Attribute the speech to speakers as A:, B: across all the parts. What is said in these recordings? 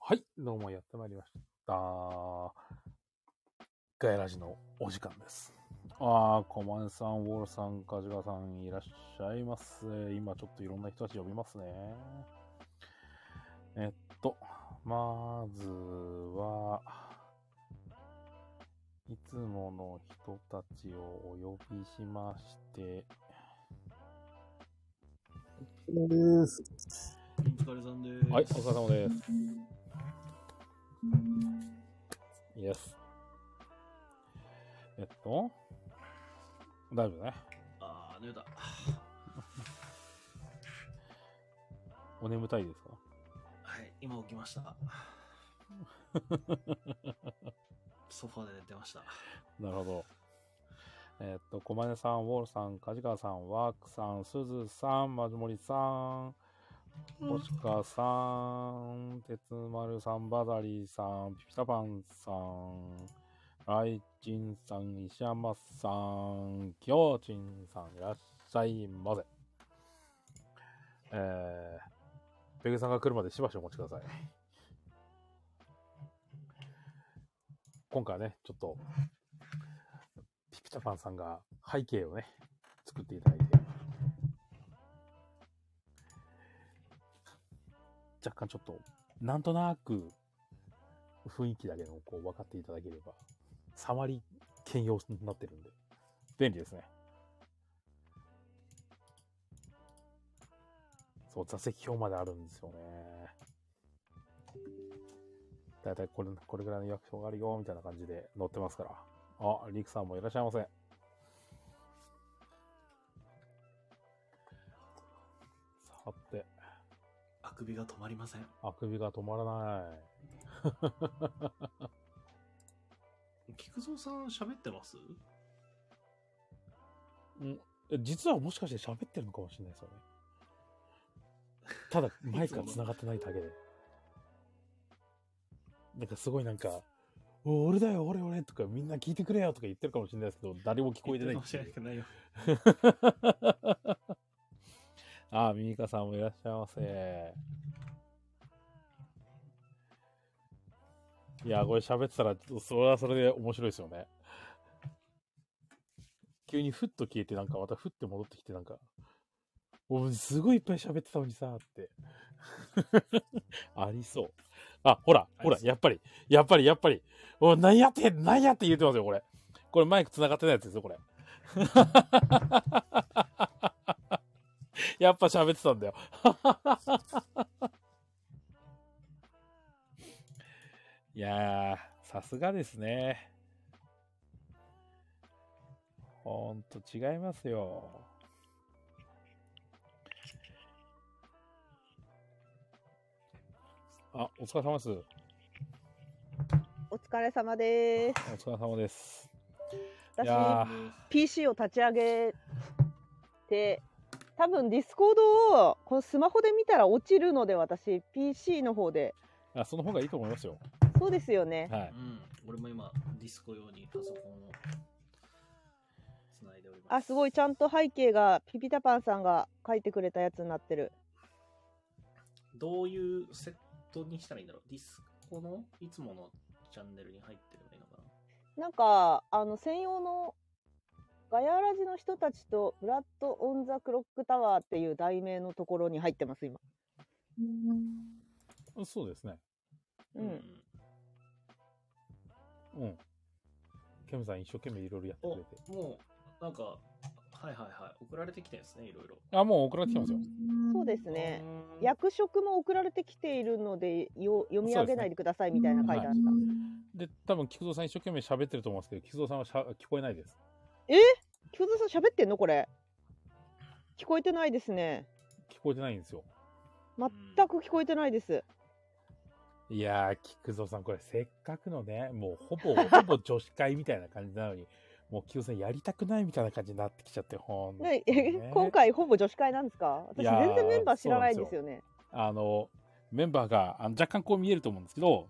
A: はい、どうもやってまいりました。ガヤラジのお時間です。ああ、コマンさん、ウォールさん、カジガさん、いらっしゃいます。今ちょっといろんな人たち呼びますね。えっと、まずは、いつもの人たちをお呼びしまして、
B: です。
C: お疲れさんでーす。
A: はい、お疲れ様です。イエス。えっと、大丈夫ね。
C: あー、寝た。
A: お眠たいですか
C: はい、今起きま した。ソファで寝てました。
A: なるほど。えっと、小金さん、ウォールさん、梶川さん、ワークさん、すずさん、まじもりさん、もしかさん、鉄丸さん、バザリーさん、ピピタパンさん、ライチンさん、石山さん、キョウチンさん、いらっしゃいませ。えー、ペグさんが来るまでしばしお待ちください。今回はね、ちょっと、ピピタパンさんが背景をね、作っていただいて、若干ちょっと、なんとなく、雰囲気だけでもこう分かっていただければ、サマリ兼用になってるんで、便利ですね。そう、座席表まであるんですよね。だいたいこれ、これぐらいの役所があるよ、みたいな感じで載ってますから。あ、リクさんもいらっしゃいませ。さて、
C: あくびが止まりません。
A: あくびが止まらない。
C: 菊蔵さん喋ってます
A: え実はもしかして喋ってるのかもしれないですよね。ただ、マイクが繋がってないだけで。なんかすごいなんか、お俺だよ、俺俺とかみんな聞いてくれよとか言ってるかもしれないですけど、誰も聞こえてない
C: 言ってるかもしれないけどないよ。
A: ああ、ミニカさんもいらっしゃいませ。いや、これ喋ってたら、ちょっとそれはそれで面白いですよね。急にふっと消えて、なんかまたふって戻ってきて、なんか、おすごいいっぱい喋ってたのにさ、って。ありそう。あ、ほら、ほら
C: あり、そう
A: やっぱり、やっぱり、やっぱり、おなんやって、なんやって言ってますよ、これ。これマイク繋がってないやつですよ、これ。 やっぱ喋ってたんだよ。 いやー、さすがですね。ほんと違いますよ。あ、お疲れ様です。お
D: お疲れ様です。
A: 疲れ様です。いや
D: 私、PC を立ち上げて、多分ディスコードをこのスマホで見たら落ちるので、私、PC の方で。
A: ーあ、その方がいいと思いますよ。
D: そうですよね。
A: はい。
C: うん、俺も今、ディスコ用にパソコンを繋いでおります。
D: あ、すごい、ちゃんと背景がピピタパンさんが書いてくれたやつになってる。
C: どういうセットにしたらいいんだろうディスコのいつものチャンネルに入ってればいいのかな
D: なんか、あの、専用のガヤラジの人たちとブラッド・オン・ザ・クロック・タワーっていう題名のところに入ってます、今。
A: そうですね。
D: うん。
A: うん。ケムさん一生懸命いろいろやって
C: お
A: くれて。、
C: もう、なんか、はいはいはい。送られてきてるんですね、いろいろ。
A: あ、もう送られてきてますよ。
D: そうですね。役職も送られてきているのでよ読み上げないでくださいみたいな書いてあった。
A: で、多分、菊蔵さん一生懸命喋ってると思うんですけど、菊蔵さんはしゃ聞こえないです。
D: 菊蔵さん喋ってんのこれ聞こえてないですね
A: 聞こえてないんですよ。
D: 全く聞こえてないです
A: いやー、菊蔵さん、これせっかくのね、もうほ ぼ、ほぼ女子会みたいな感じなのに、もう菊蔵さんやりたくないみたいな感じになってきちゃって、ほんと
D: ね
A: ね、
D: 今回ほぼ女子会なんですか私
A: いやー
D: 全然メンバー知らないんですよね
A: あの、メンバーがあの若干こう見えると思うんですけど、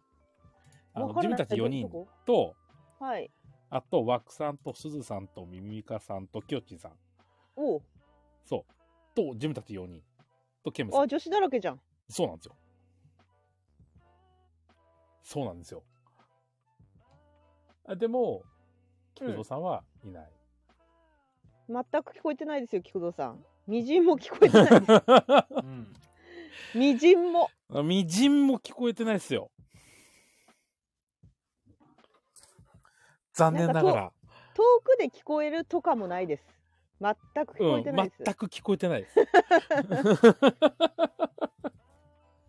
A: あの
D: わか
A: 自
D: ん
A: 分
D: ない
A: たち4人
D: どこ
A: と、
D: はい
A: あと、ワクさんと、すずさんと、ミミミカさんと、きよちんさん、
D: おう
A: そう、と、自分たち4人と、ケムさん
D: あ。女子だらけじゃん
A: そうなんですよ。そうなんですよ。あでも、菊蔵さんはいない。
D: 全く聞こえてないですよ菊蔵さんみじんも聞こえてないです
C: うん。
D: みじんも
A: あみじんも聞こえてないですよ。残念ながら。
D: 遠くで聞こえるとかもないです全く聞こ
A: う
D: え
A: ん、
D: てない
A: 全
D: です、
A: く聞こえてないです。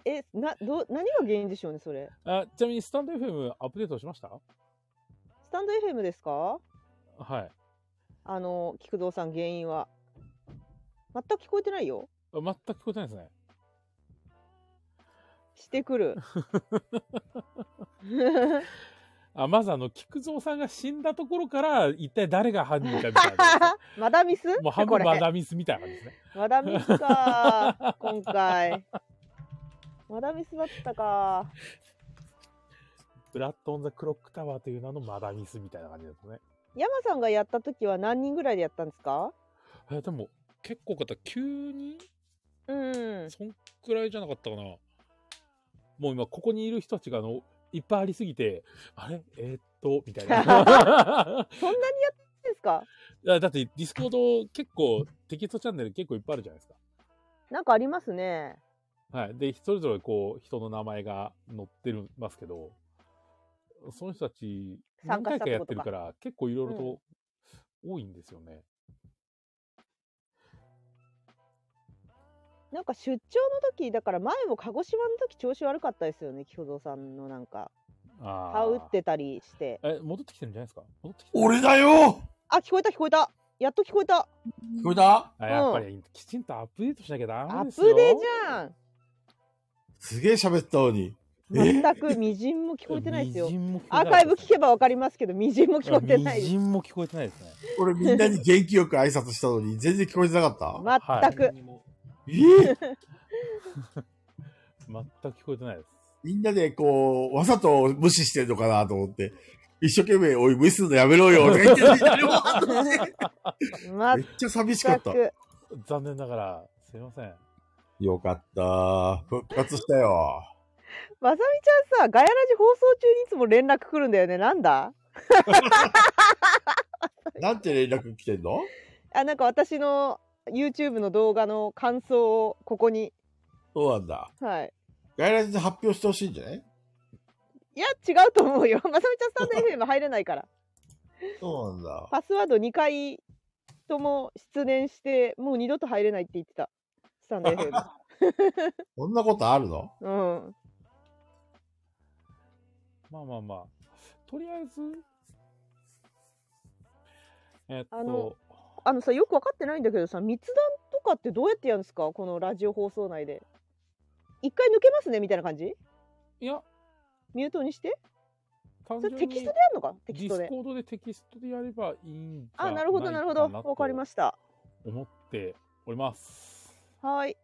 D: えなど何が原因でしょうねそれ
A: あちなみに、スタンド FM アップデートしました
D: スタンド FM ですか
A: はい。
D: あの菊蔵さん原因は全く聞こえてないよ
A: 全く聞こえてないですね。
D: してくる
A: あまずあの菊蔵さんが死んだところから一体誰が犯人かみた いな
D: マダミス
A: もう半
D: こ
A: 分
D: れ
A: マダミスみたいな感じですね
D: マダミスか今回マダミスだったか
A: ブラッド・オン・ザ・クロック・タワーという名のマダミスみたいな感じですね
D: 山さんがやった時は何人ぐらいでやったんですか
A: えでも結構方急に
D: うん
A: そんくらいじゃなかったかなもう今ここにいる人たちがあのいっぱいありすぎてあれえーっとみた い
D: そ
A: な
D: んなにやってんですか
A: いやだってディスコード結構テキストチャンネル結構いっぱいあるじゃないですか
D: なんかありますね
A: はい。で、それぞれこう、人の名前が載ってるますけど、その人たち、何
D: 参加し
A: 回
D: たっ
A: かや
D: てこ
A: って
D: と
A: る
D: か
A: から、結構いろいろと多いんですよね。
D: なんか出張の時だから前も鹿児島の時調子悪かったですよね菊蔵さんのなんか
A: あ
D: 羽打ってたりして
A: え、戻ってきてるんじゃないですか戻ってきてる
E: 俺だよ
D: あ聞こえた聞こえたやっと聞こえた
E: 聞こえた
A: あやっぱり、きちんとアップデートしなきゃダ
D: ア
A: メ
D: ッ
A: ですよ。
D: プデーじゃん
E: すげえ喋ったのに。え
D: 全くみじんも聞こえてないですよ
A: みじんも聞こえ
D: ア
A: て
D: ー
A: な
D: カ
A: い
D: イブ聞けばわかりますけどみじんも聞こえてない
A: み
D: です
A: じんも聞こえてないですね。
E: 俺みんなに 元気よく挨拶したのに、全然聞こえてなかった
D: 全く、
C: 何にも
E: えー
A: 全く聞こえてないです。
E: みんなでこう、わざと無視してるのかなと思って、一生懸命、おい、無視するのやめろよとか言ってる誰も反応しないめっちゃ寂しか
D: 全
E: った。
D: く
A: 残念ながら、すいません。
E: よかった。復活したよ。
D: まさみちゃんさガヤラジ放送中にいつも連絡来るんだよねなんだ
E: なんて連絡来てんの
D: あなんか私の YouTube の動画の感想をここに
E: そうなんだ。
D: はい
E: 外来で発表してほしいんじゃない
D: いや違うと思うよ まさみちゃんスタンド FM 入れない から
E: そうなんだ。
D: パスワード2回とも失念してもう二度と入れないって言ってたスタンド FM
E: そんなことあるの
D: うん
A: まあまあまあ。とりあえず、えっ
D: あの
A: と、
D: あのさよく分かってないんだけどさ密談とかってどうやってやるんですかこのラジオ放送内で一回抜けますねみたいな感じ
A: いや、
D: ミュートにして
A: 単
D: そ
A: 純
D: れ
A: に。
D: テキストでやるのかテ
A: デ
D: キス
A: ィ
D: ト
A: ス
D: で
A: コードでテキストでやればいいんじゃ
D: あなるほどなるほどわかりま
A: し
D: した
A: た思っております
D: はい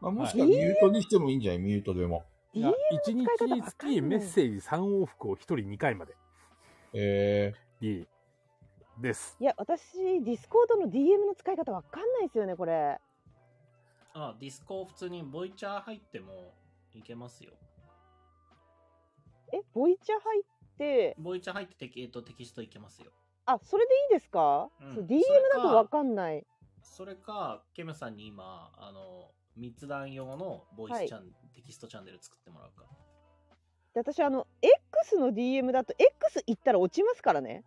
E: まあ、もしくはミュートにしてもいいんじゃないミュートでも。
A: いや
D: DM
A: 一日
D: 使い方
A: に
D: わ
A: つ
D: かんな
A: き
D: い
A: メッセージ3往復を1人2回まで
E: え
A: いいです
D: いや私ディスコードの DM の使い方わかんないですよねこれ
C: あ、ディスコ普通にボイチャー入ってもいけますよ。
D: えボイチャ入って
C: ボイチャー入ってテキ,、えっと、テキストいけますよ。
D: あそれでいいですか、
C: うん
D: そう
C: そ
D: DM
C: れか
D: だとわかんない
C: それか、ケムさんに今、あの、密談用のボイスチャン、テキストチャンネル作ってもらうか。
D: で私あの X の DM だと X 行ったら落ちますからね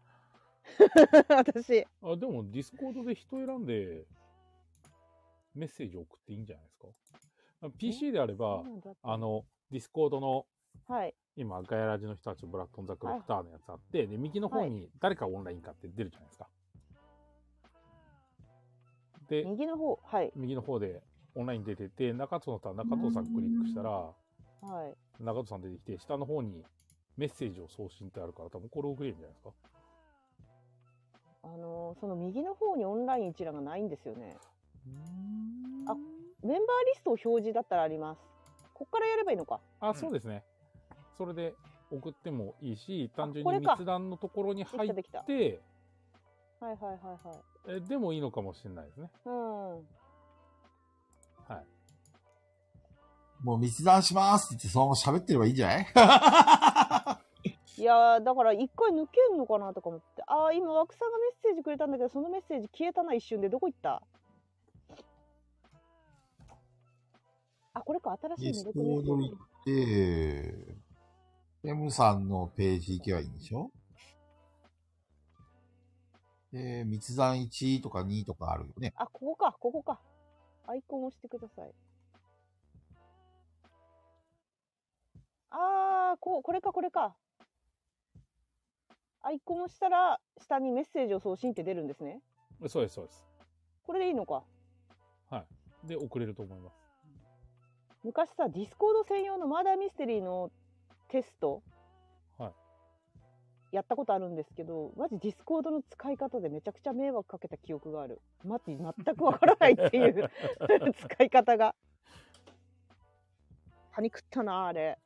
D: 私
A: あでもディスコードで人選んでメッセージ送っていいんじゃないですかあ PC であればあのディスコードの
D: はい
A: 今ガヤラジの人たちブラッドオンザクロックタワーのやつあって、で右の方に誰かオンラインかって出るじゃないですか、で
D: 右の方はい
A: 右の方でオンライン出てて、中藤さん、中藤さんクリックしたら、
D: はい
A: 中藤さん出てきて、下の方にメッセージを送信ってあるから、多分これ送れるんじゃないですか。
D: あのーその右の方にオンライン一覧がないんですよねあメンバーリストを表示だったらありますこっからやればいいのか
A: あ、
C: うん
A: そうですね。それで送ってもいいし、単純
D: こ
A: に
D: れか
A: 密談のところに
D: でき
A: 入
D: た
A: っ
D: できた
A: て、
D: はいはいはいはい
A: えでもいいのかもしれないですね。
D: うん
A: はい。
E: もう密談しますって言って、そのまま喋ってればいいんじゃない
D: やーだから一回抜けんのかなとか思ってああ今枠さんがメッセージくれたんだけどそのメッセージ消えたな一瞬でどこ行ったあこれか新
B: ディ
D: しい
B: ス
D: 魅力メ
B: コ
D: ッ
B: ー
D: セ
B: ド
D: ー
B: に
D: ジ
B: 行って、M さんのページ行けばいいんでしょで、密談1とか2とかあるよね。
D: あここかここかアイコンを押してくださいあーこうこれかこれかアイコンを押したら下にメッセージを送信って出るんですね
A: そうです、そうです。
D: これでいいのか
A: はい。で、送れると思います。
D: 昔さディスコード専用のマーダーミステリーのテスト
A: はい
D: やったことあるんですけどマジディスコードの使い方でめちゃくちゃ迷惑かけた記憶があるマジ全くわからないっていう使い方がパニクったなあれ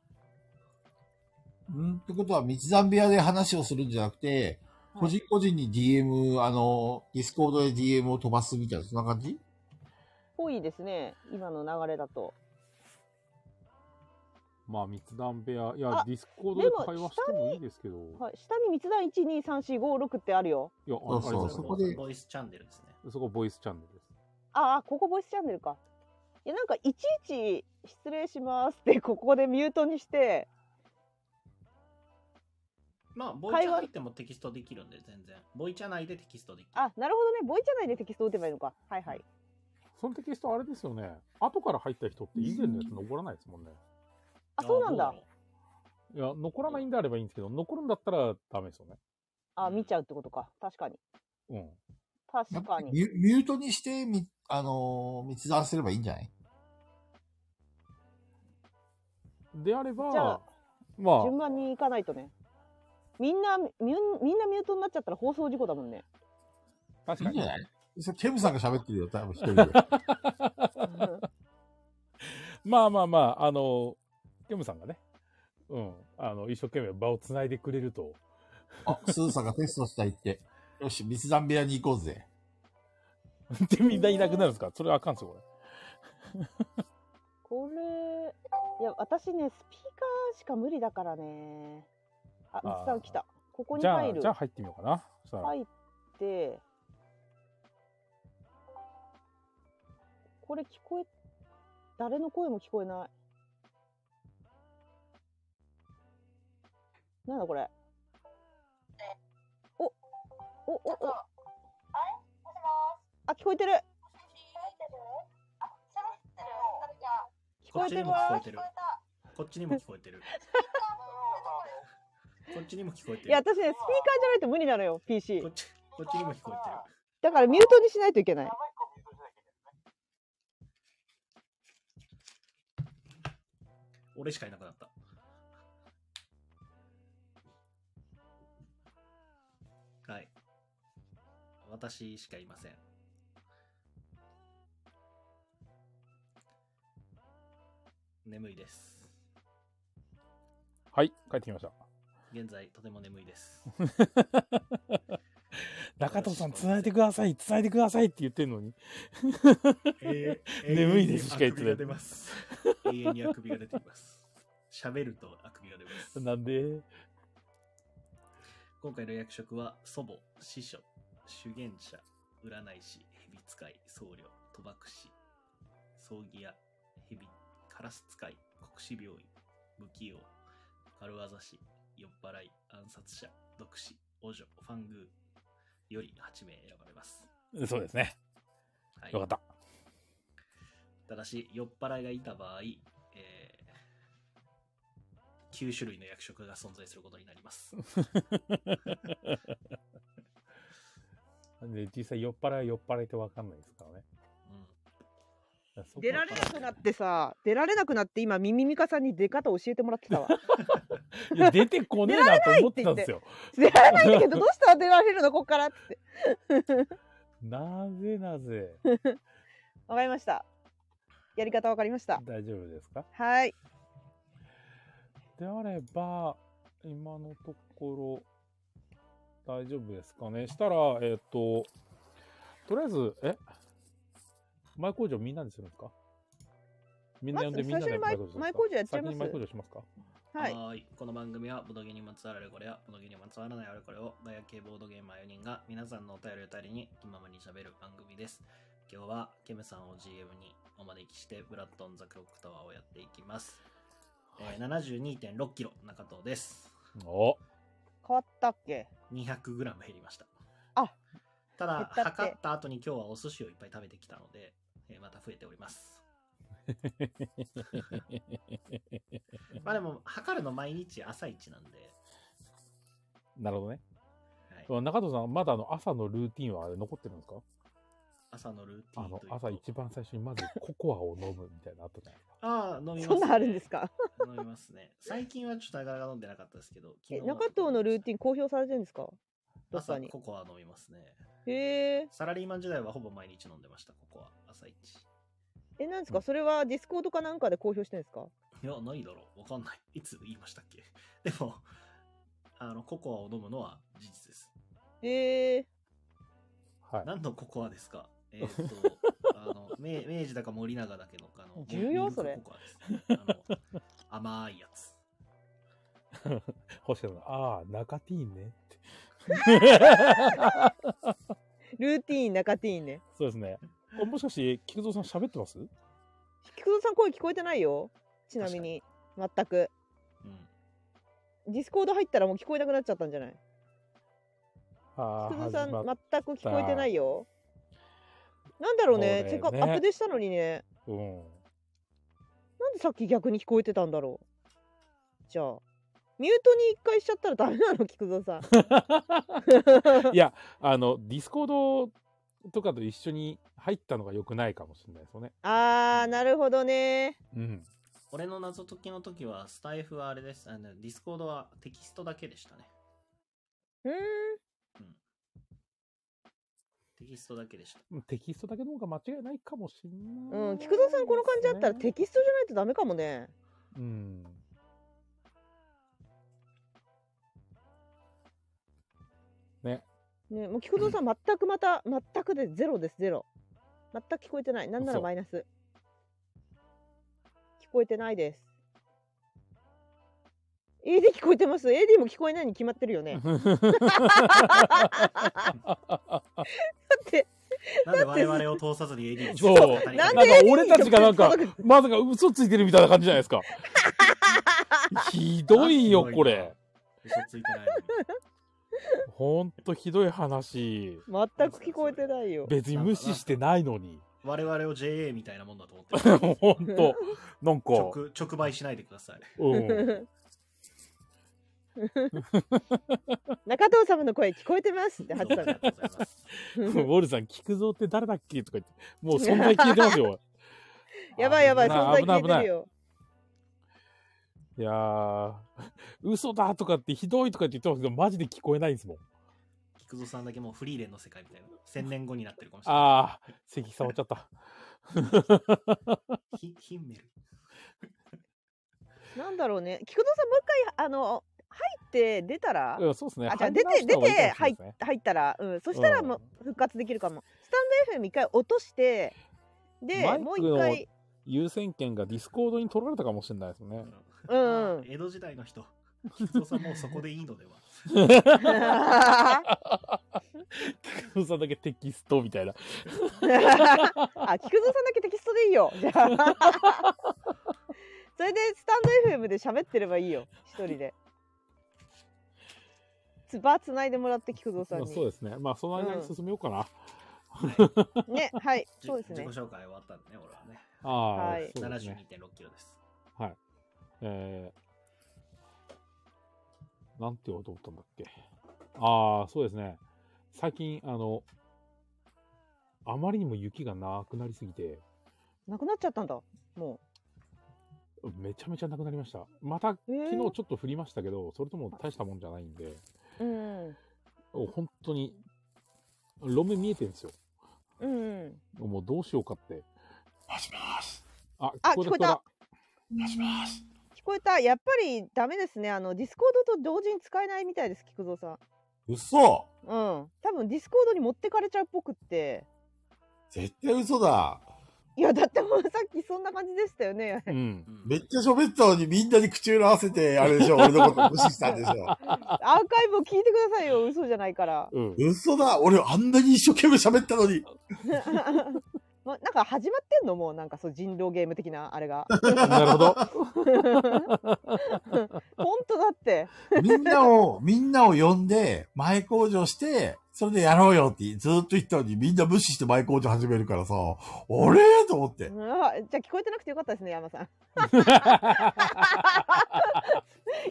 B: うんってことは、密談部屋で話をするんじゃなくて、
D: はい
B: 個人個人に DM、あの、ディスコードで DM を飛ばすみたいな、そんな感じ
D: ぽいですね今の流れだと
A: まあ、密談部屋、いや
D: あ、
A: ディスコードで
D: でも
A: 会話してもいいですけど、
D: はい下に密談123456ってあるよ
A: いや、
B: そう
A: あれあれ
B: そう、
A: です
B: そ
A: よ
B: こで、
C: ボイスチャンネルですね。
A: そこボイスチャンネルです。
D: ああここボイスチャンネルかいやなんかいちいち「失礼します」ってここでミュートにして
C: まあ、ボイチャ入ってもテキストできるんで、全然。ボイチャ内でテキストできる。
D: あなるほどねボイチャ内でテキスト打てばいいのかはいはい
A: そのテキストあれですよね。後から入った人って以前のやつ残らないですもんね。
D: あそうなんだ
C: どうろ
A: いや、残らないんであればいいんですけど、残るんだったらダメですよね。
D: あ見ちゃうってことか確かに
A: うん。
B: やっ
D: 確
B: ぱ
D: か
B: り
D: に
B: ミュミュートにして、み、あのー、密談すればいいんじゃない
A: であれ
D: じゃあ
A: ば、ま
D: 順番に行かないとねみんなみみんみんなミュートになっちゃったら放送事故だもんね
A: あ、確
B: いい
A: か
B: んじ
A: に
B: ゃ。ないそれケムさんが喋ってるよ、多分一人で。
A: まあまあまあ、あの、ケムさんがね、うん、あの、一生懸命場をつないでくれると、
B: あ、スーさんがテストしたいって。よし、密談部屋に行こうぜ。
A: で、みんないなくなるんですかそれあかんっすよ、こ
D: これいや私ねスピーカーしか無理だからねあみつ
A: あー
D: さん来たここ
A: れ。
D: に
A: じゃあ、
D: 入る
A: じゃあ入ってみようかな。そしたら
D: 入ってこれ聞こえ誰の声も聞こえないなんだこれおおおおあ聞こえてる聞
C: こ
D: こ
C: っち
D: えて
C: に
D: る
C: も聞こ
D: わ
C: えてる。こっちにも聞こ えてる。こっちにも聞こえてる。
D: いや私ねスピーカーじゃないと無理なのよ PC
C: こっち、こっちにも聞こえてる。
D: だからミュートにしないといけない
C: 俺しかいなくなった。はい。私しかいません。眠いです。
A: はい、帰ってきました。
C: 現在、とても眠いです。
A: 中藤さん、つないでください、つないでくださいって言ってるのに。
C: え ー
A: 眠いですしか言ってない
C: 永遠にあくびが出ます。永遠にあくびが出てい ます。喋るとあくびが出ます。
A: なんで
C: 今回の役職は祖母、師匠、修験者、占い師、蛇使い、僧侶、賭博師、葬儀屋、蛇、カラス使い、国士病院、不器用、軽業師、酔っ払い、暗殺者、毒師、王女、ファングーより8名選ばれます。
A: そうですね。
C: はい
A: よかった。
C: ただし、酔っ払いがいた場合、えー9種類の役職が存在することになります。
A: で、実際酔っ払いは酔っ払いってわかんないですからね。
C: うん
A: そこは
D: 出られなくなってさ出られなくなって今ミミミカさんに出方教えてもらってたわ
A: いや、出てこねえなと思ってたんですよ。
D: 出られないんだけどどうしたら出られるのこっからって
A: なぜなぜ
D: わかりましたやり方わかりました
A: 大丈夫ですか
D: はい
A: であれば、今のところ、大丈夫ですかね。したら、えっ、と、とりあえず、え前工場みんなでするんですかみんな呼んで
D: まず
A: みんなで
D: 最初に前
A: 工場する
D: 前工場
A: んですか
D: やっちゃいます
A: 先に前工場しますか
D: はい
C: ーいこの番組はボドゲにまつわるあれこれやボドゲにまつわらないあれこれをガヤ系ボードゲーマー4人が皆さんのお便りを頼りに気ままにしゃべる番組です今日はケムさんを GM にお招きしてブラッドンザクロックタワーをやっていきます、えー、72.6キロ中藤です
A: お
D: 変わったっけ
C: 200グラム減りました
D: あ
C: た
D: 減
C: だ
D: ったって
C: 測った後に今日はお寿司をいっぱい食べてきたので、えーまた増えております まあでも測るの毎日朝一なんで、
A: なるほどね。
C: はい
A: 中藤さん、まだあの朝のルーティンはあれ残ってるんですか
C: 朝のルーティ
A: あ
C: ンとい
A: の
C: うと
A: 朝一番最初にまずココアを飲むみたいなのあったじゃないですか
C: ああ飲みます、ね、
D: そんなんあるんですか
C: 飲みますね最近はちょっとなかなか飲んでなかったですけど
D: え中藤のルーティン公表されてるんですかどっか
C: 朝
D: に
C: ココア飲みますね
D: へえ
C: サラリーマン時代はほぼ毎日飲んでましたココア朝一
D: えなんですかそれはディスコードかなんかで公表してるんですか
C: いやないだろうわかんないいつ言いましたっけ でもあのココアを飲むのは事実です
D: へえ
A: はい。
C: 何のココアですかえーっ とあの明明治だか森永だけのあの
D: 重
C: ミ
D: 要
C: ルク
D: それ
C: ココアですねあの甘いやつ
A: 星野さん、ああ、中ティーンね。
D: ルーティーン中ティーンね
A: そうですね。これもしかして、菊蔵さん喋ってます
D: 菊蔵さん声聞こえてないよちなみに全く
C: うん
D: ディスコード入ったらもう聞こえなくなっちゃったんじゃない
A: ああ、
D: 菊蔵さん
A: 始まっ
D: 全く聞こえてないよなんだろうね
A: もうね
D: せっかく
A: ね
D: アップデートしたのにね
A: うん。
D: なんでさっき逆に聞こえてたんだろうじゃあミュートに一回しちゃったらダメなの菊蔵さん
A: いや、 あの、ディスコードとかと一緒に入ったのが良くないかもしれないですよね。
D: あーなるほどね
A: うん。
C: 俺の謎解きの時はスタイフはあれですあのディスコードはテキストだけでしたね
D: うーん
C: テキストだけでした
A: テキストだけの方が間違いないかもしれない、
D: うん、菊蔵さんこの感じだったらテキストじゃないとダメかもね。
A: うん。
D: ね、もう菊蔵さん全くまた、全くでゼロです、ゼロ。全く聞こえてない。なんなら
A: 嘘
D: マイナス。聞こえてないです。AD 聞こえてます。AD も聞こえないに決まってるよ ね。だって、
C: なんで我々を通さずに AD に
A: そう。
C: 直接語り
A: な
C: か
A: ん
C: け
A: か
C: て
A: 俺たちがなんか、まさか嘘ついてるみたいな感じじゃないです か。ひどいよ、これ。
C: 嘘ついてないのに
A: ほんとひどい話。
D: 全く聞こえてないよ。
A: 別に無視してないのに。
C: 我々を JA みたいなもんだと思ってる
A: ほんと。なんか、
C: 直直売しないでください
A: うん。
D: 中藤様の声聞こえてますって、
C: ど
D: ハ
C: うも
D: ツ
C: あ
D: さん
C: りがとう
D: が。
C: ございます
A: ウォルさん、菊蔵って誰だっけとか言って、もう存在消えてます よ。
D: やばいやばい、
A: 危
D: 存
A: な
D: 在
A: い
D: 消えてるよ。
A: いやー、嘘だとかってひどいとかって言ってますけど、マジで聞こえないんですもん。
C: 菊蔵さんだけもうフリーレンの世界みたいな千年後になってるかもしれない
A: あー、席触っちゃった。
C: ヒヒンメル
D: なんだろうね。菊蔵さん、もう一回、あの、入って出たら、
A: うんそうですね。
D: あじゃあ出て出て入っ入ったら、うん、そしたら
A: うん
D: もう復活できるかも、スタンド FM 一回落として
A: マ
D: で
A: イク
D: もう一回
A: 優先権がディスコードに取られたかもしれないです ね。
D: うんうん
C: 江戸時代の人菊蔵さんもうそこでいいのでは
D: あ
A: 菊蔵さんだけテキストみたいな。
D: 菊蔵さんだけテキストでいいよじゃあ それでスタンド FM で喋ってればいいよ一人でつばつないでもらって菊蔵さん
A: そう
D: に
A: ですね。まあ、その間に進めようかな。
D: ねはい
C: じ
D: そうですね
C: 自己紹介終わったんでね俺はね
A: ああ、
D: はい
A: そうですね。
C: 72.6キロです
A: えー、なんて言おうと思ったんだっけ。ああ、そうですね。最近、あの、あまりにも雪がなくなりすぎて、
D: なくなっちゃったんだも
A: めちゃめちゃなくなりました。また、
D: う、えー
A: 昨日ちょっと降りましたけど、それとも大したもんじゃないんで、
D: うん
A: 本当に、路面見えてるんですよ。
D: うん
A: もうどうしようかって。
E: もしもし。
A: あ、
D: あ
A: 聞こえ
D: 聞こえた
A: た聞こ
E: もしもし。
D: 聞こえたやっぱりダメですねあのディスコードと同時に使えないみたいです菊蔵さん
E: 嘘
D: うん多分ディスコードに持ってかれちゃうっぽくって
E: 絶対嘘だ。
D: いや、だってもうさっきそんな感じでしたよ ね。
A: うん。
E: めっちゃ喋ったのにみんなに口裏合わせて、あれでしょ、俺のこと無視したんでしょ。
D: アーカイブを聞いてくださいよ。嘘じゃないから。
A: うん。
E: 嘘だ俺あんなに一生懸命喋ったのに。
D: ま、なんか始まってんのもうなんかそう人狼ゲーム的なあれが。
A: なるほ ど。
D: 本当だって。
B: みんなを、みんなを呼んで、前工場して、それでやろうよってずーっと言ったのに、みんな無視して前工場始めるからさ、あれと思って
D: う。わじゃあ聞こえてなくてよかったですね、山さん。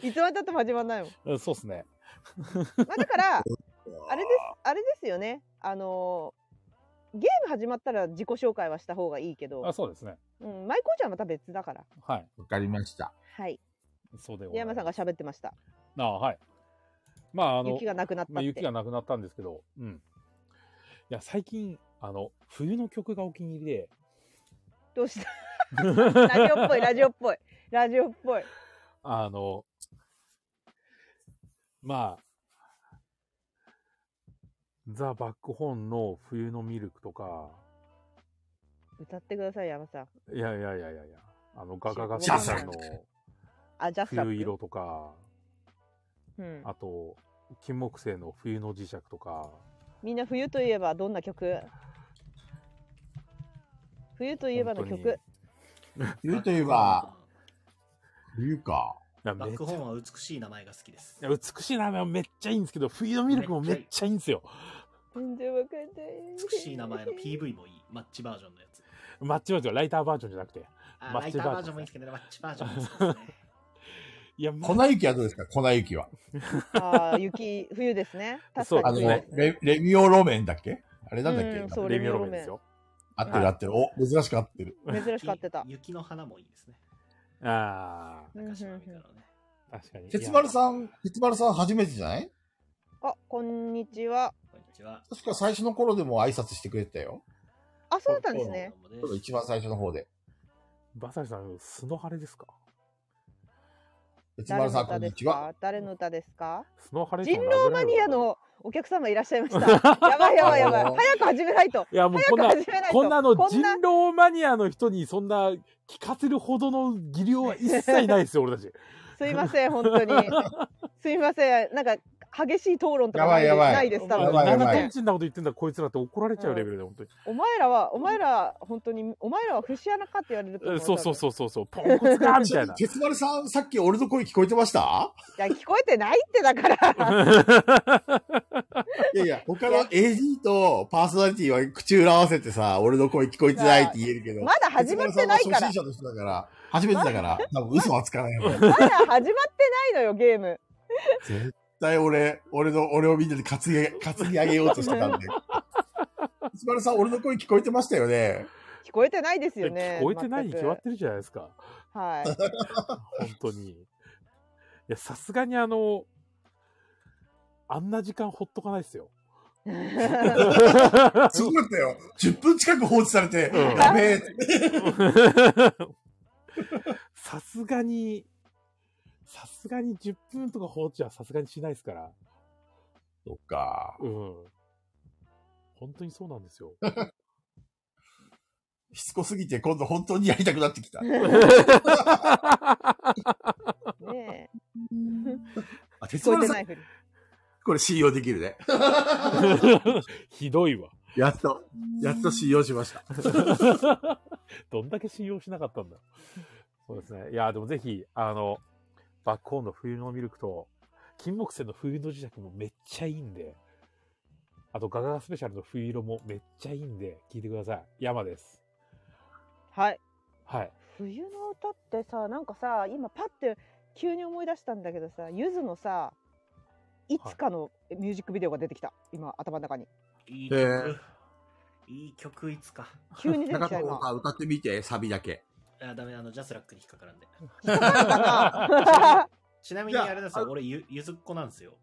D: いつまでたっても始まんないもん。
A: うんそうっすね。
D: まあ、だから、あれです、あれですよね。あのーゲーム始まったら自己紹介はした方がいいけ
A: あ、
D: ど、
A: そうですね。
D: うん、舞妓ちゃんはまた別だから。
A: はい。
B: わかりました。
D: はい。
A: そうでご
D: で
A: ざい
D: 山
A: ます
D: さんが喋ってました。
A: あはい。まあ、あの
D: 雪、がなくなった
A: まあ、
D: っ
A: 雪
D: て。
A: がなくなったんですけど、うん。いや、最近、あの、冬の曲がお気に入 りで、
D: どうした ラジオっぽい、ラジオっぽい。ラジオっぽい。
A: あの、まあ、ザ・バックホーンの冬のミルクとか、
D: 歌ってください、山さん。
A: いやいやいやいやいや、あの、ガガガ
D: ジャ
E: ス
A: さ
E: ラッ
A: んの
E: ク
D: あ、ジャスラップ
A: 冬色とか、
D: うん、
A: あと、金木犀の冬の磁石とか、
D: みんな冬といえばどんな曲冬といえばの
A: 本当に
D: 曲
B: 言うといえば、冬か。
A: いや
C: バ
A: めっ
C: ッ
A: ち
C: ク
A: ゃ
C: ホーンは美しい名前が好きです
A: いや。美しい名前はめっちゃいいんですけど、冬のミルクもめっちゃいいんですよ。
D: 全然わかんない
C: 美しい名前の PV もいい。マッチバージョンのやつ。
A: マッチバージョン、ライターバージョンじゃなくて。
C: あ
A: マ
C: ラ
A: ッ
C: イ
A: チ
C: タ
A: バージ
C: ーバージョ
A: ョン
C: ンもいいですけどね、マッチバージョンも好きですね。
A: いや、ま
B: 粉雪はどうですか粉雪は。
D: あー雪冬ですね確
A: そう
D: か
B: あ
D: に
B: の、
D: 冬ですね
B: レレミオ路面だっけあれなんだっ
D: うん
B: け
D: そう
A: レミオロメンですよ。
B: 合ってる合ってる。お、珍しく合ってる。
D: 珍しく合ってた
C: 雪の花もいいですね。
A: あ
C: 中島みたいなのね。
A: あ、確かに。
B: 鉄丸
A: ん。
B: さん、鉄丸さん初めてじゃない
D: あこんにちは
C: こんにちは。
B: 確か最初の頃でも挨拶してくれてたよ。
D: あそうだったんですね
C: どうも
B: ちょっ
C: で
B: と
C: す
B: 一番最初の方で。
A: バサリさん、スノハレですか
B: 鉄
D: 誰
B: 丸
D: の
B: さん、こ
D: 歌
B: ん
D: で
B: に
D: す
B: ちは。
D: か誰の歌ですか
A: スノハレ
D: 人狼マニア。のお客様いらっしゃいま したやばいやばいやばい
B: あのー
D: 早く始めないと
A: いや、もうこん
D: 早
A: な
D: く、始めないと
A: こんなあの
D: こん
A: 人
D: な
A: 狼マニアの人にそんな聞かせるほどの技量は一切ないですよ、俺たち。
D: すいません本当 にすいませんなんか激しい討論とかないで
B: やばいやばい
D: ないです多分
B: やばいやばい
A: なんかトンチンなこと言ってんだ、こいつらって怒られちゃうレベルで、本当に。
D: お前らは、お前ら、本当に、お前らは節穴かって言われると思
A: え
D: う。
A: そうそう
D: う。
A: そうそうそう、ポンコツかみ
B: ち
A: た
B: ないみ
A: な
B: に。鉄丸さん、さっき俺の声聞こえてました
D: いや、聞こえてないってだから。
B: いやいや、他の AG とパーソナリティは口裏合わせてさ、俺の声聞こえてないって言えるけど。
D: まだ始まってないか
B: 鉄丸さ
D: ら
B: んは初。心者の人だから、初めてだから、多分嘘はつかないよね。
D: まだ始まってないのよ、ゲーム。
B: 絶対俺、俺の、俺をみんなで担ぎ上げ、担ぎ上げようとしてたんで。スバルさん、俺の声聞こえてましたよね。
D: 聞こえてないですよね。
A: 聞こえてないに
D: 全
A: 決
D: く
A: まってるじゃないですか。
D: はい。
A: 本当に。いや、さすがにあの、あんな時間ほっとかないですよ。
B: すごかったよ。10分近く放置されて、
A: うん
B: やべえって。
A: さすがに、さすがに10分とか放置はさすがにしないですから。
B: そっか。
A: うん。本当にそうなんですよ。
B: しつこすぎて、今度本当にやりたくなっ てきた。
D: ねえ。
B: あ、
D: 聞
B: 鉄
D: こえ
B: 丸
D: て
B: さん
D: な、いふり。
B: これ信用できるね。
A: ひどいわ。
B: やっと、やっと信用しました。
A: どんだけ信用しなかったんだ。そうですね。いや、でもぜひ、あの、バックホーンの冬のミルクと、金木犀の冬の磁石もめっちゃいいんで、あとガガガスペシャルの冬色もめっちゃいいんで、聞いてください。山です。
D: はい。
A: はい。
D: 冬の歌ってさ、なんかさ、今パって急に思い出したんだけどさ、ゆずのさ、いつかのミュージックビデオが出てきた。今、頭の中に。
C: いい
B: え
C: 曲。いい曲いつか。
D: 急に出て
B: 中
D: き
B: 田
D: た、
B: さ
D: 今。
B: ん、歌ってみて、サビだけ。
C: あ、ダメ、あの、ジャスラックに引っかから んで。
D: あ
C: ちなみに
B: じゃあ
C: あれですよ、俺ゆ、ゆずっ子なんですよ。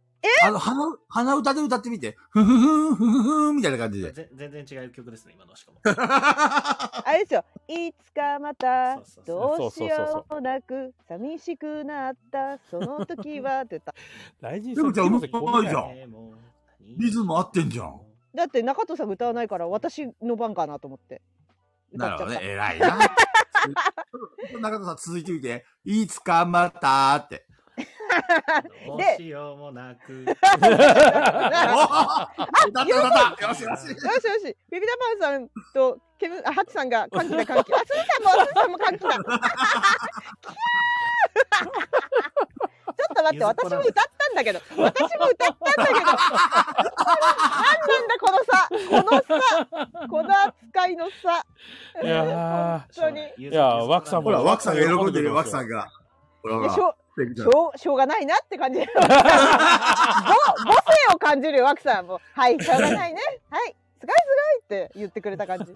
B: あの、鼻、鼻歌で歌ってみて、ふふふんふふふんみたいな感じで。
C: ぜ全然違う曲ですね、今の しかも。
D: れですよ。いつかまた
C: そうそうそう
D: どうしようもなく寂しくなったその時はって言った。
A: 大臣
B: でもじゃあ
A: 金木犀
B: うまいじゃん
C: でも何
B: リズム合ってんじゃん。
D: だって中戸さんが歌わないから私の番かなと思って。
B: なるほどね。偉い な。中田さん続いてみて、いつかまたって。
C: どう
D: で
C: しようもなく。
B: お歌った歌ったよしよ
D: よし
B: し
D: よし、ビビダパンさんとケム、あ、ハチさんが歓喜だ歓喜。あ、スーさんも、スーさんも 歓喜だ。キャーちょっと待っ
C: ゆ
D: て、
C: ずっこ
D: 私
C: なん
D: も
C: です
D: 歌ったんだけど、私も歌ったんだけど、何なんだこのさ、このさ、この扱いのさ、
A: いや
D: 本当に。
C: い
A: いやワクさんも
B: ほら、ワクさんが喜んでるよ、ワクさんが。ほら、
D: い
B: ほ
D: や
B: ら
D: し。ょ
B: 素敵
D: う
B: じ
D: し
B: ゃん
D: ょうしょうがないなって感じ ぼ母性を感じるよ枠さんもうはいしょうがないねはいすごいすごいって言ってくれた感じ い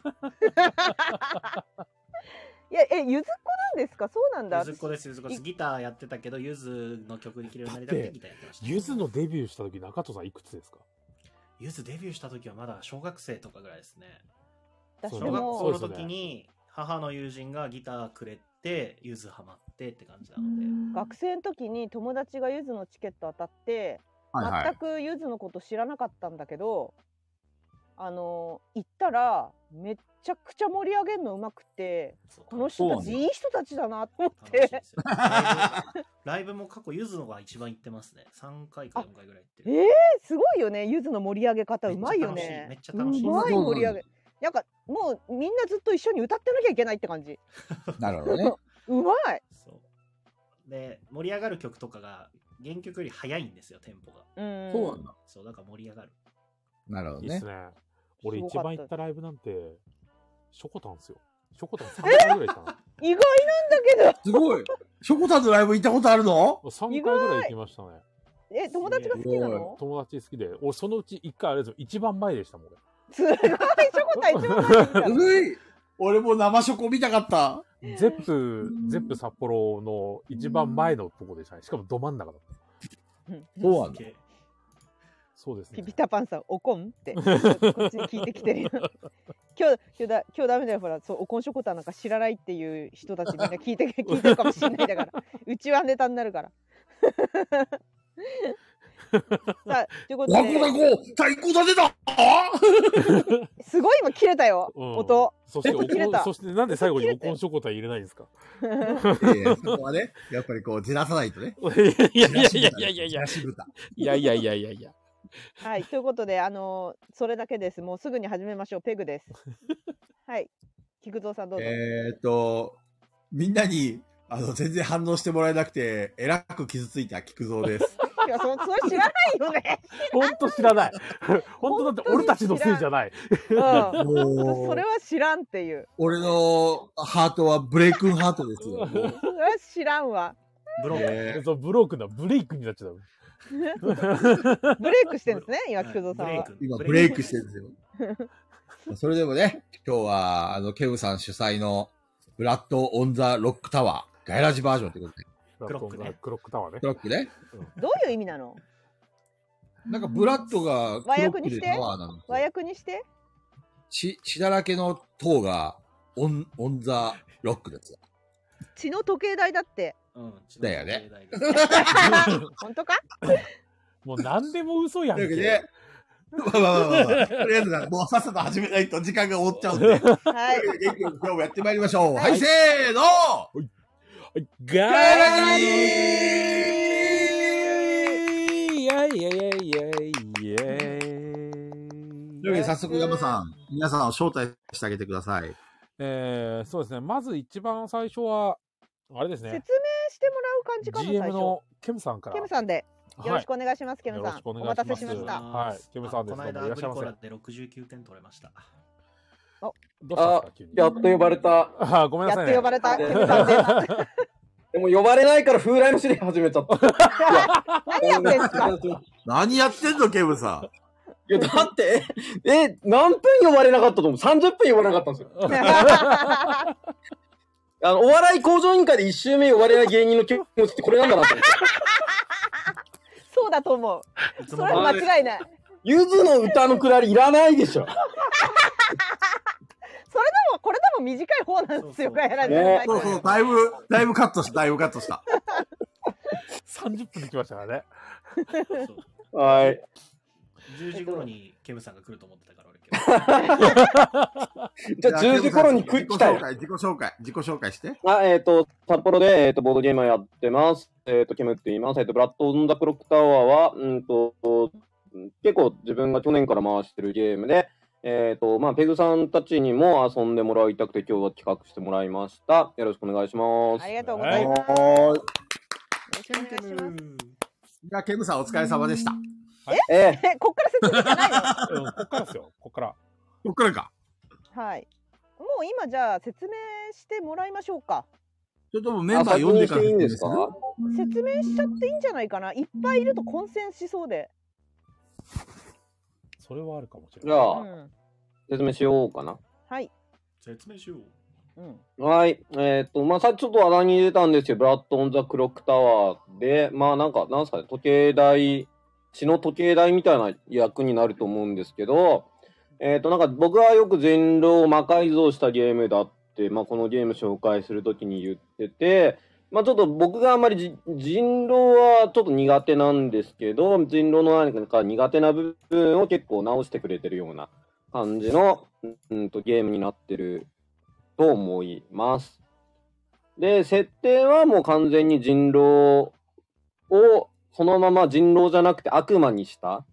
D: やえゆずっ子なんですかそうなんだ
C: ゆずっこです、ゆずっこです。ギターやってたけど、ゆずの曲できるようになりたくてギターやってました。
A: ゆずのデビューした時中戸さんいくつですか
C: ゆずデビューした時はまだ小学生とかぐらいですね。
D: 私
A: そう
C: 小学
D: も
C: 校の
A: そうです
C: 時
A: ね
C: に母の友人がギターくれて、ゆずハマってって感じな
F: う
C: ので。
F: ん
D: 学生の時に友達がゆずのチケット当たって
B: はいは
D: 全
B: い。
D: くゆずのこと知らなかったんだけどあの行ったらめっちゃくちゃ盛り上げるのうまくて
C: そう
D: この人たち
B: そう
D: いい人たちだなと思っ
C: 楽しい
D: て
C: で。すよライブライブも過去ゆずのが一番行ってますね。3回か4回ぐらい行って
D: え
C: る。
D: ー、すごいよね。ゆずの盛り上げ方うまいよね。
C: めっちゃ楽しいめ
D: う
C: っちゃ楽
D: まい
C: しい
D: 盛り上げ。なんかもうみんなずっと一緒に歌ってなきゃいけないって感じ。
G: なるほどね。
D: うまい。
C: そうで盛り上がる曲とかが原曲より早いんですよテンポが
D: うん。
B: そうなんだ。
C: そうだから盛り上がる
B: なるほど
A: いいっ
B: ね
A: す。ね。俺
D: すご
A: 一
D: かった
A: 番行ったライブなんて、ショコタンっすよ。ショコタン3回ぐらい行ったな。
D: 意外なんだけ
B: すごい。ショコタンのライブ行ったことあるの
A: 3回ぐらい行きましたね。
D: ど。え、友達が好きなの？
A: 友達好きで。俺そのうち1回あれですよ。一番前でしたもん、
D: すごい。シ ョコタン一番前にいたの。
B: 古い。俺も生ショコ見たかった。
A: 俺。ゼップ、ゼップ札幌の一番前のとこでしたね。しかもど真ん中だった。
B: そうなんだ。
C: で
A: そうです
D: ピ
A: ね。
D: ピタパンさんおこん ってこっちに聞いてきてるよ。今日今日だ今日ダメだよほらそうおこんショコタンなんか知らないっていう人たちみんな聞い て聞いてるかもしれないだからうちはネタになるから。さあということ
B: わ
D: で
B: こだこ太鼓立てだあ
D: すごい今切れたよ、
A: うん
D: 音。
A: そしてお
D: 切れ
A: こ
D: た
A: ん、そしてなんで最 後におこんショコタン入れないんですか
B: いやいやそこはね、やっぱりこう、照らさないとね。
A: いやいや
B: 照らし
A: い
B: ぶ
A: や
B: た
A: いやいやいや
B: 照ら。しぶた
A: いやいやいやいやいや。
D: はいということであのーそれだけですもうすぐに始めましょうペグ です。はい菊蔵さんどうぞ。
B: えーっと、みんなに、あの、全然反応してもらえなくて、えらく傷ついた菊蔵です。
D: いやそそれ知らないよね。
A: ほんと知らない。 ほんとだって俺たちのせいじゃない。
D: うん。そ
B: も
D: それ
B: う、
D: は知らんっていう。
B: 俺のハートはブレイクンハートですよ。もう
D: それは知らん わ。
C: ブロック、
B: ね
A: そうブロークな、ブレイクになっちゃう。
D: ブレイクしてるんですね、今、
C: はい
D: 菊蔵さ
C: ブ
D: んは。
C: レイク
B: 今、ブレイクしてるんですよ。それでもね、今日は、あの、ケウさん主催の、ブラッド・オン・ザ・ロック・タワー、ガイラジバージョンってことで、
A: ブ
C: クロックね
A: クロックタワーね
B: ク。ロックね。
D: どういう意味なの
B: なんか、ブラッドが、ク
D: 和
B: ロ
D: 訳
B: ッ
D: にし
B: クで
D: て
B: タワーなの。
D: 和訳にして
B: 血、血だらけの塔が、オン、オン・ザ・ロックですよ。
D: 血の時計台だって。
C: うん、
B: だよね
C: うちの
D: 本当か
A: もう何でも嘘やん
B: と
A: け。
B: いうわけで、まあまあまあまあ、とりあえず なんかもうさっさと始めないと時間が終わっちゃうんで、
D: はい。
B: 元気よく今日もやってまいりましょう。はい、
A: はい
B: せーの
A: ガラリーいやいやいやいやいや
B: というわけで早速山さん、皆さんを招待してあげてください。
A: えー、そうですね。まず一番最初は、あれです
D: 説明
A: ね。
D: してもらう感じかな、最
A: GM
D: 初。
A: のケムさんから。
D: ケムさんで、よろしく
A: は
D: お願いします、ケム
A: よ
D: さ
A: ろ
D: ん
A: し。く
D: お
A: お願いします
D: 待たせしました。
A: はいケムさんです
C: この間、
A: どうもいらっ
C: ブ
A: し
C: リ
A: ゃいませ
C: コラで69点取れました。
A: い。どうしたんですか急に
H: やっと呼ばれた。
A: あーごめんな
D: や
A: さ
D: っ
A: い
D: と
A: ね
D: 呼。ばれた、ケムさんです。
H: でも呼ばれないから風来の 試練始めちゃった。
D: 何やってんすか
B: 何やってんの、ケムさん。
H: いや、だって、え、え何分呼ばれなかったと思う ?30 分呼ばれなかったん ですよ。あの、お笑い向上委員会で1周目呼ばれない芸人の気持ちってこれなんだなって思って。
D: そうだと思う。
C: いつ
D: そ
C: も
D: れは間違いない。で
H: ゆずの歌のくだりいらないでしょ。
D: も、これでも短い方なんです
C: そう
D: よ、
C: そう
D: ガヤラジ
H: ね
B: そうそう、だいぶ、だいぶカットした、だいぶカットした。
A: 30分で来ましたからね。
C: そう
H: はい。
C: 10時頃にケムさんが来ると思ってたから、俺 けど。
H: じゃあ10時頃に来来たよ
E: 自己紹。介、自己紹介、自己紹介して。
H: あ、えっ、と、札幌で、えっ、と、ボードゲームやってます。えっ、と、ケムって言います。えっ、と、ブラッド・オン・ザ・クロック・タワーは、うんと、結構自分が去年から回してるゲームで、えっ、と、まあ、ペグさんたちにも遊んでもらいたくて今日は企画してもらいました。よろしくお願いします。
D: ありがとうございます。
E: はーい。
D: よろしくお願いします。
E: じゃあ、ケムさんお疲れ様でした。こ
H: え
D: え、 こっから説明じゃないの
A: うんこっからですよ。こっから。
E: っからか。
D: はい。もう今じゃあ説明してもらいましょうか。
E: ちょっともう
H: え
E: メンバー呼んでから
H: いいんですか
D: 説明しちゃっていいんじゃないかな。いっぱいいると混戦しそうで。
A: それはあるかもしれ
H: じ
A: ない。
D: う
H: ゃあ、
D: ん。
H: 説明しようかな。
D: はい。
C: 説明しよう。
D: うん。
H: はい。えっ、と、まあ、さっきちょっと話題に出たんですよ。ブラッド・オン・ザ・クロック・タワーで、まあ、なんか、なんすかね、時計台、血の時計台みたいな役になると思うんですけど、えっ、と、なんか僕はよく人狼を魔改造したゲームだって、まあ、このゲーム紹介するときに言ってて、まあ、ちょっと僕があんまりじ人狼はちょっと苦手なんですけど、人狼の何か苦手な部分を結構直してくれてるような感じの、うんと、ゲームになってると思います。で、設定はもう完全に人狼をそのまま人狼じゃなくて悪魔にした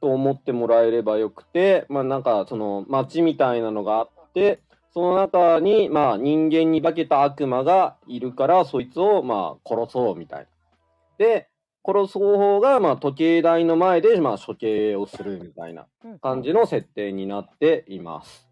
H: と思ってもらえればよくて、まあなんかその街みたいなのがあって、その中にまあ人間に化けた悪魔がいるから、そいつをまあ殺そうみたいな。で、殺す方法がまあ時計台の前でまあ処刑をするみたいな
D: うん
H: 感じの設定になっています。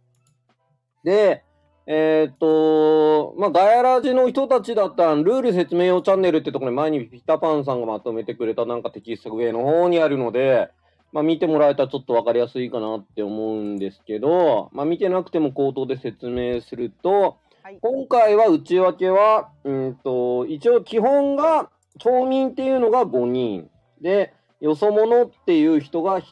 H: で、えーっと、まあ、ガヤラジの人たちだったら、ルール説明用チャンネルってところに前にピタパンさんがまとめてくれたなんかテキスト上の方にあるので、まあ、見てもらえたらちょっとわかりやすいかなって思うんですけど、まあ、見てなくても口頭で説明すると、
D: はい。
H: 今回は内訳は、うんと、一応基本が、町民っていうのが5人。で、よそ者っていう人が1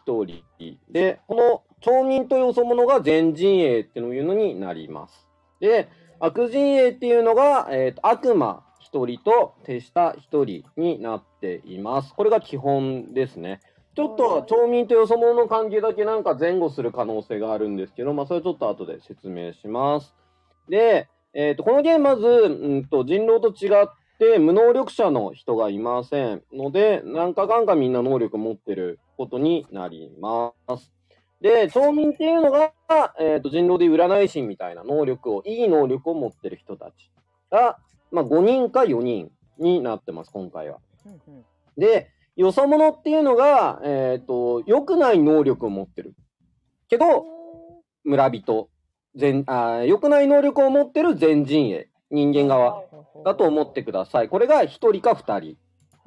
H: 人。で、この町民とよそ者が全陣営っていうのになります。で、悪陣営っていうのが、えーと悪魔1人と手下1人になっています。これが基本ですね。ちょっと町民とよそ者の関係だけなんか前後する可能性があるんですけど、まあそれはちょっと後で説明します。で、えーと、このゲームまず、うんと、人狼と違って無能力者の人がいませんので、なんかかんかみんな能力持ってることになります。で、町民っていうのが、えーと、人狼で占い師みたいな能力を、いい能力を持ってる人たちが、まあ5人か4人になってます、今回は。
D: うんうん
H: で、よそ者っていうのが、えっ、と、良くない能力を持ってる。けど、村人、全、あー良くない能力を持ってる全陣営、人間側だと思ってください。これが1人か2人。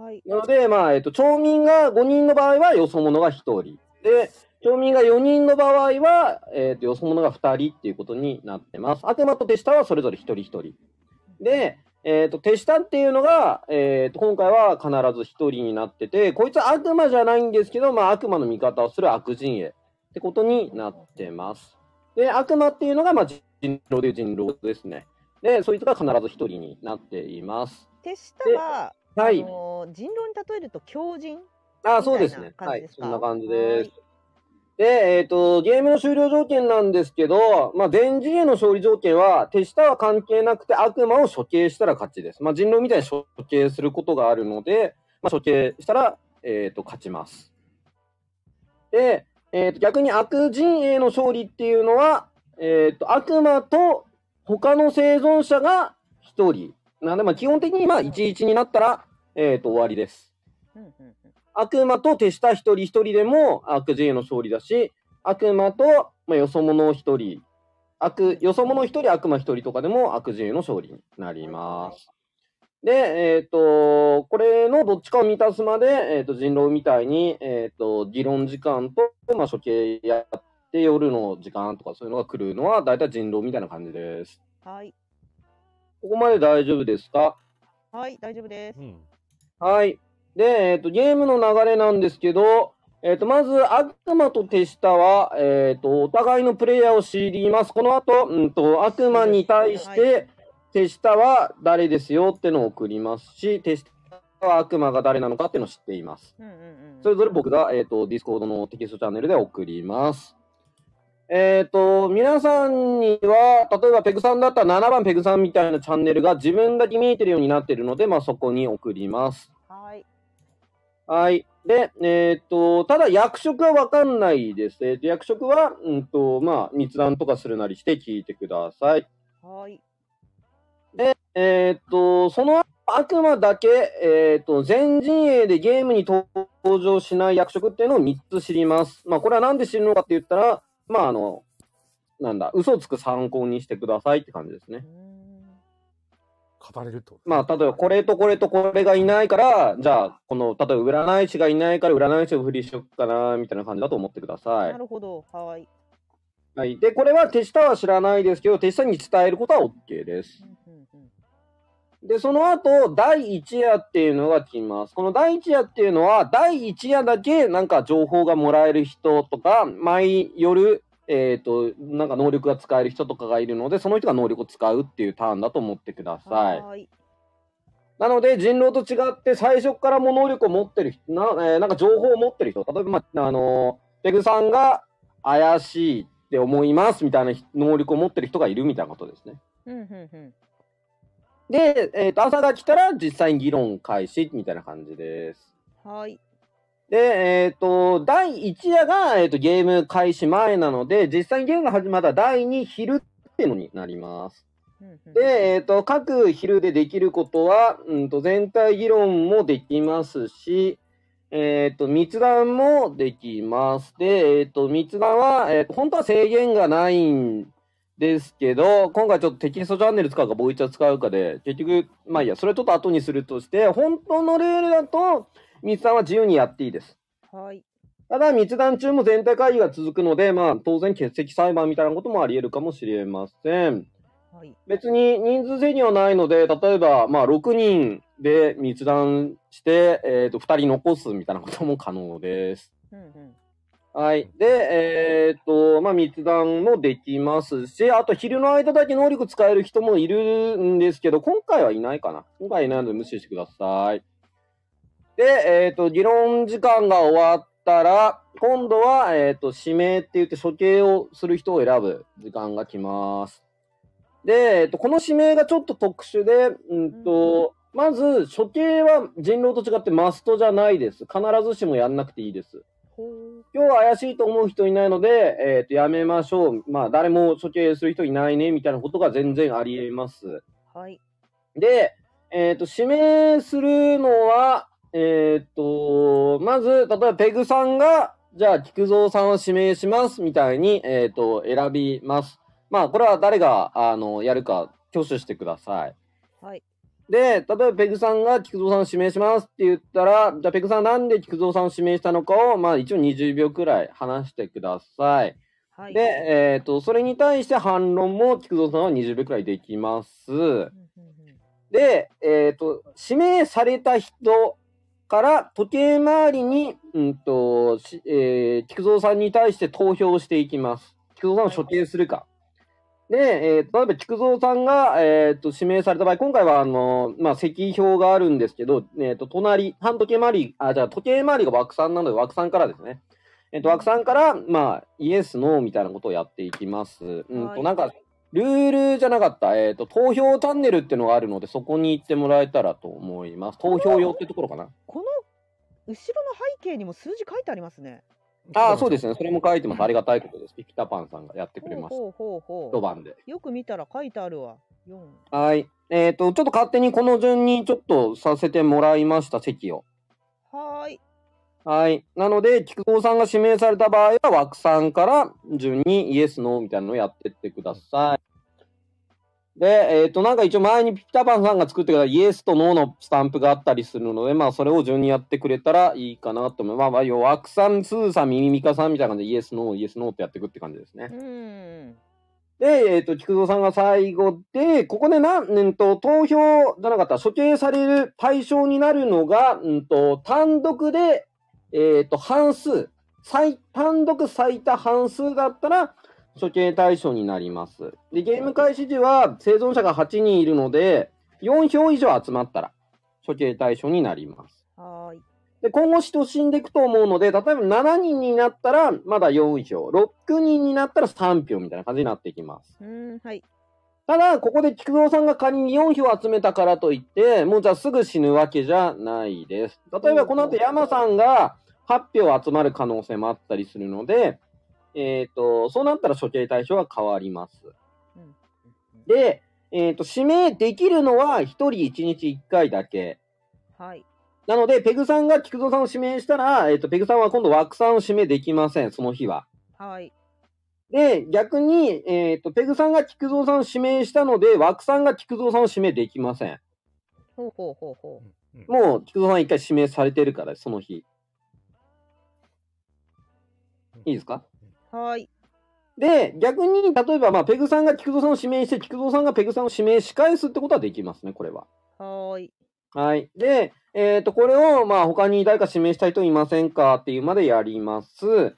D: はい。
H: なので、まあ、えっ、と、町民が5人の場合はよそ者が1人。で、町民が4人の場合は、えっ、と、よそ者が2人っていうことになってます。悪魔と手下はそれぞれ1人1人。で、えっ、と、手下っていうのが、えっ、と、今回は必ず1人になってて、こいつは悪魔じゃないんですけど、まあ、悪魔の味方をする悪陣営ってことになってます。で、悪魔っていうのが、まあ、人狼で人狼ですね。で、そいつが必ず1人になっています。
D: 手下は、
H: は
D: あ
H: い。
D: のー人狼に例えると狂人。
H: あ、そうです
D: み
H: ね。
D: た
H: はいい
D: な感じで。
H: そんな感じ
D: すか
H: です。で、えっ、と、ゲームの終了条件なんですけど、まあ、全陣営の勝利条件は、手下は関係なくて悪魔を処刑したら勝ちです。まあ、人狼みたいに処刑することがあるので、まあ、処刑したら、えっ、と、勝ちます。で、えっ、と、逆に悪陣営の勝利っていうのは、えっ、と、悪魔と他の生存者が1人。なんで、まあ、基本的に、まあ、1-1になったら、えっ、と、終わりです。
D: うんうんうん
H: 悪魔と手下一人一人でも悪陣営の勝利だし、悪魔と、まあ、よそ者一人、悪、よそ者一人、悪魔一人とかでも悪陣営の勝利になります。で、えっ、と、これのどっちかを満たすまで、えっ、と、人狼みたいに、えっ、と、議論時間と、まあ、処刑やって夜の時間とかそういうのが来るのは、だいたい人狼みたいな感じです。
D: はい。
H: ここまで大丈夫ですか
D: はい、大丈夫です
A: う。ん。
H: はい。で、えっ、と、ゲームの流れなんですけど、えっ、と、まず、悪魔と手下は、えっ、と、お互いのプレイヤーを知ります。この後、うんと、悪魔に対し
D: は
H: て、手下は誰ですよってのを送りますし、手下は悪魔が誰なのかってのを知っています。
D: うんうんうん。
H: それぞれ僕が、えっ、と、ディスコードのテキストチャンネルで送ります。えっ、と、皆さんには、例えばペグさんだったら7番ペグさんみたいなチャンネルが自分だけ見えてるようになってるので、まあそこに送ります。
D: はい。
H: はい。で、えっ、と、ただ役職はわかんないです。えーと役職は、うんと、まあ、密談とかするなりして聞いてください。
D: はい。
H: で、えっ、と、その悪魔だけ、えっ、と、全陣営でゲームに登場しない役職っていうのを3つ知ります。まあ、これはなんで知るのかって言ったら、まあ、あの、なんだ、嘘をつく参考にしてくださいって感じですね。
A: 語れるってこと
H: まあ、例えばこれとこれとこれがいないから、じゃあ、この、例えば占い師がいないから占い師を振りしよっかな、みたいな感じだと思ってくださ
D: なるほど。はい。
H: い。はい。で、これは手下は知らないですけど、手下に伝えることは OK です。で、その後、第1夜っていうのが来ます。この第1夜っていうのは、第1夜だけなんか情報がもらえる人とか、毎夜、えっ、と、なんか能力が使える人とかがいるので、その人が能力を使うっていうターンだと思ってください。
D: はい。
H: なので、人狼と違って、最初からもう能力を持ってる人、な,、えーなんか情報を持ってる人、例えば、まあ、あのーペグさんが怪しいって思いますみたいな人能力を持ってる人がいるみたいなことですね。
D: うんうんうん。
H: で、えーと朝が来たら実際に議論開始みたいな感じです。
D: はい。
H: で、えっ、と、第1夜が、えー、とゲーム開始前なので、実際にゲームが始まった第2昼っていうのになります。
D: うんうん
H: で、えー、と各昼でできることは、うん、と全体議論もできますし、えー、と密談もできます。で、えー、と密談は、えーと本当は制限がないんですけど、今回ちょっとテキストチャンネル使うか、ボイチャ使うかで、結局、まあいいや、それちょっと後にするとして、本当のルールだと、密談は自由にやっていいです。
D: はい。
H: ただ、密談中も全体会議が続くので、まあ、当然欠席裁判みたいなこともあり得るかもしれません。
D: はい。
H: 別に人数制限はないので、例えば、まあ、6人で密談して、えー、と2人残すみたいなことも可能です。
D: うんうん。
H: はい。で、えっ、と、まあ、密談もできますし、あと、昼の間だけ能力使える人もいるんですけど、今回はいないかな。今回いないので無視してください。で、えっ、と、議論時間が終わったら、今度は、えっ、と、指名って言って処刑をする人を選ぶ時間が来ます。で、えっ、と、この指名がちょっと特殊で、うんと、まず、処刑は人狼と違ってマストじゃないです。必ずしもやんなくていいです。
D: ほう。
H: 今日は怪しいと思う人いないので、えっとやめましょう、まあ、誰も処刑する人いないねみたいなことが全然ありえます。
D: はい。
H: で、えっと指名するのは、えっとまず、例えばペグさんが、じゃあ、菊蔵さんを指名しますみたいに、えっと選びます。まあ、これは誰があのやるか挙手してください。
D: はい。
H: で、例えばペグさんが菊蔵さんを指名しますって言ったら、じゃあペグさんなんで菊蔵さんを指名したのかを、まあ一応20秒くらい話してください。
D: はい。
H: で、えっ、と、それに対して反論も菊蔵さんは20秒くらいできます。
D: うんうんうん
H: で、えっ、と、指名された人から時計回りに、うんと、しえー菊蔵さんに対して投票していきます。菊蔵さんを処刑するか。で、えー例えば菊蔵さんが、えー、と指名された場合、今回はあのまあ、席票があるんですけど、えー、と隣、半時計回り、あ、じゃあ時計回りが枠さんなので、枠さんからですね。えっ、と、枠さんから、まあ、イエス、ノーみたいなことをやっていきます。うん
D: は
H: と、
D: い
H: なんか、ルールじゃなかった、えっ、と、投票チャンネルっていうのがあるので、そこに行ってもらえたらと思います。投票用ってところかな。
D: この後ろの背景にも数字書いてありますね。
H: ああ、そうですね。それも書いてます。ありがたいことです。ピピタパンさんがやってくれました。
D: ほうほうほ
H: ロ
D: うほ
H: 番で。
D: う。よく見たら書いてあるわ。四。
H: はい。えっ、と、ちょっと勝手にこの順にちょっとさせてもらいました、席を。
D: はーい。
H: はい。なので、菊蔵さんが指名された場合は、枠さんから順にイエス、ノーみたいなのをやってってください。で、えっ、と、なんか一応前にピピタパンさんが作ってくれたイエスとノーのスタンプがあったりするので、まあ、それを順にやってくれたらいいかなと思います。まあ、まあ、要は枠さん、スーさん、ミミミカさんみたいな感じで、イエス、ノー、イエス、ノーってやっていくって感じですね
D: う。ーん。
H: で、えっ、と、菊蔵さんが最後で、ここでな、うんと、投票じゃなかった、処刑される対象になるのが、うんと、単独で、えっ、と、半数、最、単独最多半数だったら、処刑対象になります。で、ゲーム開始時は生存者が8人いるので、4票以上集まったら、処刑対象になります。
D: はーい。
H: でで、今後人死んでいくと思うので、例えば7人になったらまだ4票、6人になったら3票みたいな感じになってきます。
D: うん、はい。
H: ただ、ここで菊蔵さんが仮に4票集めたからといって、もうじゃあすぐ死ぬわけじゃないです。例えば、この後山さんが8票集まる可能性もあったりするので、えっ、と、そうなったら処刑対象は変わります。
D: うん
H: で、えっ、と、指名できるのは1人1日1回だけ。
D: はい。
H: なので、ペグさんが菊蔵さんを指名したら、えっ、と、ペグさんは今度枠さんを指名できません、その日は。
D: はい。
H: で、逆に、えっ、と、ペグさんが菊蔵さんを指名したので、枠さんが菊蔵さんを指名できません。
D: ほうほうほうほ
H: もう、菊蔵さん一回指名されてるから、その日。いいですか
D: う。はい。
H: で、逆に、例えば、まあ、ペグさんが菊蔵さんを指名して、菊蔵さんがペグさんを指名し返すってことはできますね、これは。
D: はーい。
H: はい。で、えっ、と、これを、まあ、他に誰か指名したい人いませんかっていうまでやります。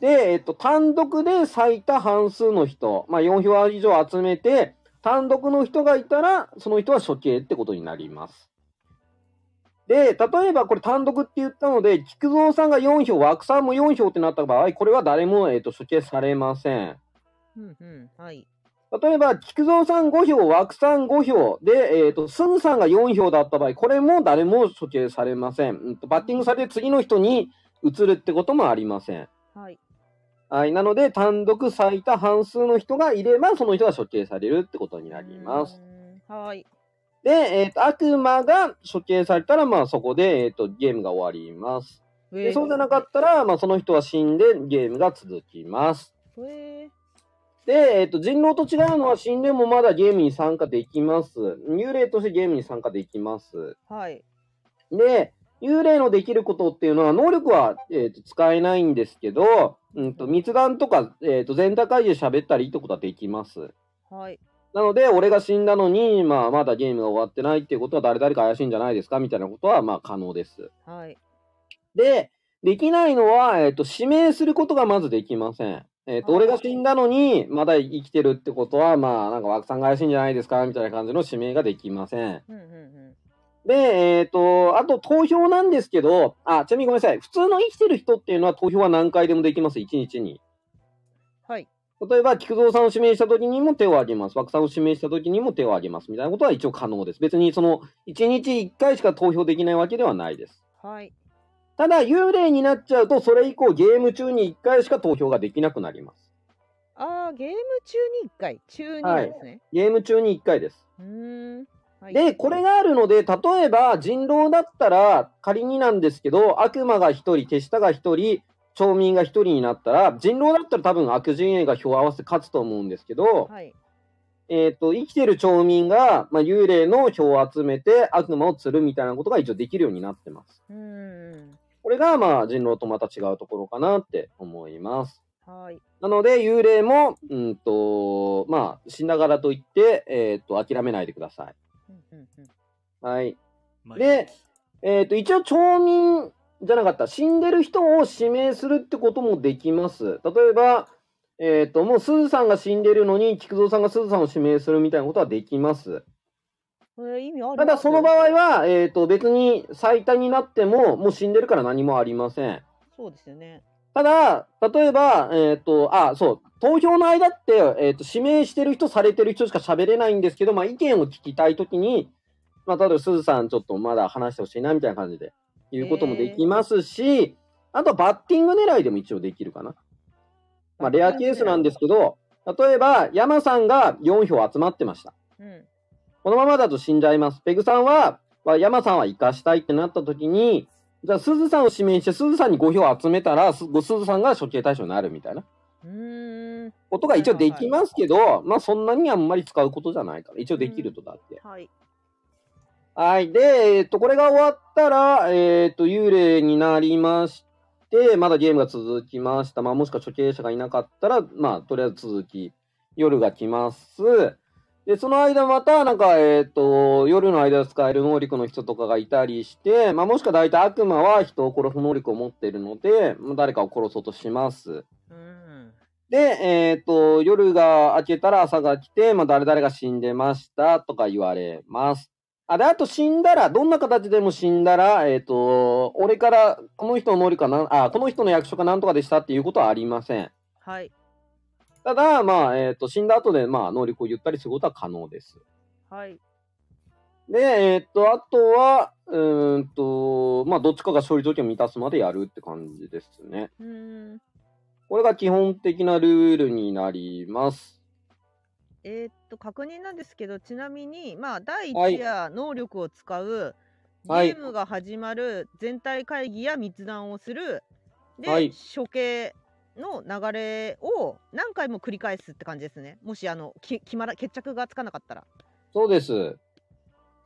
H: で、えっ、と、単独で最多半数の人、まあ、4票以上集めて、単独の人がいたら、その人は処刑ってことになります。で、例えばこれ単独って言ったので、菊蔵さんが4票、枠さんも4票ってなった場合、これは誰も、えっと処刑されません。
D: うんうん。はい。
H: 例えば、菊蔵さん5票、枠さん5票で、えっ、と、すぐさんが4票だった場合、これも誰も処刑されません。うんとバッティングされて次の人に移るってこともありません。
D: はい。
H: はい。なので、単独最多半数の人がいれば、その人が処刑されるってことになります。
D: うーん。はーい。
H: で、えっ、と、悪魔が処刑されたら、まあそこで、えっ、と、ゲームが終わります。
D: え
H: でそうじゃなかったら、まあその人は死んでゲームが続きます。
D: た。えー、
H: で、えっと、人狼と違うのは死んでもまだゲームに参加できます。幽霊としてゲームに参加できます。
D: はい。
H: で、幽霊のできることっていうのは、能力は、えっと使えないんですけど、うん、と密談とか、えっと全体会議で喋ったりってことはできます。
D: はい。
H: なので、俺が死んだのに、まあ、まだゲームが終わってないっていうことは誰々か怪しいんじゃないですかみたいなことは、まあ、可能です。
D: はい。
H: で、できないのは、えっ、と、指名することがまずできません。えっ、と、
D: あー
H: 俺が死んだのに、まだ生きてるってことは、まあ、なんか、枠さんが怪しいんじゃないですかみたいな感じの指名ができません。
D: うんうん
H: で、えっ、と、あと、投票なんですけど、あ、ちなみにごめんなさい。普通の生きてる人っていうのは投票は何回でもできます、1日に。
D: はい。
H: 例えば、菊蔵さんを指名した時にも手を挙げます。枠さんを指名した時にも手を挙げます。みたいなことは一応可能です。別に、その、1日1回しか投票できないわけではないです。
D: うん。はい。
H: ただ、幽霊になっちゃうと、それ以降ゲーム中に1回しか投票ができなくなります。
D: ああ、ゲーム中に一回。中
H: は
D: に
H: い
D: ですね。
H: ゲーム中に1回です。
D: うーん。はい。
H: で、これがあるので、例えば人狼だったら、仮になんですけど、悪魔が1人、手下が1人、町民が1人になったら、人狼だったら多分悪陣営が票を合わせて勝つと思うんですけど、
D: はい。
H: えっ、と、生きてる町民が、まあ、幽霊の票を集めて悪魔を釣るみたいなことが一応できるようになってます。
D: うーん。
H: これが、まあ、人狼とまた違うところかなって思います。
D: はい。
H: なので、幽霊も、うんと、まあ、死ながらといって、えっ、と、諦めないでください。
D: うんうんうん。
H: はい。
C: まあ
H: で、えっ、と、一応、町民じゃなかった、死んでる人を指名するってこともできます。例えば、えっ、と、もう、鈴さんが死んでるのに、菊蔵さんが鈴さんを指名するみたいなことはできます。
D: これ意味ある
H: ただ、その場合は、えっ、と、別に最多になっても、もう死んでるから何もありません。
D: そうですよね。
H: ただ、例えば、えっ、と、あ、そう、投票の間って、えっ、と、指名してる人、されてる人しか喋れないんですけど、まあ、意見を聞きたいときに、まあ、例えば、鈴さん、ちょっとまだ話してほしいな、みたいな感じで、言うこともできますし、あと、バッティング狙いでも一応できるかな。まあ、レアケースなんですけど、例えば、山さんが4票集まってました。
D: うん。
H: このままだと死んじゃいます。ペグさんは、まあ、山さんは生かしたいってなった時に、じゃあ、鈴さんを指名して、鈴さんに5票集めたら、すご鈴さんが処刑対象になるみたいな
D: うーん。
H: ことが一応できますけど、まあ、そんなにあんまり使うことじゃないから、一応できるとだって。
D: はい。
H: はい。で、えっと、これが終わったら、えっと、幽霊になりまして、まだゲームが続きました。まあ、もしくは処刑者がいなかったら、まあ、とりあえず続き、夜が来ます。で、その間また、なんか、えっと、夜の間使える能力の人とかがいたりして、まあ、もしくは大体悪魔は人を殺す能力を持っているので、まあ誰かを殺そうとします。
D: うーん。
H: で、えっと、夜が明けたら朝が来て、まあ、誰々が死んでましたとか言われます。あで、あと死んだら、どんな形でも死んだら、えっ、と、俺からこの人の能力かな、あ、この人の役所かなんとかでしたっていうことはありません。
D: はい。
H: ただ、まあ、えっ、と、死んだ後で、まあ、能力を言ったりすることは可能です。
D: はい。
H: で、えっ、と、あとは、うーんと、まあ、どっちかが勝利条件を満たすまでやるって感じですね。
D: うーん。
H: これが基本的なルールになります。
D: えーっと、確認なんですけど、ちなみに、まあ、第
H: は
D: 1
H: い
D: 夜、能力を使う、
H: はい
D: ゲームが始まる、全体会議や密談をする、で、
H: はい
D: 処刑の流れを何回も繰り返すって感じですね。もし、あの、き決まら、決着がつかなかったら。
H: そうです。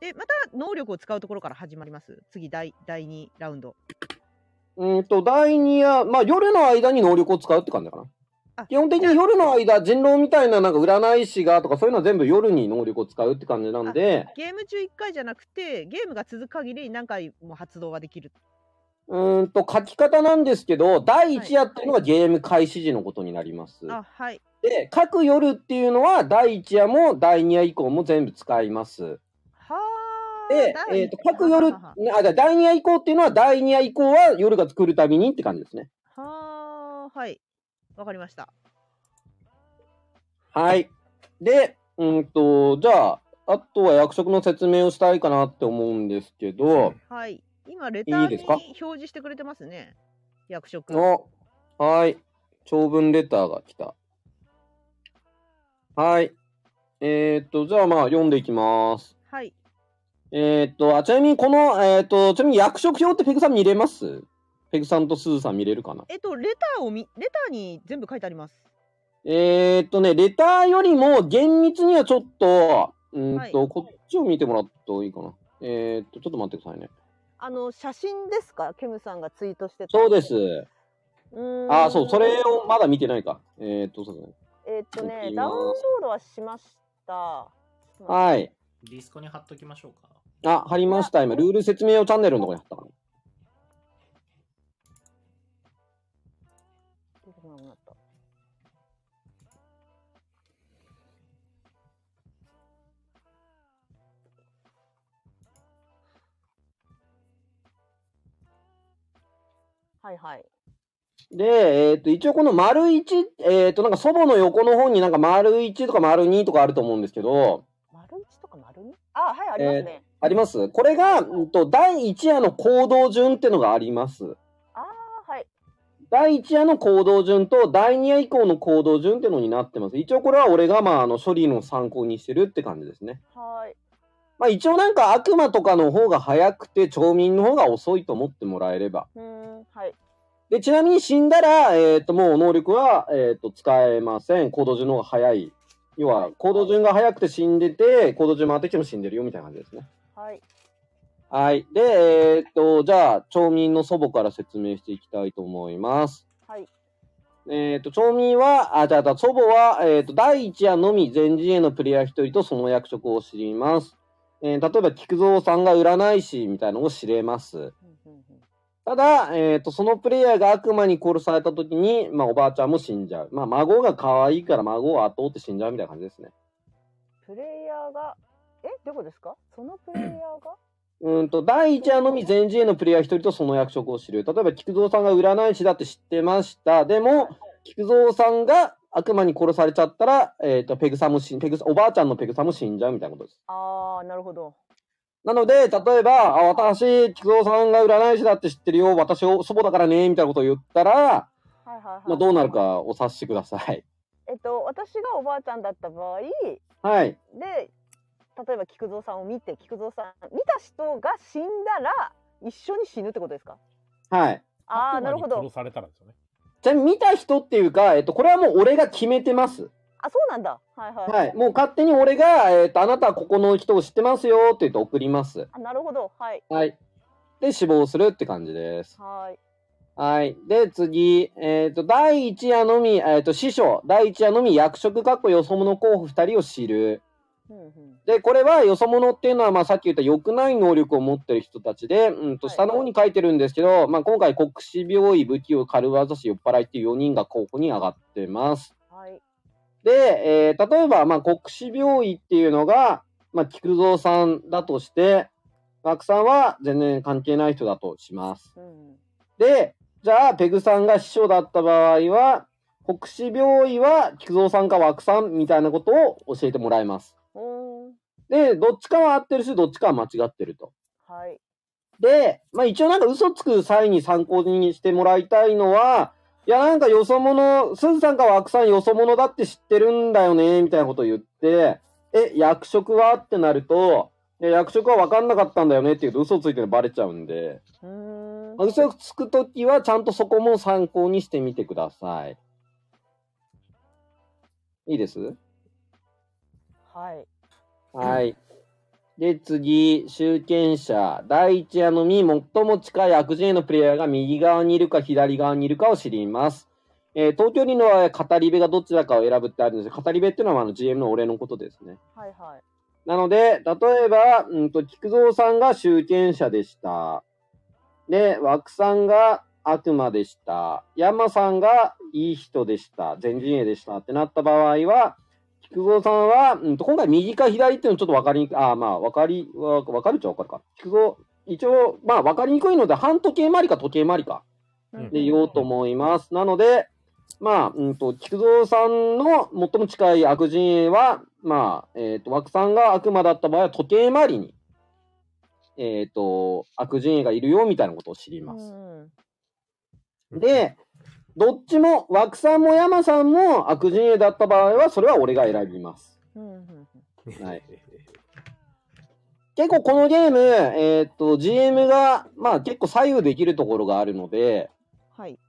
D: で、また能力を使うところから始まります。次、第第2ラウンド。
H: うーんと、第2夜、まあ、夜の間に能力を使うって感じか
D: あ
H: な。基本的に夜の間、人狼みたいな、なんか占い師がとか、そういうのは全部夜に能力を使うって感じなんで、
D: ゲーム中1回じゃなくて、ゲームが続く限り何回も発動ができる。
H: うーんと、書き方なんですけど、第
D: はい
H: 1夜っていうのがゲーム開始時のことになります。
D: あ、はい。
H: で、各夜っていうのは、第1夜も第2夜以降も全部使います。
D: はあ。
H: で、
D: 第
H: えっ、と、各夜、あ、
D: は
H: じゃあ第2夜以降っていうのは、第2夜以降は夜が来るたびにって感じですね。
D: あ、はい。わかりました。
H: はい。で、うんと、じゃあ、あとは役職の説明をしたいかなって思うんですけど、
D: はい。今、レタ
H: い
D: ー
H: い
D: に
H: ですか
D: 表示してくれてますね。役職。
H: お、はい。長文レターが来た。はい。えっ、と、じゃあまあ読んでいきます。
D: はい。
H: えっ、と、あ、ちなみにこの、えっ、と、ちなみに役職表ってペグさん見れますペグさんとスーさん見れるかな
D: えっと、レターをみ、レターに全部書いてあります。
H: えー、っとね、レターよりも厳密にはちょっと、うーんと、
D: はい
H: こっちを見てもらったいいかな。えー、っと、ちょっと待ってくださいね。
D: あの、写真ですかケムさんがツイートしてた。
H: そうです。。
D: う
H: あー、そう、それをまだ見てないか。えー、っと、そうだね。
D: えっと
H: ね
D: ね、
H: 今
D: ダウンロードはしました。
H: はい。
C: ディスコに貼っときましょうか。
H: あ、貼りました。今、ルール説明をチャンネルのとこに貼ったかな。
D: 出てこなくなったはいはい。
H: で、えーっと、一応この丸一えーっと、なんか祖母の横の方になんか丸一とか丸二とかあると思うんですけど、
D: 丸一とか丸二？あ、はいありますね。
H: ありますこれが、うんと、第一夜の行動順ってのがあります。
D: あーはい。
H: 第1夜の行動順と第2夜以降の行動順ってのになってます。一応これは俺がまああの処理の参考にしてるって感じですね。
D: はい。
H: まあ一応なんか悪魔とかの方が早くて町民の方が遅いと思ってもらえれば。
D: うーんはい。
H: で、ちなみに死んだら、えっ、ともう能力は、えっ、と使えません。行動順の方が早い。要は行動順が早くて死んでて、行動順回ってきても死んでるよみたいな感じですね。
D: はい。
H: はい。で、えっ、と、じゃあ、町民の祖母から説明していきたいと思います。
D: はい。
H: えっ、と、町民は、あ、じゃあ、じゃあ祖母は、えっ、と、第一夜のみ、全陣営のプレイヤー一人とその役職を知ります。えー例えば、菊蔵さんが占い師みたいなのを知れます。
D: うんうんう
H: ただ、えっ、と、そのプレイヤーが悪魔に殺された時に、まあ、おばあちゃんも死んじゃう。まあ、孫が可愛いから孫を後追って死んじゃうみたいな感じですね。
D: んプレイヤーがえどこですか？そのプレイヤ ーが
H: うーんと、第1話のみ全人へのプレイヤー一人とその役職を知る。例えば、菊蔵さんが占い師だって知ってました。でも、菊蔵さんが悪魔に殺されちゃったら、えっ、と、ペグさんも死ん、ペグさん、おばあちゃんのペグさんも死んじゃうみたいなことです。
D: あーなるほど。
H: なので、例えば、あ、私、菊蔵さんが占い師だって知ってるよ。私、お祖母だからね、みたいなことを言ったら、
D: はいはいはい。
H: まあ、どうなる。かお察しください。
D: えっと私がおばあちゃんだった場合
H: はい。
D: で例えば菊蔵さんを見て菊蔵さん見た人が死んだら一緒に死ぬってことですか？
H: はい。
D: ああなるほ
A: 悪魔に
D: ど。
A: 殺されたらですよね。
H: ちなみに見た人っていうか、えっ、と、これはもう俺が決めてます。
D: あそうなんだ。はいはい。
H: はい、もう勝手に俺が、えっとあなたはここの人を知ってますよって言って送ります。
D: あなるほどはい
H: はい、で死亡するって感じです。
D: はい
H: はい、で次、えっと第1夜のみ、えっと師匠第1夜のみ役職かっこよそ者候補2人を知る。
D: うんうん
H: でこれはよそ者っていうのは、まあ、さっき言った良くない能力を持ってる人たちで、うん、と
D: はい
H: 下の方に書いてるんですけど、まあ、今回国士病院武器を軽業師酔っ払いっていう4人が候補に上がってます。
D: はい
H: で、えー例えば、まあ、国士病院っていうのが、まあ、菊蔵さんだとして、マクさんは全然関係ない人だとします。
D: うん。
H: で、じゃあ、ペグさんが師匠だった場合は、国士病院は菊蔵さんか枠さんみたいなことを教えてもらいます。
D: うん。
H: で、どっちかは合ってるし、どっちかは間違ってると。
D: はい。
H: で、まあ一応なんか嘘つく際に参考にしてもらいたいのは、いやなんかよそ者、すずさんか枠さんよそ者だって知ってるんだよね、みたいなことを言って、え、役職はってなると、いや役職は分かんなかったんだよねって言うと嘘ついてるのバレちゃうんで、
D: うーん。
H: まあ嘘つくときはちゃんとそこも参考にしてみてください。いいです
D: はい。
H: はい。で、次、集権者。第一夜のみ、最も近い悪人へのプレイヤーが右側にいるか左側にいるかを知ります。えー東京にのは語り部がどちらかを選ぶってあるんですけど、語り部っていうのはあの GM の俺のことですね。
D: はいはい。
H: なので、例えば、うんと、菊蔵さんが集権者でした。で、枠さんが悪魔でした。山さんがいい人でした。全陣営でした。ってなった場合は、菊蔵さんは、うんと、今回右か左っていうのちょっとわかりにくい。あーまあ、わかり、わわかるっちゃわかるか。菊蔵、一応、まあ、わかりにくいので、半時計回りか時計回りか。
D: うん
H: で言おうと思います。なので、まあ、うんと、菊蔵さんの最も近い悪陣営は、まあ、えっ、と、枠さんが悪魔だった場合は時計回りに、えっ、と、悪陣営がいるよみたいなことを知り
D: う
H: ます。
D: ん。
H: で、どっちも、枠さんも山さんも悪陣営だった場合は、それは俺が選びます。
D: うん。
H: はい。結構このゲーム、えっ、と、GM が、まあ結構左右できるところがあるので、
D: はい。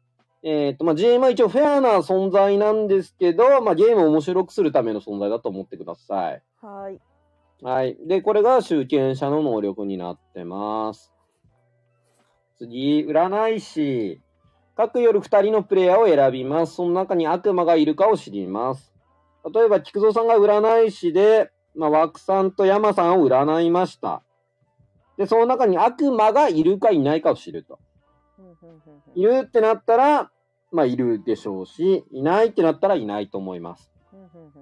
H: えっ、と、まあ、GM は一応フェアな存在なんですけど、まあ、ゲームを面白くするための存在だと思ってください。
D: はい。
H: はい。で、これが集権者の能力になってます。次、占い師。各夜2人のプレイヤーを選びます。その中に悪魔がいるかを知ります。例えば、菊蔵さんが占い師で、まあ、枠さんと山さんを占いました。で、その中に悪魔がいるかいないかを知ると。
D: うんうんうん
H: いるってなったら、まあ、いるでしょうし、いないってなったらいないと思います。
D: うんうんうん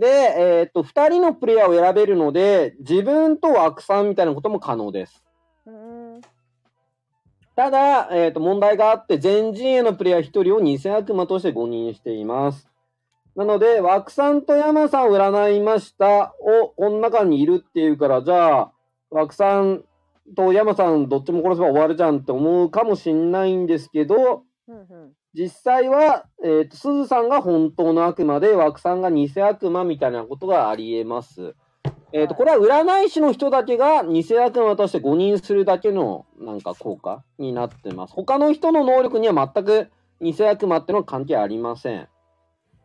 H: で、えーっと、2人のプレイヤーを選べるので、自分と枠さんみたいなことも可能です。
D: うん。
H: ただ、えーっと、問題があって、全陣営のプレイヤー1人を偽悪魔として誤認しています。なので、枠さんと山さんを占いましたを、この中にいるっていうから、じゃあ、枠さんと山さんどっちも殺せば終わるじゃんって思うかもしんないんですけど、
D: うんうん。
H: 実際は、えー、と鈴さんが本当の悪魔で枠さんが偽悪魔みたいなことがありえます。えー、とこれは占い師の人だけが偽悪魔として誤認するだけのなんか効果になってます。他の人の能力には全く偽悪魔ってのは関係ありません。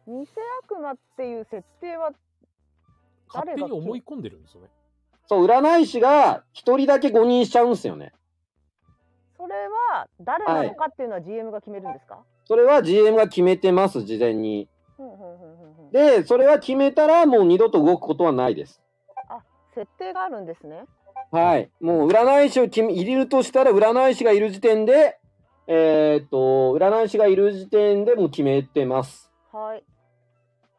D: 偽悪魔っていう設定は。
A: 勝手に思い込んでるんですよね。
H: そう、占い師が一人だけ誤認しちゃうんですよね。
D: それは誰なのかっていうのは GM が決めるんですか、
H: それは GM が決めてます、事前に。
D: うんうんうんうんうん
H: で、それは決めたらもう二度と動くことはないです。
D: 設定があるんですね。
H: はい。もう占い師を決め入れるとしたら、占い師がいる時点で、えーっと、占い師がいる時点でもう決めてます。
D: はい。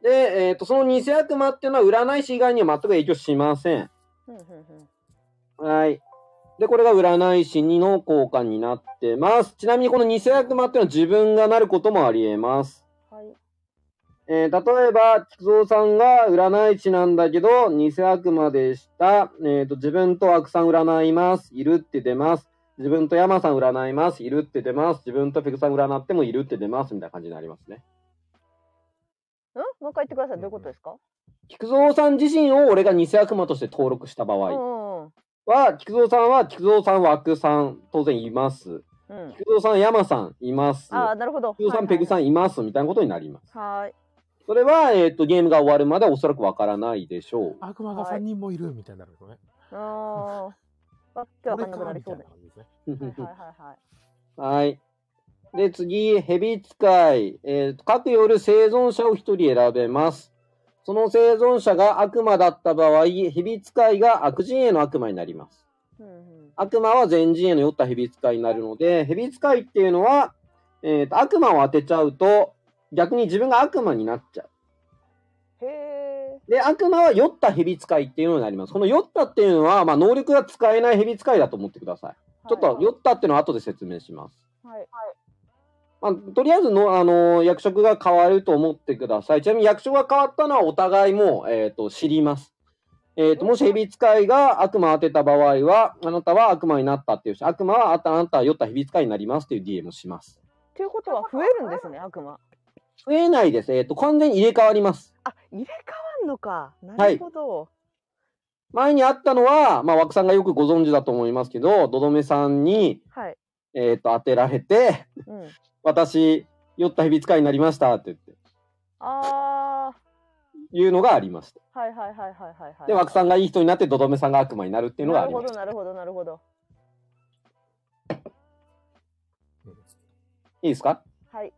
H: で、えーっと、その偽悪魔っていうのは占い師以外には全く影響しません。
D: うんうんうん
H: はい。で、これが占い師2の効果になってます。ちなみにこの偽悪魔っていうのは自分がなることもあり得ます。
D: はい。
H: えー例えば、菊蔵さんが占い師なんだけど、偽悪魔でした。えっ、と、自分と悪さん占います。いるって出ます。自分と山さん占います。いるって出ます。自分とペグさん占ってもいるって出ます。みたいな感じになりますね。
D: うん、もう一回言ってください。どういうことですか。
H: 菊蔵さん自身を俺が偽悪魔として登録した場
D: う
H: 合
D: んうん
H: は、菊蔵さんは菊蔵さん、枠さん、当然います。
D: うん。うん。
H: 菊蔵さん、山さん、います。
D: ああ、なるほど。
H: 菊蔵さん、
D: はいはいはい
H: ペグさん、います。みたいなことになります。
D: はい。
H: それは、えっ、と、ゲームが終わるまでおそらくわからないでしょう。
A: 悪魔が3人もいるみたいになるんですよね。
D: ああ。 わけわかんなくなりそうで。は
A: 感じですね。
D: いはいはいはい。
H: はい。で、次、蛇使い。えー各夜生存者を一人選べます。その生存者が悪魔だった場合、蛇使いが悪陣営の悪魔になります。
D: うんうん。
H: 悪魔は全陣営の酔った蛇使いになるので、蛇使いっていうのは、えーと、悪魔を当てちゃうと、逆に自分が悪魔になっちゃう。
D: へえ。
H: で、悪魔は酔った蛇使いっていうのになります。この酔ったっていうのは、まあ、能力が使えない蛇使いだと思ってください。ちょっと酔ったっていうのは後で説明します。
D: はい。
H: まあ、とりあえずの、あのー役職が変わると思ってください。ちなみに役職が変わったのはお互いもう、えっ、と、知ります。えっ、と、もし蛇使いが悪魔を当てた場合は、あなたは悪魔になったっていうし、悪魔はあたあなたは酔った蛇使いになりますっていう DM をします。
D: ということは増えるんですね、悪魔。
H: 増えないです。えっ、と、完全に入れ替わります。
D: あ、入れ替わんのか。なるほど。
H: 前にあったのは、まあ、枠さんがよくご存知だと思いますけど、どどめさんに、
D: はい。
H: えっ、と、当てられて、
D: うん。
H: 私、酔った蛇使いになりましたって言って、
D: あ
H: いうのがありました。
D: あ、はいはいはいはいはいはい。
H: で、枠さんがいい人になって、どどめさんが悪魔になるっていうのが
D: な
H: あ
D: る
H: り
D: ほ
H: ま
D: ど
H: す。
D: なるほどなるほど。
H: いいですか
D: はい。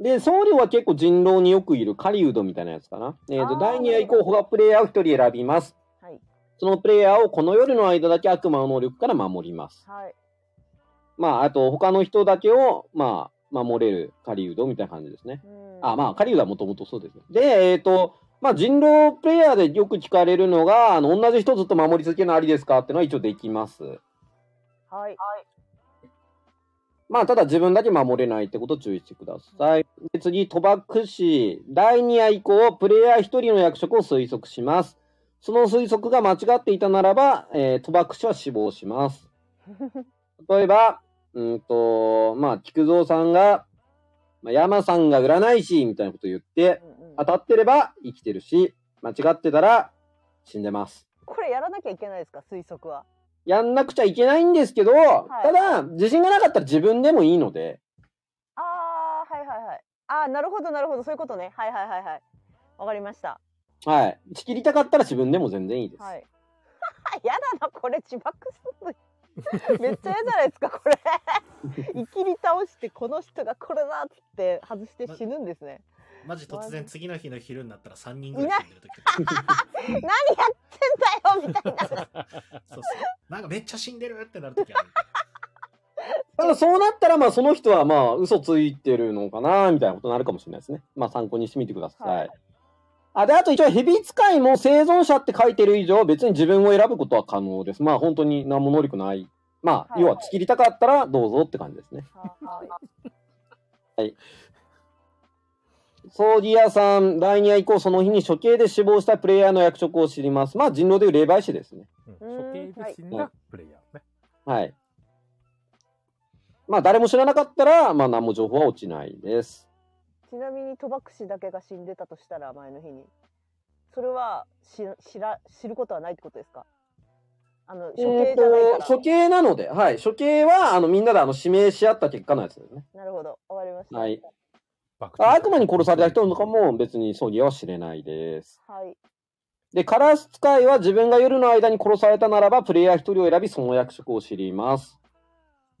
H: で、僧侶は結構人狼によくいる狩人みたいなやつかな。えっ、
D: あ
H: と、
D: ー
H: 第2話以降、他プレイヤーを1人選びます。
D: はい。
H: そのプレイヤーをこの夜の間だけ悪魔の能力から守ります。
D: はい。
H: まあ、あと、他の人だけを、まあ、守れる狩人みたいな感じですね。
D: うん。
H: あ、まあ、狩人はもともとそうですね。で、えっ、と、まあ、人狼プレイヤーでよく聞かれるのが、あの、同じ人ずっと守り続けるのありですかっていうのは一応できます。
D: はい。
H: まあ、ただ自分だけ守れないってことを注意してください。で次、賭博士。第2夜以降、プレイヤー1人の役職を推測します。その推測が間違っていたならば、えー、賭博士は死亡します。例えば、うんと、まあ、菊蔵さんが、まあ、山さんが占い師みたいなことを言って、
D: うんうん
H: 当たってれば生きてるし、間違ってたら死んでます。
D: これやらなきゃいけないですか、推測は。
H: やんなくちゃいけないんですけど、
D: い
H: ただ、自信がなかったら自分でもいいので、
D: ああ、はいはいはい。ああ、なるほどなるほど、そういうことね。はいはいはいはい。わかりました。
H: はい。仕切りたかったら自分でも全然いいです。
D: はい。 やだな、これ自爆する の。めっちゃ嫌じゃないです か、これ。いきり倒して、この人がこれだっつって、外して死ぬんですね。
C: マジ突然次の日の昼になったら3人
D: い
C: ぐらい死んでる時
D: 何やってんだよみたい
C: そ
D: な。
C: うそう。なんかめっちゃ死んでるってなる時ある。
H: ただ、そうなったら、まあ、その人は、まあ、嘘ついてるのかな、みたいなことになるかもしれないですね。まあ、参考にしてみてください。
D: はい
H: あであと一応、蛇使いも生存者って書いてる以上、別に自分を選ぶことは可能です。まあ、本当に何も能力ない。まあ、
D: はい
H: 要は、仕切りたかったらどうぞって感じですね。ソーディアさん、第2夜以降、その日に処刑で死亡したプレイヤーの役職を知ります。まあ、人狼でいう霊媒師ですね。
A: うん
D: うーん
A: 処刑で死んだプレイヤーね。
H: はい。まあ、誰も知らなかったら、まあ、何も情報は落ちないです。
D: ちなみに、賭博士だけが死んでたとしたら、前の日に。それは、し、知ら、知ることはないってことですか。あの、処刑じゃない
H: え
D: か
H: ー
D: ら
H: と処。刑なので、はい。処刑は、あの、みんなであの指名し合った結果のやつですね。
D: なるほど、わかりました。
H: はい。
A: バクチュー
H: あ悪魔に殺された人とかも別に葬儀は知れないです。
D: はい。
H: で、カラス使いは自分が夜の間に殺されたならば、プレイヤー一人を選び、その役職を知ります。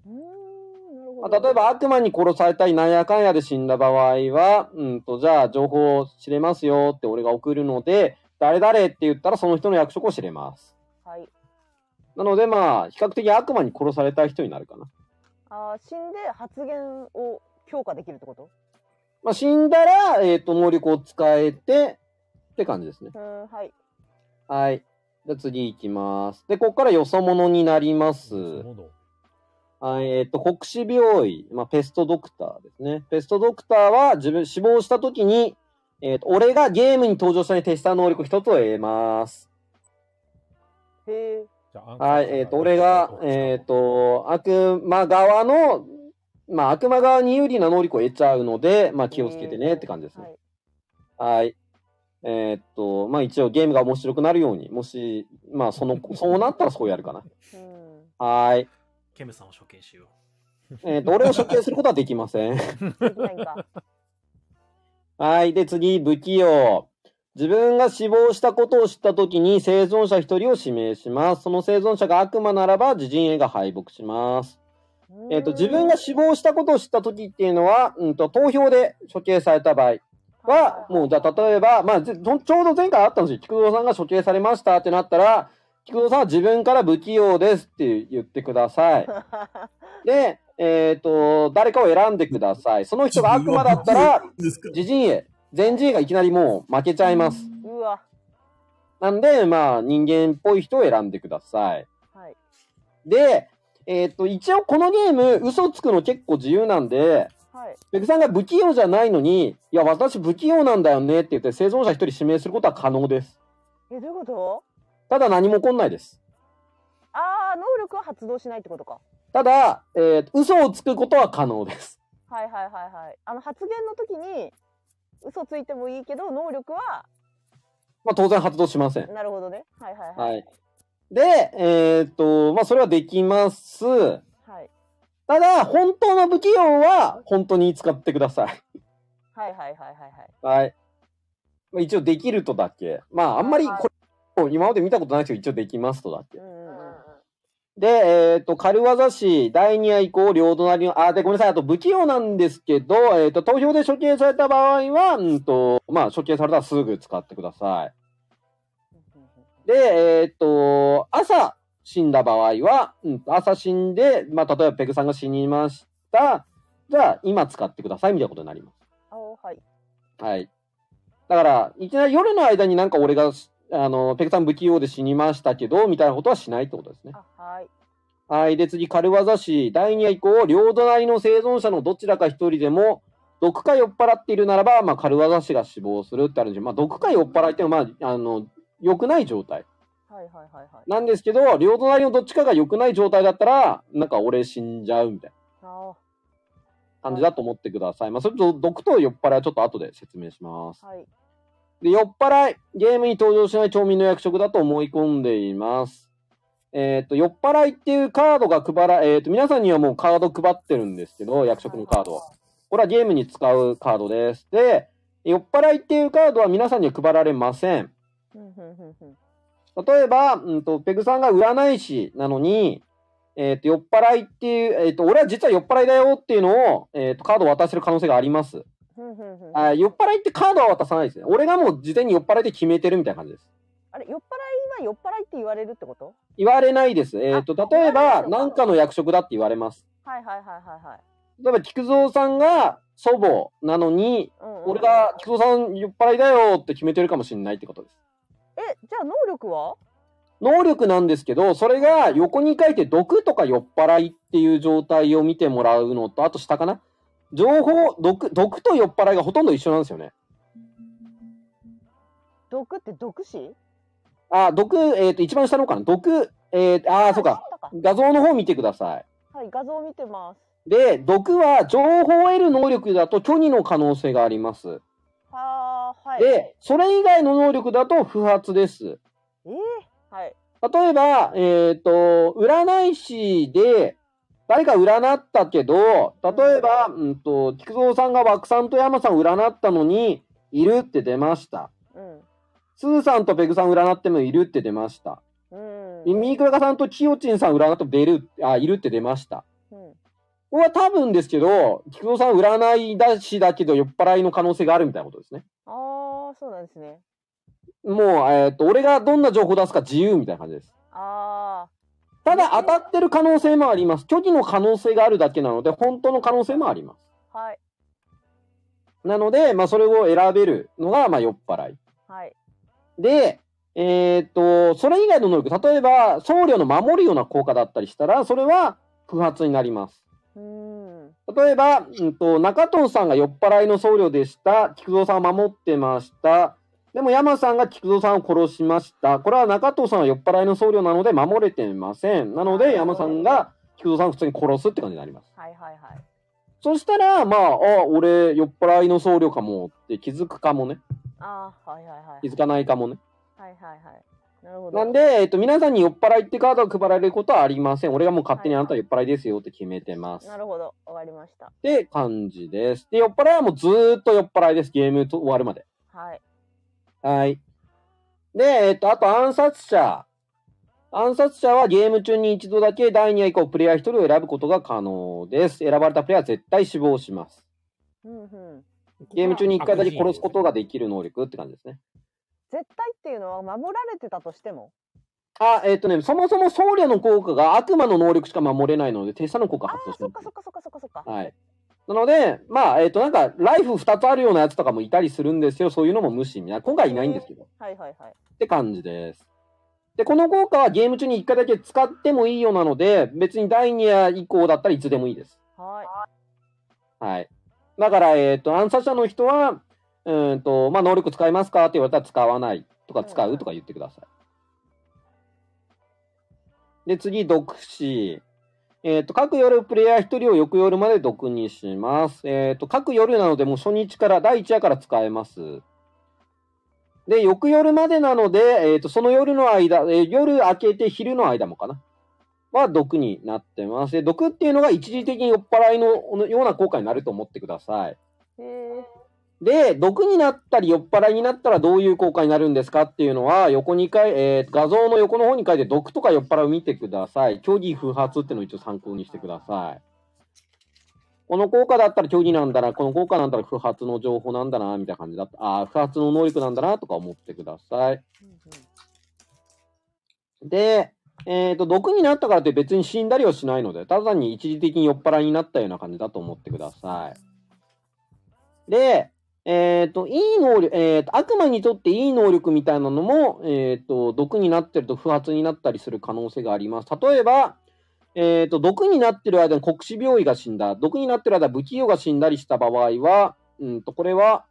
D: うーん、なる
H: ま
D: ほ
H: あ
D: ど。
H: 例えば、悪魔に殺されたり、なんやかんやで死んだ場合は、うんと、じゃあ、情報を知れますよって俺が送るので、誰々って言ったら、その人の役職を知れます。
D: はい。
H: なので、まあ、比較的悪魔に殺された人になるかな。
D: ああ、死んで発言を強化できるってこと。
H: まあ、死んだら、えっ、と、能力を使えて、って感じですね。
D: うーん、はい。
H: はい。じゃあ次行きます。で、ここからよそ者になります。
A: そのど
H: はい、えっ、と、国士病院、まあ、ペストドクターですね。ペストドクターは自分、死亡した時に、えっ、と、俺がゲームに登場したに徹した能力一つを得ます。
D: へえ。
A: じゃあ
H: はい、えっ、と、俺が、えっ、、と、悪魔側の、まあ、悪魔側に有利な能力を得ちゃうので、まあ、気をつけてねって感じですね
D: は。い。
H: はい。えーっと、まあ一応ゲームが面白くなるように、もし、まあその、そうなったらそうやるかな。
D: うん。
H: はーい。
C: ケムさんを処刑しよ
H: えーっと、俺を処刑することはできません。
D: できないんか。
H: はい。で、次、不器用。自分が死亡したことを知ったときに生存者一人を指名します。その生存者が悪魔ならば、自陣営が敗北します。えーっと、自分が死亡したことを知ったときっていうのは、うんと、投票で処刑された場合、は、もうじゃあ例えば、まあ、ぜちょちょうど前回あったんですよ。菊蔵さんが処刑されましたってなったら、菊蔵さんは自分から不器用ですって言ってください。で、えっ、と、誰かを選んでください。その人が悪魔だったら、
E: ですか
H: 自陣へ、全陣営がいきなりもう負けちゃいます。
D: うわ。
H: なんで、まあ、人間っぽい人を選んでください。
D: はい。
H: で、えーっと、一応このゲーム、嘘つくの結構自由なんで、
D: はい。
H: ペグさんが不器用じゃないのに、いや、私不器用なんだよねって言って、生存者一人指名することは可能です。
D: え、どういうこと
H: ただ何も起こんないです。
D: ああ、能力は発動しないってことか。
H: ただ、えー嘘をつくことは可能です。
D: はいはいはいはい。あの発言の時に、嘘ついてもいいけど、能力は、
H: まあ、当然発動しません。
D: なるほどね。はいはいはい。
H: はい。で、えーっと、まあ、それはできます。
D: はい。
H: ただ、本当の不器用は、本当に使ってください。
D: はいはいはいはいはい。
H: はい。まあ、一応、できるとだけ。まあ、あんまり、これ、今まで見たことないですけど、一応、できますとだけ
D: う。んうんうん。
H: で、えっ、と、軽業師、第2夜以降、両隣の、あ、で、ごめんなさい、あと、不器用なんですけど、えっ、と、投票で処刑された場合は、うんと、まあ、処刑されたらすぐ使ってください。で、えっ、と、朝死んだ場合は、うん、朝死んで、まあ、例えばペグさんが死にました。じゃあ、今使ってください、みたいなことになります。
D: あおはい。
H: はい。だから、いきなり夜の間になんか俺が、あの、ペグさん不器用で死にましたけど、みたいなことはしないってことですね。
D: あはい。
H: はい。で、次、軽業師。第2夜以降、両隣の生存者のどちらか一人でも、毒か酔っ払っているならば、まあ、軽業師が死亡するってあるんですよまあ、毒か酔っ払いっていうのは、まあ、あの、良くない状態。
D: はいはいはいはい。
H: なんですけど、両隣のどっちかが良くない状態だったら、なんか俺死んじゃうみたい
D: あお
H: な感じだと思ってください。まあ、それと毒と酔っ払いはちょっと後で説明します。
D: はい。
H: で、酔っ払い、ゲームに登場しない町民の役職だと思い込んでいます。えっ、と、酔っ払いっていうカードが配ら、えっ、と、皆さんにはもうカード配ってるんですけど、役職のカードは。これはゲームに使うカードです。で、酔っ払いっていうカードは皆さんには配られません。
D: うんうんうんうん。
H: 例えば、うんと、ペグさんが占い師なのに、えっ、と、酔っ払いっていう、えっ、と、俺は実は酔っ払いだよっていうのを、えっ、と、カードを渡してる可能性があります。
D: うんうんうん
H: あ酔っ払いってカードは渡さないですね。俺がもう事前に酔っ払いで決めてるみたいな感じです。
D: あれ酔っ払いは酔っ払いって言われるってこと
H: 言われないです。えっ、と、
D: あ
H: 例えば、
D: 言われないの
H: 何
D: か
H: かの役職だって言われます。
D: はいはいはいはいはい。
H: 例えば、菊蔵さんが祖母なのに、
D: うんうんうん
H: 俺が菊蔵さん酔っ払いだよって決めてるかもしれないってことです。
D: えじゃあ能力は
H: 能力なんですけど、それが横に書いて毒とか酔っ払いっていう状態を見てもらうのと、あと下かな情報、毒、毒と酔っ払いがほとんど一緒なんですよね。
D: 毒って毒死
H: あ、毒、えっ、と、一番下の方かな毒、えー、あー、そうか。画像の方見てください。
D: はい画像見てます
H: で、毒は情報を得る能力だと虚偽の可能性があります。
D: はあはい
H: で、それ以外の能力だと不発です。
D: えー、はい
H: 例えば、えっ、と、占い師で、誰か占ったけど、例えば、うんと、菊蔵さんが枠さんと山さん占ったのに、いるって出ました。
D: うん
H: スーさんとペグさん占ってもいるって出ました。
D: うん
H: ミミイクラカさんとキヨチンさん占っても出る、あ、いるって出ました。
D: うん
H: これは多分ですけど、菊蔵さん占いだしだけど酔っ払いの可能性があるみたいなことですね。
D: ああそうなんですね
H: もう、えっ、と、俺がどんな情報を出すか自由みたいな感じです。
D: あ
H: ただ当たってる可能性もあります。虚偽の可能性があるだけなので、本当の可能性もありま
D: あはい
H: す。なので、まあ、それを選べるのが、まあ、酔っ払い。
D: はい
H: で、えっ、と、それ以外の能力、例えば、僧侶の守るような効果だったりしたら、それは不発になります。
D: うーん
H: 例えば、うんと、中藤さんが酔っ払いの僧侶でした。菊蔵さんを守ってました。でも山さんが菊蔵さんを殺しました。これは中藤さんは酔っ払いの僧侶なので守れてません。なので山さんが菊蔵さんを普通に殺すって感じになります。
D: はいはいはい
H: そしたら、まあ、あ、俺酔っ払いの僧侶かもって気づくかもね。
D: ああはいはいはい
H: 気づかないかもね。
D: はいはいはいなるほど
H: なんで、えっと、皆さんに酔っ払いってカードが配られることはありません。俺がもう勝手にあなたは酔っ払いですよって決めてます。
D: なるほど終わりました
H: って感じです。で、酔っ払いはもうずーっと酔っ払いです。ゲームと終わるまで。
D: はい
H: はい。で、えっと、あと暗殺者。暗殺者はゲーム中に一度だけ第2話以降プレイヤー1人を選ぶことが可能です。選ばれたプレイヤーは絶対死亡します。
D: うんうん
H: ゲーム中に1回だけ殺すことができる能力って感じですね。
D: 絶対っていうのは守られてたとしても
H: あ、えっ、とね、そもそも僧侶の効果が悪魔の能力しか守れないので、手下の効果
D: ああ
H: 発動し
D: そ
H: ま
D: っか
H: す
D: そっ。かそっかそっかそっか
H: はい。なので、まあ、えっ、と、なんか、ライフ2つあるようなやつとかもいたりするんですよ。そういうのも無視みたいな。今回いないんですけど。っ
D: はいはいはい。
H: て感じです。で、この効果はゲーム中に1回だけ使ってもいいようなので、別に第2夜以降だったらいつでもいいです。
D: はい。
H: はい。だから、えっ、と、暗殺者の人は、うーんと、まあ、能力使いますかって言われたら使わないとか、使うとか言ってください。で、次、毒死。えっ、と、各夜プレイヤー1人を翌夜まで毒にします。えっ、と、各夜なので、もう初日から、第1夜から使えます。で、翌夜までなので、えっ、と、その夜の間、えー夜明けて昼の間もかな。は毒になってます。で毒っていうのが一時的に酔っ払いのような効果になると思ってください。
D: へえ。
H: で、毒になったり酔っ払いになったらどういう効果になるんですかっていうのは、横に書い、えー画像の横の方に書いて毒とか酔っ払いを見てください。虚偽不発っていうのを一応参考にしてください。この効果だったら虚偽なんだな、この効果なんだら不発の情報なんだな、みたいな感じだった。ああ、不発の能力なんだな、とか思ってください。で、えっ、と、毒になったからって別に死んだりはしないので、ただ単に一時的に酔っ払いになったような感じだと思ってください。で、えっ、と、いい能力、えっ、と、悪魔にとっていい能力みたいなのも、えっ、と、毒になってると不発になったりする可能性があります。例えば、えっ、と、毒になってる間に国死病院が死んだ、毒になってる間不器用が死んだりした場合は、うんと、これは、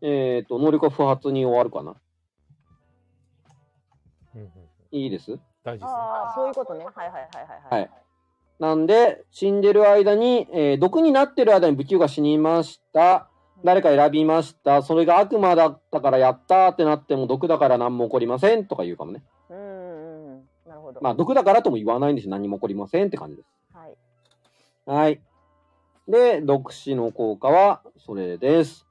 H: えっ、と、能力は不発に終わるかな。
A: うんうん、
H: いいです
A: 大事ですね。
D: ああ、そういうことね。はいはいはいはい。
H: はい。なんで、死んでる間に、えー毒になってる間に武器が死にました。誰か選びました。それが悪魔だったからやったーってなっても、毒だから何も起こりませんとか言うかもね。
D: うんうんうん。なるほど。
H: まあ、毒だからとも言わないんです何も起こりませんって感じです。
D: はい。
H: はい。で、毒死の効果は、それです。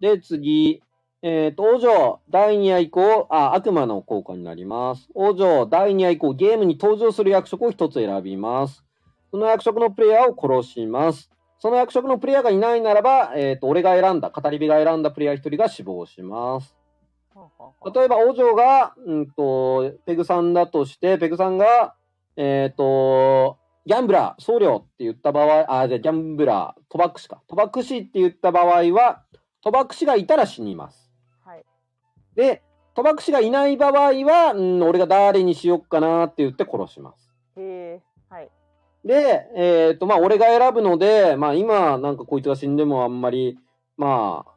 H: で、次、えーと、王女、第2夜以降、あ、悪魔の効果になります。王女、第2夜以降、ゲームに登場する役職を1つ選びます。その役職のプレイヤーを殺します。その役職のプレイヤーがいないならば、えーと、俺が選んだ、語り部が選んだプレイヤー1人が死亡します。例えば、王女が、うんと、ペグさんだとして、ペグさんが、えっ、と、ギャンブラー、僧侶って言った場合、あ、じゃあギャンブラー、賭博士か。賭博士って言った場合は、賭博士がいたら死にます。
D: はい。
H: で、賭博士がいない場合は、うん、俺が誰にしよっかなって言って殺します。
D: へえ。はい。
H: で、えっ、と、まあ、俺が選ぶので、まあ、今、なんかこいつが死んでもあんまり、まあ、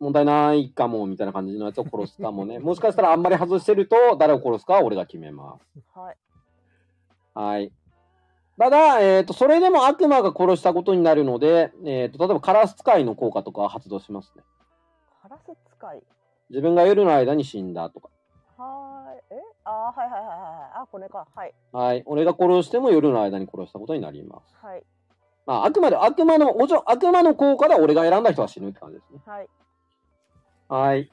H: 問題ないかも、みたいな感じのやつを殺すかもね。もしかしたらあんまり外してると、誰を殺すかは俺が決めます。
D: はい。
H: はい。ただ、えっ、と、それでも悪魔が殺したことになるので、えっ、と、例えばカラス使いの効果とかは発動しますね。
D: カラス使い。
H: 自分が夜の間に死んだとか。
D: はーい。えあーはいはいはいはい。あ、これか。はい。
H: はい。俺が殺しても夜の間に殺したことになります。
D: はい。
H: まあ、あくまで悪魔の、おじょ悪魔の効果で俺が選んだ人は死ぬって感じですね。
D: はい。
H: はい。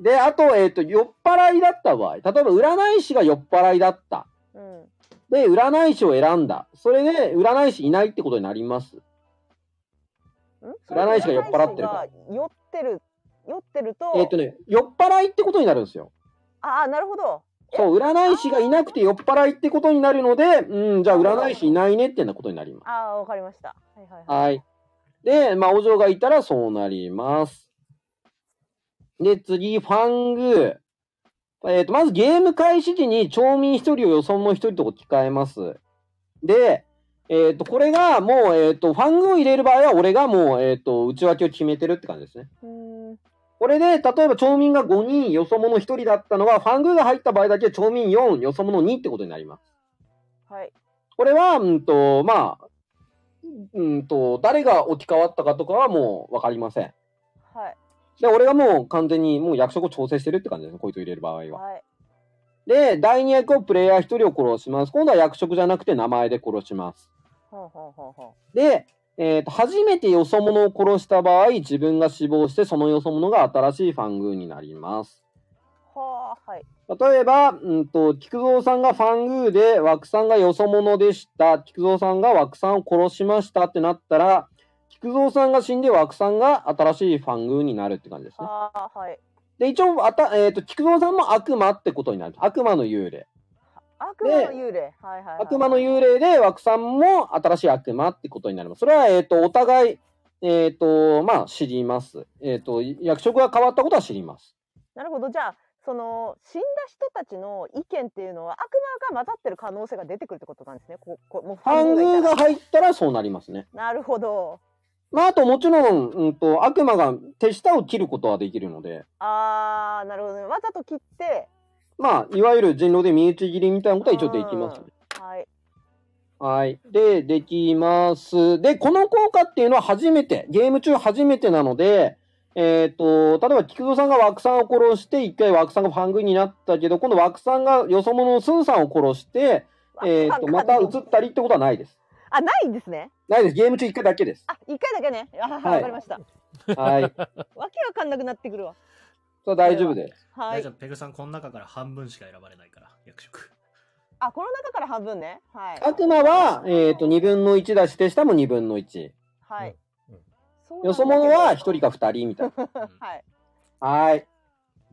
H: で、あと、えっ、と、酔っ払いだった場合。例えば、占い師が酔っ払いだった。
D: うん。
H: で、占い師を選んだ。それで、占い師いないってことになります。
D: ん
H: 占い師が酔っ払ってるから
D: 占い師が酔ってる。酔ってると。
H: えっ、とね、酔っ払いってことになるんですよ。
D: ああ、なるほど。
H: そう、占い師がいなくて酔っ払いってことになるので、うん、じゃあ占い師いないねってなことになります。
D: ああ、わかりました。はいはいは
H: は
D: い。
H: い。で、まあ、お嬢がいたらそうなります。で、次、ファングー。えっ、と、まずゲーム開始時に町民1人を予想も1人と置き換えます。で、えっ、と、これがもう、えっ、と、ファングーを入れる場合は俺がもう、えっ、と、内訳を決めてるって感じですね。
D: うーん。
H: これで、例えば町民が5人、よそ者1人だったのが、ファングーが入った場合だけ町民4、よそ者2ってことになります。
D: はい。
H: これは、うんと、まあ、うんと、誰が置き換わったかとかはもうわかりません。
D: はい。
H: で、俺がもう完全にもう役職を調整してるって感じですね、こいつを入れる場合は。
D: はい。
H: で、第2役をプレイヤー1人を殺します。今度は役職じゃなくて名前で殺します。
D: ほうほうほうほ
H: で、えーと初めてよそ者を殺した場合、自分が死亡して、そのよそ者が新しいファングーになります。
D: う。はあ、はい。
H: 例えば、うんと、菊蔵さんがファングーで、枠さんがよそ者でした。菊蔵さんが枠さんを殺しましたってなったら、菊蔵さんが死んで枠さんが新しいファングーになるって感じですね。
D: はあ、はい。
H: で、一応、あた、えっ、と、菊蔵さんも悪魔ってことになる。悪魔の幽霊。
D: あ悪魔の幽霊。はいはい、はい。
H: 悪魔の幽霊で枠さんも新しい悪魔ってことになります。それは、えっ、と、お互い、えっ、と、まあ、知ります。えっ、と、役職が変わったことは知ります。
D: なるほど。じゃあ、その死んだ人たちの意見っていうのは悪魔が混ざってる可能性が出てくるってことなんですね。ここもう
H: 半偶
D: 分
H: が
D: がいたら
H: 入ったらそうなりますね。
D: なるほど。
H: まあ、あともちろん、うんと、悪魔が手下を切ることはできるので、
D: あー、なるほどね。わざと切って、
H: まあ、いわゆる人狼で身内切りみたいなことは一応できますね。
D: はい。
H: はい。で、できます。で、この効果っていうのは初めて、ゲーム中初めてなので、えっ、と、例えば、菊蔵さんが枠さんを殺して、一回枠さんがファングになったけど、今度枠さんがよそ者のスーさんを殺して、えっ、と、また移ったりってことはないです。
D: あ、ないんですね。
H: ないです。ゲーム中一回だけです。
D: あ、一回だけね。あ、
H: はい
D: わかり ました。
H: はい。そ
D: わけわかんなくなってくるわ。
H: れは大丈夫です。
D: は
C: 大
D: い
C: 丈。夫、ペグさん、この中から半分しか選ばれないから、役職。
D: あ、この中から半分ね。はい。
H: 悪魔は、えっ、と、二分の一だし、手下も二分の一。
D: はい。そうなんだけど
H: よそ者は一人か二人みたいな。
C: うん
D: はい。
H: はい。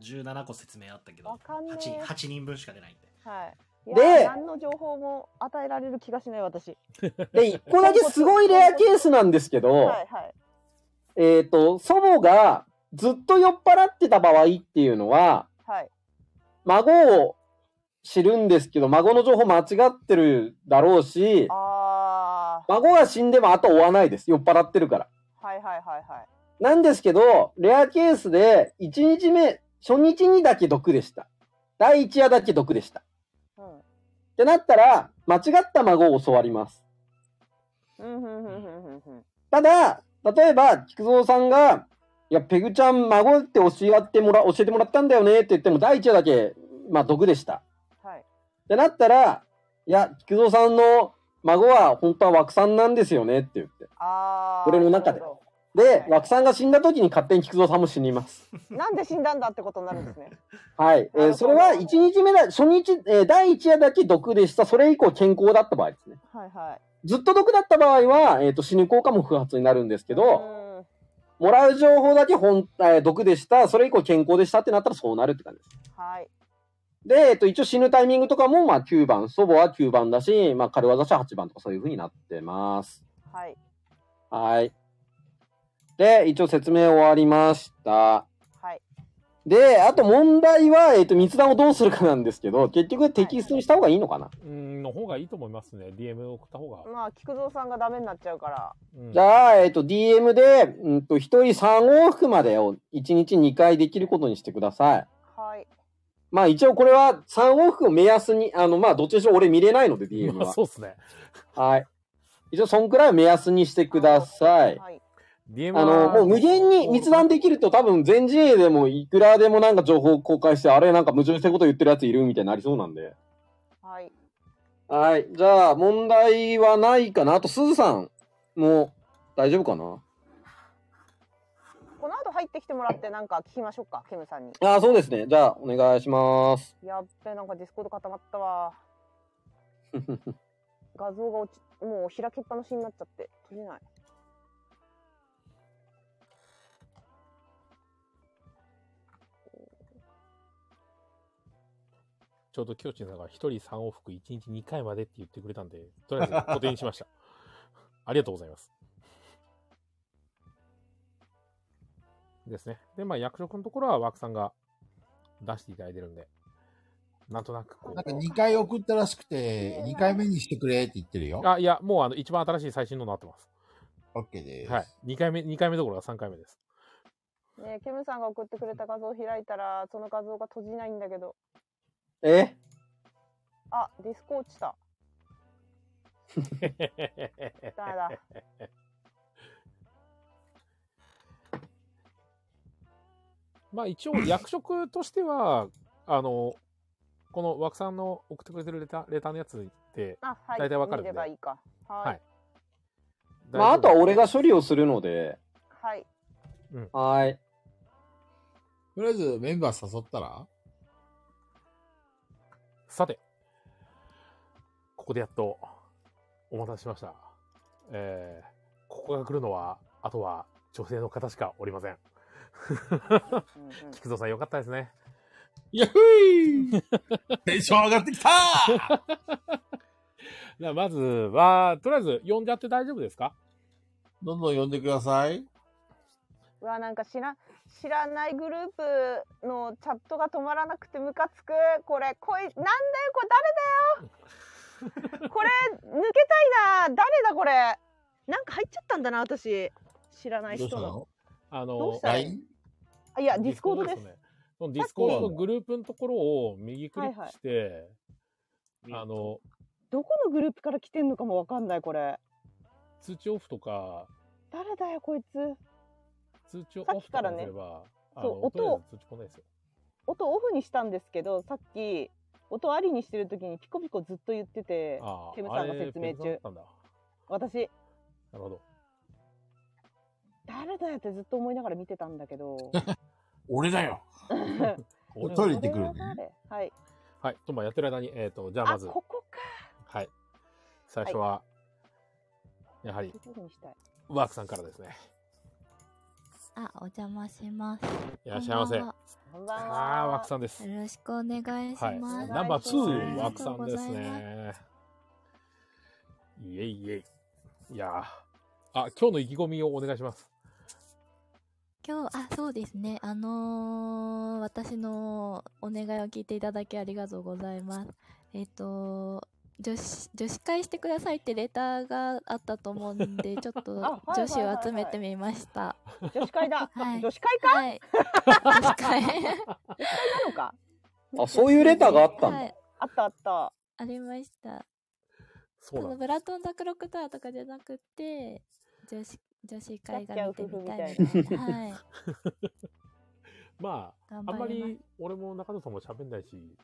C: 17個説明あったけ
D: わ
C: ど、
D: かんね
C: 8,
D: え
C: 8人分しか出ないんで。
D: はい。い
H: で
D: やー何の情報も与えられる気がしない私。
H: で、一個だけすごいレアケースなんですけど、
D: はいはい。
H: えっ、と、祖母がずっと酔っ払ってた場合っていうのは、
D: はい。
H: 孫を知るんですけど、孫の情報間違ってるだろうし、
D: あ
H: 孫が死んでも後を追わないです。酔っ払ってるから。
D: ー。はいはいはいはい。
H: なんですけど、レアケースで、1日目、初日にだけ毒でした。第1夜だけ毒でした。っ
D: うん。
H: てなったら、間違った孫を教わります。
D: うんうんうんうんうんうん。
H: ただ、例えば、菊蔵さんが、いや、ペグちゃん、孫って教えてもら、教えてもらったんだよねって言っても、第一夜だけ、まあ、毒でした。
D: はい。
H: ってなったら、いや、菊蔵さんの孫は本当は枠さんなんですよねって言って。
D: あー。
H: 俺の中で
D: なるほ
H: で
D: は、い
H: 枠さんが死んだ時に勝手に菊蔵さんも死にます。
D: どなんで死んだんだってことになるんです ね。
H: はい。え
D: なるほ
H: ー
D: ど
H: それは1日目だ、初日、えー第1夜だけ毒でした。それ以降健康だった場合ですね。
D: はいはい。
H: ずっと毒だった場合は、えっ、と、死ぬ効果も不発になるんですけど、
D: ど。
H: もらう情報だけ本、えー毒でした。それ以降健康でしたってなったらそうなるって感じです。
D: はい。
H: で、えっと、一応死ぬタイミングとかも、まあ9番、祖母は9番だし、まあ軽業師は8番とかそういう風になってます。
D: はい。
H: はい。で、一応説明終わりました。
D: はい。
H: で、あと問題は、えっと、密談をどうするかなんですけど、結局テキストにした方がいいのかな、
A: うん、の方がいいと思いますね。DM 送った方が。
D: まあ、菊蔵さんがダメになっちゃうから。
A: うん
H: じゃあ、えっと、DM で、うんと、1人3往復までを1日2回できることにしてください。
D: はい。
H: まあ一応これは3往復を目安に、あの、まあどっちにしろ俺見れないので DM
A: まあ、
H: は。
A: そうですね。
H: はい。一応、そんくらいを目安にしてください。
D: はい。
A: DM
H: あの、もう無限に密談できると多分全 GA でもいくらでもなんか情報公開して、あれなんか矛盾したこと言ってるやついるみたいになりそうなんで。
D: はい。
H: はい。じゃあ、問題はないかな。あと、すずさんも大丈夫かな
D: この後入ってきてもらって、なんか聞きましょうか、ケムさんに。
H: ああ、そうですね。じゃあ、お願いし ます。
D: やっべ、なんかディスコード固まったわ。画像が落ち、もう開きっぱなしになっちゃって、閉じない。
A: ちょうど清地さんが1人3往復1日2回までって言ってくれたんで、とりあえず固定にしました。 ありがとうございます。ですね。で、まあ役職のところは枠さんが出していただいてるんで、なんとなくこ
B: なんか
A: う。
B: 2回送ったらしくて、2回目にしてくれって言って るよ。
A: あ、いや、もうあの、一番新しい最新のになってます。
B: OK です。
A: はい。2回目、2回目どころか3回目です。
D: ねえケムさんが送ってくれた画像を開いたら、その画像が閉じないんだけど。
H: え
D: あ、ディスコ落ちた。ダメだ。
A: まあ一応役職としては、あの、この枠さんの送ってくれてるレタレターのやつって、
D: あ、はい。
A: 大体わかるん
D: 見
A: で
D: ればいいか。はい。
A: はい
H: まあ、あとは俺
A: が
H: が処理をするので。
D: はい。
H: はい。
B: とりあえずメンバー誘ったら
A: さて、ここでやっとお待たせしました。えー、ここが来るのは、あとは女性の方しかおりません。
D: うんうん
A: 菊蔵さんよかったですね。
B: やっふい テンション上がってき た
A: じゃあまずは、とりあえず呼んじゃって大丈夫ですか
B: どんどん呼んでください。
D: うわなんか知ら知らないグループのチャットが止まらなくてムカつくこれこいなんだよこれ誰だよこれ抜けたいな誰だこれなんか入っちゃったんだな私知らない
B: どうした
D: 人の
B: の
A: あ
D: どう
A: の
D: し、た
B: ?LINE?
D: あいやディスコードです
A: ね。そのディスコードのグループのところを右クリックして、
C: はいはい
A: あの、
D: どこのグループから来てんのかもわかんないこれ
A: 通知オフとか、
D: 誰だよこいつ
A: 通知オフとかにすれば、あ
D: そう
A: の、
D: 音
A: とりあえず通知来ないですよ。
D: 音オフにしたんですけどさっき音ありにしてる時にピコピコずっと言ってて
A: あ
D: ケム
A: あ、
D: さ
A: あ
D: んが
A: れ、
D: 説明
A: ペグさんだ
D: 中
A: ったんだ。な
D: 私
A: るほど。
D: 誰だよってずっと思いながら見てたんだけ ど
B: 俺 だよ。
A: 俺
B: ト
A: は
B: イレ行ってくるね
D: これは誰はい
A: はい。と、まあ、やってる間に、えっ、と、じゃあ
D: あ
A: まず、
D: ここか
A: はい。最初は、やはり
D: ど、こにしたい
A: ワークさんからですね。
I: あ、お邪魔します。
A: いらっしゃいませ。
I: こんばんは
A: あ
D: こんばんは
A: あー、ワークさんです。
I: よろしくお願いし
A: はい。
I: ます。
A: ナンバー2、ワークさんで
I: あ
A: す
I: りがとうござい
A: ね。いえいえい。いやーあ、今日の意気込みをお願いします。
I: 今日、あ、そうですね。あのー私のお願いを聞いていただきありがとうございます。えっ、と、女子、女子会してくださいってレターがあったと思うん で、ちょっと
D: あはい
I: 女子を集めてみました。
D: 女子会だ、
I: はい
D: 女子会か
I: はい。女子会。
D: なのか
H: あ、そういうレターがあったんだ。
I: はい。
D: あったあった
I: ありました。
A: そ
I: そう
A: な
I: の
A: ん
I: ブ
A: で
I: ラトンザクロクターとかじゃなくて、女子、女子会が見てみたい
D: やっちゃう夫婦み
I: な。はい。
A: す。ま
I: 頑
A: あ、あんま
I: 張ります。
A: り俺も中野さんも喋んないし、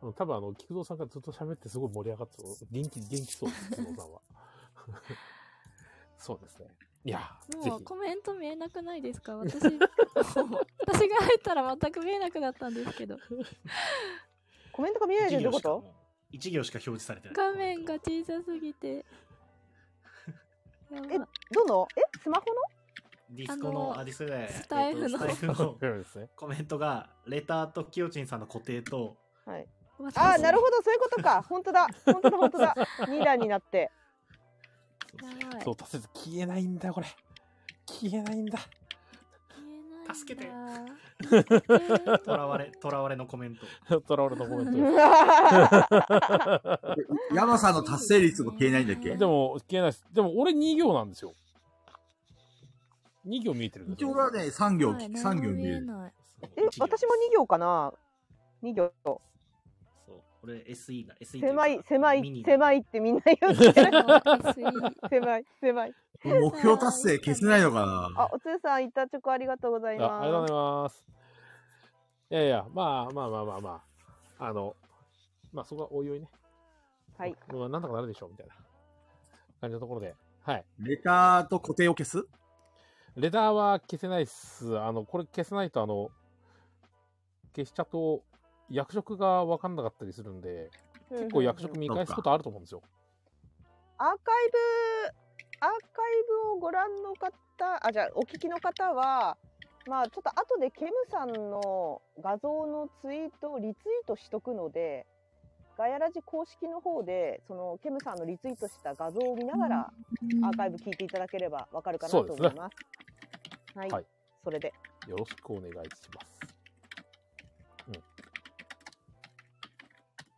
A: あの多分あの、菊蔵さんがずっと喋ってすごい盛り上がってそう。元気、元気そう、菊蔵さんは。 そうですね。いやー、ぜ
I: もう
A: ひ。
I: コメント見えなくないですか私 私が入ったら全く見えなくなったんですけど
D: コメントが見えないで
C: 一
D: どうい
C: 行
D: うこ
C: しか
D: と
C: 一行しか表示されてない。
I: 画面が小さすぎてやば
D: どのえスマホ
C: ディスコの、
I: あの
C: あ、ディスコじゃない
I: スタイフの
C: えっとスタイフの
A: そうですね。
C: コメントが、レターとキヨチンさんの固定と、
D: のはい
I: 私
D: あーなるほどそういうことか本当だ本当だ本当 だ2段になって
I: やばい
A: そう、とりあえず消えないんだよ、これ。消えないんだ。
C: 助けて
I: けて
C: とらわれ、とらわれのコメント。
A: トラオルのコメント です。
E: 山さんの達成率も消えないんだっけ
A: でも、消えないです。でも、俺2行なんですよ。2行見えてるんです
E: 一
A: よ
E: 応俺はね、3行、3行見える。
I: ない
D: え私も2行かな2行
C: そう、俺 SE な、SE とうか
D: 狭い狭
C: ミニ
D: い
C: な
D: 狭いってみんな言っ てる狭い狭い
E: 目標達成消せないのかな
D: あおつゆさんいたチョコありがとうござい
A: あありがとうご
D: ます
A: ざいます。いやいや、まあまあまあまあまあ、あの、まあそこはおいおいね。
D: はい
A: まあなんとかなるでしょう、みたいな感じのところで。はい。
E: レターと固定を消す
A: レターは消せないっす。あの、これ消せないと、あの、消しちゃうと、役職が分かんなかったりするんで、結構役職見返すことあると思うんですよ。
D: アーカイブアーカイブをご覧の方あじゃあお聞きの方はまあちょっと後でケムさんの画像のツイートをリツイートしとくのでガヤラジ公式の方でそのケムさんのリツイートした画像を見ながらアーカイブ聞いていただければわかるかなと思います。はい、
A: はい
D: それで
A: よろしくお願いしま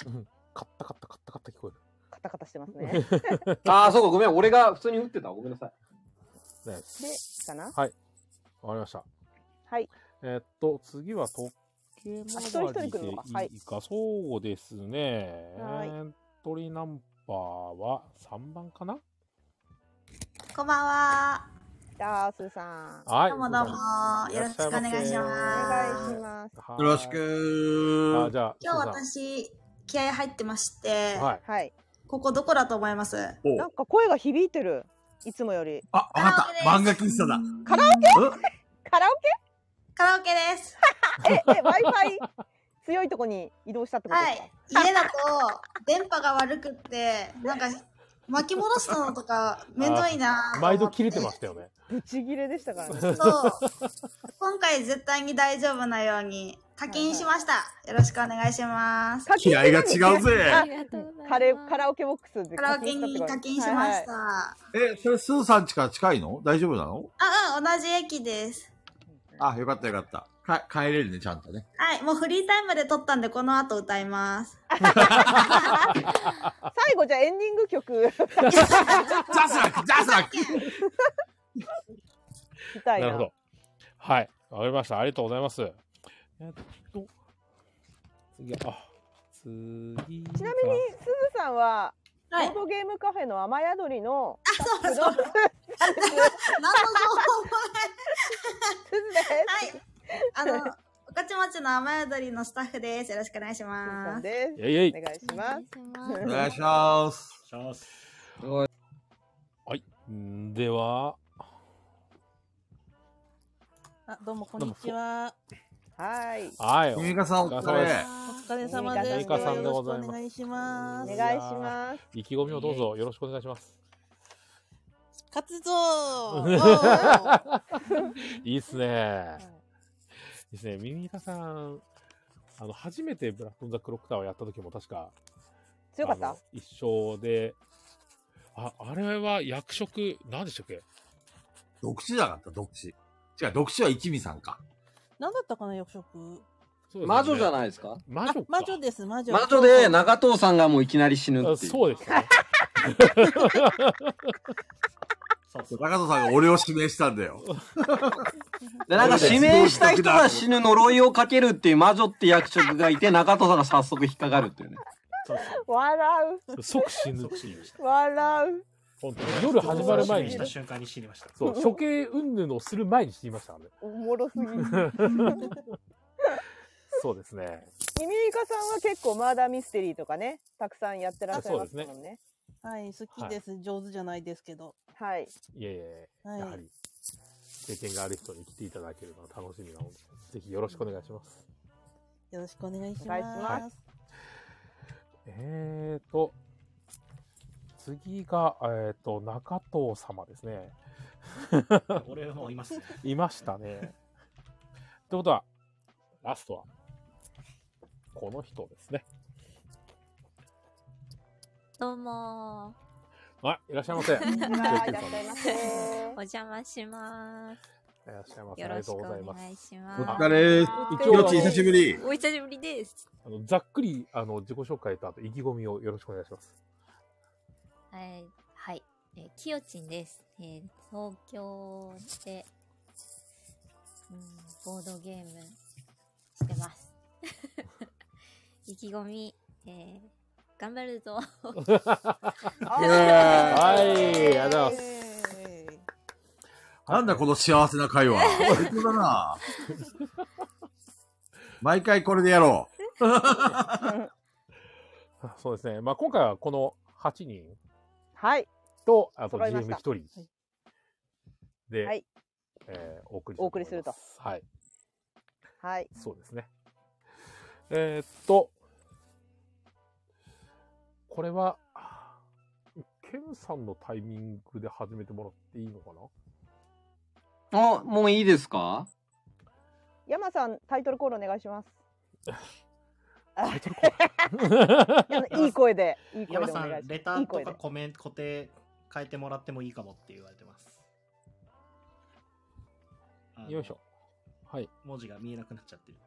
A: す。うん。うん。カッタカッタカッタカッタ聞こ
D: カタカタしてます ね。
H: ああ、そうか、ごめん。俺が普通に打ってた。ごめんなさい。
A: える。
D: で
A: ね。
D: かな
A: わかりました。
D: はい
A: えーっと、次は時計
D: あ一人一
A: 回り
D: 人来
A: で
D: るのか
A: いいか、そうですね。
D: はい
A: エントリーナンバーは3番かな
J: こんばんは。
D: じゃあすーさん
A: はい。
J: どうもどうも
A: い。
J: よ
A: ら
J: ろ
A: っ
J: しくお
A: ゃいませ
J: 願いし
D: お
J: ま
D: 願い
J: す
D: し。ます。
A: はい
E: よろしく
A: あ、
E: ー。
A: じゃあ、
J: 今日
A: す
J: 私、気合入ってまして、
A: ずさんはい。
D: はい
J: ここどこだと思います
E: お
D: なんか声が響いてるいつもより
E: あ、わかった。漫画喫茶だ。
D: カラオケ
E: うん
D: カラオケ
J: カラオケです。
D: え、え、Wi-Fi 強いとこに移動したってこと
J: は
D: で
J: い
D: すか、。
J: 家だと電波が悪くって、なんか巻き戻すのとかめんどいなと思って
A: 毎度切れてましたよね。
D: ブチギレでしたからね。
J: そう。今回絶対に大丈夫なように課金しました。よろしくお願いします。
E: 気合が違うぜ
D: あカレカラオケボックスで
J: カラオケに課金しま
D: はいは
J: し
D: い
J: た。
B: え、それ、スーさん家から近いの大丈夫なの
J: あ、うん、同じ駅です。
B: あ、よかったよかった。か、帰れるね、ちゃんとね。
J: はい、もうフリータイムで撮ったんで、この後歌 います。
D: 最後じゃあエンディン グ曲聞
B: ザスラックザスラッ ク
D: きたい
A: な
D: な
A: るほど。はい。わかりました。ありがとうございます。えっと、次、あ、次。
D: ちなみにすずさんはボ
J: はい
D: ー。ドゲームカフェの雨宿りの
J: あ、そうだ
D: 不動
J: そうだ。
D: す
J: 何の情報もない。
D: ずです。
J: はい。あの、御徒町の雨宿りのスタッフです。よろしくお願いし
D: すずさ
J: ま
D: ん
J: す。
D: で
A: いやいや
D: す。お願
A: い
D: いします。
B: お 願いします。
C: シャース。
A: はい。んでは、
K: あ、どうもこんにちは。
D: はい。
A: はい。
B: ふみかさん、お疲れ。
K: お疲れ様です。
D: ミカさんで
K: よろし
A: ご
K: く
A: ざいます
K: お願いしま
D: お
K: す
A: い。
D: 願い
A: やー
D: します。
A: 意気込みをどうぞよろしくお願いします。
K: 勝つぞーおー
A: いいっすね。いいっすね。ミミカさん、あの、初めてブラック・オン・ザ・クロックタワーやった時も確か、
D: 強かっ
A: あ
D: た
A: の。一緒で、あ、あれは役職、何でしたっけ
B: 独自だかった、独自。違う、独自は一味さんか。
K: 何だったかな、役職。
A: そうですよね
H: 魔女じゃないですか
A: 魔女か
K: あ魔女です、魔女。
H: 魔女で長藤さんがもういきなり死ぬ
A: あ
H: っていう。
A: そうです ね。
C: そうそう。
B: 高藤さんが俺を指名したんだよ。
H: で、なんか指名した人が死ぬ呪いをかけるっていう魔女って役職がいて、中藤さんが早速引っかかるっていうね。
C: そうそう。
D: 笑
A: 即死ぬ
C: 即
A: って
C: 死に
A: い
C: ま
A: う。
C: した。
D: う笑う。
A: 本当に夜始まる前に
C: 死、した瞬間に死にました。
A: そう、処刑云々をする前に死にましたので。
D: おもろすぎる。ミ ミ
A: そうですね。
D: イカさんは結構マーダーミステリーとかね、たくさんやってらっしゃいますも
A: あそ
D: んね。
K: はい、好きです、上手じゃないですけど。
D: はい。
A: いえいえ、
K: はい
A: やはり、経験がある人に来ていただけるのは楽しみなので、ぜひよろしくお願いします。
K: よろしくお願いし
D: お願いし
K: ま。
A: ますえーと、次が、えーと、中藤様ですね。
C: 俺もういますね。
A: いましたね。ってことは、ラストは、この人ですね。
L: どうも
A: あ、いらっしゃいま せ。いら
D: いらっしゃいませ。
L: ー お邪魔します。
A: っしゃいませ。
L: よろ
A: ありが
L: し
A: と
L: く
A: う
L: お
A: ございま
L: 願い
A: す。
L: し
B: お
L: ま
B: 疲れ。
A: 一
B: 今
A: 応
B: 日久しぶり
L: す。。お久しぶりです。
A: あのざっくりあの自己紹介とあと意気込みをよろしくお願いします。
L: はい、はい、えー、きよちんです。えー、東京で、うん、ボードゲームしてます。 意気込み、えー、頑張るぞ。
A: はい、ありがとうございます。
K: えー
B: なんだこの幸せな会 話。最高だな。毎回これでやろう。
A: そうですね。まあ今回はこの8人
D: はい。
A: とあと
D: 揃いま
A: GM1
D: した
A: 人で、
D: はい
A: えーお送り
D: お送りすると
A: と思います。はい、
D: はい。
A: そうですね。えーっと、これは、ケンさんのタイミングで始めてもらっていいのかな
H: あ、もういいですか
D: 山さん、タイトルコールお願いします。
A: タイトルコール
D: あ のいい声で、いい声
C: 山
D: でお
C: さ
D: 願
C: ん、
D: いし
C: レタ
D: ます。い
C: ー
D: い
C: と
D: 声で
C: か。コメント、固定変えてもらってもいいかもって言われてます。あの
A: よいしょ。。はい。
C: 文字が見えなくなっちゃってる。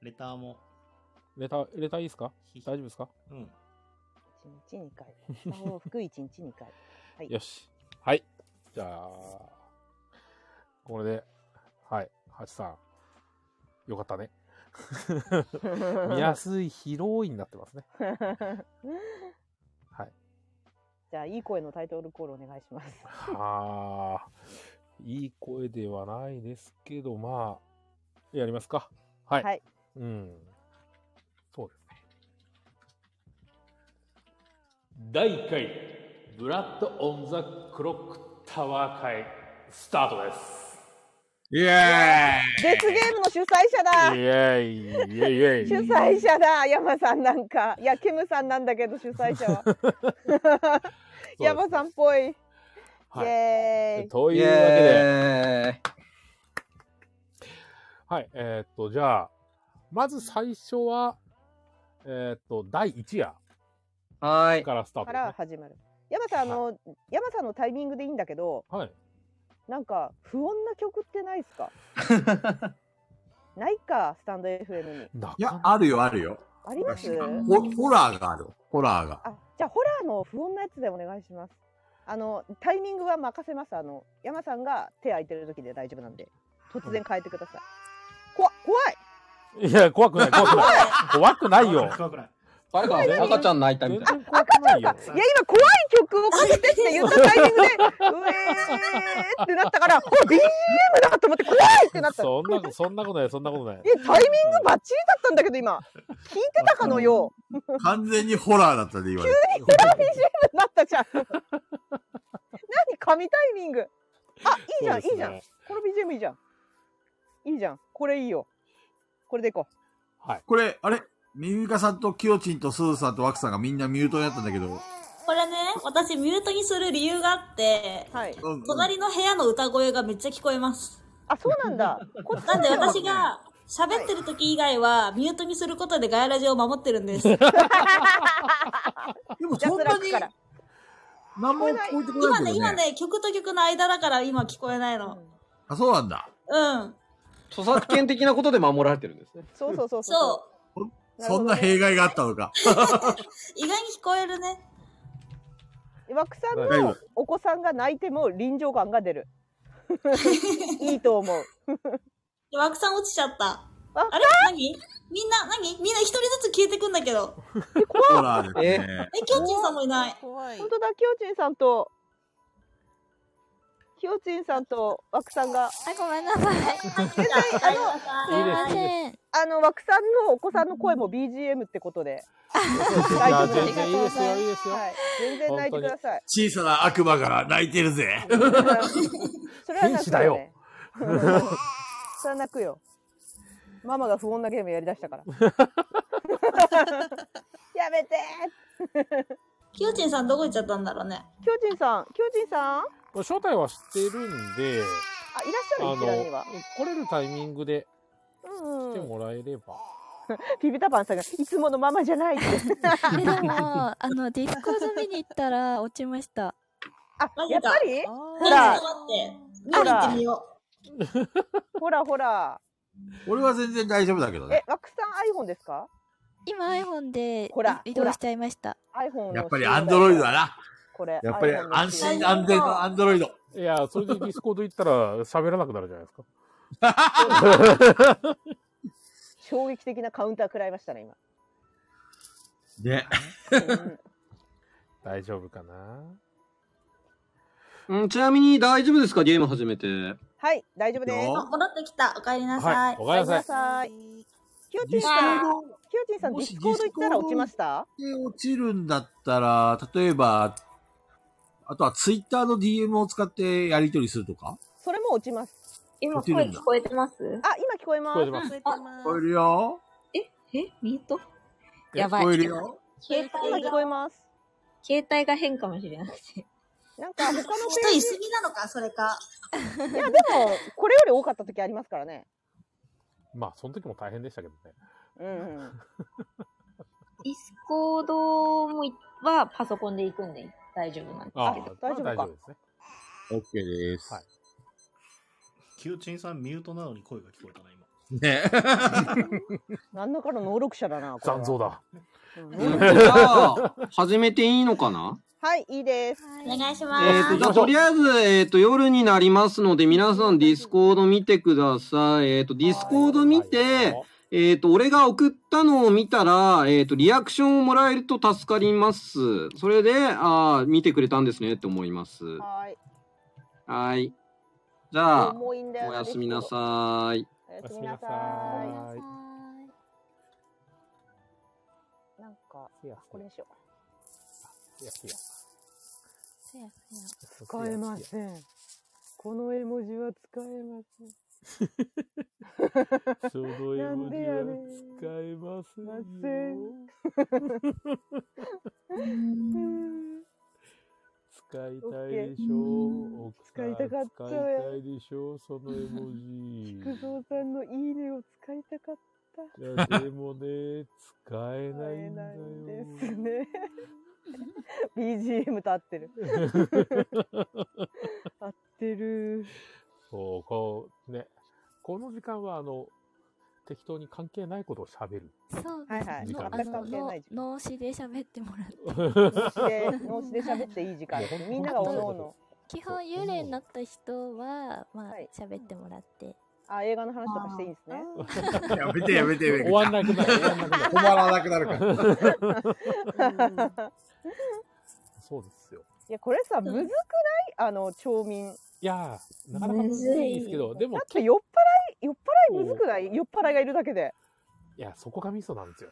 C: レターも、
A: レター、レターいいですか
C: ひ
A: 大丈夫ですか
C: うん。
D: 一日二回。往 復一日二回。はい
A: よし。はい。じゃあ、これで、はい、ハチさん。よかっ たね。見やすい、広いになってますね。はい。
D: じゃあ、いい声のタイトルコールお願いします。
A: はあ、いい声ではないですけど、まあ、やりますか。はい。
D: はい
A: うん。そうですね。第1回、ブラッド・オン・ザ・クロック・タワー会、スタートです。
B: イエ
D: デスゲームの主催者だ
A: イエイイエイイエイ
D: 主催者だ山さんなんか。いや、ケムさんなんだけど、主催者 は。 山さんっぽい。
A: は
D: イ
A: い、
D: エーイ。
A: と
H: と
A: いうわけで、
H: で。
A: はい、えーっと、じゃあ、まず最初は、えーっと、第1夜。
H: はい。
A: からスター
D: か
A: ト
D: ら始
A: ですね。
D: まる。山さん、あの、山さんのタイミングでいいんだけど、
A: はい。
D: なんか、不穏な曲ってないですか ないか、スタンド FM に。
B: いや、あるよ、あるよ。
D: あります
B: ホホラーがある。ホラーが。
D: あ、じゃあ、ホラーの不穏なやつでお願いします。あの、タイミングは任せます。あの、山さんが手空いてる時で大丈夫なんで、突然変えてください。怖っ怖い
A: いや、怖くない、怖くない。怖くないよ。
C: 怖くない。
H: あれか、赤ちゃん泣いたみたいな。
D: 赤ちゃんが、いや、今怖い曲をかけてって言ったタイミングで、うえーってなったから、お、BGM だと思って怖いってなった。
A: そんな、そんなことない、そんなことない。
D: え、タイミングバッチリだったんだけど、今。聞いてたかのよう。
B: 完全にホラーだったで、今
D: 急
B: ね。
D: にホラー BGM になったじゃん。何神タイミング。あ、いいじゃん、い
A: そうですね
D: いじゃん。この BGM いいじゃん。いいじゃん。これいいよ。これでいこう。
B: これ、あれミミカさんとキヨチンとスーさんとワクさんがみんなミュートになったんだけど、
M: これね、私ミュートにする理由があって、隣の部屋の歌声がめっちゃ聞こえます。
D: あ、そうなんだ。
M: なんで私が喋ってる時以外はミュートにすることでガヤラジを守ってるん です。で
B: もそんなに何も聞こえてこな
M: 今ね、
B: いけど
M: 今
B: ね。
M: ね、曲と曲の間だから今聞こえないの。
B: あ、そうなんだ。
M: うん。
H: 著作権的なことで守られてるんですね。
D: そうそうそう
M: そ
B: そんな弊害があったのか。
M: う。意外に聞こえるね。
D: 岩木さん
B: 大丈
D: の
B: 夫
D: お子さんが泣いても臨場感が出る。 いいと思う。
M: で枠さん落ちちゃった。あれ何みんな、何みんな一人ずつ消えてくんだけど。
B: ホラーですね。
M: え、きょうちんさんもいない。
D: 本当だ、きよちんさんと、きよちんさんとわくさんが。あ、
I: ごめんなさい。
D: 絶対、あの、
I: いいですいいで
D: あの、わくさんのお子さんの声も BGM ってことで。
A: い
D: 大
A: や
D: 丈夫
A: 全然いいですよ、いいですよ。
D: はい。全然泣いてください。
B: 小さな悪魔が泣いてるぜ。
D: それは泣くよ、 ね。
B: 天使だよ
D: それは泣くよ。ママが不穏なゲームやりだした から。やめて
M: きよちんさんどこ行っちゃったんだろうね。
D: きよちんさん、きよちんさん、あ、
A: 正体は知っているんで、
D: いらっしゃる、こちらには。
A: 来れるタイミングで
D: うん
A: 来
D: う
A: て
D: ん。
A: もらえれば。
D: ピピタパンさんが、いつものママじゃないって。
I: えでも、 あの、ディスコード見に行ったら落ちました。
D: あ、やっぱりほ
I: ら
M: ちょっと
D: ほ
M: 待って。見に行
D: ら
M: ってみよ
D: ほらほら。
B: 俺は全然大丈夫だけどね。
D: え、枠さん iPhone ですか
I: 今 iPhone で
D: ほら
I: 移動しちゃいました。
D: iPhone
B: やっぱりアンドロイドだな。
D: これ
B: やっぱり安心安全のアンドロイド。
A: いや、それでディスコード行ったら喋らなくなるじゃないですか。
D: 衝撃的なカウンター食らいましたね、今。
B: ね。
A: 大丈夫かな
H: うん、ちなみに大丈夫ですかゲーム始めて。
D: はい、大丈夫です
H: いい。よ
M: あ戻ってきた。おかえりなさ。
H: はいいおかえりな
D: さい。きよちんさん、きよちんさん、ディスコード行ったら落ちました
B: で、落ちるんだったら、例えば、あとはツイッターの DM を使ってやり取りするとか
D: それも落ちます。
B: 今声聞
D: こえてますあ、今聞こえます。
B: 聞こえてます
D: あ
B: 聞こえるよ。
L: ええミートやばい。
B: 聞こえるよ。
L: 携
D: 今
L: 帯が
D: 聞こえます。
L: 携帯が変かもしれなくて。
D: なんか他の
L: 人いす
D: ぎなのか、それか。いや、でも、これより多かった時ありますからね。
A: まあ、その時も大変でしたけどね。
D: うんうん。
L: ディスコードもいはパソコンで行くんで大丈夫なんです
A: ああ
L: けど。
A: 大丈夫か大丈夫ですね。
B: OK です。
C: キヨチンさんミュートなのに声が聞こえたな、今。
B: ね。
D: 何らかの能力者だな、これは
H: 残像だ。
D: うん
H: じゃあ、始めていいのかな
D: はい、いいです。
M: お願いしま
H: えっ、と、じゃあ、とりあえず、えっ、と、夜になりますので、皆さんディスコード見てください。えっ、と、ディスコード見て、えっ、と、俺が送ったのを見たら、えっ、と、リアクションをもらえると助かります。それで、ああ、見てくれたんですねって思います。
D: はい。
H: はい。じゃあ、
D: 重いんだよ
H: お
D: な
H: やすみなさーい。
D: おやすみなさい。なんか、これにしよ
A: いや、いや。
I: せやせや
D: う。使えません。この絵文字は使えません。
A: その絵文字は使えませんよ。使いたいでしょう。
D: 使いたかった
A: 使いたいでしょう。その絵文字。
D: 菊蔵さんのいいねを使いたかった。
A: いや、でもね、使えない んだよ。
D: です ね。BGM と合ってる。合ってる。
A: そう、こう、ね。この時間は、あの、適当に関係ないことを喋る。
I: そうですね。
A: 時
I: もう
A: 間
I: あ
A: です
I: のの脳死で喋ってもらって。
D: 脳死で喋っていい時間ですみんながおのおの。
I: 基本幽霊になった人は、まあ、喋ってもらって。
D: あ、映画の話とかしていいんですね。
E: やめてやめてやめて。
A: 終わんなくなる終わんなくなる
E: 困らなくなるから。
A: そうですよ。
D: いや、これさ、むずくないあの、町民。
A: いやー、なかなか難しいんですけど、でも
D: だ、って酔っ払い、酔っ払いむずくない酔っ払いがいるだけで。
A: いや、そこがミソなんですよ。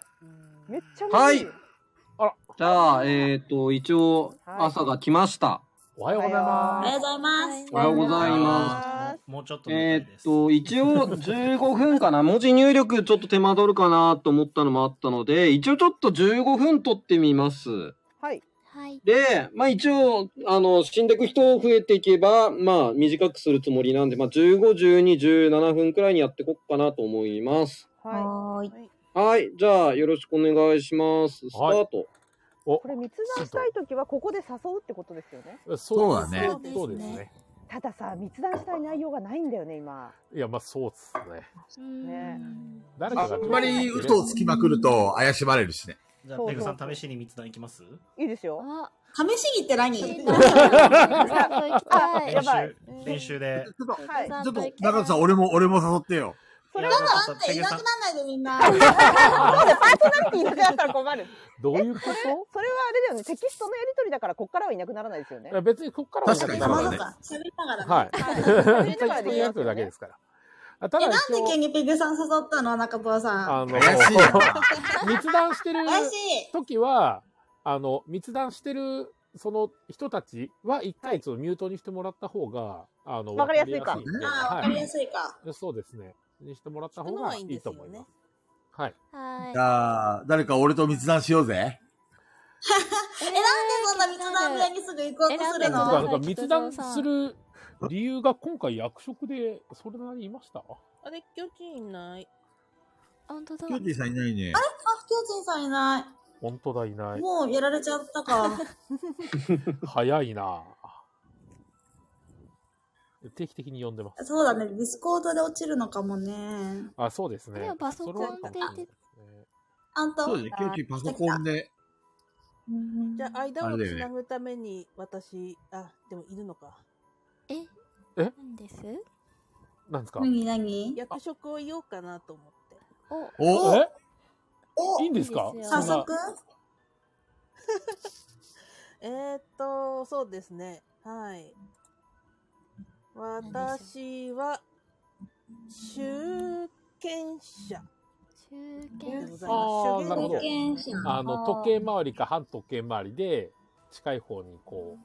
D: めっちゃむず。
H: はいい。じゃあ、えっ、と、一応、朝が来ました。
A: おはよ
D: うござい
M: お
D: ま
M: はようございます。
H: おはようございます。
C: もうちょっと。
H: えーっと、一応15分かな。文字入力ちょっと手間取るかなと思ったのもあったので、一応ちょっと15分取ってみます。
D: はい。
I: はい。
H: で、まあ一応、あの、死んでいく人増えていけば、まあ短くするつもりなんで、まあ15、12、17分くらいにやってこっかなと思います。
D: はい。
H: はい。じゃあ、よろしくお願いします。スタート。
A: こ
D: れ、密談したいときは、ここで誘うってことですよね。
H: そうだねそうですね
A: そうですね。
D: たださ、密談したい内容がないんだよね、今。
A: いや、まあ、そうっすね。
D: ね。
A: 誰
E: あんまり嘘をつきまくると怪しまれるしね。
C: じゃ
D: そうそう
C: あ、ペグさん、試しに密談いきます
D: いいですよ。
M: 試し着って何
C: 練
D: あ、やばい
C: 習。、練習で。
E: ちょっと、
D: はい。
E: ちょっと、中田さん、俺も、俺も誘ってよ。
D: それ
M: はちょっと待っていなくならないでみん な。そう
D: だ、パーソナリティいなくなったら困る。
A: どういうこと
D: それそれはあれだよね、テキストのやり取りだから、こっからはいなくならないですよね
A: いや。別にこっからはいなくなるので。
M: 喋りながらね。
A: はい。
D: 喋りながらでいい
A: やってるだけですから。あた
M: え、
A: だ
M: なんで
A: 一応、
M: 急にペグさん誘ったの中坊さ
A: あ
M: ん。
A: の、 密談してる
M: 怪しい
A: 時は、あの、密談してる、その人たちは一回ちょっとミュートにしてもらった方が、あの、
M: わかりやすいか
A: わんで
M: あーわかりやすいか
A: はそうですね。にしてもらった方がいいと思います。はい。
I: は
E: じゃあ、誰か俺と密談しようぜ。
M: え、なんでそんな密談部屋にすぐ行こうとするの
A: なんか密談する理由が今回役職でそれなりにいました
K: あれ、巨人いない。
I: 本当だ。
A: キョウティさんいないね
M: あれあ、巨人さんいな。
A: 本当だ、いないい。
M: もうやられちゃったか。
A: 早いな定期的に呼んでます。
M: そうだね、ディスコードで落ちるのかもね。
A: あ、そうですね。
M: パソコンであんた
E: そうだね、キョウティパソコンで。
K: じゃあ、間
E: あ
K: を
E: れだよ
K: つ
E: ね
K: なぐために、私、あ、でもいるのか。
I: え
A: え
I: 何です
A: なんですか
M: 何
K: 役職を言おうかなと思って。
A: おえ
M: お
A: いいんですか
K: 早
A: そんな
K: 速 えーっと、そうですね。はい。私は、中堅者。
I: 中
K: 堅でござい
A: あ
K: ま
A: あ、
K: す。
A: なるほど
K: 中堅者。。
A: あの、時計回りか半時計回りで、近い方にこ
M: う、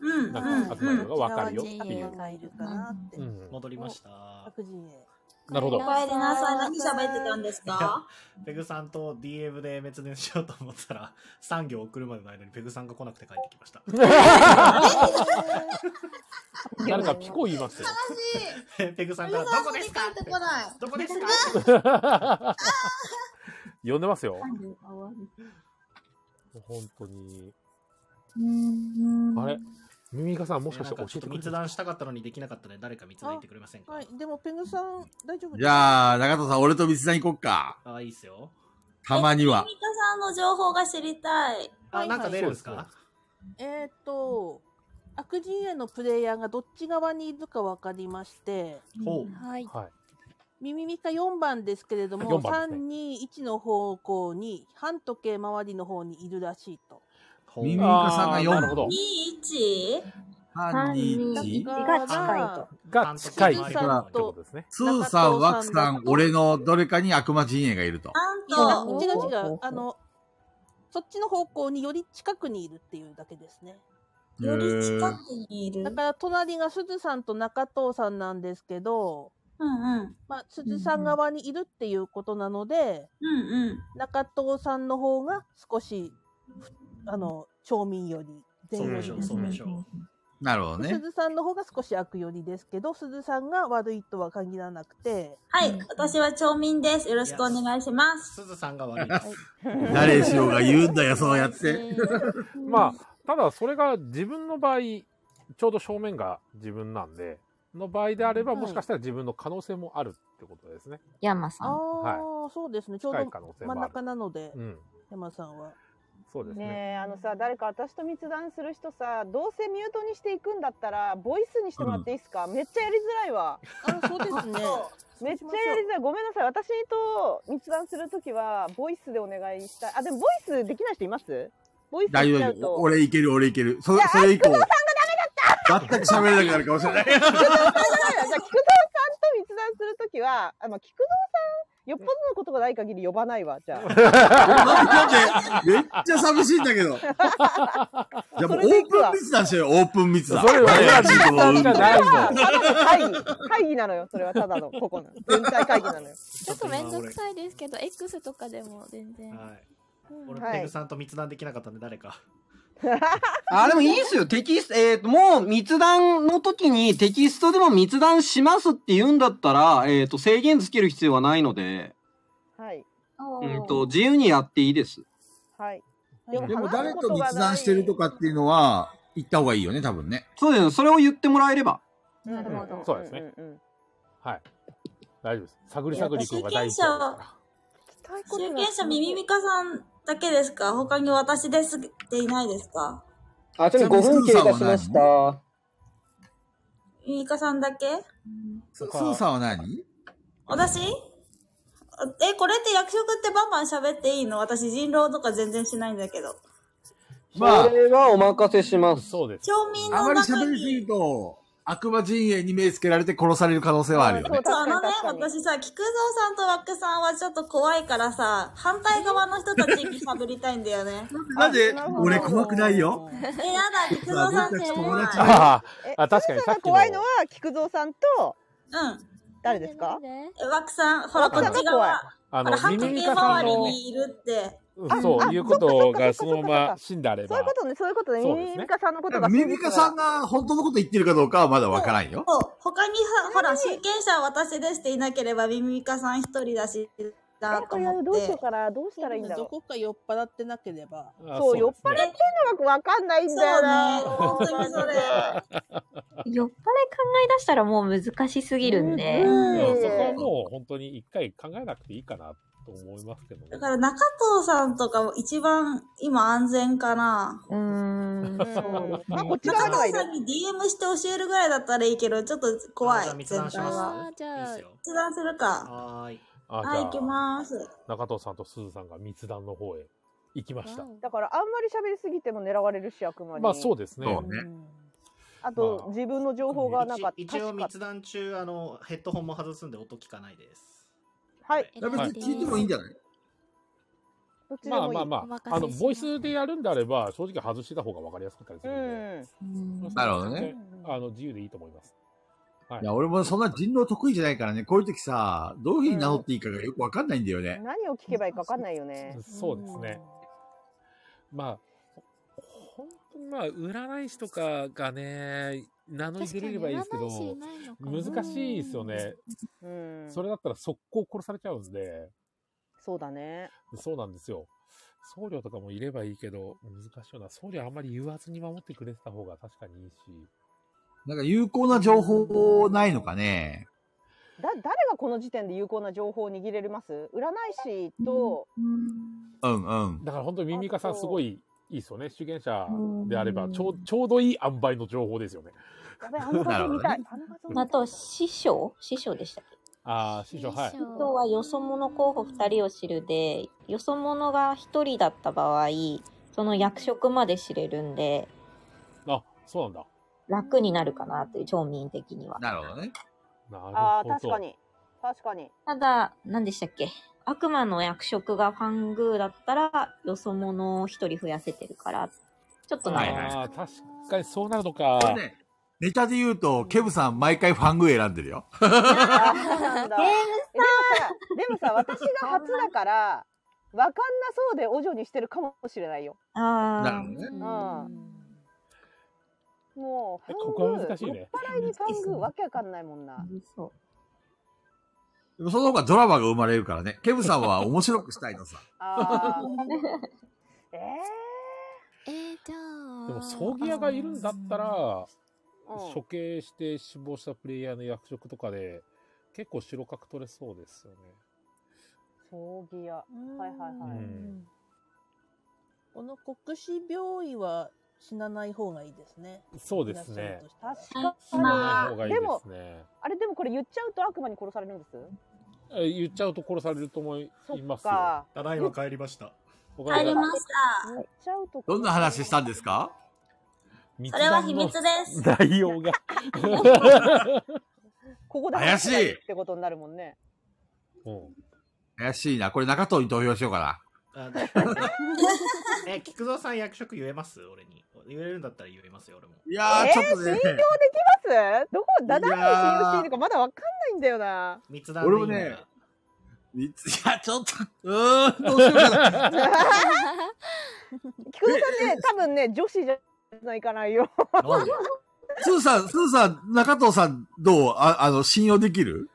M: うん
A: なんか、集まるのがわかるよっ
K: う
A: て
K: ん
A: いう。
K: がいるかなって。
A: うん。
C: 戻りました。
K: 白人へ。
A: なるほど。
M: お帰りなさい。何喋ってたんですか
C: ペグさんと DM で滅電しようと思ったら、産業送るまでの間にペグさんが来なくて帰ってきま した。
A: 誰かピコ言いますよ。
C: ペグさん
M: ペ
C: から、
M: グ
C: ど
M: さん
C: こですか
M: 帰ってこない。
C: どこですか
A: 呼んでますよ。
M: う
A: 本当に。
M: ん
A: あれミミカさんもしかして
C: なん
A: 教えて
C: ちょっと
A: くれて
C: 密
A: る
C: 談したかったのにできなかったので、誰か密談行ってくれませんか
K: はい、でもペグさん、大丈夫
E: じゃあ、中田さん、俺と密談行こっか。
C: ああ、いいっすよ。
E: たまには
M: ミ。カさんの情報が知りたい。
C: あ、なんか出るんですか
K: えーっと、悪人へのプレイヤーがどっち側にいるか分かりまして、
C: ほ
K: うはい
A: はい。
K: ミミミカ4番ですけれども、
A: 4番です
K: 3、2、1の方向に、半時計回りの方にいるらしいと。
A: ミミカさんが読むほど。
M: 2、
E: 犯人一
K: が近
A: が近い。
K: スー
E: だ
K: さ
E: か
K: ん
E: ら
K: と、
E: スーさん、ワクさん、俺のどれかに悪魔陣営がいると。
K: なんと違う違う、あの、そっちの方向により近くにいるっていうだけですね。
E: より近く
M: にいる。
K: だから隣がすずさんと中藤さんなんですけど、
M: うんうん。
K: まあ、すずさん側にいるっていうことなので、
M: うんうん。
K: 中藤さんの方が少し、ふあの、町民より
C: そうでしょう、そうでしょう。
H: なるほどね。
K: 鈴さんの方が少し悪寄りですけど、鈴さんが悪いとは限らなくて。
J: はい、私は町民です。よろしくお願いします。
C: 鈴さんが悪
J: いです。
B: 誰しようが言うんだよ、そうやって。
A: まあ、ただそれが自分の場合、ちょうど正面が自分なんで、の場合であれば、
K: はい
A: もしかしたら自分の可能性もあるってことですね。
M: 山さ
K: あ
M: ん。
K: あ、
A: は
K: そうですね。ちょうど
A: 近い可能性もあ
K: 真
A: る
K: ん中なので、
A: うん。
K: 山さんは。
A: そうですね。
D: ねえあのさ誰か私と密談する人さどうせミュートにしていくんだったらボイスにしてもらっていいですか、めっちゃやりづらいわ
K: あそうですね
D: めっちゃやりづらいごめんなさい私と密談するときはボイスでお願いしたいあでもボイスできない人いますボイス
B: 大
D: しち
B: 丈
D: ゃう
B: 夫。
D: と
B: 俺いける、俺いける。そ
D: いや
B: それ以降
D: あ工藤、
B: 全く喋れなくなるかもしれない。
D: 菊蔵さんじゃあ菊蔵さんと密談するときはあの菊蔵さんよっぽどのことがない限り呼ばないわじゃ
B: なんで
D: あ
B: めっちゃ寂しいんだ けど。じゃあもうオープン密談しようよ、オープン密談。
A: それは
B: 誰が人口を生んだ
A: それは
D: ただの会議会議なのよそれはただのここの全体会議なのよ
I: ちょっと面倒くさいですけど、X とかでも全然。うん
C: 俺、
I: はい
C: ペグさんと密談できなかったんで、誰か。
H: あ、でもいいっすよ。テキスト、えっ、と、もう密談の時にテキストでも密談しますって言うんだったら、えっ、と、制限つける必要はないので、
D: はい
H: うんと、自由にやっていいです。
D: はい
B: で
D: も
B: も誰と密談してるとかっていうのは、言った方がいいよね、多分ね。
H: そうですそれを言ってもらえれば。
D: な るほ
A: そうですね。はい。大丈夫です。探り探り君
J: 経
A: が第
J: 験
A: 一
J: 者
A: 歩
J: は、経験者ミミミカさんだけですか他に私ですっていないですか
N: あ、ちなみに5分経過しました。
J: ミミカさんだけ
B: スーさんは何
J: 私え、これって役職ってバンバン喋っていいの私人狼とか全然しないんだけど。
N: まあ、それはお任せします。そう
A: です。
J: 町民
B: あま
J: の
B: り
J: 中
B: 喋りすぎると、悪魔陣営に目つけられて殺される可能性はあるよね。
J: そうあのね、私さ、菊蔵さんとワックさんはちょっと怖いからさ、反対側の人たちに喋りたいんだよね。
B: なんで、俺怖くないよ。
J: え、やだ、菊蔵さんって怖い。
A: ああ、あ確かにさっきの
D: 怖いのは菊蔵さんと
J: うん
D: 誰ですか
J: えワクさん、ほら、こ
D: ワクさん
J: っち
D: が怖い
J: 側。
A: あ
J: ほら、
A: の
J: 半
A: ミミ
J: 時
A: ミ
J: 計
A: カさん
J: 周り
A: の
J: にいるって。
A: うんそういうことがそのまま死んであれ
D: そ
A: ば
D: ういうことねそういうことね
B: そう
D: ミ
B: ですね
D: ミミカさんのことが
B: ミミカさんが本当のこと言ってるかどうかはまだわからんよ。
J: そう他にさ、ほら、出権者は私ですっていなければ、ミミミカさん一人だし、だと思って。
D: どうしようかな、どうしたらいいんだろう
K: どこか酔っ払ってなければ。
D: そう酔っ払ってんのがわかんないんだよな
J: そうね本当にそ れ
M: 酔っ払い考え出したらもう難しすぎるんで。
A: いやそこはもう本当に一回考えなくていいかなと思いますけどね
J: だ。から中藤さんとかも一番今安全かな。
M: うーん。
A: まあ
J: 中
A: こ
J: 藤さんに DM して教えるぐらいだったらいいけど、ちょっと怖い。全体は。
M: じゃあ、
J: 決断するか。
A: はい。
J: はい、行
A: じ
J: き
A: ゃ
J: ます。
A: あ、中藤さんと鈴さんが密談の方へ行きました。
D: だからあんまり喋りすぎても狙われるし悪魔に
A: まあそうですね。
D: あと、自分の情報がなんか
C: 一
D: 確
C: 一応
D: か
C: 密談中、あの、ヘッドホンも外すんで音聞かないです。
D: はい
B: 別に聞いてもいいんじゃない
D: どっちで
A: まあ
D: もいい
A: まあまあ、あの、ボイスでやるんであれば、正直外してた方が分かりやすかったりするんで。
B: なるほどね。
A: あの、自由でいいと思います。
B: いや、俺もそんな人狼得意じゃないからね、こういう時さ、どういうふうに名乗っていいかがよくわかんないんだよね。
D: 何を聞けばいいかわかんないよね
A: そうですね。まあ、ほ本当にまあ、占い師とかがね、名乗り出れればいいですけど、難しいですよね。
D: うん
A: それだったら速攻殺されちゃうんで、
D: そうだね
A: そうなんですよ。僧侶とかもいればいいけど、難しいよな。僧侶あんまり言わずに守ってくれてた方が確かにいいし。
B: なんか有効な情報ないのかね。
D: だ誰がこの時点で有効な情報を握れます占い師と、
B: うんうん。
A: だから本当にミミカさんすごいいいですよね。主言者であれば、ちょうちょうどいい塩梅の情報ですよね。
D: やべえあ
A: の画像見たい
J: あ
M: と、師匠師匠でしたっけ
A: ああ、師匠、はい
M: 師。匠はよそ者候補2人を知るで、よそ者が1人だった場合、その役職まで知れるんで、
A: あ、そうなんだ。
M: 楽になるかなという、町民的には。
B: なるほどね。
A: なるほど。
M: あ
D: ああ確かに確かに
M: ただ、何でしたっけ悪魔の役職がファングーだったら、よそ者を1人増やせてるから、ちょっとなる
A: ああ、確かにそうなるのか。
B: ネタで言うと、ケブさん毎回ファング選んでるよ。
D: そうなんだ。でもさ、でもさ、私が初だから、わかんなそうでお嬢にしてるかもしれないよ。
M: あ
B: なるほどね。
D: うん。もう、
A: ここは難しいね
D: 酔っ払いに勘ぐるわけわかんないもんな。
B: でもその方がドラマが生まれるからね。ケムさんは面白くしたいのさ。
D: あ あ。え
I: えー、じゃあ。
A: でも葬儀屋がいるんだったら、処刑して死亡したプレイヤーの役職とかで、結構白角取れそうですよね。
D: 葬儀屋。はいはいはい。
A: うん
K: この国士病院は死なない方がいいですね。
A: そうですね。
D: 確
A: 死な
D: か
A: ない方がい
D: に。
A: いで
D: でも
A: す、ね。
D: あれでもこれ言っちゃうと悪魔に殺されるんです
A: え言っちゃうと殺されると思いますよ。
D: か。
A: ただいま帰りました。
M: 帰りました
D: 言っちゃうと。
B: どんな話したんですか
M: それは秘密 です
A: 内容が。
D: ここで
B: 怪しい
D: ってことになるもんね。
B: 怪しいな。これ中藤に投票しようかな。
C: あ え、菊蔵さん役職言えます俺に。言えるんだったら言えますよ、俺も。
B: いやー、ちょっと
D: 信。用
B: ね
D: できますどこ、だ誰に信用していいのかまだわかんないんだよな。
C: 密
B: 談でいいんだ俺もねいついや、ちょっと、うーん、どうしようか な。
D: 菊蔵さんね、多分ね、女子じゃないかないよ。
B: スーさん、スーさん、中藤さん、どうあ、あの、信用できる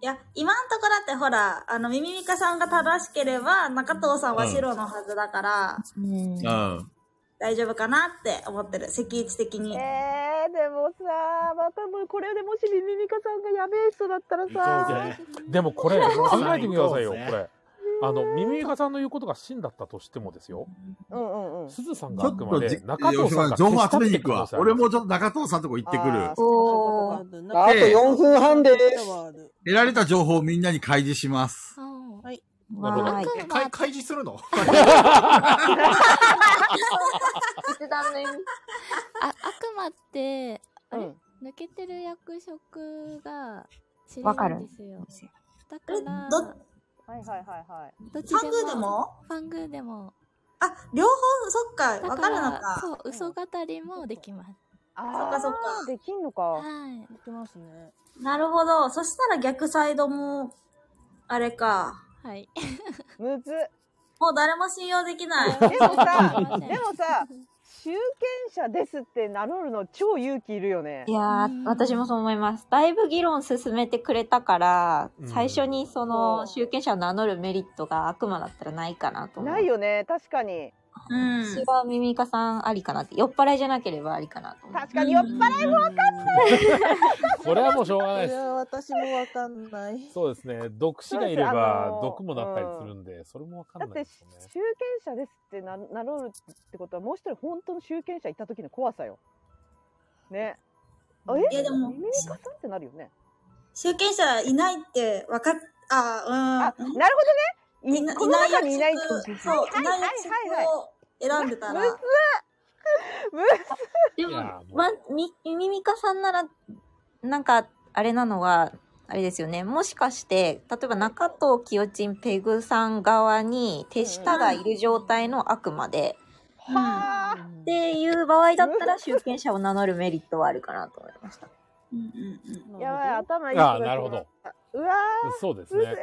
M: いや、今のところだってほら、あの、ミミミカさんが正しければ、中藤さんは白のはずだから、
B: うん。うん。
M: 大丈夫かなって思ってる、赤位置的に。
D: えー、でも さ、またもうこれでもしミミミカさんがやべえ人だったらさ、
A: で もこれ、
D: 行こう
A: 考
D: ぜ
A: えてみてくださいよ、こ
C: 行こう
A: れ。あの、耳ミカさんの言うことが真だったとしてもですよ。
D: うんうんうん。
A: すずさん
B: ち
A: が
B: ょ
A: あ
B: っ
A: くま
B: とじ
A: で、中藤さんが
B: 情報集めに行く
A: 消
B: わ
A: し。たっていう可能性ある
B: 俺もちょっと中藤さんとこ行ってくる。
K: おお。あ
B: あと四
K: 分半です。
B: 得られた情報をみんなに開示します。
K: はい。
B: なるほどはい
C: え開開示す るの
I: 一段目。あ、悪魔って、あれ、抜けてる役職が知り
M: わか
I: な
M: る
I: いんですよ。だから、
M: ど
D: はいはいはいはい。
I: どっち
M: ファングーでも
I: ファングーでも。
M: あ、両方、そっか、わ
I: だ
M: からるのか。
I: そう、嘘語りもできます。
D: あ
M: そっかそっ
D: か。できんのか。
I: はい。
K: できます ね。
M: なるほど。そしたら逆サイドも、あれか。
I: はい。
D: むず。
M: もう誰も信用できない。
D: でも さ、でもさ、集権者ですって名乗るの超勇気いるよね。
M: い
D: や
M: や
D: うん
M: ー、
D: 私も
M: そう思います。だいぶ議論進めてくれたから、
D: 最初
M: にその、集権者を名乗るメリットが悪魔だったらないかなと思う。
D: ないよね、確かに。
M: うん。私はミミカさんありかなって。酔っ払いじゃなければありかなと思う。
D: 確かに酔っ払いもわかんない。
A: これはもうしょうがない
K: い
A: です。
K: や、私もわかんない。
A: そうですね。毒死がいれ
D: あ
A: ば
D: の、
A: 毒もなったりするんで、それもわか
D: だ
A: ん
D: っ
A: ない
D: て
A: です。
D: 集権者ですってな名乗るってことはもう一人本当の集権者いた時の怖さよ。ね。あえ
M: いやでも
D: ミミミカさんってなるよね。
M: 集権者いないって分かっ、あ、うん。
D: なるほどね。
M: いな
D: この中にいないっ
M: い
D: て
M: ない
D: こと
M: 役職そういない役職を選んでたら
D: むずっむ
M: で
A: も、
M: ま、み、ミミカさんなら、なんか、あれなのは、あれですよね。もしかして、例えば中藤清鎮ペグさん側に手下がいる状態の悪魔で、うんっていう場合だったら、集権者を名乗るメリットはあるかなと思いました。
D: やばい、頭いい。
A: ああ、なるほど。。
D: うわー。
A: そうですね
D: むず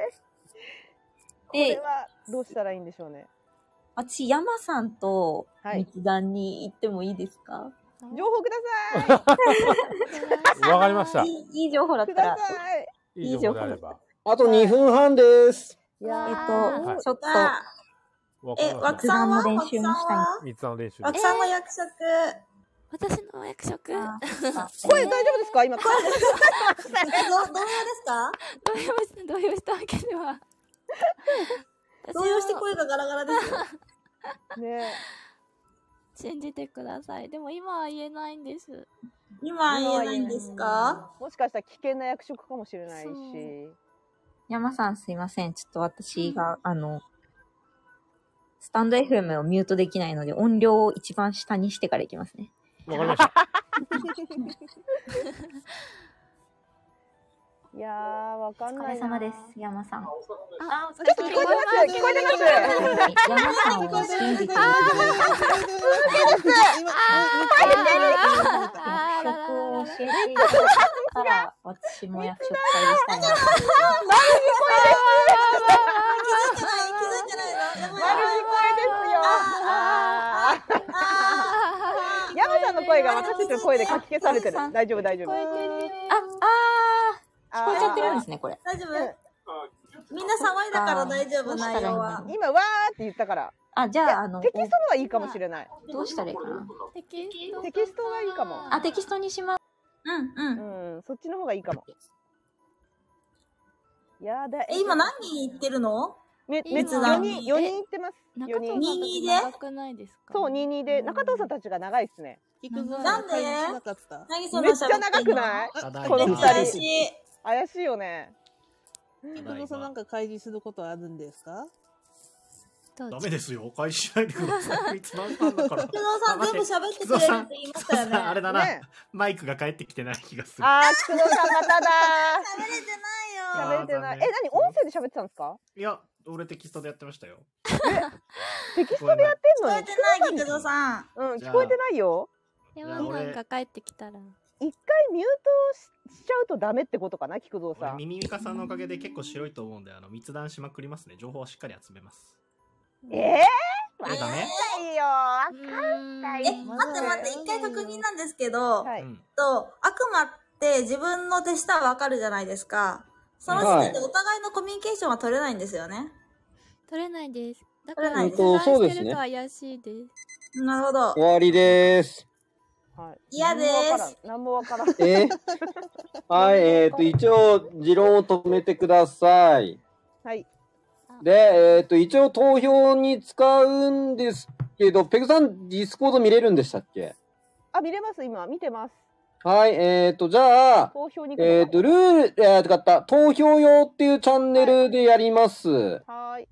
D: いこれはどうしたらいいんでしょうね。
M: あち、山さんと密談に行ってもいいですか、
D: 情報ください。
A: わかりました。
M: いいいい情報だったら。
A: いい情報であれば。
H: あと2分半です。
D: いや
M: えっと、
A: はい
M: ちょっと、
A: わかり
M: え、
A: ました
M: 枠さんは
A: 三
M: 枠さんは
A: つの練習
M: 枠さんの役職。
I: 私の役職。
D: 声大丈夫ですか今。声
M: え、ど、同様ですか
I: 動揺し、動揺したわけでは。
M: 動揺して声がガラガラですよ。
D: ね
I: 信じてください。でも今は言えないんです。
M: 今は言えないんですか
D: もしかしたら危険な役職かもしれないし。
M: 山さんすいません。ちょっと私が、あの、スタンド FM をミュートできないので、音量を一番下にしてからいきますね。
A: わかりました。
D: いやー、わかんないな。お疲れ様です、
M: 山さん。
I: あ、
D: ちょっと聞こえてます聞こえてます
M: 山さんを信じていただきたい
D: 曲を教え
M: てい
D: ただ
M: たら、私も役職会で
D: 丸
M: したね。
D: 聞こえですよ。あーあー山さんさんの声が私たちの声でかき消されてる。大丈夫、大丈夫。あ、あー、聞こえちゃってるんですね、これ。
J: 大丈夫みんな騒いだから大丈夫、内容は。
D: 今、わーって言ったから。
M: あ、じゃあ、あの、
D: テキストのはいいかもしれない。
M: どうしたらいいかな。
D: テキストはいいかも。
M: あ、テキストにします。うん、
D: うん。うん、そっちの方がいいかも。やだ、
J: え、今何人行ってるの
D: め、め、
J: 別
D: 4
J: 段
D: 人、四人行ってます。4人。
J: 22で
D: くないですかそう、22で。中藤さんたちが長いっすね。
J: なんで何そん
D: め
J: な
D: っ
J: 喋ってんの
D: ちゃ長くない
J: あ
D: この二人。
J: 怪しい
D: 怪しいよね。
K: ピンクのさんなんか開示することはあるんですか
C: ダメですよ。開始しないでくだ さい。つまんだんだから。
K: 菊蔵さん
C: あ待
K: 全部喋って
C: 菊
K: くれる
C: 蔵さん
K: って言いましたよ
C: 菊
K: ね
C: 蔵さんあれだな、
D: ね
C: マイクが返ってきてない気がする。
D: あー、菊野さんまただー。
C: あー
D: 喋れてないよ。喋れてない。
C: 残
D: え
C: 念、
D: 何音声で喋ってたんですか
C: いや、俺テキストでやってましたよ。
D: テキストでやってんの聞こえてない、菊
J: 野さん。
D: うん、聞こえてないよ。
I: ではなんか帰ってきた
D: 一
I: ら。
D: 回ミュートしちゃうとダメってことかな、菊蔵さん。
C: ミミミカさんのおかげで結構白いと思うんで、あの、密談しまくりますね。情報はしっかり集めます。
D: ええ
C: えダメ
D: いいよ。わかんない。
J: え、待って待って、一回確認なんですけど、
D: はい
J: と、悪魔って自分の手下はわかるじゃないですか。その時点でお互いのコミュニケーションは取れないんですよね。
I: 取れないです。だか
J: 取れ
I: ら、
J: ないで
I: 油
J: す
I: 断
H: 本当そうで
I: して
H: す
I: る
H: ね
I: と怪しいです。
J: なるほど。
H: 終わりです。
J: 嫌で
D: わ
J: ー
D: からん
J: す。
D: 何もわ からん。え
H: えはい、えっ、と、一応、持論を止めてください。
D: はい。
H: で、えっ、と、一応投票に使うんですけど、ペグさん、ディスコード見れるんでしたっけ
D: あ、見れます、今。見てます。
H: はい、えっ、と、じゃあ、
D: 投票に来
H: えっ、と、ルール、えー、とかった、投票用っていうチャンネルでやります。
D: はーい。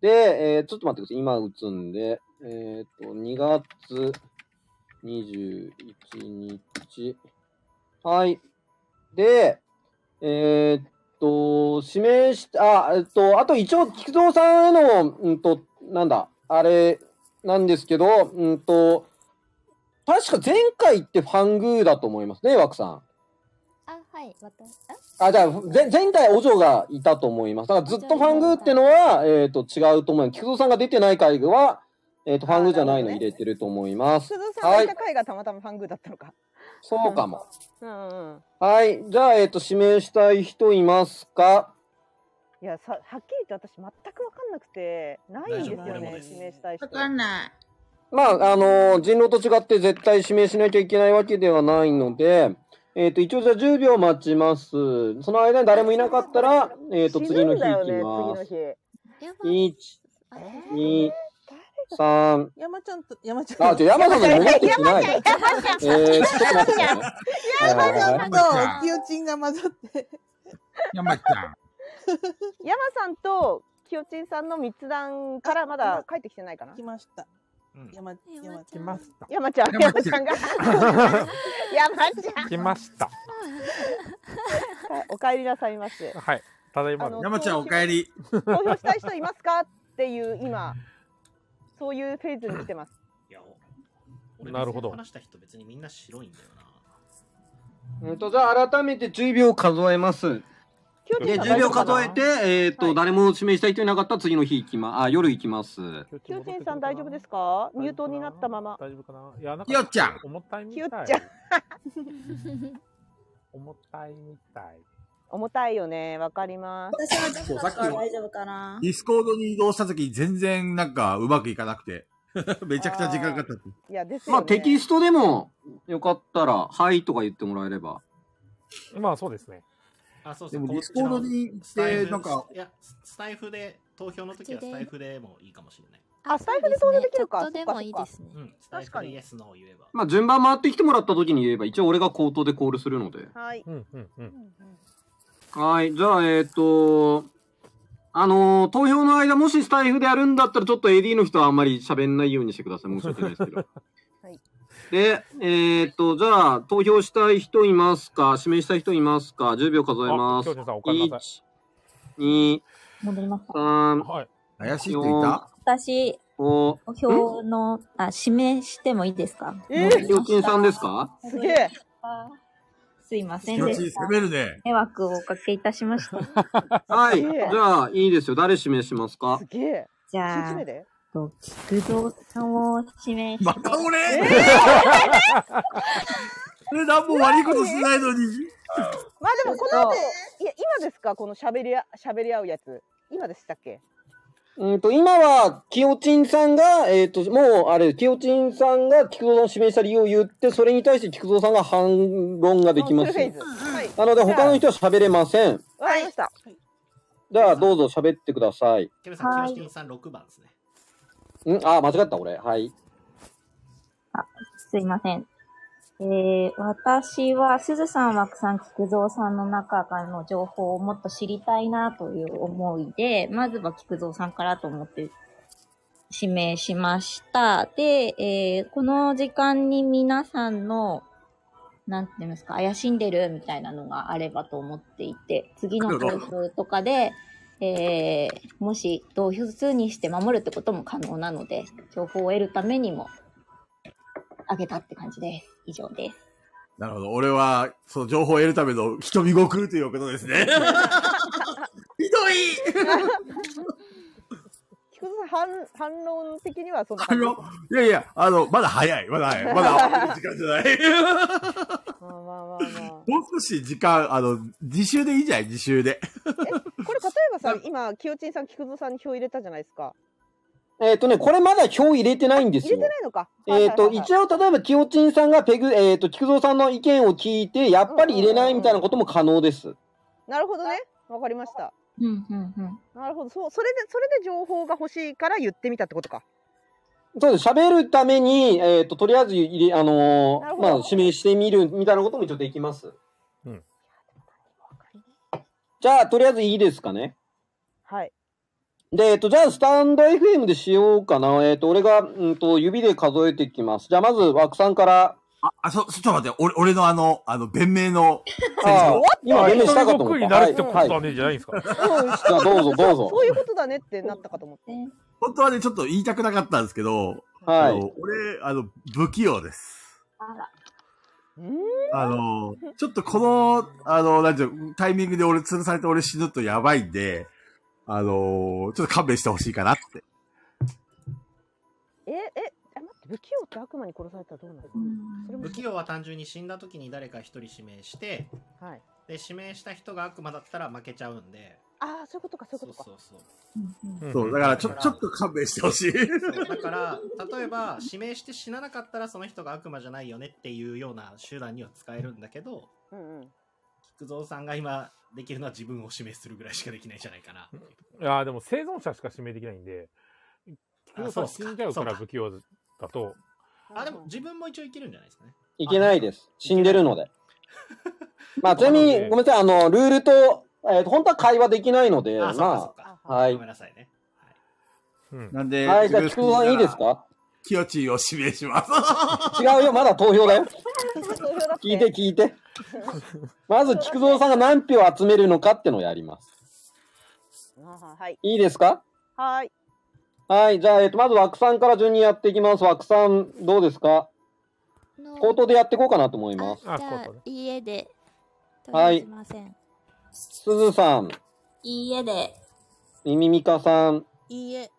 H: で、えーちょっと待ってください。今打つんで、えっ、と、2月21日。はい。で、えーっと、指名し、あ、えっと、あと一応、菊蔵さんへの、うんと、なんだ、あれ、なんですけど、うんと、確か前回ってファングーだと思いますね、枠さん。
L: あ、はい、私、あ
H: あ、じゃあ、前前回、お嬢がいたと思います。だからずっとファングーってのは、えっ、と、違うと思います。菊蔵さんが出てない回は、えっ、と、ファングーじゃないの入れてると思います
D: 鈴。さんが
H: はいい
D: た。回がたまたまファングーだったのか。
H: そうかも。
D: うんうんうん。
H: はい。じゃあ、えっ、と、指名したい人いますか
D: いや、さ、はっきり言って私全くわかんなくて、ないんですよね、指名したい人。わ
J: かんない。
H: まあ、あのー人狼と違って絶対指名しなきゃいけないわけではないので、えっ、と、一応じゃあ10秒待ちます。その間に誰もいなかったら、えっ、と、次の日行きます。1、2、3、
K: 山ちゃんと、山ちゃん。
H: あ、じゃあ山さんのものってしないで。えー、ちょっと待ってくださいね。はいはいはい
K: と、キヨチンが混ざって。
D: 山ちゃん。山さんと、きよちんさんの密談からまだ帰ってきてないかな。来
K: ました。山、山ちゃん。
D: 山ちゃん、
K: 山
D: 山
K: ち
D: ち
K: ゃ
D: ゃ
K: ん
D: んが。山ちゃん。
A: 来ました。
D: お帰りなさいまして。
A: はい。ただいま
D: あの
A: 山ちゃんお
D: 帰
A: り。
D: 投票したい人いますかっていう、今、そういうフェーズに来て ます。
H: なるほど
C: 話した人別にみんな白いんだよな。
H: うんと、じゃあ改めて10秒数えます。で、10秒数えて、えっ、と、誰も指名した人いなかったら次の日行きま、あ、夜行きます。
D: きよちんさん大丈夫ですかミュートになったまま。
A: 大丈夫かな。いや、なん
H: よっちゃん
A: 重たいみ
D: きよ
A: たい
D: ち。ゃん。
A: 重 たいみたい。
D: 重たいよね。わかります。
J: 私はジ
B: ャムだから大
J: 丈夫かな
B: ディスコードに移動した時全然なんかうまくいかなくて。 めちゃくちゃ時間かかったって。
D: いや、です
H: まあ、テキストでも、よかったら、はいとか言ってもらえれば。
A: まあ、そうですね。
C: あ、そう
H: で
C: そう。
H: も
C: こ
H: デ
C: う
H: ィスコードに行って
C: スタイフ
H: なんか
C: いや、ススタイフで投票の時は
D: 口
C: ス
D: で
C: タイフでもいいかもしれない。
D: あ、スタイフで投票できるか。
I: そうですねチャットでもいいですね
C: うん、スタイフでイエス、ノー言えば。
H: まあ、順番回ってきてもらった時に言えば、一応俺が口頭でコールするので。
D: はい。
A: うんうんうん。
H: はい、じゃあ、えっ、と、あのー投票の間、もしスタイフでやるんだったら、ちょっと AD の人はあんまり喋んないようにしてください。申し訳ないですけど。で、えっ、と、じゃあ、投票したい人いますか指名したい人いますか ?10 秒数えます。
A: あ教授さんお帰りな
H: 1、2、
M: 戻りました。
H: 3、
B: 怪
H: し
M: 私、
H: お
M: お票の、あ、指名してもいいですか
H: えーひよちんさんですか
M: す
D: げえ
M: すいませ
H: ひ
M: ん
H: よ
M: で
H: ちん
M: し
H: 攻
M: た。
H: めるね
M: 迷惑をおかけいたしました。
H: はい。
M: す
H: じ
M: げえ
H: ゃあ、いいですよ。誰指名しますか
D: すげえ。
M: じゃ
D: 一
M: あ
D: 日目で
L: と、菊蔵さんを指名して。また
E: 俺 俺何も悪いことしないのに。
D: まあでもこの後、いや今ですかこの喋りあ喋り合うやつ。今でしたっけ？
H: うんと、今は、キヨチンさんが、えっ、と、もう、あれ、キヨチンさんが菊蔵さんを指名した理由を言って、それに対して菊蔵さんが反論ができます。
D: フルフェイズ。はい。
H: なので、他の人は喋れません。
D: わかりました。
H: じゃあ、どうぞ喋ってください。
C: ケムさん、キヨシンさん6番ですね。
H: んあ、間違った、俺。はい。
M: すいません。えー、私は、鈴さん、枠さん、菊蔵さんの中からの情報をもっと知りたいなという思いで、まずは菊蔵さんからと思って指名しました。で、えー、この時間に皆さんの、なんていうんですか、怪しんでるみたいなのがあればと思っていて、次の放送とかで、えー、もし同票数にして守るってことも可能なので、情報を得るためにも、あげたって感じです。以上です。
E: なるほど。俺は、その情報を得るための人見ごくるということです ね。ひどい
D: 菊蔵さん反反論的にはそんな
E: あ
D: 感じ。
E: の、いやいや、あの、まだ早い、まだ早い。まだ、時間じゃない。 もう少し時間、あの、自習でいいじゃん、自習で。
D: これ例えばさ今清鎮さん菊蔵さんに票入れたじゃないですか。
H: えっ、とね、これまだ票入れてないんです
D: 入
H: よ
D: れて。ないのか。
H: えっ、と、一
D: 応
H: 応、例えば、キヨチンさんがペグ、えっ、と、菊蔵さんの意見を聞いて、やっぱり入れないみたいなことも可能です。
D: なるほどね。わかりました。
M: うんうんうん。
D: なるほど。そうそれでそれで情報が欲しいから言ってみたってことか。
H: そうです。喋るために、えっ、と、とりあえず入れ、あのーまあ、指名してみるみたいなことも一応できます。
A: うん。
H: じゃあ、とりあえずいいですかね。
D: はい。
H: で、えっと、じゃあ、スタンド FM でしようかな。えっと、俺が、うんと、指で数えていきます。じゃあ、まず、枠さんから。
E: あ、あ、そ、ちょっと待って、俺、俺のあの、あの、弁明の、
H: ああ今、弁明したかと思った。はい
E: ねえじゃないですか。
H: じゃあ、どうぞ、どうぞ。
D: そういうことだねってなったかと思って。
E: 本当はね、ちょっと言いたくなかったんですけど、。
H: はい
E: 俺、あの、不器用です。あの、ちょっとこの、あの、なんていうのタイミングで俺、吊るされて俺死ぬとやばいんで、あの、ちょっと勘弁してほしいかなって。
D: ええあ待って不器用って悪魔に殺されたらどうなる？それも
C: 不器用は単純に死んだ時に誰か一人指名して、
D: はい。
C: で、指名した人が悪魔だったら負けちゃうんで、
D: ああそういうことかそういうことか。
C: そうそう
E: そう、だから、ちょ、ちょっと勘弁してほしい。
C: そうだから、例えば、指名して死ななかったらその人が悪魔じゃないよねっていうような手段には使えるんだけど、
D: うんうん。
C: 菊蔵さんが今できるのは自分を指名するぐらいしかできないんじゃないかな。
A: いやーでも生存者しか指名できないんで、菊蔵さん死んじゃうから不器用だと、
C: あ、でも自分も一応いけるんじゃないですかね。
H: いけないです。死んでるの で。まあ、ちなみに、ごめんなさい、あの、ルールと、えーと、本当は会話できないので、
C: あそうかそう
H: ま
C: か
H: あ、はい
C: ご。めんなさいね。
E: なんで、
H: はい、じゃあ、菊蔵さんいいですか
E: キヨチーを指名します。
H: 違 うよ、まだ投票だよ。聞いて聞いて。まず、菊蔵さんが何票集めるのかってのをやります。
D: あーはい。
H: いいですか
D: はーい。
H: はい、じゃあ、えっと、まず枠さんから順にやっていきます。枠さん、どうですか口頭でやっていこうかなと思います。
I: じゃあ、いいえで。
H: はい
I: 取りません。
H: すずさん、
J: いいえで。
H: みみみかさん、
J: いいえ。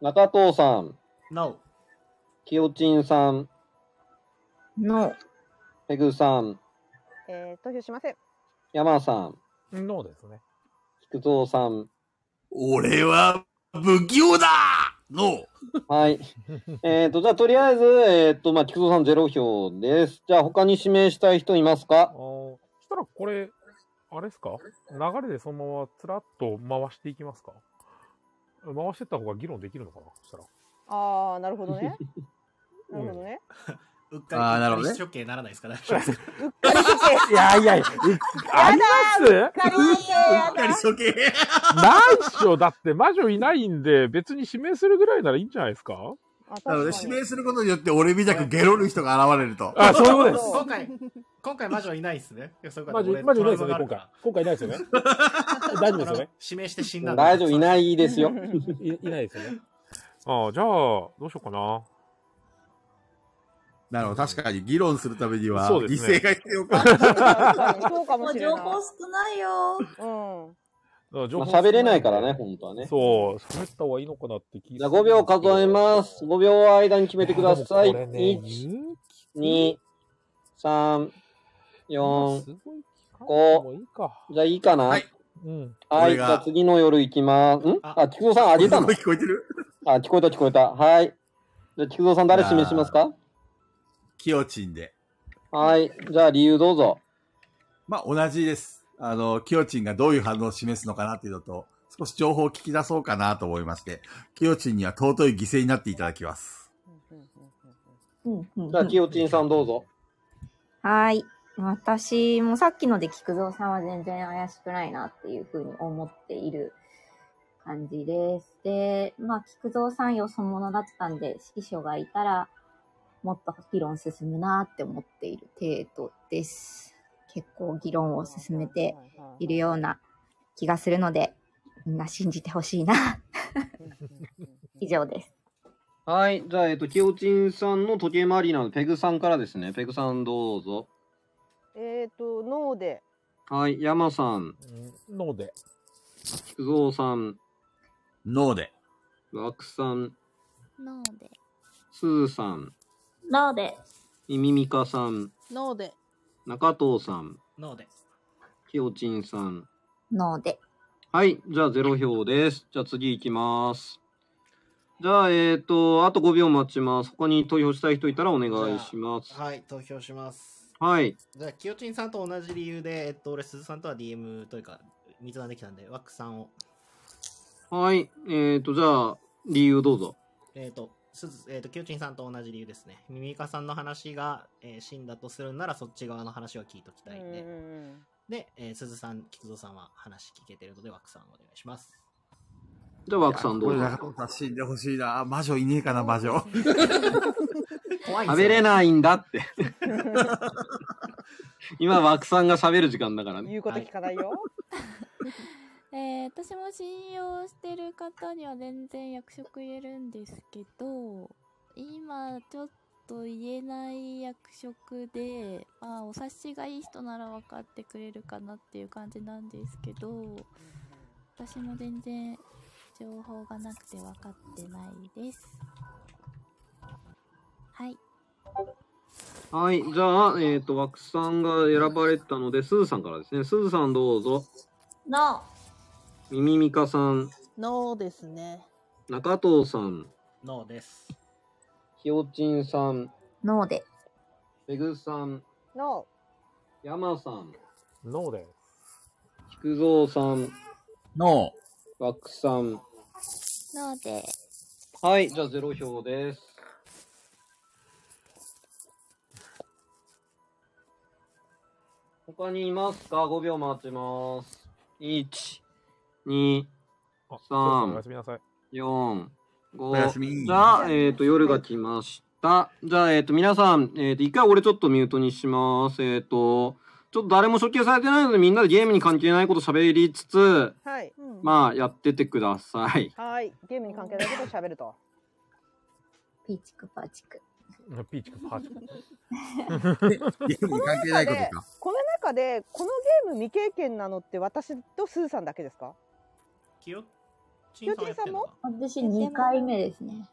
H: 中藤さん、
C: No。
H: きよちんさん、
M: No。
H: ペグさん、
D: えー、投票しません。
H: 山さん、
A: ノーですね。
H: 菊蔵さん。
E: 俺は、不器用だの
H: はい。えっ、と、じゃあ、とりあえず、えっ、と、まあ、菊蔵さんゼロ票です。じゃあ、他に指名したい人いますか
A: そしたらこれ、あれですか流れでそのままつらっと回していきますか回してった方が議論できるのかなそしたら。
D: ああなるほど ね。なるほどね。
C: うっかり、
A: あーなるほどね
C: うっかり処刑ならないですか大丈夫ですか
A: いやいや、うっありますうっ
D: か
E: り処刑
A: ないっしょ。だって魔女いないんで、別に指名するぐらいならいいんじゃないですか
E: なので、指名することによって俺みたくゲロる人が現れると。
A: あそういうことです
C: 今回、今回魔女いないですね。いやそういうこと
A: 魔女
C: 俺
A: 魔女いないですよ
C: ト
A: ね、
C: ラウ
A: 今
C: マが
A: 回。今回いないですよ ね。大丈夫ですよね。
C: 指名して死んだんだ
H: 大丈夫、いないですよ。
A: いいないですよね。ああ、じゃあ、どうしようかな。
E: なるほど、確かに議論するためには、
A: そ
E: 犠
A: うですね
E: 牲が必要
A: 確
E: か。
D: そうかもしれない。
J: もう情報少ないよ。
D: うん。
A: だから情
H: ま
A: 報
H: あ喋れないからね、本当はね。
A: そう、喋った方がいいのかなって気
H: じゃあ5秒数えます。5秒間に決めてください。
A: いやでもこれね
H: 1、2、3、4、
A: もうい
H: 5
A: い。か。
H: じゃあいいかなはい。
A: うん。
H: はい、
A: 俺
H: じ
A: が
H: ゃあ次の夜行きます。んあ、菊蔵さんあげたの聞こえてるあ、聞こえた聞こえた。はい。じゃあ菊蔵さん誰指名しますか
E: きよちんで。
H: はい。じゃあ理由どうぞ。
E: まあ、同じです。あの、きよちんがどういう反応を示すのかなっていうのと、少し情報を聞き出そうかなと思いまして、きよちんには尊い犠牲になっていただきます。
H: じゃあ、きよちんさんどうぞ。
M: はーい。私もさっきので菊蔵さんは全然怪しくないなっていうふうに思っている感じです。で、まあ菊蔵さんよそ者だったんで、師匠がいたらもっと議論進むなって思っている程度です。結構議論を進めているような気がするので、みんな信じてほしいな。以上です。
H: はい。じゃあ、えっと、きよちんさんの時計回りなので、ペグさんからですね。ペグさんどうぞ。
D: えっ、と脳で
H: はい。山さん。
A: ので。
H: 菊蔵さん。
E: ノーで。
H: ワクさん。
I: 脳で。
H: すずさん。
M: 脳で。
H: みみみかさん。
K: 脳で。
H: 中藤さん。
C: 脳で。
H: きよちんさん。
M: 脳で。
H: はい。じゃあ、ゼロ票です。じゃあ、次行きます。じゃあ、えっ、と、あと5秒待ちます。他に投票したい人いたらお願いします。
C: はい、投票します。
H: はい。
C: じゃあ、きよちんさんと同じ理由で、えっと、俺、鈴さんとは DM というか、密談できたんで、ワックさんを。
H: はい。えっ、と、じゃあ、理由どうぞ。
C: えっ、と、すず、えっ、と、きよちんさんと同じ理由ですね。ミミカさんの話が、えー、死んだとするなら、そっち側の話は聞いときたいんで。で、えー、鈴さん、菊蔵さんは話聞けてるので、ワックさんお願いします。
H: じゃあ、ワクさんどう
E: こ
H: ぞ
E: れ。中藤さん死んでほしいな。魔女いねえかな、魔女。
C: 怖
H: 食べれ
E: い。
H: ないんだって。今、枠さんが喋る時間だからね。
D: 言うこと聞かない よ。
I: えー私も信用してる方には全然役職言えるんですけど今ちょっと言えない役職で、まあ、お察しがいい人なら分かってくれるかなっていう感じなんですけど私も全然情報がなくて分かってないですはい
H: はい。じゃあ、えっ、と、枠さんが選ばれたので、すずさんからですね。すずさんどうぞ。
J: の、
H: みみみかさん、
K: 脳ですね。
H: 中藤さん、
C: 脳です。
H: ひよちんさん、
M: 脳で。
H: ペグさん、
D: の
H: やまさん、
A: ので。
H: 菊蔵さん、
E: の
H: 枠さん。
I: 脳で
H: はい。じゃあ、ゼロ票です。他にいますか ?5 秒待ちます。1、2、
A: そうそうお
H: 3
A: やす、みなさい。
H: 4、
A: おやす
H: 5。
A: み
H: じゃあ、えっ、と、夜が来ました。じゃあ、えっ、と、皆さん、えっ、と、一回俺ちょっとミュートにします。えっ、と、ちょっと誰も処刑されてないので、みんなでゲームに関係ないこと喋りつつ、
D: はい、
H: まあ、やっててください。
D: はいゲームに関係ないことを喋ると。
M: ピーチクパ ーチク。
A: ピーチクパーチク。
D: この
E: 関係
D: 中
E: ないこと
D: で
E: か。
D: この中でこのゲーム未経験なのって私とスーさんだけですか？
C: きよ
D: きよちんさんも？
M: 私2回目ですね。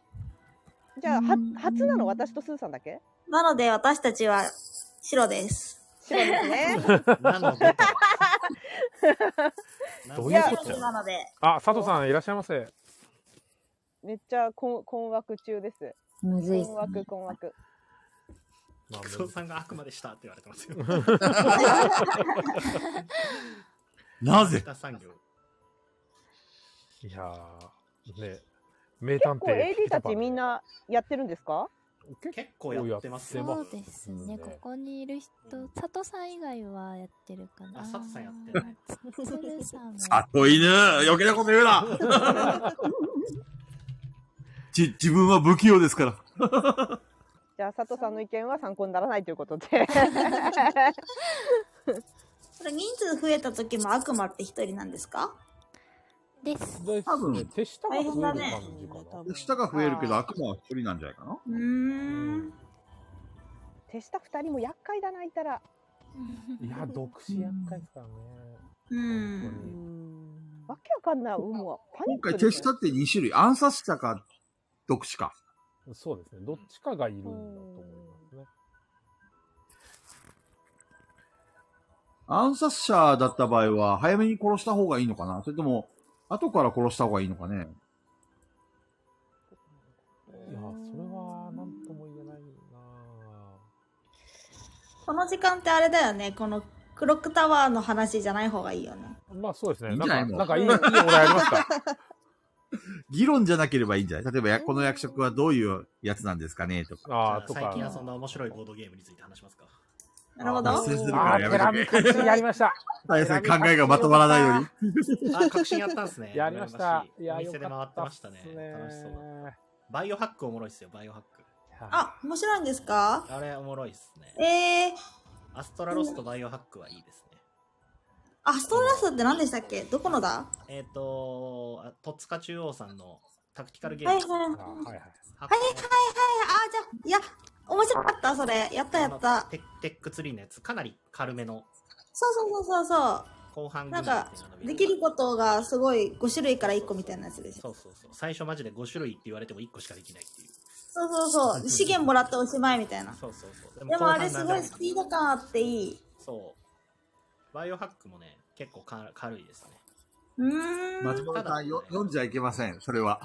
D: じゃあは初なの私とスーさんだ け？
J: なので私たちは白です。
D: 白ですね
A: なのでどういうこっちゃ
J: なので。
A: あ、佐藤さんいらっしゃいませ。
D: めっちゃ困困惑中です。
M: む
C: ずいっすね
D: 困惑困惑。
C: 菊蔵さんが悪魔でしたって言われてますよ。
A: なぜ
C: 北産業
A: いやー、ね、名
D: 結
A: 探
D: 構
A: 偵
D: AD
A: ピ
D: た
A: タ
D: ち
A: パン。
D: みんなやってるんですか？
C: 結構やってます
I: そうですね、ここにいる人、佐藤さん以外はやってるかな。あ、佐藤さんやってない。鶴さんは。
E: 里犬余計なこと言うな じ、自分は不器用ですから。
D: じゃあ佐藤さんの意見は参考にならないということ で。
J: これ人数 増えた時も悪魔って一人なんですか
I: です。
E: 多分、
A: 手下
J: 大変だね。
E: 下が増えるけど、悪魔は一人なんじゃないかな
J: うーん。
D: 手下二人も厄介だないたら。
A: いや、独身厄介ですからね。
J: うん。
D: ワけわかんない。もう、パニッ
B: 今回
D: ク
B: 手
D: ですね
B: 下って2種類。暗殺者か、毒死か。
A: そうですね。どっちかがいるんだと思いますね。
B: 暗殺者だった場合は、早めに殺した方がいいのかなそれとも、後から殺した方がいいのかね
A: いや、それは何とも言えないな
J: この時間ってあれだよね。このクロックタワーの話じゃない方がいいよね。
A: まあそうですね。
B: いいんじゃないもう
A: なんか、なんかいい、いいお題ありますか
B: 議論じゃなければいいんじゃない例えばや、この役職はどういうやつなんですかねとか。
A: あ
B: とか
C: 最近遊んだ面白いボードゲームについて話しますか。
J: なるほ
B: 脱線するからやめとけ。
A: やりました。
B: 大変さん考えがまとまらないように。
C: あ、確信やったんですね。
A: やりました
C: 羨しい
A: いや
C: お店で回ってましたね。楽しそうだった。バイオハックおもろいっすよ、バイオハック。
J: あ、面白いんですか
C: あれおもろいっすね。
J: えー、
C: アストラロスとバイオハックはいいですね。
J: あストーラスって何でしたっけどこのだ
C: えっ、とあトッツカ中央さんのタクティカルゲー
J: はい
C: ム
J: は
C: で
J: い
C: す。
J: はいはいはい
A: はい
J: あじゃあいや面白かったそれやったやった
C: テテックツリーのやつ、かなり軽めの
J: そうそうそうそうそ
C: 後半
J: う
C: ぐ
J: な
C: ら
J: ん
C: い
J: かできることがすごい5種類から1個みたいなやつでしょ
C: そうそうそう。最初マジで5種類って言われても1個しかできないっていう。
J: そうそうそう資源もらっておしまいみたいな
C: そうそうそう。
J: でもあれすごい
C: 後
J: ス
C: 半
J: ピード感あっていい
C: そう。バイオハックもね、結構か軽いですね。
J: うー
B: 松本さんよ読んじゃいけません、それは。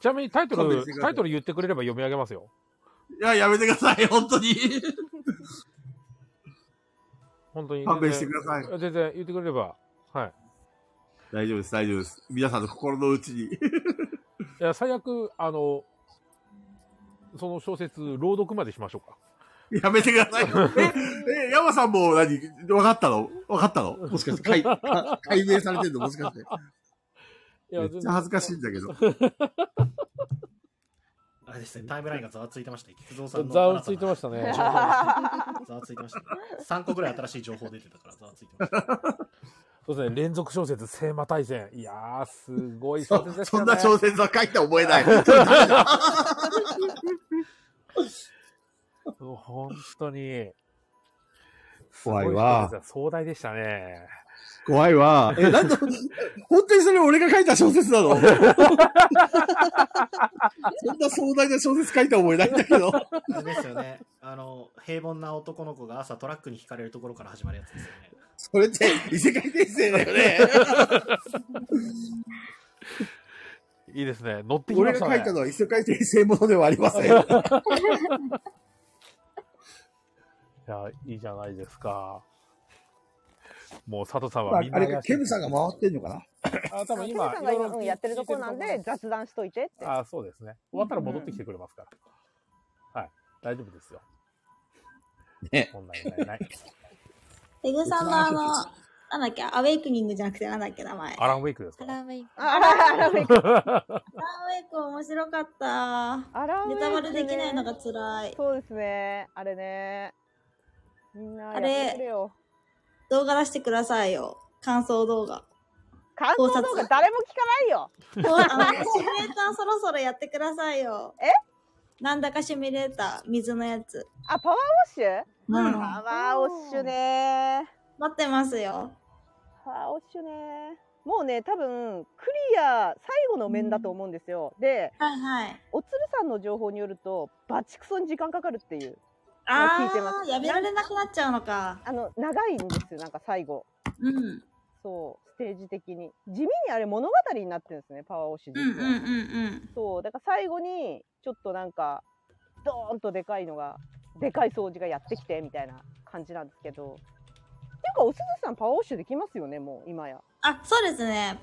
A: ちなみにタ イト
B: 勘弁
A: ル
B: してくだ、さ
A: タイ
B: い
A: トル言ってくれれば読み上げますよ。
B: いや、やめてください、本当に。
A: 本当に。
B: 勘弁してください
A: 全然。全然言ってくれれば。はい。
B: 大丈夫です、大丈夫です。皆さんの心の内に。
A: いや、最悪、あの、その小説、朗読までしましょうか。
B: やめてください。え、え、山さんも何分かったの分かったの もしかして、解、か解明されてんのもしかして。
A: いや
B: めっちゃ恥ずかしいんだけど。
C: あれですね、タイムラインがざわついてました。菊蔵さんの
A: ざわついてましたね
C: 新たな情報ざわついてましたね。3個ぐらい新しい情報出てたから、ざわついてました。
A: そうですね、連続小説、聖魔大戦。いやー、すごい小説でしたね。
B: そんな小説は書いて覚えない。
A: もう本当に。
B: 怖いわ
A: すご小説だ。壮大でしたね。
B: 怖いわ。え、なんで、 本当にそれ俺が書いた小説な のそんな壮大な小説書いた覚えないんだけど。
C: あれですよね、あの、平凡な男の子が朝トラックにひかれるところから始まるやつですよね。
B: それって異世界転生だよね。
A: いいですね。乗ってきま
B: 俺
A: し
B: が
A: た
B: 書
A: ね。
B: いたのは異世界転生ものではありません。 い
A: いや、いいじゃないですか。もう佐藤さん
B: あ
A: はみんな
B: あれか、
A: 怪しい
B: ケムさんが回ってんのかな
A: あ、多分
D: ケ
A: 今
D: ンさん、
A: い
D: が
A: ろい
D: 今
A: ろ
D: うん
A: 聞
D: やってるとこなんで雑談しといてって。
A: あそうですね。終わったら戻ってきてくれますから。はい。大丈夫ですよ。
B: ね。
A: 問題ないない。
J: ペグさんのあのなんだっけアウェイクニングじゃなくてなんだっけ名前
A: アランウェイクです
J: ア
A: か
J: ランウェイク。
D: アランアランウェイク
J: アランウェイク面白かった。
D: ウェイクね
J: ネタバレできないのが辛い。
D: そうですね。あれね。みんなや
J: あ
D: ってくれ
J: れ
D: よ。、
J: 動画出してくださいよ。感想動画。
D: 感想動画誰も聞かないよ。
J: こうあ のシミュレーターそろそろやってくださいよ。
D: え
J: なんだかシミュレーター、水のやつ。
D: あ、パワーウォッシュ
J: うん
D: パワーウォッシュね
J: 待ってますよ。
D: パワーウォッシュねもうね、多分、クリア最後の面だと思うんですよ。で、おつるさんの情報によると、バチクソに時間かかるっていう。
J: あー
D: 聞いてます。
J: やめられなくなっちゃうのか。
D: あの、長いんですよ、なんか最後。
J: うん。
D: そう、ステージ的に。地味にあれ物語になってるんですね、パワーウォッシュ
J: う
D: 実
J: ん
D: は。
J: うんうんうん。
D: そう、だから最後に、ちょっとなんか、ドーンとでかいのが、でかい掃除がやってきて、みたいな感じなんですけど。っていうか、おすずさんパワーウォッシュできますよね、もう、今や。
J: あ、そうですね。PS4。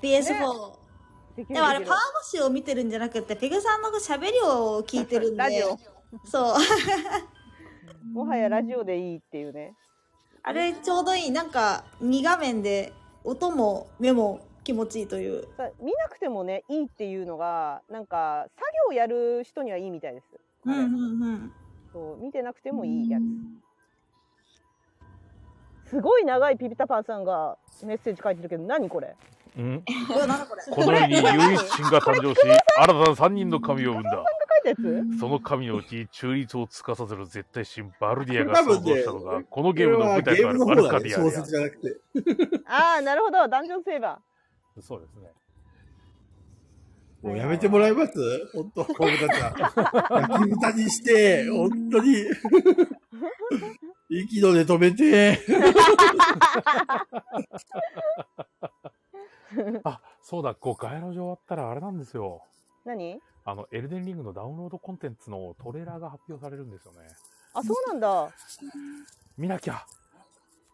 D: できる
J: でもあれ、
D: でき
J: パ
D: る
J: ワーボッシュを見てるんじゃなくて、ペグさんの喋りを聞いてるんで。
D: ラジオ
J: そう。
D: もはやラジオでいいっていうね。
J: あれ、ちょうどいい。なんか、2画面で、音も目も気持ちいいという。
D: さ見なくてもね、いいっていうのが、なんか、作業やる人にはいいみたいです。
J: うんうんうん。
D: そう、見てなくてもいいやつ。すごい長いピピタパンさんがメッセージ書いてるけど、何これ
A: うん
D: こ
A: この世に唯一神が誕生し、新たな3人の神を生んだ。
D: 書いたやつ
A: その神のうち中立を司る絶対神バルディア
B: こ
A: が
B: れ
A: 想
B: 多分
A: 像
B: ね
A: したのが、このゲームの舞台となる
B: こ
A: ア
B: れ
A: ル
B: は
A: カ
B: ゲ
A: デ
B: ーム
A: ィ
B: の方だ
A: アで
B: ね
A: あ
B: 小説じゃなくて。
D: ああ、なるほど、ダンジョンセーバ
A: そうですね。
B: もうやめてもらいます本当、こういう方。焼き豚にして、本当に。 息ので止めて。
A: あ、そうだ、5回の上終わったらあれなんですよ。
D: 何
A: あの、エルデンリングのダウンロードコンテンツのトレーラーが発表されるんですよね。
D: あ、そうなんだ。
A: 見なき ゃ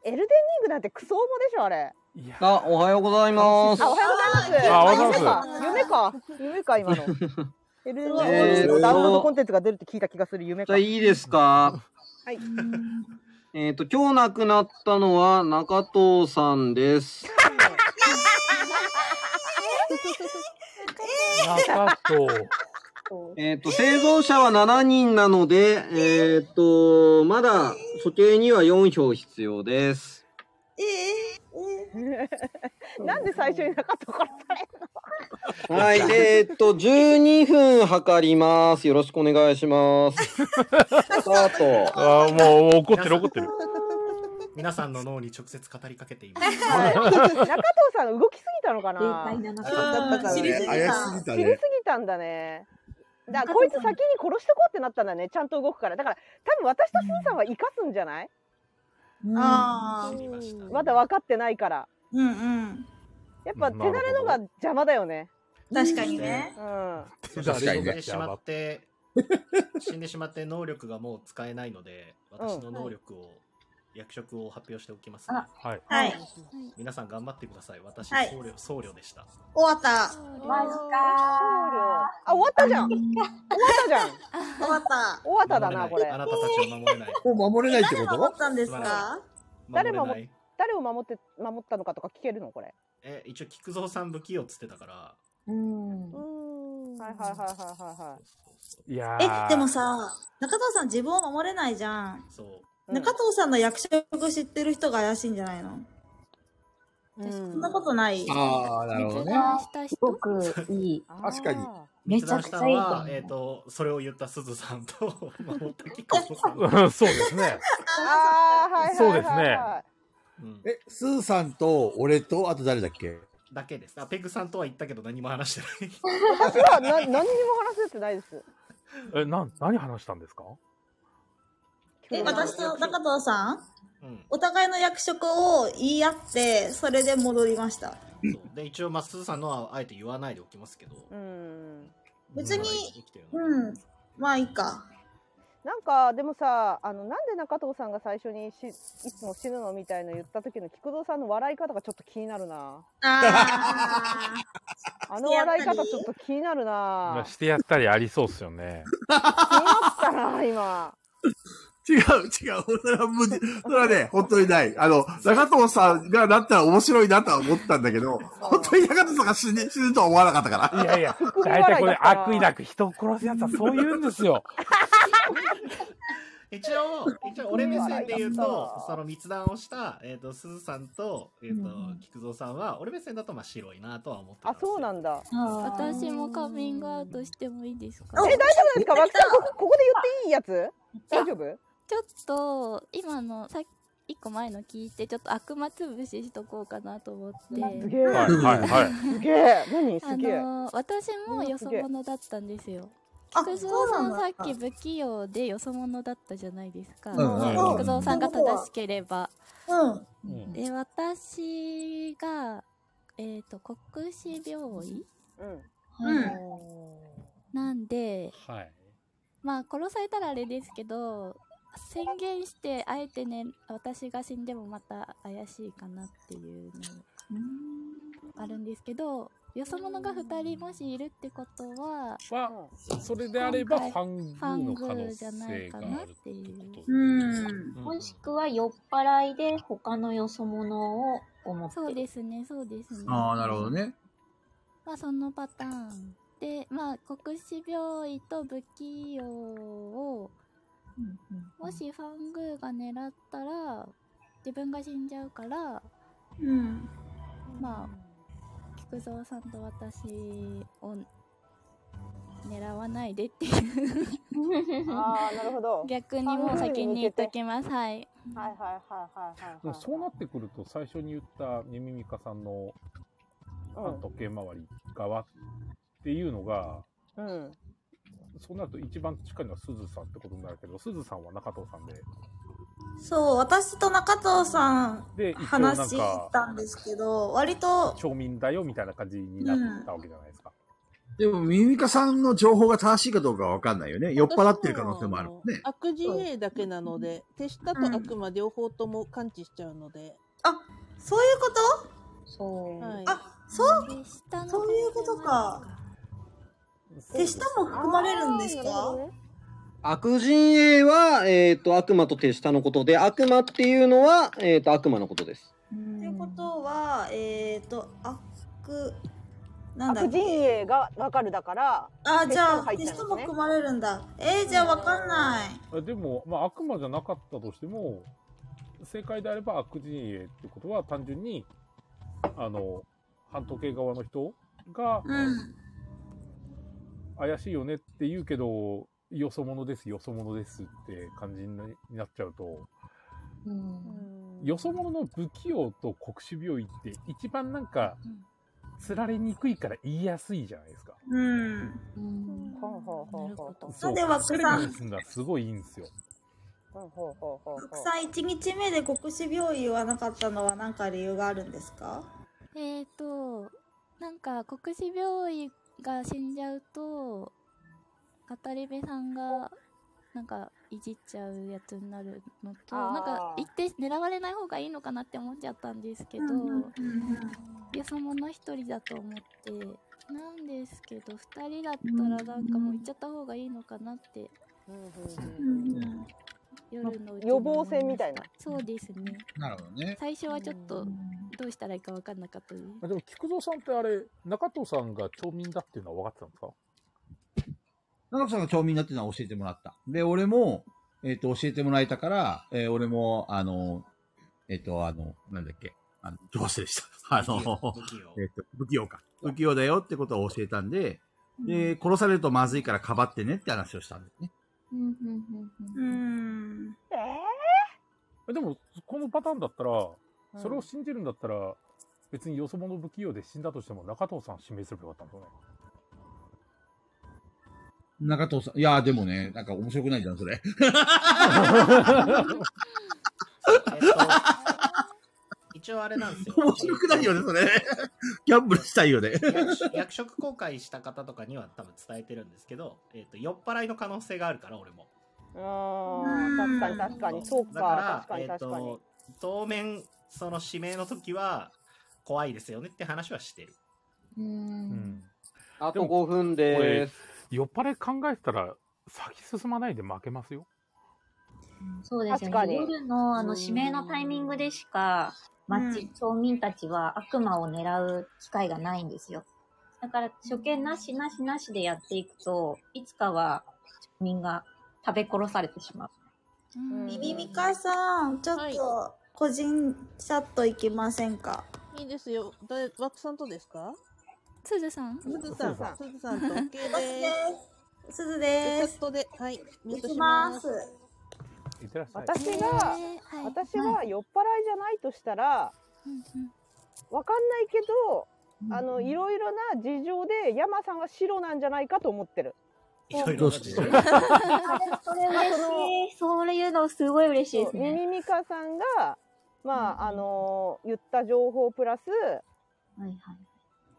D: エルデンリングなんてクソ応募でしょ、あれ。
O: あ、おはようございます。
D: あ、おはようございます。。
O: あおはようございます
D: 夢か。夢か、今の。エルデンリン
O: え
D: グの
O: ー
D: ダウンロードコンテンツが出るって聞いた気がする夢
O: じ
D: か。
O: ゃあいいですか。
D: はい。
O: えっ、と、今日亡くなったのは中藤さんです。
A: 中藤。
O: えっ、と、生存者は7人なので、えっ、と、まだ、処刑には4票必要です。
D: なんで最初になかったからされんの
O: はい、 で、えっ、と、12分測ります。よろしくお願いし ます。スタート。
A: あもう怒ってる怒ってる。
C: 皆さんの脳に直接語りかけています。
D: 中藤さん動きすぎたのかな。
C: でかいな
D: うん
C: 中藤さんだったからね知りすぎた怪しすぎたね
D: 知りすぎたんだね。だからこいつ先に殺しとこうってなったんだね。ちゃんと動くから。だから多分私とすずさんは生かすんじゃない？
J: ああ。
D: まだ分かってないから。
J: うんうん。
D: やっぱ手だれの方が邪魔だよね。
J: 確かにね
D: うん。
C: そ
B: 確かに
C: 死
B: ね
C: んでしまって、死んでしまって能力がもう使えないので、私の能力を、役職を発表しておきますね、
A: あはい
J: はい
C: 皆さん頑張ってください。私、
J: はい
C: 僧侶僧侶でした。
J: 終わった。マジか
D: あ、終わったじゃん。終わったじゃん。
J: 終わった。
D: 終わっただなこ
C: 守れない。
D: れ
C: あなたたちを守れない。
B: もう守 れないって
J: 誰守ったんですか
D: 誰
C: 守れ
D: 守
C: ない。
D: 誰を守って守ったのかとか聞けるのこれ。
C: え、一応、菊蔵さん不器用っつってたから、
J: うん。
D: はいはいはいはいはいはい。
A: いや
J: え、でもさ、中藤さん自分を守れないじゃん。
C: そう。
J: 中藤さんの役職知ってる人が怪しいんじゃないのそんなことない。
B: ああ、なるほどね。
J: すごくいい。
B: 確かに。
J: めちゃくちゃいいと思う
C: えっ、と、それを言ったすずさんと、 守ったきこさん。
A: そうですね。
D: ああ、はいはいはいはい。
B: そうですね
C: うん
B: え、スーさんと俺と、あと誰だっけ
C: だけです。あ、ペグさんとは言ったけど何も話してない。
D: 私はな何にも話せてないです。
A: え、なん、何話したんですか
J: え、私と中藤さん、
C: うん
J: お互いの役職を言い合って、それで戻りました。
C: そうで、一応、まあ、すずさんのはあえて言わないでおきますけど。
D: うん。
J: 別に
C: 生きてるの
J: うん。まあいいか。
D: なんかでもさあのなんで中藤さんが最初にしいつも死ぬのみたいの言った時の菊蔵さんの笑い方がちょっと気になるなあの笑い方ちょっと気になる
A: いや
D: な
A: してやったりありそうっすよね。
D: 気になったな今
B: 違う、違う。それは無理。それはね、本当にない。あの、中藤さんがなったら面白いなとは思ったんだけど、本当に中藤さんが死に死ぬとは思わなかったから。
A: いやいや、大体これ悪意なく人を殺すやつはそう言うんですよ。
C: 一応、一応、俺目線で言う
D: う
C: と
D: わ、
C: その密談をした、えっ、と、すずさんと、えっ、と、菊蔵さんは、俺目線だと、まあ、白いなとは思ってた。
D: あそうなんだ
I: 私もカミングアウトしてもいいです
D: え
I: か
D: 大丈夫ですか脇さんここここで言っていいやつ大丈夫
I: ちょっと今のさ一個前の聞いてちょっと悪魔つぶししとこうかなと思って
D: すげえ
A: はいはいはい
D: すげえ何す
I: あ
D: げえ
I: の私もよそ者だったんですよ菊蔵さんさっき不器用でよそ者だったじゃないですか、
L: うんうんうん
I: 菊蔵さんが正しければ、
L: ん
I: で私がえっ、と国士病院、なんで
A: はい。
I: まあ殺されたらあれですけど宣言してあえてね私が死んでもまた怪しいかなっていうのあるんですけどよそ者が2人もしいるってことは
A: それであれば
I: 今回
A: ファングーの可能性があるってこと
I: ファングーじゃないかなっていう
M: うん。もしくは酔っ払いで他のよそ者を思ってる。
I: そうですねそうですね
M: あー
B: なるほどね。
I: まあそのパターンでまあ国士病院と不器用をもしファングーが狙ったら自分が死んじゃうから
J: うん。
I: まあ菊蔵さんと私を狙わないでってい う
D: あーなるほど
I: 逆にもう先に言っときますはい
D: はいはいはいはいはい
A: でもそうなってくると、最初に言ったミミミカさんの反時計回り側っていうのが、
D: うん。
A: そうなると一番近いのはすずさんってことになるけど、すずさんは中藤さんで。
J: そう、私と中藤さん
A: で一応なんか
J: 話したんですけど、割と、
A: 町民だよみたいな感じになったわけじゃないですか。
B: でも、ミミカさんの情報が正しいかどうかはわかんないよね。酔っ払ってる可能性もある。ね。
K: 悪陣営だけなので、手下と悪魔両方とも感知しちゃうので。
J: あ、そういうこと
L: そう。
K: はい、
J: そうそういうことか。手下も含まれるんですか
O: 悪人 A は、えっ、と、悪魔と手下のことで、悪魔っていうのは、えっ、と、悪魔のことです。
J: ということは、えっ、ー、と、悪、なんだっ
D: 悪
J: け
D: 陣営がわかるだから。
J: あ、じゃあ、
D: 手
J: テ
D: 下
J: ス
D: が入っ
J: トも
D: ちゃう
J: 組まれるんだ。えー、じゃあわかんない。
A: でも、まあ、悪魔じゃなかったとしても、正解であれば悪陣営ってことは単純に、あの、反時計側の人が、怪しいよねって言うけど、よそ者です、よそ者ですって感じになっちゃうと、よそ者の不器用と国士病院って一番なんか、つられにくいから言いやすいじゃないですか。
J: うん。
D: ほうほうほうほうほう。
J: なんで枠さん
A: 作れるんがすごいいいんですよ。
D: ほうほうほうほうほう。
J: たくさん1日目で国士病院言わなかったのは何か理由があるんですか
I: えーと、なんか、国士病院が死んじゃうと、語り部さんが、なんか、いじっちゃうやつになるのと、
L: あー
I: なんか、一定狙われない方がいいのかなって思っちゃったんですけど、よそ者一人だと思って、なんですけど、二人だったらなんかもう行っちゃった方がいいのかなって、夜のうちに
D: 予防線みたいな。
I: そうですね。
P: なるほどね。
I: 最初はちょっと、どうしたらいいか分かんなかったです。
A: でも、菊蔵さんってあれ、中藤さんが町民だっていうのは分かってたんですか
E: 長さんが町民になっていうのは教えてもらった。で、俺も、えっ、と、教えてもらえたから、えー俺も、あの、えっ、と、あの、なんだっけ、あの、どうしてでした。あの、えっ、と、不器用か。不器用だよってことを教えたんで、で、殺されるとまずいからかばってねって話をしたんですね。
J: うん。
A: えでも、このパターンだったら、それを信じるんだったら、別によそ者不器用で死んだとしても中藤さん指名すればよかったんだよね。
E: 中藤さん、いや、でもね、なんか面白くないじゃん、それ。
C: 一応あれなんですよ。
E: 面白くないよね、それ。ギャンブルしたいよね。
C: 役所役職公開した方とかには多分伝えてるんですけど、えっと酔っ払いの可能性があるから俺も。
D: あー確かに確かに。そう
C: だか、
D: か。確から
C: え
D: に
C: っ、
D: 確かに
C: と。、当面、その指名の時は、怖いですよねって話はしてる。
O: あと5分で
A: 俺
O: す。
A: 酔っ払い考えてたら、先進まないで負けますよ。
M: そうです
D: 確
M: よ
D: かに
M: ね。夜のあの指名のタイミングでしか、町、町民たちは悪魔を狙う機会がないんですよ。だから、初見なしなしなしでやっていくと、いつかは、町民が食べ殺されてしまう。
J: ミミミカさん、ちょっと個人チャット行きませんか
K: いいですよ。だワクさんとですか
I: すずさん
K: すずさん。
J: すずさん
K: すずさんと OK です。
J: すずです
K: チャットで、はい、ミュート
J: 行き
K: し
J: ま
K: ますす。
A: いってらっしゃい。
D: 私が、私は酔っ払いじゃないとしたら、わかんないけど、あのいろいろな事情で山さんは白なんじゃないかと思ってる。
M: どうしてそれ 嬉しい。そういうのすごい嬉しいです
D: ミ
M: ね。
D: ミミカさんがまあ、あの言った情報プラス、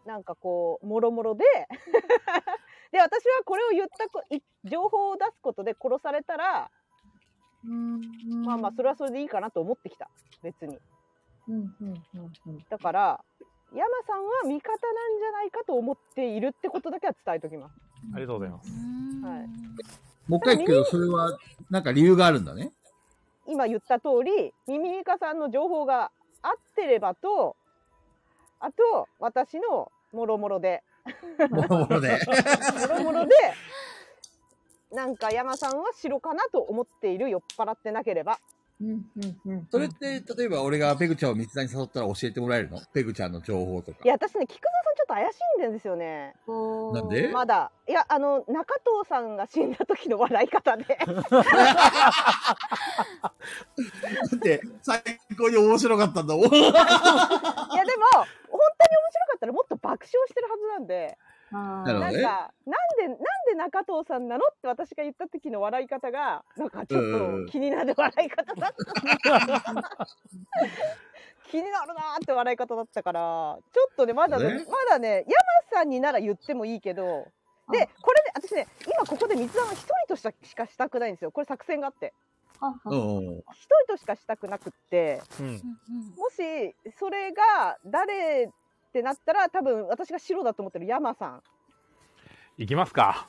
D: なんかこうもろもろで で私はこれを言ったこい情報を出すことで殺されたらまあまあそれはそれでいいかなと思ってきた別に
M: うんうんうんうん。
D: だから山さんは味方なんじゃないかと思っているってことだけは伝えときます。
A: ありがとうございます。
D: はい
E: もう一回聞くけど、それは、なんか理由があるんだね。
D: 今言った通りミミミカさんの情報が合ってればとあと私のもろもろで
E: もろもろで。
D: もろもろでなんか山さんは白かなと思っている酔っ払ってなければ
E: それって、例えば俺がペグちゃんを密談に誘ったら教えてもらえるのペグちゃんの情報とか。
D: いや私ね菊蔵さんちょっと怪しんでんですよね
E: なんで
D: まだいやあの中藤さんが死んだ時の笑い方で
B: だって、 最高に面白かったんだも
D: い
B: ん。
D: やでも本当に面白かったらもっと爆爆笑してるはずなんで。
B: ーなるほ
D: なん
B: どね
D: か、なんで、なんで中藤さんなのって私が言った時の笑い方が、なんかちょっと気になる笑い方だった。 気になるなーって笑い方だったから、ちょっとね、まだね、
J: ね
D: まだね、山さんになら言ってもいいけど、で、これで、私ね、今ここで三つ葉は一人としたしかしたくないんですよ。これ作戦があって。
B: うん。
D: 一人としかしたくなくって、もしそれが誰ってなったら多分私が白だと思ってる山さ
A: いきますか。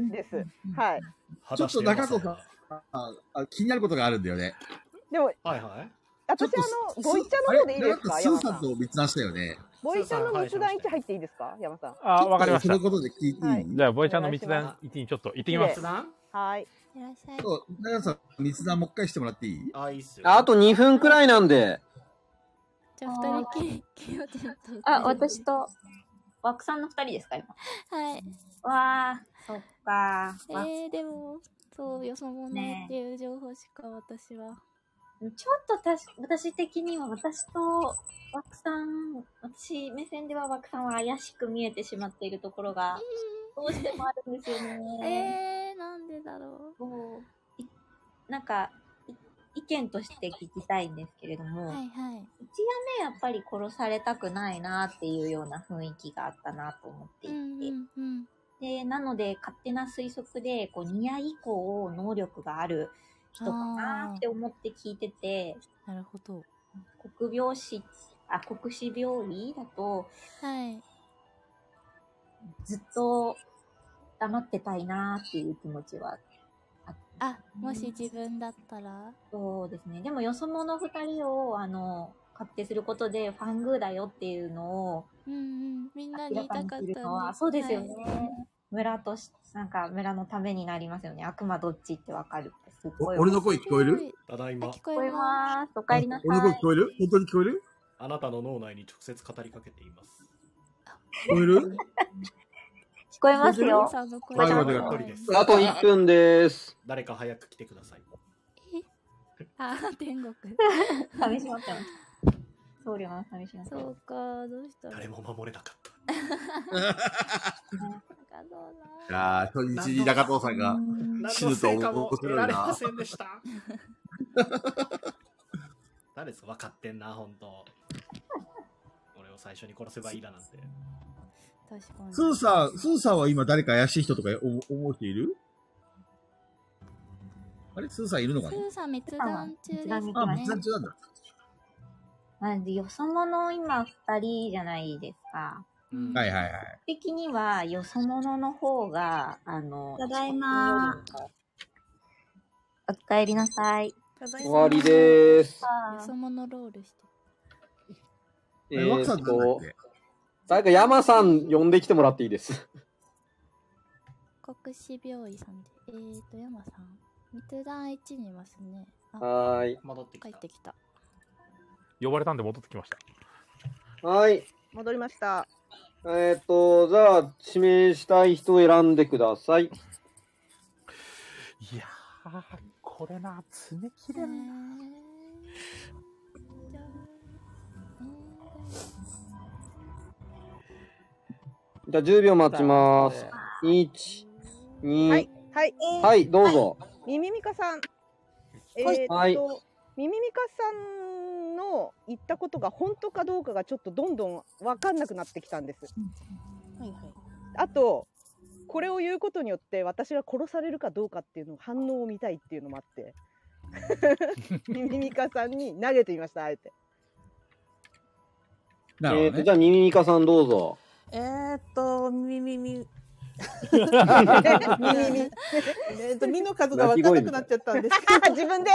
D: んです、はい
B: ちょっと中藤さん、ああ気になることがあるんだよね。
D: でも
C: はいはい。
D: 私あのごいちゃんの方でいいですか
B: あれなん
D: 山さ
B: かスーさん
D: ん
B: と密談したよね。
D: ごいちゃんの密談1入っていいですか山さん
A: あ、わかりまし
B: ちょ
A: た。
B: っとそのことで聞いていい、
A: じゃあ、ボイちゃんの
D: お願い
A: 密
D: します
A: 談一にちょっと行ってきます。
D: はい
I: いらっしゃい
B: そう中藤さん、密談もう一回してもらっていい
C: あ、いいっす
H: あと2分くらいなんで。
I: じゃあ二人 きりきよちゃんと
M: あ、私と、枠さんの二人ですか、今。
I: はい
M: わー、そっか
I: え
M: わ
I: ー、でもそうよそ者っていう情報しか私は、
M: ちょっとたし私的には私と枠さん、私目線では枠さんは怪しく見えてしまっているところが、どうしてもあるんですよね。
I: えー、なんでだろ
M: ういなんか、い意見として聞きたいんですけれども、
I: はいはい
M: 一夜目やっぱり殺されたくないなっていうような雰囲気があったなと思っていて、で、なので勝手な推測で、こう2夜以降能力がある人かなって思って聞いてて、
I: なるほど。
M: 国病死、あ、国死病院だと、
I: はい。
M: ずっと黙ってたいなっていう気持ちは
I: あもし自分だったら
M: そうですね。でも、よそ者二人を、あの、確定することで、ファングーだよっていうのを、
I: うんうんみんなに
M: 明ら
I: 言い
M: か
I: た
M: に
I: かった
M: するの
I: ん
M: は、
I: で
M: そうですよね。
I: はい
M: 村とし、なんか、村のためになりますよね。悪魔どっちってわかるって。すっ
Q: お
M: ごい。
Q: 俺の声聞こえる
C: ただいま。聞
M: 聞こえます。おかえりなさい。
Q: 俺の声聞こえる本当に聞こえる
C: あなたの脳内に直接語りかけています。
Q: 聞こえ る
M: 聞こえますよ。
Q: はいはいはい
H: あと1分です。
C: 誰か早く来てください。
I: あー天国
M: 寂しまったよ僧侶が寂しまった
I: そうかどうした
C: 誰も守れなかった。
Q: いやー、初日に中藤さんが死ぬと
C: 何の成果も
Q: 面
C: 得
Q: 白
C: ら
Q: い
C: れま
Q: な。
C: せんでした。誰ですか分かってんな、本当。俺を最初に殺せばいいだなんて。
I: 確か
B: スーさん、スーさんは今誰か怪しい人とかお思う人いるあれスーさんいるのかな
I: スーさん密談中ですね
B: あ、密談中なんだ。
M: なんで、よそ者今二人じゃないですか。
B: はいはいはい。
M: 的には、よそ者の方が、あの、
R: ただいま
M: おかえりなさい。
I: 終
H: 終わりです。
I: よそ者ロールして
H: え
B: え枠
H: ー
B: さ
H: っ
B: んなんだっ
H: と
B: け、
H: 誰か山さん呼んできてもらっていいです。
I: 国士病院さんでえーと山さん密談1にいますねあ
H: はーい
C: 戻ってき
I: 帰ってきた
A: 呼ばれたんで戻ってきました。
H: はい。
D: 戻りました
H: えーっと、じゃあ、指名したい人を選んでください。
A: いやー、これな、爪切れん
I: な。
H: じゃあ、10秒待ちます。1、2、はい、
D: はい、
H: どうぞ。
D: ミミミカさんえ
H: はい
D: ーっと、
H: はい
D: ミミミカさんの言ったことが本当かどうかがちょっとどんどん分かんなくなってきたんです、
K: はいはい。
D: あとこれを言うことによって私が殺されるかどうかっていうのを反応を見たいっていうのもあって ミミミカさんに投げてみましたあえて
H: えーっと、じゃあ、ミミミカさんどうぞ。
K: えー、っと、みみみ。えーっと、みの数が分からなくなっちゃったんです けど。
D: 自分で。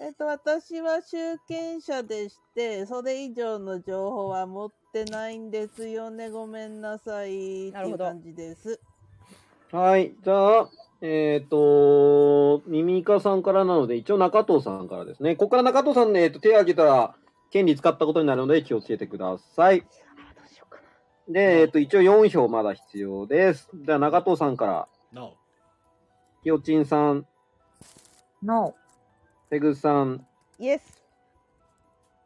K: えーっと、私は集権者でして、それ以上の情報は持ってないんですよね。ごめんなさい。っていう感じです。
H: はい、じゃあ、えっ、と、ミミイカさんからなので、一応中藤さんからですね。ここから中藤さんね、えーと手を挙げたら、権利使ったことになるので気をつけてください。で、えっ、と、一応4票まだ必要です。じゃあ中藤さんから、
C: No。
H: きよちんさん、
M: No。
H: ペグさん、
D: イエス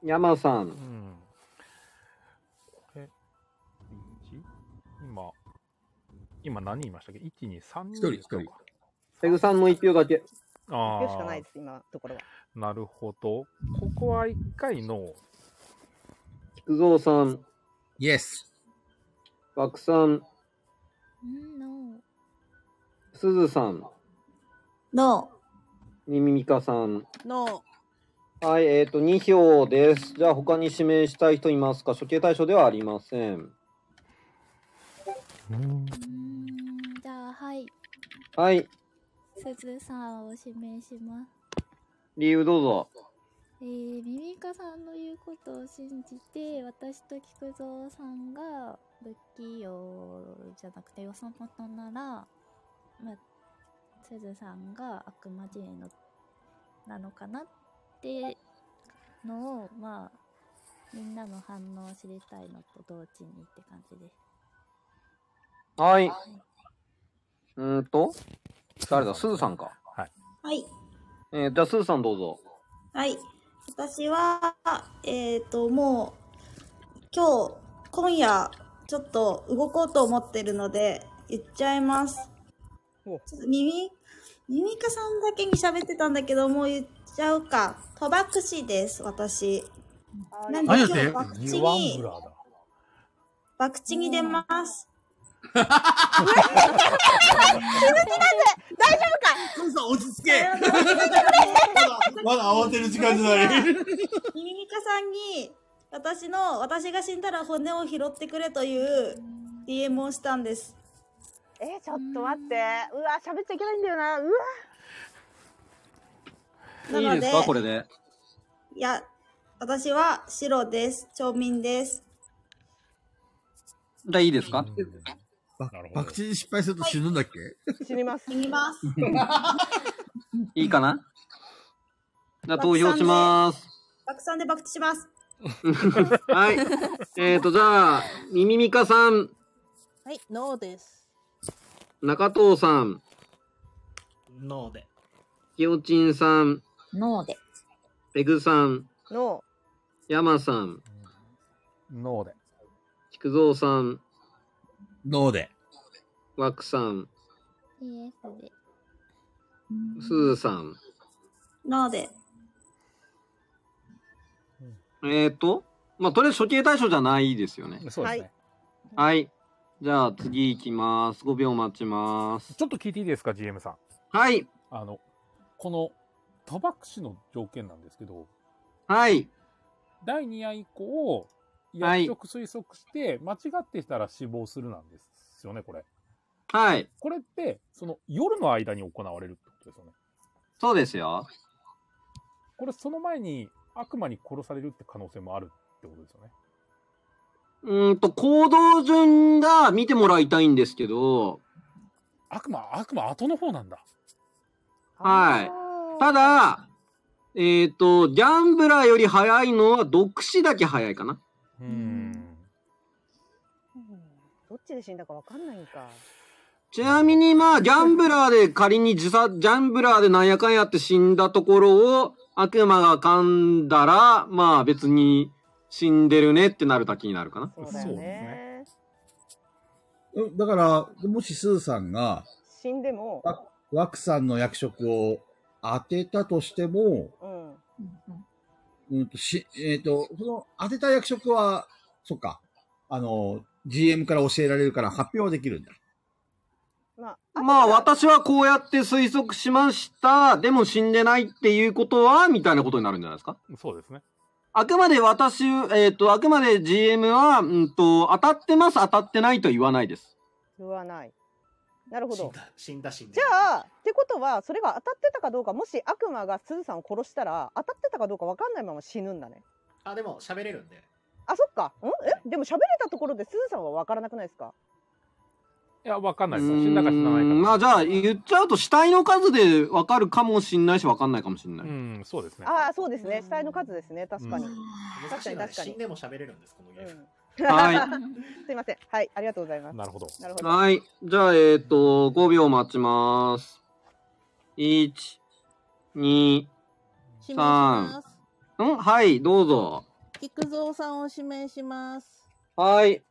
H: 山さん、
A: うん。え今何人いましたっけ ?1、2、3人。
H: 一人
A: ですか
H: 一人ペグさんの一票だけ。
A: あ
D: 票しかない
A: あ
D: で、す今のところは
A: なるほど。ここは一回の、
H: 菊蔵さん。
E: イエス。
H: バクさん、
L: うん、no.
H: すずさん。
J: の
H: みみみかさん。
K: の
H: はい、えっ、と、2票です。じゃあ、他に指名したい人いますか処刑対象ではありません。
I: じゃあ、はい。
H: はい、
I: すずさんを指名します。
H: 理由どうぞ。
I: えー、ミミカさんの言うことを信じて、私と菊蔵さんが不器用じゃなくてよそ者なら、まあ、すずさんが悪魔人のなのかなってのを、まあ、みんなの反応を知りたいのと同時にって感じです。
H: はい。うーんと、誰だすずさんか。
A: はい。
J: はい。
H: えーじゃあ、すずさんどうぞ。
J: はい。私は、えっ、と、もう、今日、今夜、ちょっと動こうと思ってるので、言っちゃいます。ちょっと耳、耳かさんだけに喋ってたんだけど、もう言っちゃうか。戸隠です、私。なんで
B: 何や
J: 今
B: って
J: 日、博打に、
A: ラーだ。
J: 博打に出 ます。
D: 大丈夫か
B: そうそう、落ち着けまだ慌てる時間じゃない。
J: ミミミカさんに私の私が死んだら骨を拾ってくれという DM をしたんです
D: えちょっと待ってうわ喋っちゃいけないんだよなうわ
J: なので
H: いいですかこれで。
J: いや私は白です町民です
H: じゃあ、いいですか
E: 爆地に失敗すると死ぬんだっけ、
D: 死にます
J: 死にます
H: いいかなじゃあ、投票します。
J: 爆散で爆打します
H: はい。えっ、と、じゃあ、みみみかさん、
K: はいノーです
H: 中藤さん、
C: ノーで。
H: きよちんさん、
J: ノーで。
H: ペグさん、
D: ノ
H: ヤマさん、
A: ノーで。
H: 菊蔵さん、
E: ノーで。
H: ワクさん、
I: イエスで。
H: すずさん。
J: ノーで
H: えっ、ー、と、まあ、とりあえず処刑対象じゃないですよね。
A: そうですね。
H: はい。じゃあ、次行きます。5秒待ちます。
A: ちょっと聞いていいですか、GM さん。
H: はい。
A: あの、この、戸隠の条件なんですけど、
H: はい。
A: 第2夜以降、薬局推測して、間違ってたら死亡するなんですよね、これ。
H: はい。
A: これって、その、夜の間に行われるってことですよね。
H: そうですよ。
A: これ、その前に悪魔に殺されるって可能性もあるってことですよね。
H: うーんと、行動順が見てもらいたいんですけど、
A: 悪魔、悪魔、後の方なんだ。
H: はい。ただ、えっ、と、ギャンブラーより早いのは、毒死だけ早いかな。
D: どっちで死んだかわかんないんか
H: ちなみに、まあ、ギャンブラーで仮に自殺、ギャンブラーでなんやかんやって死んだところを、悪魔が噛んだら、まあ別に死んでるねってなるだけになるかな。
D: そうだよね
E: うんだから、もしスーさんが、
D: 死んでも
E: ワクさんの役職を当てたとしても、
D: うん
E: うんとし、えっ、と、その当てた役職は、そっか、あの、GM から教えられるから発表はできるんだ。
D: ま
H: あ、私はこうやって推測しました。でも死んでないっていうことは、みたいなことになるんじゃないですか。
A: そうですね。
H: あくまで私、えっ、と、あくまで GM は、うんと、当たってます、当たってないとは言わないです。
D: 言わないなるほど
C: 死んだ死ん
D: じ
C: だ。
D: ゃあってことはそれが当たってたかどうかもし悪魔がすずさんを殺したら当たってたかどうかわかんないまま死ぬんだね
C: あ、でも喋れるんで。
D: あそっかんえでも喋れたところですずさんはわからなくないですか
A: いや、わかんないですよ。死んだか死なないか。
H: まあじゃあ、言っちゃうと死体の数でわかるかもしんないし、わかんないかもしんない。
A: うん、そうですね。
D: ああそうですね死体の数ですね確かに
C: 難
D: 確
C: し
D: か
C: い
D: に
C: な、ね。
D: 確か
C: 死
D: に
C: ん でも喋れるんです、このゲーム。
H: は
D: すいませんはいありがとうございます
A: なるほど
D: なるほど
H: はい。じゃあ、えっ、と、5秒待ちます。1、2、
K: 指名します
H: んはい、どうぞ。
K: 菊蔵さんを指名します
H: はい。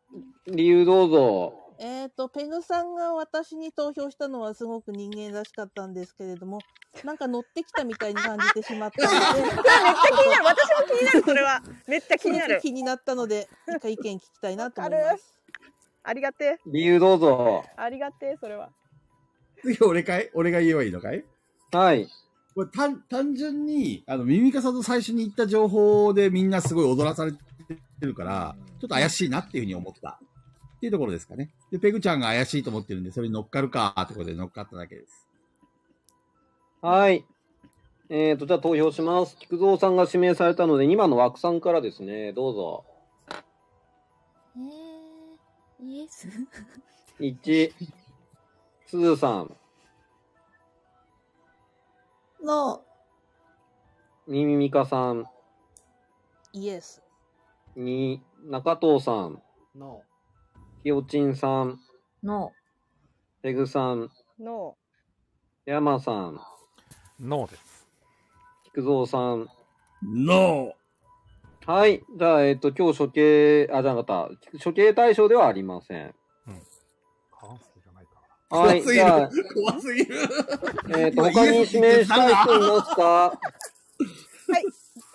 H: 理由どうぞ。
K: えっ、と、ペグさんが私に投票したのはすごく人間らしかったんですけれ ども、なんか乗ってきたみたいに感じてしまったので。めっちゃ
D: 気になる私も気になるそれはめっちゃ気になる
K: 気になったので、一回意見聞きたいなと思います。
D: ありがて
H: 理由どうぞ。
D: え。ありがてえ、それは。
E: 次 俺かい俺が言えばいいのかい
H: はい。
E: これ単単純に、あの、ミミカさんと最初に言った情報でみんなすごい踊らされてるから、ちょっと怪しいなっていうふうに思った。っていうところですかね。で、ペグちゃんが怪しいと思ってるんで、それに乗っかるかってことで乗っかっただけです。
H: はい。えっ、と、じゃあ投票します。菊蔵さんが指名されたので、2番の枠さんからですね、どうぞ。
I: イエス
H: 1、すずさん、
J: の、
H: みみみかさん、
K: イエス。
H: 2、中藤さん、
C: ノー。
H: ひよちんさん、
M: の、
H: ペグさん、
D: ノ
H: 山さん、
A: ノーです。
H: 菊蔵さん、ー。
B: ノ
H: はい。じゃあ、えっ、と、今日処刑、あ、じゃなかった。処刑対象ではありません。
B: 怖
H: はい。
B: す
H: じ
B: ぎる
H: ゃあ、。
B: 怖すぎる。
H: えっ、と、他に指名したい人いますか
D: ー。はい。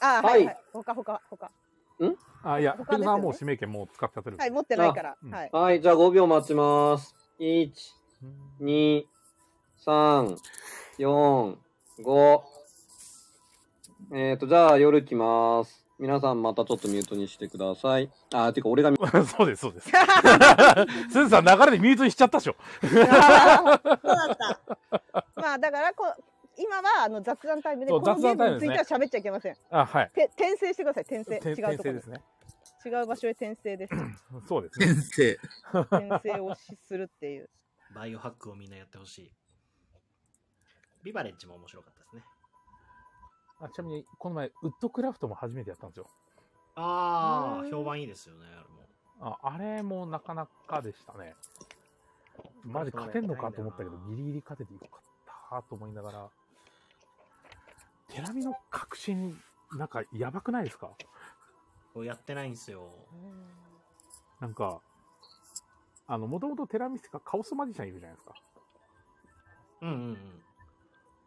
D: あー、はい、はい。他、他、他。
H: ん
A: あ、いや、
D: 他
A: ペ
D: ですよね
A: グさんはもう指名権もう使っちゃってる。
D: はい、持ってないから。はい。
H: はい、じゃあ5秒待ちます。1、2、3、4、5。えっ、ー、と、じゃあ夜来ます。皆さんまたちょっとミュートにしてください。あー、てか俺が
A: そうです、そうです。すずさん、流れでミュートにしちゃったでしょ。
D: まあ、だからこ、今はあの雑談タイムで、
A: そ
D: こ
A: う
D: のゲー
A: 雑談タイ
D: ム
A: ム
D: につい
A: ですね
D: ては喋っちゃいけません。
A: あ、はい。
D: て転生してください、転生。違う
A: 転
D: ところ
A: 転生ですね。
D: 違う場所へ転生です。
A: そうですね。
E: 転生。
D: 転生をしするっていう。
C: バイオハックをみんなやってほしい。ビバレッジも面白かったですね。
A: あちなみに、この前、ウッドクラフトも初めてやったんですよ。
C: あ
A: う
C: あ、
A: ん
C: 評判いいですよね。あれも
A: ああれもなかなかでしたね。マジ勝てんのかと思ったけど、ギリギリ勝ててよかったと思いながら。テラミの革新、なんかやばくないですか
C: こうやってないんですよ。
A: なんか、あの、もともとテラミスがカオスマジシャンいるじゃないですか。
C: うんうんうん。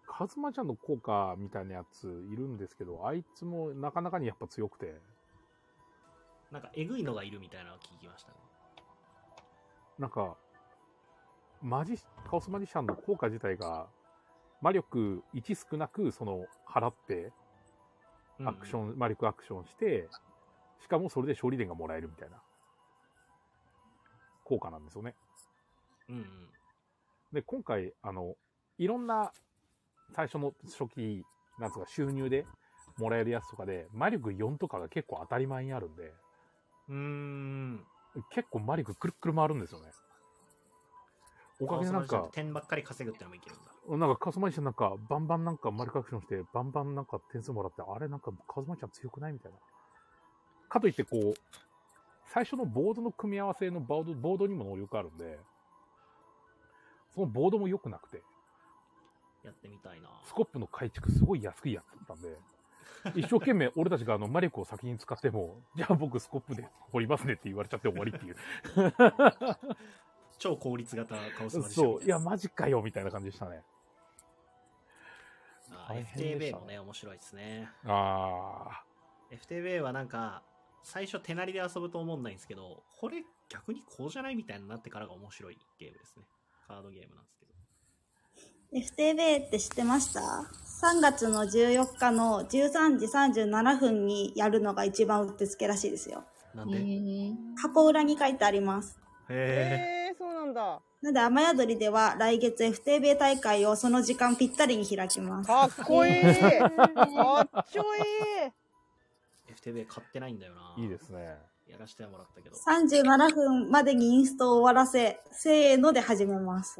A: カズマちゃんの効果みたいなやついるんですけど、あいつもなかなかにやっぱ強くて、
C: なんかえぐいのがいるみたいなのを聞きましたね。
A: なんか、マジ、カオスマジシャンの効果自体が、魔力1少なく、その、払って、アクション、魔力アクションして、しかもそれで勝利点がもらえるみたいな、効果なんですよね。
C: うんうん。
A: で、今回、あの、いろんな、最初の初期、なんつうか、収入でもらえるやつとかで、魔力4とかが結構当たり前にあるんで、
C: うーん。
A: 結構魔力くるっくる回るんですよね。おかげでなん
C: カオスマジシャン
A: か
C: って、点ばっかり稼ぐってのもいけるんだ。
A: なんかカズマイちゃんなんか、バンバンなんかマルカアクションして、バンバンなんか点数もらって、あれなんかカズマイちゃん強くないみたいな。かといってこう、最初のボードの組み合わせのボードボードにも能力あるんで、そのボードも良くなくて、
C: やってみたいな。
A: スコップの改築すごい安いやつだったんで、一生懸命俺たちがあの魔力を先に使っても、じゃあ僕スコップで掘りますねって言われちゃって終わりっていう。
C: 超効率型カオスマジシャンみ
A: そ
C: た
A: う、
C: い
A: いや、マジかよみたいな感じでしたね。
C: な。
A: 大変でし
C: FTB
A: た
C: もね、面白いですね。
A: あ
C: FTB はなんか、最初手なりで遊ぶと思うんないんですけど、これ逆にこうじゃないみたいになってからが面白いゲームですね。カードゲームなんですけど。
J: FTB って知ってました ?3 月の14日の13時37分にやるのが一番うってつけらしいですよ。
C: なんで
J: 箱裏に書いてあります。
C: へ
D: えー、そうなんだ。
J: なので、雨宿りでは来月 FTB 大会をその時間ぴったりに開きます。
D: かっこいいかっちょいい
C: FTB 買ってないんだよな。
A: いいですね。
C: やらしてはもらったけど。
J: 37分までにインストを終わらせ、せーので始めます。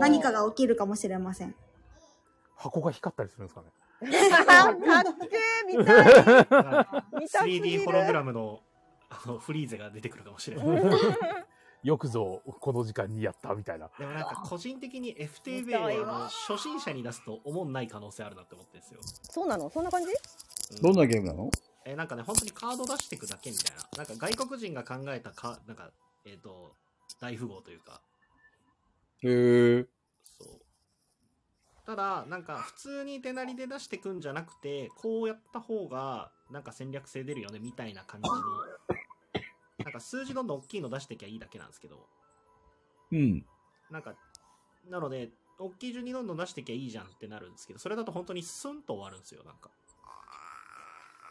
J: 何かが起きるかもしれま せん。
A: ー箱が光ったりするんですかね。
D: かっけー見たい見たすぎる
C: 3D ホログラムのあのフリーゼが出てくるかもしれない。
A: よくぞ、この時間にやった、みたいな。
C: でもなんか個人的に FTB
D: 見たい
C: は
D: わ
C: あの初心者に出すと思んない可能性あるなって思ってるんですよ。
D: そうなのそんな感じ
E: どんなゲームなの
C: えーなんかね、本当にカード出していくだけみたいな。なんか外国人が考えたか、なんか、えっ、と、大富豪というか、
H: へえ。
C: ただ、なんか普通に手なりで出してくんじゃなくて、こうやった方が、なんか戦略性出るよね、みたいな感じの、なんか数字どんどん大きいの出してきゃいいだけなんですけど、
B: うん。
C: なんか、なので、大きい順にどんどん出してきゃいいじゃんってなるんですけど、それだと本当にスンと終わるんですよ、なんか。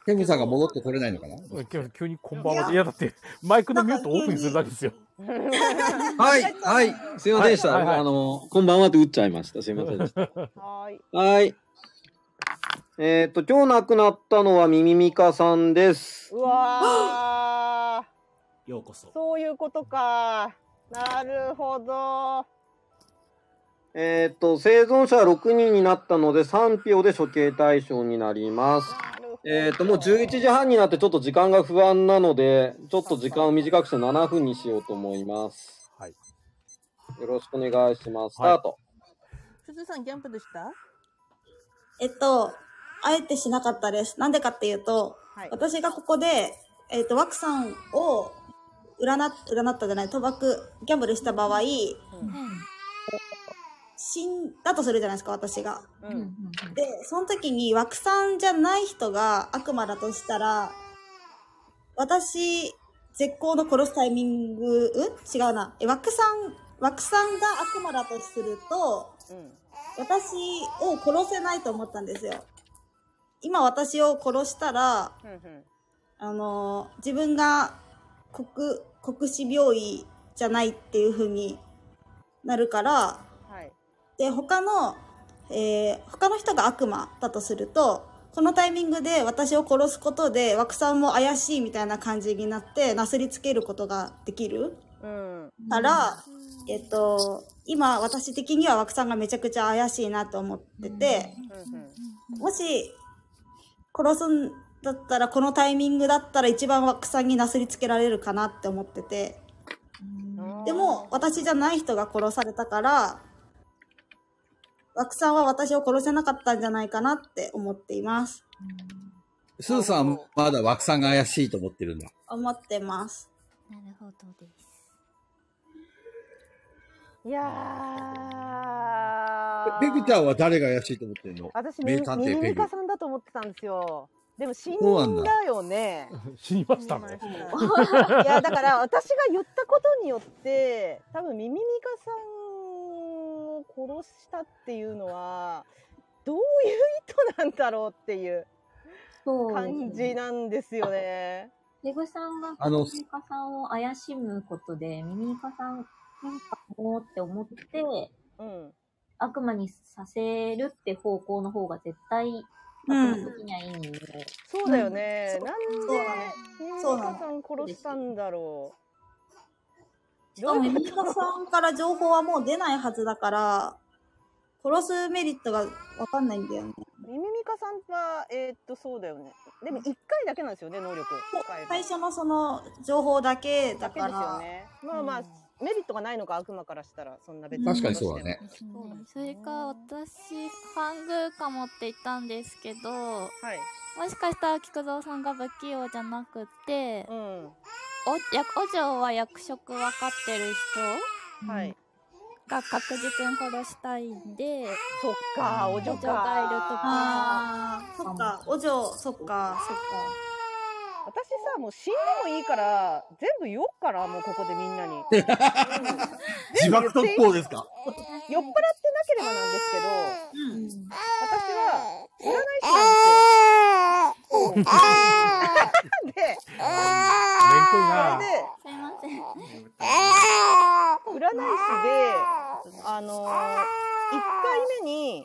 B: ケムさんが戻ってこれないのかな
A: 急にこんばんは。いや、だって、マイクのミュートオープンにするだけですよ。
H: はい、はい、すいませんでした。
A: はいはいはい
H: あの、こんばんはって打っちゃいました。すいませんでした。
D: はい。
H: はい。えっ、と、今日亡くなったのはミミミカさんです。
D: うわ
C: ようこそ
D: ー。 そういうことか。なるほど。
H: えっ、と、生存者は6人になったので、3票で処刑対象になります。えっ、と、もう11時半になってちょっと時間が不安なので、ちょっと時間を短くして7分にしようと思います。
A: はい。
H: よろしくお願いします。スタート。
K: 鈴さん、ギャンプでした
J: えっと、あえてしなかったです。なんでかっていうと、
D: はい
J: 私がここで、えっと、枠さんを占っ、占ったじゃない、賭博、ギャンブルした場合、死んだとするじゃないですか、私が。で、その時に枠さんじゃない人が悪魔だとしたら、私、絶好の殺すタイミング、うん違うな。え、枠さん、枠さんが悪魔だとすると、私を殺せないと思ったんですよ。今私を殺したら、あのー自分が国、国死病院じゃないっていう風になるから、
D: はい。
J: で、他の、えー他の人が悪魔だとすると、このタイミングで私を殺すことで、枠さんも怪しいみたいな感じになって、なすりつけることができる
D: うん。
J: から、えっと、今私的には枠さんがめちゃくちゃ怪しいなと思ってて、もし殺すんだったらこのタイミングだったら一番枠さんになすりつけられるかなって思ってて、でも私じゃない人が殺されたから、枠さんは私を殺せなかったんじゃないかなって思っています。
B: スーさんはまだ枠さんが怪しいと思ってるんだ。
J: 思ってます。
M: なるほどです。
D: いやー。
B: ペグちゃんは誰が怪しいと思ってるの
D: 私、ミ
B: 名
D: ミ
B: 探
D: ミ
B: 偵ペ
D: ミ
B: グ
D: カ。さんだと思ってたんですよ。でも死ん
B: そうなんだ
D: だよね。
A: 死にましたね。
D: いやだから私が言ったことによって多分ミミミカさんを殺したっていうのはどういう意図なんだろうっていう感じなんですよね。
M: ペグさんが
B: あの
M: ミミカさんを怪しむことで、ミミカさん、なんかもうって思って、悪魔にさせるって方向の方が絶対、
J: うん
M: 悪魔的にはいいんで。
D: そうだよね。なんでミミミ
J: そうなの
D: カさん殺したんだろ
J: しかも、ミミカさんから情報はもう出ないはずだから、殺すメリットがわかんないんだよね。
D: う。ミミミカさんはえーっとそうだよね。でも一回だけなんですよね能力使えば
J: 最初のその情報だけ
D: だ
J: だ
D: け
J: か
D: で
J: ら。
D: すよね。まあまあ、メリットがないのか悪魔からしたらそんな別に
B: 確かにそうだね。
I: ですねそれか私ファングーカモって言ったんですけど、もしかしたら菊蔵さんが不器用じゃなくて、
D: お
I: やお嬢は役職分かってる人、
D: はい
I: が確実に殺したいんで
D: そっかお嬢か
I: がいると
J: あ
I: か
J: ーそっか、お嬢、そっか、そっか。
D: 私さもう死んでもいいから全部言おっかなもうここでみんなに
S: 自爆特攻ですか
D: 酔っ払ってなければなんですけど、私は知らない人なんですよで占い師で、
I: すいません
A: めんこいな
D: あのー、1回目に、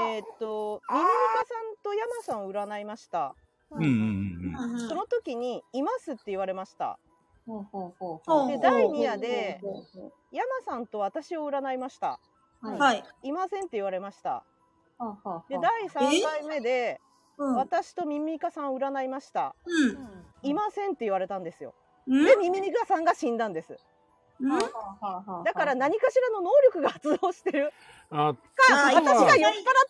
D: えーっと、ミミミカさんとヤマさんを占いました。
B: うんうんうん
D: その時に、いますって言われました。
M: ほうほうほうほう。
D: で、第2夜で
M: ほうほうほうほう、
D: ヤマさんと私を占いました。
M: はい
J: はい。
D: いませんって言われました。
M: ほうほうほう
D: で、第3回目で、
J: うん
D: 私とミミミカさんを占いました。いませんって言われたんですよ。
J: うん
D: で、ミミミカさんが死んだんです。
J: うん
D: だから何かしらの能力が発動してる。
A: あ
D: か、私が酔っ払っ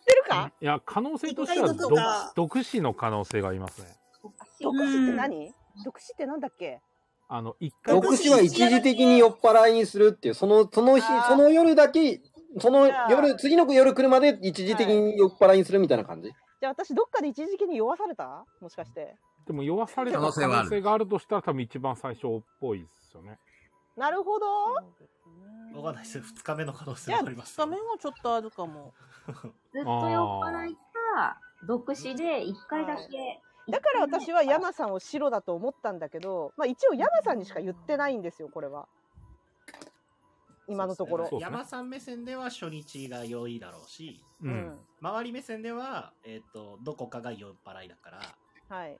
D: てるか
A: いや、可能性としては
D: 一回毒が
A: 毒、毒死の可能性がありますね。
D: 毒死って何毒死ってなんだっけ
A: あの、一回、
H: 牧師は一時的に酔っ払いにするっていう、その、その日、その夜だけ、その夜、次の夜来るまで一時的に酔っ払いにするみたいな感じ、
D: じゃあ私どっかで一時的に酔わされたもしかして。
A: でも酔わされた
H: 可能性
A: 可
H: はある
A: 能性があるとしたら多分一番最初っぽいですよね。
D: なるほど。
C: わかんないですよ。2日目の可能性
K: じゃ
C: も
K: あ、
C: あり
K: 2
C: ます。
K: 日目もちょっとあるかも。
C: ず
M: っと酔っ払いか、独死で1回だけ。
D: だから私は山さんを白だと思ったんだけど、まあ一応山さんにしか言ってないんですよ、これは。今のところ。
C: 山さん目線では初日が良いだろうし、
A: うん
C: 周り目線では、えっ、と、どこかが酔っ払いだから、
D: はい。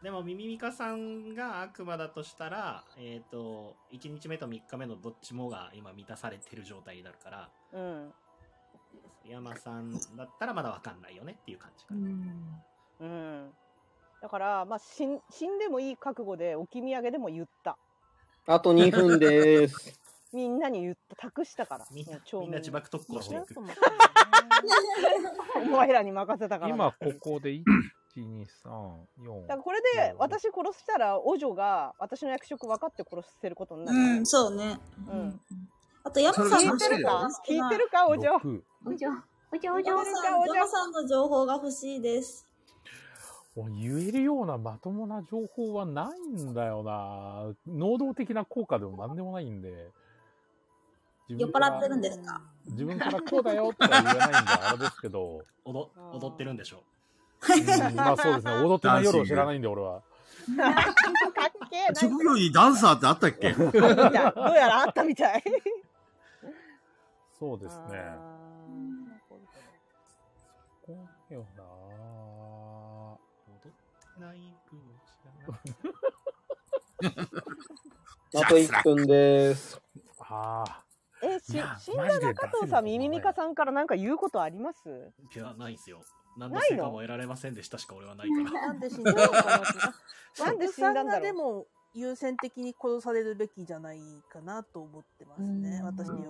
C: でも、ミミミカさんが悪魔だとしたら、えっ、と、1日目と3日目のどっちもが今満たされてる状態になるから、
D: うん。
C: 山さんだったらまだわかんないよねっていう感じ。
D: うん。だから、まあ死ん、死んでもいい覚悟で置き土産でも言った。
H: あと2分です。
D: みんなに言った、託したから。みんな、
C: みんな自爆特攻していく。
D: お前らに任せたから。
A: 今ここで1、2、3、4
D: だからこれで私殺したらお嬢が私の役職分かって殺せることになる。
J: うん、そうね。
D: うん。
J: あと、山さん
D: 聞いてるか聞いてるか、お嬢。
J: お嬢。お嬢、
D: お嬢
J: 山さん、
D: お嬢
J: 山さんの情報が欲しいです。
A: もう言えるようなまともな情報はないんだよな。能動的な効果でも何でもないんで。
J: 酔っ払ってるんですか
A: 自分からこうだよとは言えないんで、あれですけど。
C: 踊踊ってるんでしょ
A: うんまあ そうですね。踊ってない夜を知らないんで、俺
D: か
A: は。
D: っけえな。
B: 職業にダンサーってあったっけ
D: どうやらあったみたい。
A: そうですね。よな
C: ない部分知
H: あと1分です。
A: ああ。
D: え、し
C: いや
D: 死んだ
C: マジで
D: 中藤さん、ミミミカさんからなんか言うことあります
C: いや、ないですよ。何の
D: ない
C: 成
D: の
C: 果も得られませんでしたしか俺はないから。
K: なんで死んだのか な
D: なんで死んだんだろう
K: がでも優先的に殺されるべきじゃないかなと思ってますね、私より。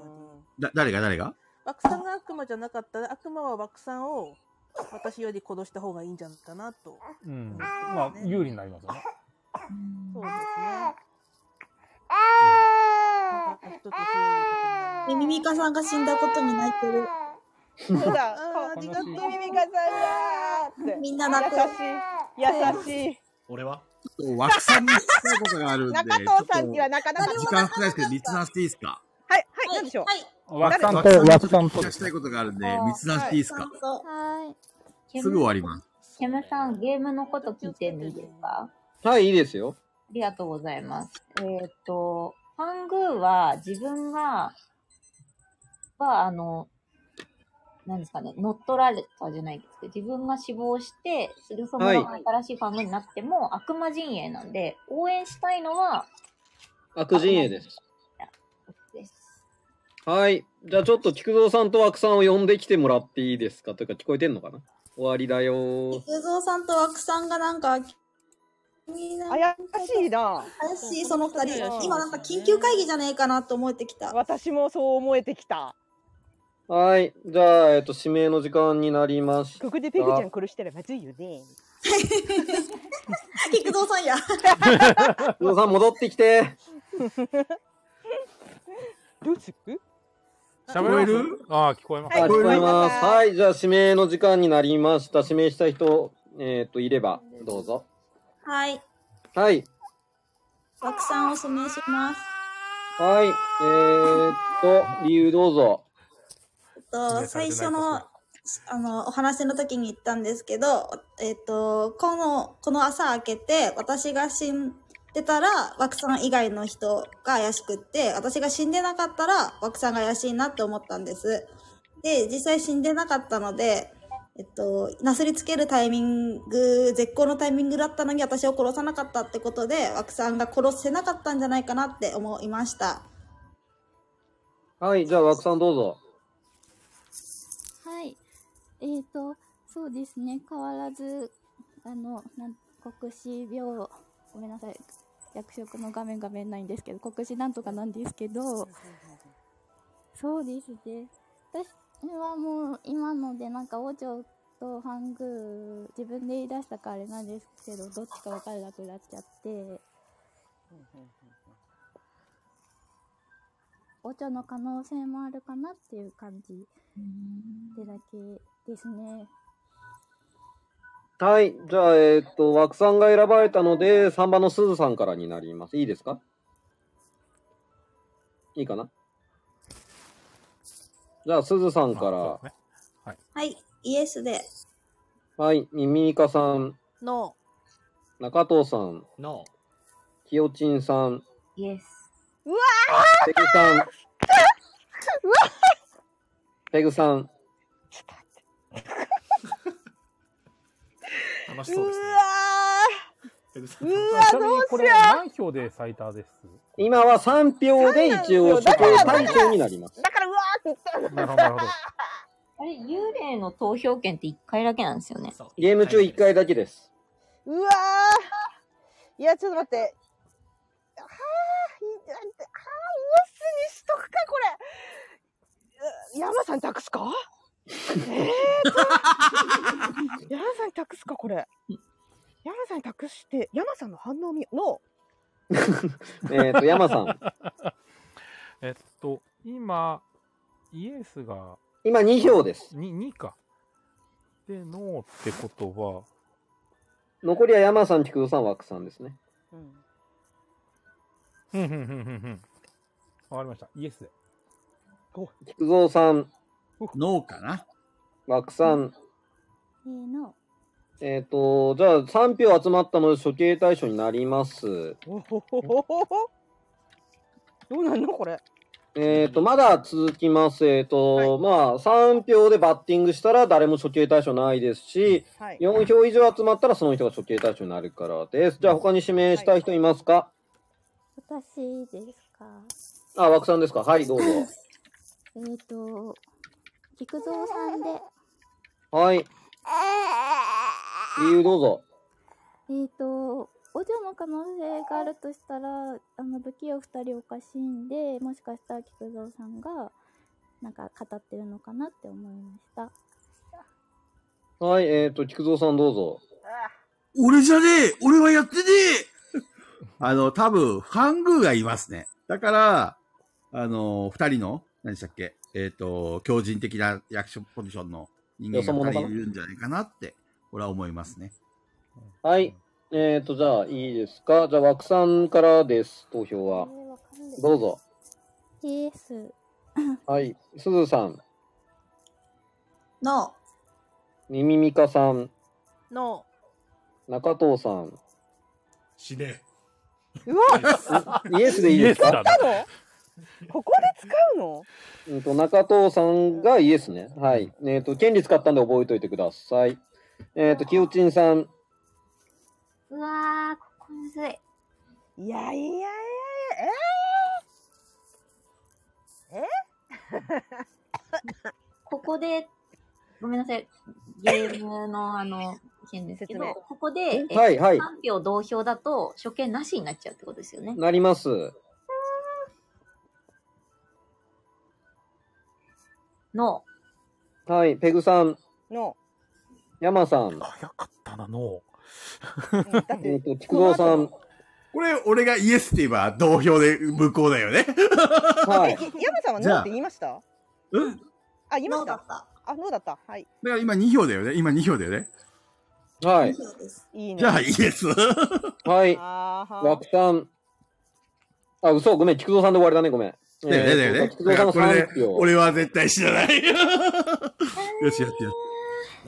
B: だ、誰が誰 が
K: 枠さんが悪魔じゃなかったら、悪魔は枠さんを私より殺した方がいいんじゃないかなと。
A: うん。まあ、有利になりますよね。
K: そうですね。
J: ミミミカさんが死んだことに泣いてる。
D: そうだ、ありがとう、ミミカさんだーって。
J: みんな泣く
D: 優しい。優し
C: 俺は
B: 枠さんに聞きたいことがあるん
D: い。
B: で。
D: 中藤さんにはなかなか。
B: 時間少ないですけど、立案していいですか
D: はい、はい、なんでしょう。
B: 枠さんと、枠さんと。聞きたいことがあるんで、立案していいですか
M: は ーい。
B: すぐ終わります。
M: す。ケムさん、ゲームのこと聞いてもいいですか
H: はい、いいですよ。
M: ありがとうございます。えーっ、と、ファングーは自分が、は、あの、なんですかね、乗っ取られたじゃないですけど、自分が死亡して、すぐそのまま
H: はい
M: 新しいファングーになっても、悪魔陣営なんで、応援したいのは、
H: 悪陣営です。
M: です。
H: はい。じゃあちょっと菊蔵さんと枠さんを呼んできてもらっていいですかというか聞こえてんのかな終わりだよー。
J: 菊蔵さんと枠さんがなんか、怪
D: しいな。
J: 怪しい、その二
D: そう
J: 人。今なんか緊急会議じゃねえかなと思えてきた。
D: 私もそう思えてきた。
H: はい。じゃあ、えっと、指名の時間になりました。
D: ここでペグちゃん殺したらまずいよ ね。
J: 菊蔵さんや。
H: 菊蔵さん戻ってきて。
D: どうする
A: 喋れるああ、聞こえます。
H: あ、聞こえます。はい。じゃあ、指名の時間になりました。指名した人、えっと、いれば、どうぞ。
J: はい。
H: はい。
J: 枠さんを指名します。
H: はい。えー、っと、理由どうぞ。
J: えっと、最初の、あの、お話の時に言ったんですけど、えっと、この、この朝明けて、私が死んでたら、枠さん以外の人が怪しくって、私が死んでなかったら、枠さんが怪しいなって思ったんです。で、実際死んでなかったので、えっと、なすりつけるタイミング、絶好のタイミングだったのに私を殺さなかったってことで、枠さんが殺せなかったんじゃないかなって思いました。
H: はい。じゃあ、枠さんどうぞ。
I: はい。えー、と、そうですね。変わらず、あの、なん国士病、ごめんなさい。役職の画面が見えないんですけど、国士なんとかなんですけど、そうですね。私はもう今のでなんか王女とハングー自分で言い出したからあれなんですけど、どっちか分からなくなっちゃって、
P: お茶の可能性もあるかなっていう感じでだけですね。
H: はい。じゃあ、えっ、と、枠さんが選ばれたので、3番のすずさんからになります。いいですかいいかなじゃあ、すずさんから。
J: はい、イエスで。
H: はい。ミミイカさん、
J: ノ
H: 中藤さん、
C: No。
H: きよちんさん、
J: ー。イエス。
D: うわ
H: ペグさん、
D: うわ
H: ペグさん、
C: 楽しそうですね。
A: うわちなみにこれ何票で最多です
H: 今は3票で一応、所定対象になります。
D: だからうわーって言った
A: なるほど、なるほど。
M: あれ、幽霊の投票権って1回だけなんですよね。
H: ゲーム中1回だけです。
D: うわーいやちょっと待ってああいなんてああオスにしとくかこれう山さんに託すかええー、山さんに託すかこれ山さんに託して山さんの反応を見の
H: えっと、山さん。
A: えっと、今、イエスが。
H: 今2票です。
A: 2、2か。で、ノーってことは、
H: 残りは山さん、菊蔵さん、枠さんですね。
A: ふんふんふ んふんふん。わかりました。イエスで。
H: 菊蔵さん、
E: ノーかな
H: 枠さん、
P: せーの。
H: えっ、と、じゃあ3票集まったので処刑対象になります。
D: おほほほほほどうなんのこれ
H: えっ、と、まだ続きます。えっ、と、まあ、3票でバッティングしたら誰も処刑対象ないですし、
D: はい
H: 4票以上集まったらその人が処刑対象になるからです。じゃあ他に指名したい人いますか、
P: 私ですか。
H: あ、枠さんですかはい、 どうぞ。
P: えっ、ー、と、菊蔵さんで、
H: はい。理由どうぞ。
P: えっ、ー、と、お嬢の可能性があるとしたら、あの、不器用二人おかしいんで、もしかしたら菊蔵さんが、なんか語ってるのかなって思いました。
H: はい、えっ、と、菊蔵さんどうぞ。
B: 俺じゃねえ俺はやってね
E: あの、多分、ファングーがいますね。だから、あの、二人の、何でしたっけえっ、と、強靭的な役所ポジションの人間が二人いるんじゃないかなって、俺は思いますね。
H: はい。えっ、と、じゃあいいですかじゃあ枠さんからです、投票は。どうぞ。
P: イエス。
H: はい、すずさん、
J: ノ
H: みみみかさん、
J: ー。ノ
H: 中藤さん。
C: 死ね
D: うわ
H: イエスでいいですか
D: 使ったのここで使うの
H: うんと、中藤さんがイエスね。はい。えっ、と、権利使ったんで覚えておいてください。えっ、と、きよちんさん、
M: うわー、ここむずい。
D: いやいやいやえー、え
M: ここで、ごめんなさい。ゲームの、あの、件ですけど、ここで、え
H: はいはい
M: 3票同票だと、処刑なしになっちゃうってことですよね。
H: なります。
M: の、
H: はい、ペグさん、
D: の、
H: 山さん。
A: ただの、
H: えっと、菊蔵さん。
B: これ、俺がイエスって言えば、同票で無効だよね。
H: は
D: え山さんはノーって言いました
B: うん
D: あ、言いました。あ、ノーだった。はい。
B: だから今2票だよね。今2票だよね。
H: はい。
D: いいね。
B: じゃあイエス。
H: はい。枠さん。あ、嘘、ごめん、菊蔵さんで終わりだね、ごめん。
B: だよね、だよ
H: え
B: ね
H: ー。菊蔵さん
B: だ
H: の
B: からこれで
H: 3、票。
B: 俺は絶対死なない。よし、やってよ。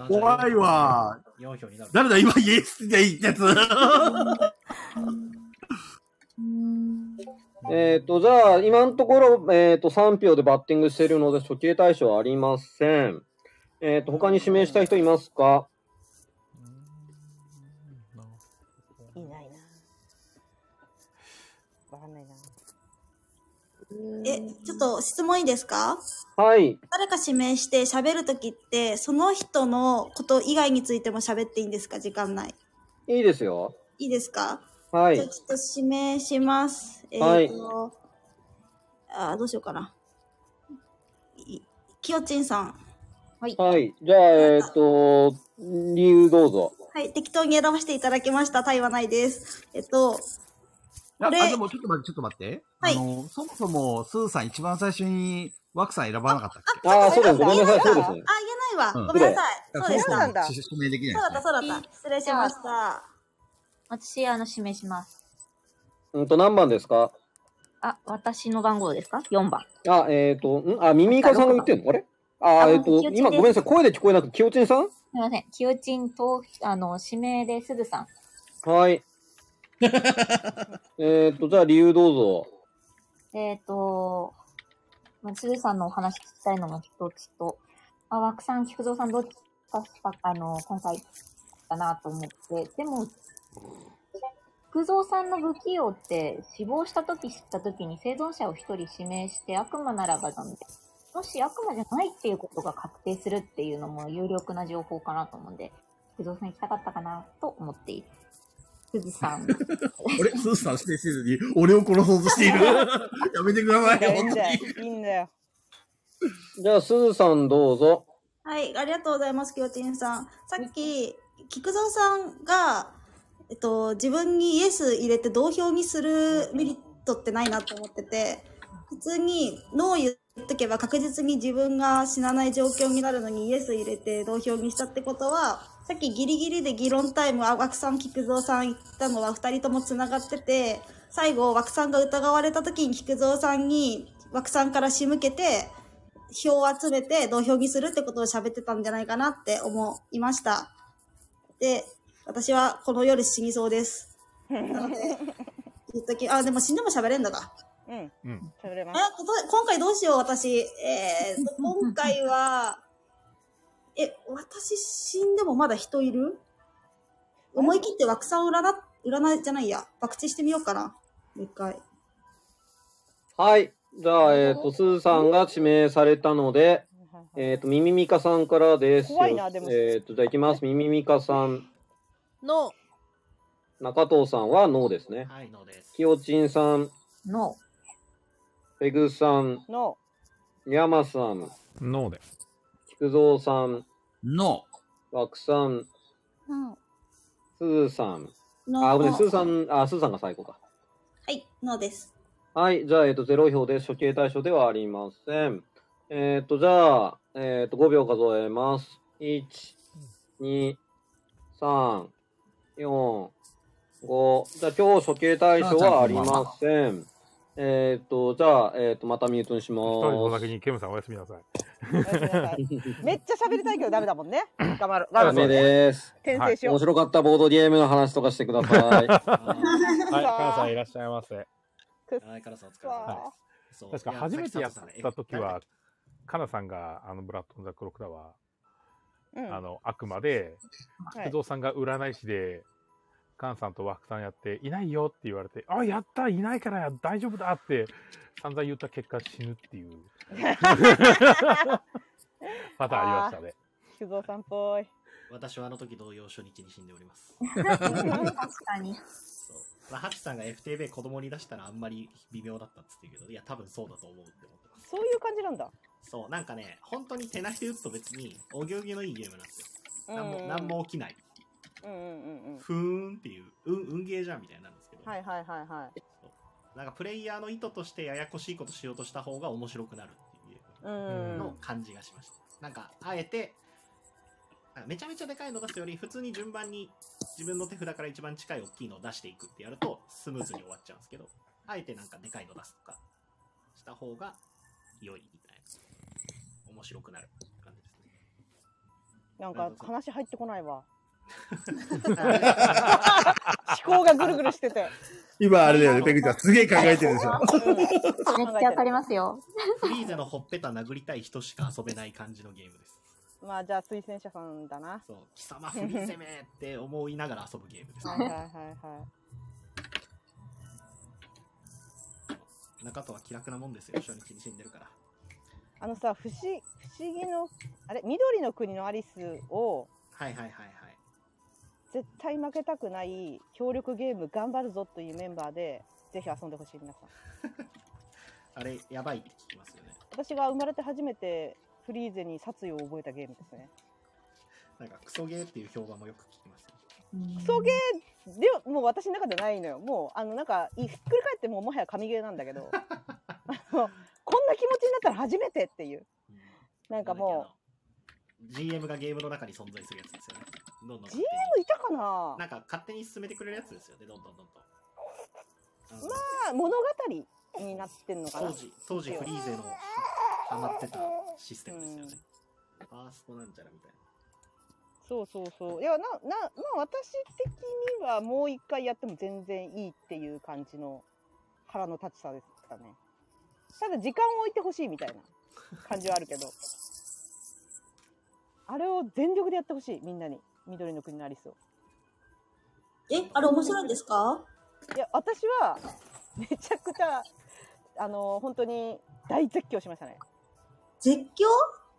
B: 怖いわ。
C: 4票になる。
B: 誰だ、今イエスって言ったや
H: えっ、と、じゃあ、今のところ、えっ、と、3票でバッティングしてるので、処刑対象はありません。えっ、と、他に指名したい人いますか
D: いないな。わかんないな。
J: え、ちょっと質問いいですか
H: はい。
J: 誰か指名して喋るときって、その人のこと以外についても喋っていいんですか時間内。
H: いいですよ。
J: いいですか
H: は
J: じゃあ
H: い。
J: ちょっと指名します。えっ、
H: はい
J: と、あーどうしようかな。いきよちんさん。はい。
H: はい。じゃあ、えっ、と、理由どうぞ。
J: はい、適当に選ばせていただきました。タイはないです。えっと、
E: や、あでもちょっと待って、ちょっと待って。あの、そもそも、スーさん一番最初に、ワクさん選ばなかったっけ
H: ああ、そうです。ごめんなさい、そうです。
J: あ、言えないわ。ごめんなさい。そうでし
E: そう
J: た。
E: なんだ。指名でき
J: そう
E: な
J: だ
E: い
J: った、そうだった。失礼しました。
M: 私、あの、示します。
H: うんと、何番ですか
M: あ、私の番号ですか ?4 番。
H: あ、えっ、ー、と、んあ、ミミイカさんが言ってんのあれあ、
M: あ
H: えっ、と
M: 清、地
H: 今
M: です
H: ごめんなさい、声で聞こえなくて、きよちんさん
M: すみません。きよちんと、あの、指名で、すずさん。
H: はい。えっと、じゃあ理由どうぞ。
M: えっ、と、まあ、すずさんのお話聞きたいのも一つと、まあ、枠さん、菊蔵さん、どっちかしか、あの、今回、だなと思って、でも、菊蔵さんの不器用って、死亡した時知った時に生存者を一人指名して、悪魔ならばだみたいな。もし悪魔じゃないっていうことが確定するっていうのも有力な情報かなと思うんで、菊蔵さん行きたかったかなと思っている。すずさん。
E: 俺、スーさんを指定せずに、俺を殺そうと している。やめてくださいよ、本当に。
D: いいんだよ。
H: じゃあ、すずさんどうぞ。
J: はい、ありがとうございます、きよちんさん。さっき、菊蔵さんが、えっと、自分にイエス入れて同票にするメリットってないなと思ってて、普通にノー言っとけば確実に自分が死なない状況になるのにイエス入れて同票にしたってことは、さっきギリギリで議論タイム、あ、枠さん、菊蔵さん言ったのは二人とも繋がってて、最後、枠さんが疑われた時に菊蔵さんに、枠さんから仕向けて、票を集めて同票にするってことを喋ってたんじゃないかなって思いました。で、私はこの夜死にそうです。なので、言っとき、あ、でも死んでも喋れんのか。
D: うん。
E: うん。
D: 喋れ
J: え、
D: ま
J: こと今回どうしよう、私。えー、今回は、え、私死んでもまだ人いる思い切って枠さんを占っ、占いじゃないや、爆地してみようかな。もう一回。
H: はい。じゃあ、えっ、と、すずさんが指名されたので、えっ、と、ミミミカさんからです。
K: 怖いなでも
H: えっ、と、じゃあ行きます。ミミミカさん、
K: の、
H: 中藤さんはノーですね。
C: はい、のです。
H: きよちんさん、
M: の、
H: ペグさん、
D: の、
H: ヤマさん、
A: ノーで。
H: 菊蔵さん、
E: ノ
H: ワクさ
P: う
H: ん、
P: ん。
H: すずさん。
J: の
H: あ、ごめん、すずさん、あ、すずさんが最後か。
J: はい、のです。
H: はい、じゃあ、えっ、と、0票で処刑対象ではありません。えっ、と、じゃあ、えっ、と、5秒数えます。1、2、3、4、5。じゃあ、今日処刑対象はありません。えっ、と、じゃあ、えっ、と、またミュートにしま
A: 一人のだ
H: ー
A: けに、ケムさんおやすみなさい。
D: す。めっちゃ喋りたいけどダメだもんね。頑張る。
H: ダ
D: 頑張
H: メ
D: る。
H: です。
D: 転生しよう
H: 面白かったボードゲームの話とかしてくださ い。
A: はい、カナさんいらっしゃいませ。
C: はい、カラさんお疲れ様です。そう
A: 確か
C: いや
A: 初めてやっ
C: さき
A: た時は、カナさんが、あの、ブラッド・オン・ザ・クロックだわ、
D: うん
A: あの、悪魔で、
D: はい
A: 菊蔵さんが占い師で、カンさんとワクさんやって、いないよって言われて、あ、やったいないから大丈夫だって、散々言った結果死ぬっ ていう、パターンありましたね。
D: 菊蔵さんっぽい。
C: 私はあの時同様初日に死んでおります。
M: 確かに。
C: まあ、ハチさんが FTB 子供に出したらあんまり微妙だったっつって言うけど、いや、多分そうだと思うって思ってます。
D: そういう感じなんだ。
C: そう、なんかね、本当に手なしで打つと別に、お行儀のいいゲームなんですよ。なん
D: う
C: も
D: ん
C: なんも起きない。
D: うんうんうんうん。
C: ふーんっていう、うん、運ゲーじゃんみたいになるんですけど、
D: はいはいはいはい。。
C: なんかプレイヤーの意図としてややこしいことしようとした方が面白くなるっていううんの感じがしました。なんか、あえて、なんかめちゃめちゃでかいの出すより、普通に順番に自分の手札から一番近い大きいのを出していくってやると、スムーズに終わっちゃうんですけど、あえてなんかでかいの出すとか、した方が良いみたいな。面白くなる感じですね。
D: なんか話入ってこないわ。思考がぐるぐるしてて。
B: 今あれだよね、ペグちゃん。すげえ考えてるでしょ。
M: めっちゃわかりますよ。
C: フリーザのほっぺた殴りたい人しか遊べない感じのゲームです。
D: まあじゃあ推薦者さんだな。
C: そう。貴様振り攻めって思いながら遊ぶゲームです。
D: はいはいはいは
C: 中とは気楽なもんですよ。初日に死んでるから。
D: い。あのさ、不思不思議の、あれ、緑の国のアリスを
C: はいはいはいはい。
D: 絶対負けたくない協力ゲーム頑張るぞというメンバーで、ぜひ遊んでほしい皆さん。
C: あれ、やばいって聞きますよね。
D: 私が生まれて初めてフリーゼに殺意を覚えたゲームですね。
C: なんかクソゲーっていう評判もよく聞きます、ね。
D: クソゲーではもう私の中でないのよもうあのなんかいひっくり返ってもうもはや神ゲーなんだけどあのこんな気持ちになったら初めてっていうなんかも
C: GM がゲームの中に存在するやつですよね。どんど
D: うん GM いたかな
C: なんか勝手に進めてくれるやつですよね、どんどんどんどん。
D: まあ物語になってんのかな
C: 当時、当時フリーゼのハマってたシステムですよね。ファーストなんちゃらみたいな。
D: そうそうそういやななまあ私的にはもう一回やっても全然いいっていう感じの腹の立ちさですかねただ時間を置いてほしいみたいな感じはあるけどあれを全力でやってほしいみんなに緑の国のアリスを
J: えあれ面白いんですか
D: いや私はめちゃくちゃあの本当に大絶叫しましたね
J: 絶叫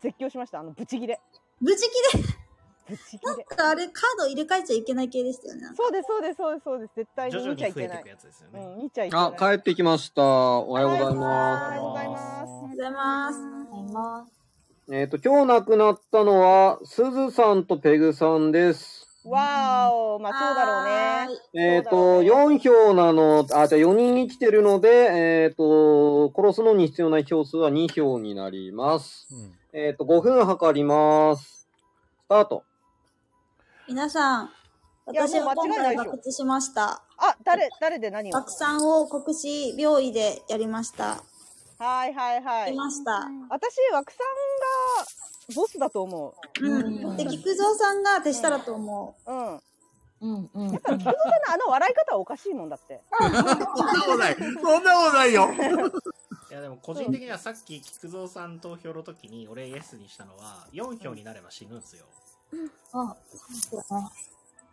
D: 絶叫しましたあのブチギレ
J: 無事切れ
D: ブチギ
J: なんかあれカード入れ替えちゃいけない系でしたよね。
D: そうですそうですそうですそうです絶対に見ちゃい
C: 徐々に増
D: けない
C: えていくやつですよ
D: ね、うん、見ちゃいけない
H: あ、帰ってきました。おはようございます。
D: おはようございます
J: おはようございます。おはようございます。
H: えっ、と、今日亡くなったのは、すずさんとペグさんです。
D: わーお、まあそうだろうね。
H: えっ、と、4票なの、あ、じゃあ4人生きてるので、えっ、と、殺すのに必要な票数は2票になります。えっ、と、5分測ります。スタート。
J: 皆さん、
D: いや
J: 私
D: も
J: は
D: う間違
J: 今
D: いないで
J: 回
D: しょ
J: 爆発しました。
D: あ、誰、誰で何を
J: 爆散を国士病院でやりました。
D: はいはいはい。
J: いました。
D: 私、枠さんがボスだと思う。
J: うん。で、菊蔵さんが手下だと思
D: う。うん。
J: うんうん。
D: だから、菊蔵さんのあの笑い方はおかしいもんだって。
B: そんなことない。そんなことないよ。
C: いやでも個人的にはさっき菊蔵さん投票の時に俺イエスにしたのは4票になれば死ぬんですよ。
J: あ、そうですね。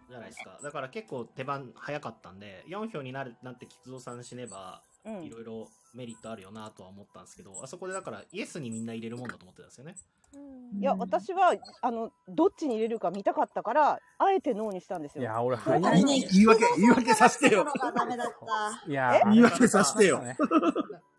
C: じゃないですか。だから結構手番早かったんで、4票になるなって吉蔵さん死ねば、
D: うん
C: いろいろメリットあるよなとは思ったんですけど、あそこでだからイエスにみんな入れるもんだと思ってたんですよね。
D: いや、私は、あの、どっちに入れるか見たかったから、あえてノーにしたんですよ。
A: いや、俺、早
D: ね
A: い。
B: 言い訳、言い訳させてよ。
J: ダメだった。
A: いや、
B: 言い訳させてよ。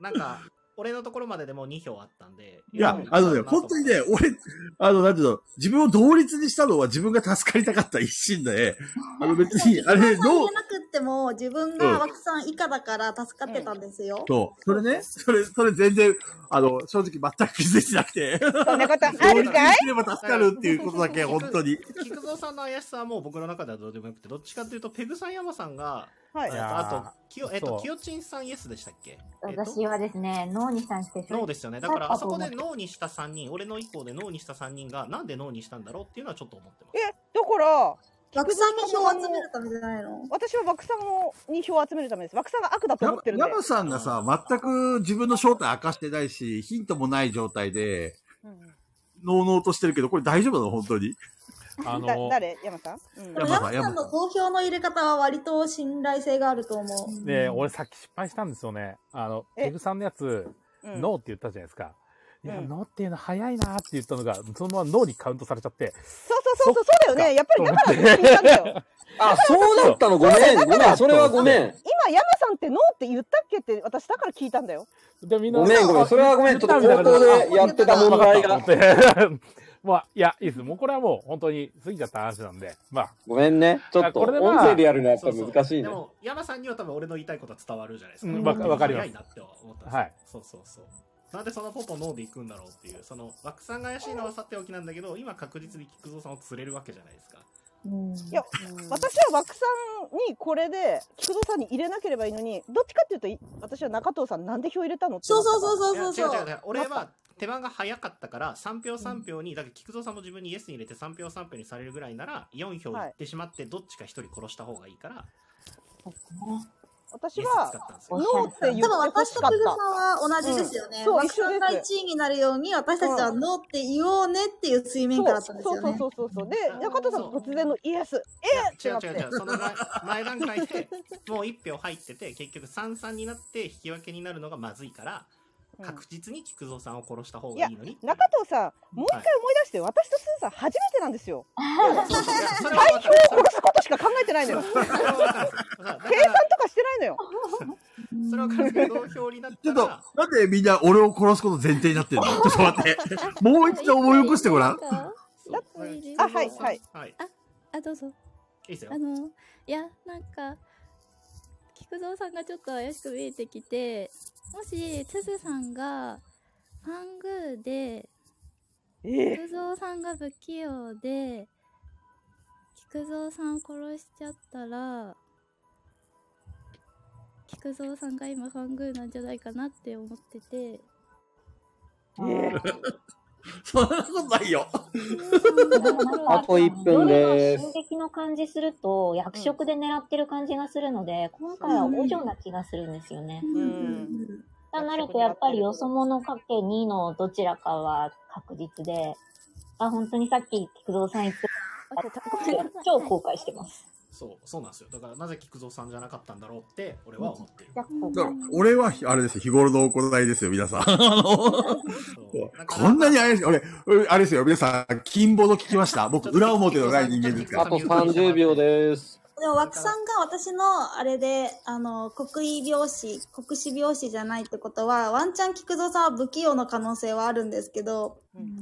C: なんか、俺のところまででも2票あったんで、
B: いや、あのね、本当にね、俺、あの、なんていうの、自分を同率にしたのは自分が助かりたかった一心で、あの別に、あれ、
J: 入
B: どう
J: れ、なくっても自分
B: うん
J: が枠さん以下だから助かってたんですよ。
B: そう、それね、それ、それ全然、あの、正直全く気づいてなくて。
D: そんなことあ
B: 同
D: る
B: 率に
D: かい
B: すれば助かるっていうこと だけ、本当に。
C: 菊蔵さんの怪しさはもう僕の中ではどうでもよくて、どっちかというと、ペグさん、山さんが、
D: はい
C: えっ
M: い
C: と
M: やー
C: あと、きよえっ
M: そ
C: と
M: う
C: きよちんさんイエスでしたっけ
M: 私はですね、脳にさんして
C: ノーですよね。だから、あそこで
M: ー
C: ノーにした3人、俺の一方でノーにした3人が、なんでノーにしたんだろうっていうのはちょっと思ってます。
D: え、だから、
J: 枠さんが票を集め
D: る
J: ためじゃないの
D: 私は枠さんをに票を集めるためです。枠さんが悪だと思ってるんで。
B: 山さんがさ、全く自分の正体明かしてないし、ヒントもない状態で、のうのうとしてるけど、これ大丈夫なの本当に。
A: あ
D: だ誰山さん、うん、
J: でも山さんの投票の入れ方は割と信頼性があると思う。
A: で、俺さっき失敗したんですよね。あの、ペグさんのやつ、
D: うん
A: ノーって言ったじゃないですか。いや、ノーっていうの早いなーって言ったのが、そのままノーにカウントされちゃって。
D: そうそうそうそう、そうだよね。やっぱりだから私にしたんだよ。
A: あ、
H: そうだったのごめん
A: そうだ
H: ごめんそれはごめん。
D: 今、山さんってノーって言ったっけって、私だから聞いたんだよ。
A: でみんな
H: ごめんごめん、それはごめん。ちょっと口頭でやってた問題が。
A: まあ、いや、いいです。 もうこれはもう本当に過ぎちゃった話なんで。まあ。
H: ごめんね。ちょっと
A: これでまあ
H: 音声でやるのはやっぱり難しいね
C: で。も、山さんには多分俺の言いたいことは伝わるじゃないです
A: う
C: か。
A: んわわかります
C: 早いなって思ったんですよ
A: はい
C: そうそうそう。なんでそのポポノーで行くんだろうっていう、その、枠さんが怪しいのはさておきなんだけど、今確実に菊蔵さんを釣れるわけじゃないですか。
D: いや、私は枠さんにこれで、菊蔵さんに入れなければいいのに、どっちかっていうと、私は中藤さんなんで票入れたのって思ったから。
C: いや違う違う違う俺は手番が早かったから3票3票に、だから菊蔵さんも自分にイエスに入れて3票3票にされるぐらいなら4票いってしまってどっちか1人殺した方がいいから、
D: 私は、ノーって言って
J: 多分
D: ほ
J: 私
D: し
J: と
D: かっ
J: ペグさん
D: た。
J: は同じですよ
D: う
J: ね。
D: んそう
J: 枠さん
D: 一
J: が
D: 緒
J: 1
D: です
J: 位になるように私たちはノーって言おうねっていう水面下だったんです
D: そう
J: よ
D: そ
J: ね
D: う。そうそうそう。で、中藤さん突然のイエス、えー、って
C: 違う
D: なって。
C: 違う違うその前前段階でもう1票入ってて結局33になって引き分けになるのがまずいから確実に菊蔵さんを殺した方
D: い
C: が
D: や
C: いいのに、
D: 中藤さん、もう一回思い出して、私とすずさん初めてなんですよ。
C: 代
D: 表を殺すことしか考えてないのよ。計算とかしてないのよ。
C: それは軽く同票になって
B: ちょっと、なんでみんな俺を殺すこと前提になってんのちょっと待って。もう一度思い起こしてごらん。
A: あ、
I: いる
D: あ、はい、はい。
C: はい。
I: あ、どうぞ。
C: いいですよ
T: あ。のいやなんか菊蔵さんがちょっと怪しく見えてきてもしつづさんがファングーで
D: え
T: 菊蔵さんが不器用で菊蔵さん殺しちゃったら菊蔵さんが今ファングーなんじゃないかなって思ってて
B: そんなことないよ。
U: あと1分で
M: 衝
U: す。
M: 撃の感じすると役職で狙ってる感じがするので、今回はお嬢な気がするんですよね。となるとやっぱりよそ者かけ2のどちらかは確実で、あ本当にさっき菊蔵さん言ってた超後悔してます。
C: そう、そうなんですよ。だからなぜ菊蔵さんじゃなかったんだろうって、俺は思ってる。
B: だから俺は、あれですよ、日頃の行いですよ、皆さん。あのこんなに怪しい。俺、俺あれですよ、皆さん、金ボード聞きました。僕、裏表のない人間ですから。
H: あと30秒です。
J: でも枠さんが私のあれで、あの、国医病師、国士病師じゃないってことは、ワンチャン菊蔵さんは不器用の可能性はあるんですけど、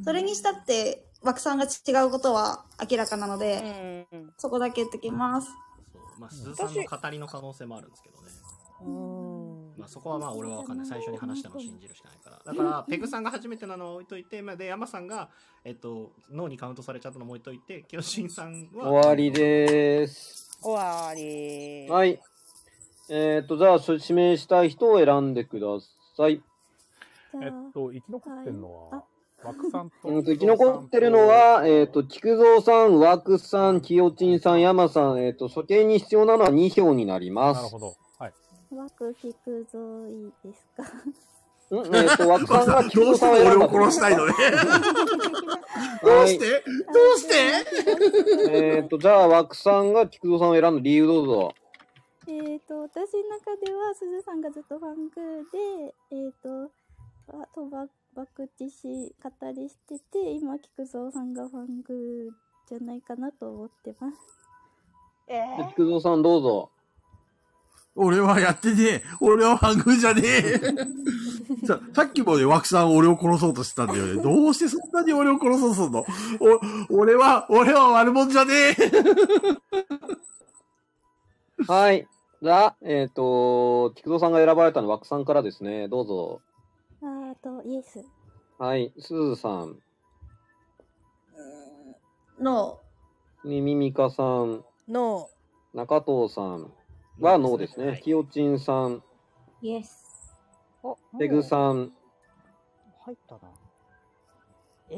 J: それにしたって枠さんが違うことは明らかなので、そこだけ言っときます。
C: まあ、鈴さんの語りの可能性もあるんですけどね。まあ、そこはまあ俺はわかんない。最初に話したのを信じるしかないから。だから、ペグさんが初めてなのは置いといて、まあ、で、山さんが、えっと、脳にカウントされちゃったのも置いといて、キヨシンさんは、
H: 終わりです。
D: 終わり。
H: はい。えっ、と、じゃあ、し指名したい人を選んでください。
A: えっと、生き残ってるのは、枠さんと、
H: うんと、生き残ってるのは、えっ、と、菊蔵さん、枠さん、清鎮さん、山さん、えっ、と、処刑に必要なのは2票になります。
A: なるほど。はい。
I: 枠聞くぞいいですか。
H: うんえっ、と、枠さんが菊蔵さんを選んだと。
B: どうして俺を殺したいのね
H: ど
B: うしてどうして
H: えっと、じゃあ、枠さんが菊蔵さんを選んだ理由どうぞ。
I: えっと私の中ではすずさんがずっとファングーでえっ、とあとば爆打し語りしてて今菊蔵さんがファングーじゃないかなと思ってます。
H: じゃあ菊蔵さんどうぞ。
B: 俺はやってねえ。俺はハングじゃねえ。ささっきもね、枠さん俺を殺そうとしてたんだよね。どうしてそんなに俺を殺そうとするのお俺は、俺は悪者じゃね
H: はい。じゃあ、えっ、と、菊蔵さんが選ばれたのは枠さんからですね。どうぞ。
I: あーとイエス。
H: はい。すずさん、
J: の、
H: みみみかさん、
D: の、
H: 中藤さんはノーですね。きよちんさん、
M: イエス。
D: お、
H: ペグさん、
D: 入ったな。えー、え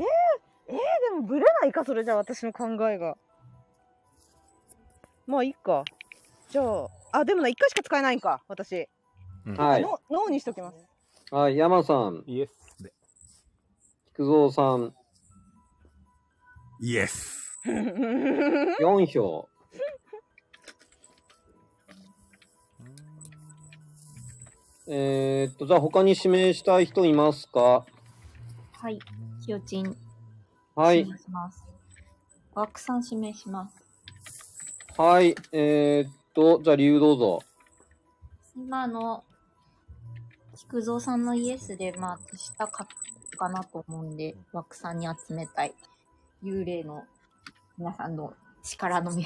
D: ー、えー、でもブレないかそれじゃ私の考えが。まあいいか。じゃあ、あでもな一回しか使えないんか私。
H: はい。
D: の脳にしときます。
H: はい、山さん。
A: イエス。
H: 菊蔵さん、
B: イエス。
H: 4票。えーっと、じゃあ他に指名したい人いますか
M: はい。きよちん。
H: はい
M: 指。名します。枠さん指名します。
H: はい。えーっと、じゃあ理由どうぞ。
M: 今の菊蔵さんのイエスで、まあ、手下書くかなと思うんで、枠さんに集めたい。幽霊の皆さんの力のみ。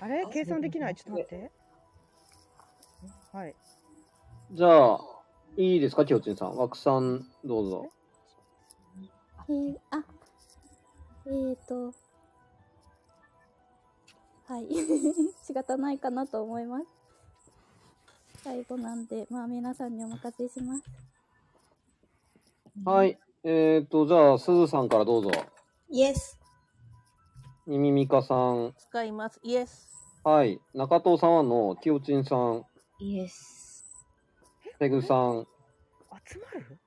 D: あ れ計算できないちょっと待って。はい。
H: じゃあ、いいですか、きよちんさん。枠さん、どうぞ。
I: えー、あえー、とはい 仕方ないかなと思います。最後なんでまあ皆さんにお任せします。
H: はい。えーっと、じゃあ、すずさんからどうぞ。
J: イエス。
H: みみみかさん。
K: 使います。イエス。
H: はい。中藤さんはの、きよちんさん、
M: イエス。
H: ペグさん。
D: 集まる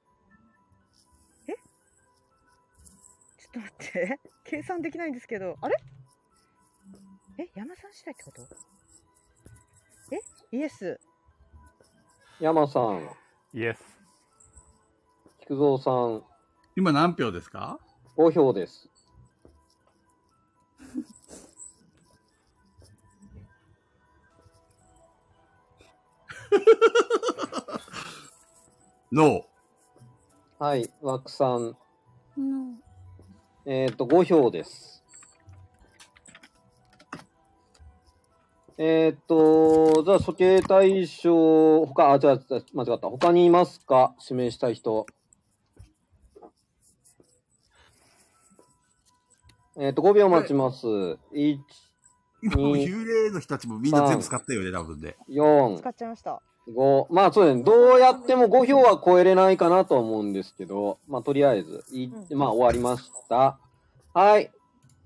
D: えちょっと待って。 計算できないんですけど。あれえ山さん次第ってことえイエス。
H: 山さん。
A: イエス。
H: 菊蔵さん。
B: 今何票ですか
H: ?5 票 です。
B: ノ
H: はい。枠さん。
I: の
H: えっ、と、5票です。えーっと、じゃあ、処刑対象、他、あ、じゃあ、間違った。他にいますか指名したい人。えーっと、5秒待ちます。1、
B: もう
H: 2、
B: 幽霊の人たちもみんな全部使ったよね、多分で。
H: 4、
D: 使っちゃいました。
H: 5まあそうですねどうやっても5票は超えれないかなとは思うんですけどまあとりあえずい、まあ終わりましたはい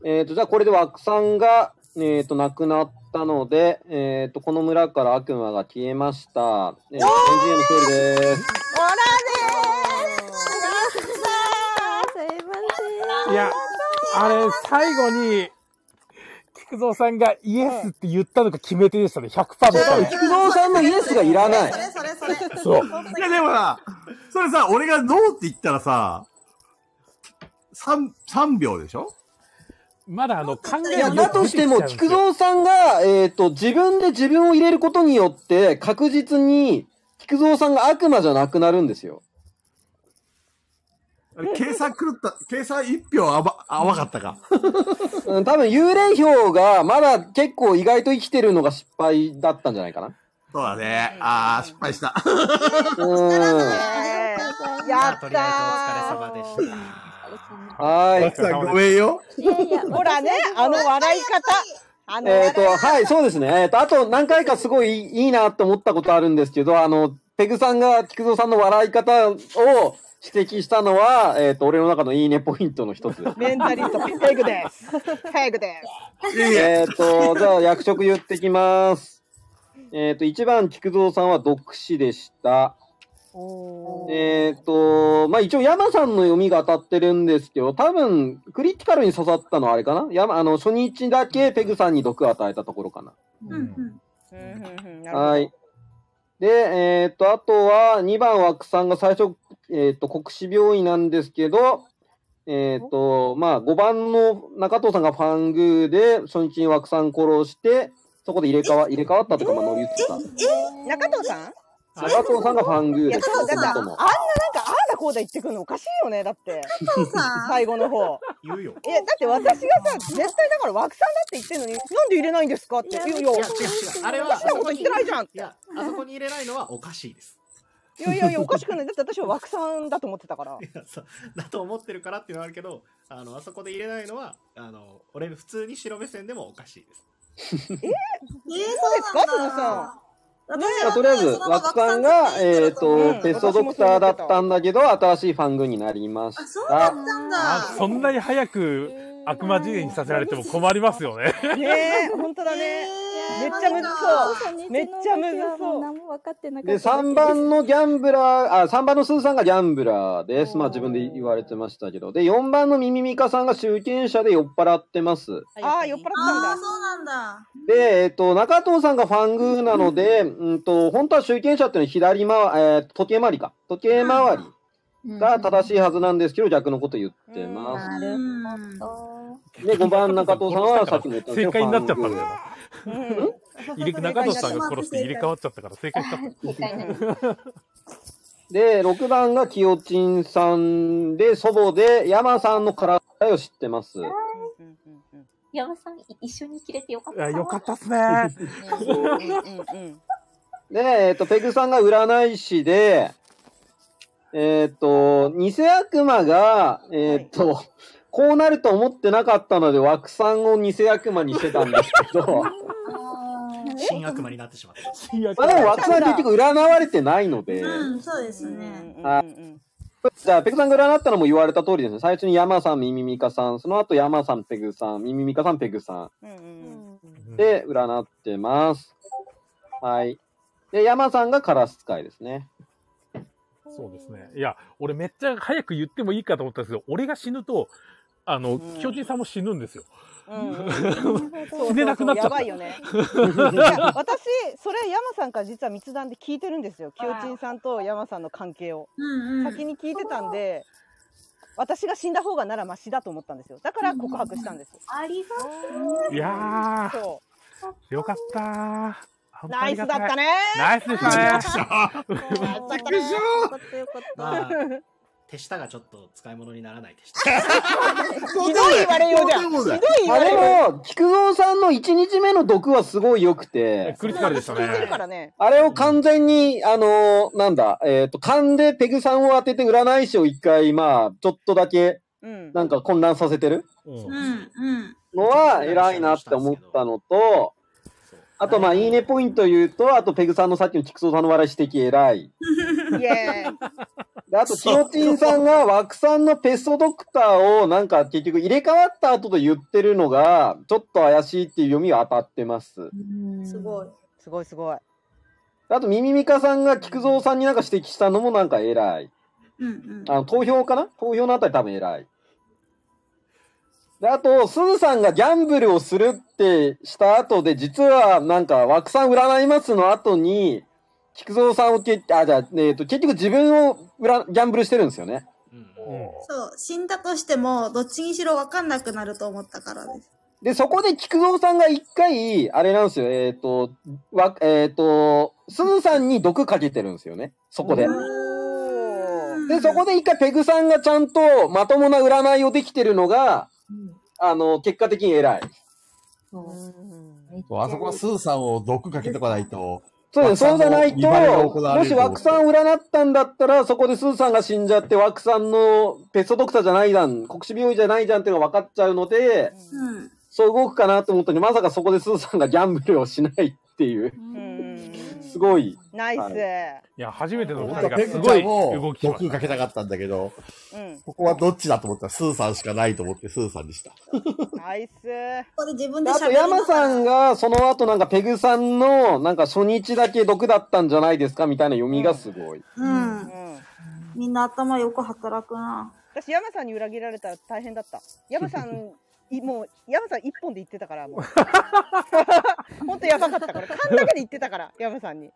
H: えっ、とじゃあこれで枠さんがえっ、と亡くなったのでえっ、とこの村から悪魔が消えましたえー、BGM 整理です
A: いや、あれ、最後に、菊蔵さんがイエスって言ったのが決め手でしたね。100%でしたね。
H: 菊蔵さんのイエスがいらない。
J: それそれそれ。
A: そう。
B: いや、でもさ、それさ、俺がノーって言ったらさ、3、三秒でしょ
A: まだあの、考
H: いや、だとしても、菊蔵さんが、えっ、と、自分で自分を入れることによって、確実に、菊蔵さんが悪魔じゃなくなるんですよ。
B: あれ計算狂った、計算1票あば、甘かったか。
H: うん、多分、幽霊票が、まだ結構意外と生きてるのが失敗だったんじゃないかな。
B: そうだね。あー、失敗した。
H: うん。
D: や
C: ったとりあえずお疲れ様でした。
H: はい。
B: ごめんよ。
D: ほらね、あの笑い方。あの、
H: えっ、と、はい、そうですね。えっ、と、あと何回かすごいいいなと思ったことあるんですけど、あの、ペグさんが菊蔵さんの笑い方を指摘したのは、えっ、と、俺の中のいいねポイントの一つです。
D: メンタリスト、ペグです。ペグで す。
H: えっと、じゃあ役職言ってきます。えっ、と、1番、菊蔵さんは毒死でした。えっ、と、まあ、一応山さんの読みが当たってるんですけど、多分、クリティカルに刺さったのはあれかな山、あの、初日だけペグさんに毒を与えたところかな。はい。で、えっ、と、あとは、2番枠さんが最初、えっ、と、国士病院なんですけど、えっ、と、まあ、5番の中藤さんがファングーで、初日に枠さん殺して、そこで入れ替わ入れ替わったとか、まあ、乗り移った。
D: 中藤さん
H: 中藤さんがファングー
D: いや、
H: で
D: そうだ
H: す
D: って、あんななん
H: も
D: か、ああだこうだ言ってくるのおかしいよね、だって。最後の方。
C: 言うよ。
D: いや、だって私がさ、絶対だから枠さんだって言ってんのに、なんで入れないんですかって。いや、いや、
C: いや違う違うあれは
D: おかしなこと言ってないじゃんって。いや、
C: あそこに入れないのはおかしいです。
D: いやいや、おかしくない。だって私は枠さんだと思ってたから。
C: そうだと思ってるからっていうのはあるけど、あの、あそこで入れないのは、あの、俺普通に白目線でもおかしいです。
J: えー、
D: そうなんだ。
H: まあ、とりあえず、枠さんが、えっ、と、ペストドクターだったんだけど、新しいファングーになりました。
A: あそんなに早く悪魔次元にさせられても困りますよね。
D: ねえ、本当だね。めっちゃむずそう。めっちゃむずそう。
P: 何も分かってなか
H: で、
P: った
H: 3番のギャンブラー、あ、3番のスーさんがギャンブラーです。まあ自分で言われてましたけど。で、4番のミミミカさんが集権者で酔っ払ってます。
D: ああ、酔っ払ってたんだ。
J: そうなんだ。
H: で、えっと、中藤さんがファングーなので、うんと、本当は集権者っていうのは左回り、えー時計回りか。時計回りが正しいはずなんですけど、逆のこと言ってます。
P: なるほ
H: で、5番中藤さんはさっきも言ったんですけど
A: 正解になっちゃったんだよな
D: ファングー
A: 入れ中藤さんが殺して入れ替わっちゃったから正解しちゃった。
H: で、6番がキヨチンさんで、祖母で、山さんの体を知ってます。
M: 山さん、い一緒に切れてよかった
A: あ
M: わ。
A: よかったっすね。
H: で、えっ、と、ペグさんが占い師で、えっ、と、偽悪魔が、えっ、と、こうなると思ってなかったので、枠さんを偽悪魔にしてたんですけ ど、
C: 新悪魔になってしまった。
H: まあでも枠さんは結局占われてないので、
J: うん、そうですね。
H: はい。じゃあ、ペグさんが占ったのも言われた通りですね。最初に山さん、ミミミカさん、その後山さん、ペグさん、ミミミカさん、ペグさん。で、占ってます。はい。で、山さんがカラス使いですね。
A: そうですね。いや、俺めっちゃ早く言ってもいいかと思ったんですけど、俺が死ぬと、あの、巨人さんも死ぬんですよ。
D: そう
A: 死ねなくなっちゃっ
D: やば
A: た
D: いよ ね。いや私、それ山さんから実は密談で聞いてるんですよ。きよちんさんと山さんの関係を。
J: うんうん
D: 先に聞いてたんで、私が死んだ方がならマシだと思ったんですよ。だから告白したんです。
M: ありが
A: いやー、
D: そ
A: よかったー。本当
D: ナ
A: あ
D: イ
A: り
D: ス
A: が
D: だった
A: い
D: たね。
A: ナイスでしたね。
D: ナイスだったね。
K: よかったよかった。
C: まあ、手下がちょっと使い物にならない手下。
D: ひどい言われようじゃん。ひどい言われよ
H: あでも、菊蔵さんの1日目の毒はすごい良くて。
B: クリティカルでしたね。
D: う。だからね。
H: あれを完全に、あのーなんだ、えっ、と、勘でペグさんを当てて占い師を一回、まあ、ちょっとだけ、
D: うん。
H: なんか混乱させてる
J: うん、うん。
H: のは偉いなって思ったのと、あと、まあ、いいねポイント言うと、あと、ペグさんのさっきの菊蔵さんの笑い指摘偉い。
D: イエーイ。
H: であと、キヨチンさんが枠さんのペストドクターをなんか結局入れ替わった後と言ってるのが、ちょっと怪しいっていう読みは当たってます。
J: すごい。
D: すごいすごい。
H: あと、ミミミカさんが菊蔵さんになんか指摘したのもなんか偉い。
J: うん、うん。
H: あの投票かな投票のあたり多分偉い。で、あと、すずさんがギャンブルをするってした後で、実はなんか枠さん占いますの後に、菊蔵さんをけ、あ、じゃあ、えっ、と、結局自分を占ギャンブルしてるんですよね。
J: そう、死んだとしても、どっちにしろ分かんなくなると思ったからです。
H: で、そこで菊蔵さんが一回、あれなんですよ、えっ、と、わ、えっ、と、すずさんに毒かけてるんですよね、そこで。で、そこで一回ペグさんがちゃんとまともな占いをできてるのが、あの、結果的に偉い。
B: そうあそこはスーさんを毒かけとかないと。
H: そうです、そうじゃないと、もし枠さ
B: ん。
H: んを占ったんだったら、そこでスーさんが死んじゃって、枠さんのペストドクターじゃないじゃん、国士病院じゃないじゃんっていうのが分かっちゃうので、
J: うん。
H: そう動くかなと思ったのに、まさかそこでスーさんがギャンブルをしないっていう、すごい。
D: ナイス。
A: いや、初めての
B: 本
A: 舞台
B: 当は
A: が
B: ペ
A: す
B: グ
A: ご
B: ちゃ
A: い
B: ん
A: 動
B: も
A: きしまし
B: 毒
A: た。
B: かけたかったんだけど、
D: うん。
B: ここはどっちだと思ったら、スーさんしかないと思って、スーさんでした。
D: ナイス。
J: ここで自分
H: で
J: で
H: あと
J: 喋りな
H: 山
J: がら
H: さんがその後なんかペグさんのなんか初日だけ毒だったんじゃないですかみたいな読みがすごい。
J: うん。
D: うん。
J: みんな頭よく働くな。
D: 私山さんに裏切られたら大変だった。山さん。いもう山さん一本で言ってたからもう 本当やばかったから勘だけで言ってたから山さんに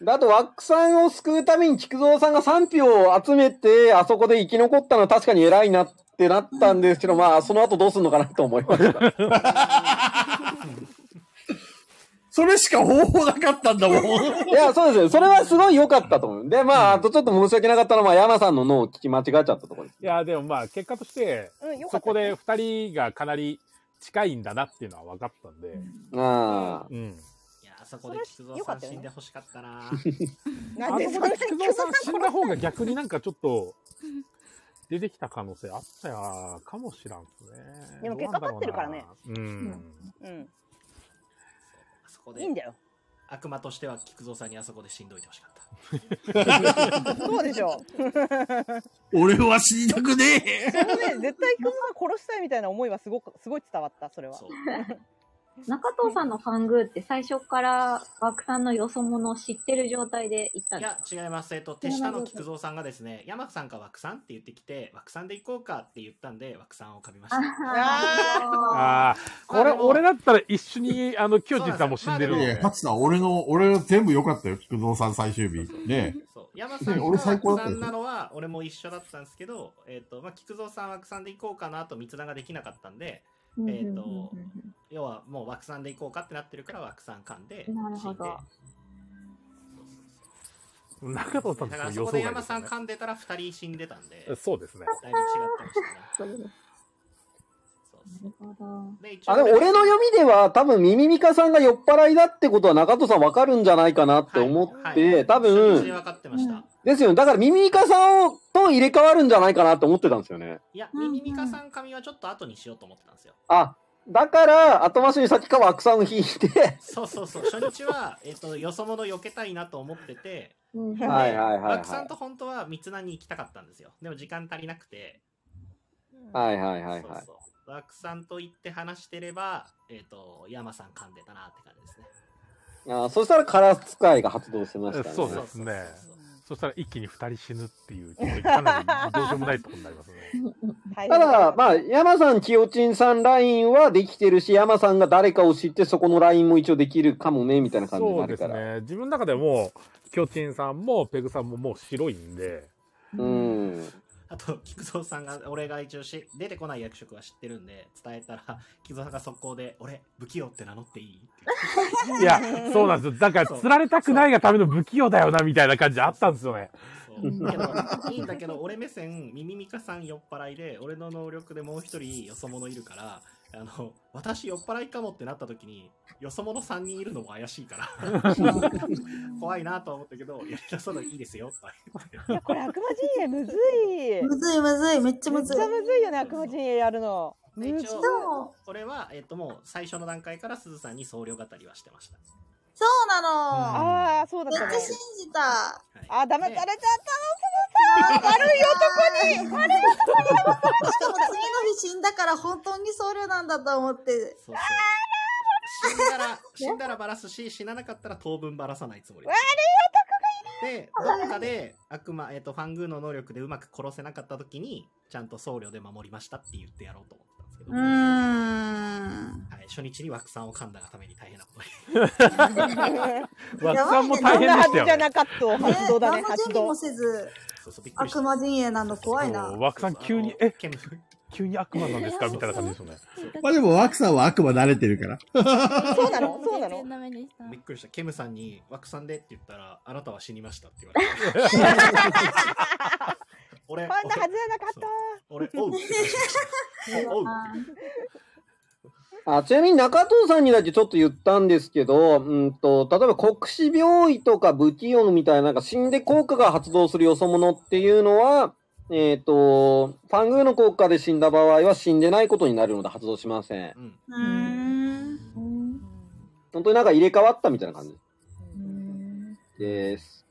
H: であとワックさんを救うために菊蔵さんが3票を集めてあそこで生き残ったのは確かに偉いなってなったんですけ どまあその後どうするのかなと思いました。
B: それしか方法なかったんだもん。
H: いやそうですよ。それはすごい良かったと思う。でまああとちょっと申し訳なかったのはまあ山さんの脳を聞き間違えちゃったところです。
A: いや、でもまあ、結果として、
D: うんよか
A: そ
D: った
A: こで
D: よ
A: 二人がかなり近いんだなっていうのは分かったんで。
H: ああ。
A: うん。
C: いや、あそこで菊蔵さん死んでほしかったな。
D: な
A: あ
D: んで
A: そこ
D: そ
A: で
D: れ
A: 菊蔵さん死んだ方が逆になんかちょっと、出てきた可能性あったやかもしらんっすね。
D: でも結果勝ってるからね
A: どうなんだろうな。
D: うん
C: あそこ
D: い
C: で
D: いんだよ
C: 悪魔としては菊蔵さんにあそこで死んどいてほしかった。
D: そうでしょう
B: 俺は死にたくねえ
D: そのね絶対菊蔵さん殺したいみたいな思いはすごくすごい伝わったそれは
C: そう。
M: 中藤さんのファングーって最初から枠さんのよそ者を知ってる状態で行ったん
C: い
M: です
C: や、違います。えっと、手下の菊蔵さんがですね、山さんか枠さんって言ってきて、枠さんで行こうかって言ったんで、枠さんをかみました。
A: ああ、これ、
C: まあでも
A: 俺だったら一緒に、あの、清地さんも死んでる
C: そう
A: ん
B: い
A: で
B: や、勝さん、俺の、俺は全部良かったよ、菊蔵さん最終日。ね
C: そう山さん
B: ね
C: と
B: 俺最高
C: 枠
B: だっ
C: さ
B: たよ
C: んなのは俺も一緒だったんですけど、えっとまあ、菊蔵さん枠さんで行こうかなと密談ができなかったんで、
M: うん
C: えっ、
M: うんう
C: と
M: んうんうん
C: 要はもう枠さんで行こうかってなってるから枠さん噛んで
M: なるほど
A: す。中藤
C: 死
A: さん
C: んでだか
A: との
C: ら
A: 予
C: そこ
A: 想外
C: で
A: で
C: 山
A: す
C: さ
A: よ
C: ん
A: ね
C: 噛んでたら2人死んでたんでだいぶ違
A: そうですね。
C: ってましたね
M: そう ですな
C: そうそう
M: るほど
C: で一応
H: あでも俺の読みでは多分ミミミカさんが酔っ払いだってことは中戸さん分かるんじゃないかなって思って、多
C: 初日
H: 分
C: で分かってました、
H: ですよね。だから、ミミミカさんと入れ替わるんじゃないかなと思ってたんですよね。
C: いや、
M: うんうん
C: ミミミカさん髪はちょっと後にしようと思ってたんですよ。
H: あ、だから、後回しに先か枠さんを引い て、
C: そうそうそう、初日 は、えっと、よそ者避けたいなと思ってて、
M: うん
H: はいはいはいはい
C: 枠さんと本当は密談に行きたかったんですよ。でも時間足りなくて、
H: はいはいはいはい。
C: そうそう。枠さんと行って話してれば、えっと、山さん噛んでたなって感じですね。
H: あそしたら、カラス使いが発動してましたね。
A: そうですね。そしたら一気に二人死ぬっていう、かなりどうしようもないとこ ろになりますね。
D: た
H: ただ、まあ、山さん、キヨチンさんラインはできてるし、山さんが誰かを知って、そこのラインも一応できるかもね、みたいな感じに
A: そ
H: な
A: うで
H: るか
A: す
H: ら。
A: ね。自分の中でも、キョチンさんもペグさんももう白いんで、
H: うん。
C: あと、菊蔵さんが、俺が一応し、出てこない役職は知ってるんで、伝えたら、 菊蔵さんが速攻で、俺、不器用って名乗っていいって
A: いや、そうなんですよ。だから、釣られたくないがための不器用だよな、みたいな感じあったんですよね。
C: そそうけどいいんだけど俺目線ミミミカさん酔っ払いで俺の能力でもう一人よそ者いるからあの私酔っ払いかもってなった時によそ者3人いるのも怪しいから怖いなとは思ったけどやりださないいいですよとは言って
D: いやこれ悪魔陣営むずい
J: むずいむずいめっちゃむずい
D: めっちゃむずいよね悪魔陣営やるの
C: で
D: むずい
C: 一応これは、えっと、もう最初の段階からすずさんに僧侶語りはしてました
J: そうなの。
D: ああ、そうだったね
J: めっちゃ信じた。
D: あ、騙されちゃったの、そのさ、悪い男に、悪い男に騙され
J: しかも次の日死んだから本当に僧侶なんだと思って。
C: そうそう死んだ ら死んだらバラすし死ななかったら当分バラさないつもりですでどっかで悪魔、えっとファングーの能力でうまく殺せなかった時にちゃんと僧侶で守りましたって言ってやろうと思ったんですけど
J: うーん
C: はい、初日に枠さんを噛んだがために大変なことに
A: 枠さんも大変でした
D: あんなはず
A: よね
D: じゃなかった発動だね
J: 何の準備もせず悪魔陣営なの怖いな。
A: ワクさん急に、え、急に悪魔なんですかみたいな感じですよね。
B: まあでも、ワクさんは悪魔慣れてるから。
D: そうなのそうなの
C: びっくりしたケムさんに「枠さんで」って言ったら「あなたは死にました」って言われ て俺
D: こんなはずじゃなかった
C: 俺おうって言いまし たおう
H: あちなみに中藤さんにだけちょっと言ったんですけど、うんと、例えば国士病院とか不器用みたいな、なんか死んで効果が発動するよそ者っていうのは、えっ、と、ファングーの効果で死んだ場合は死んでないことになるので発動しません。本当になんか入れ替わったみたいな感じです。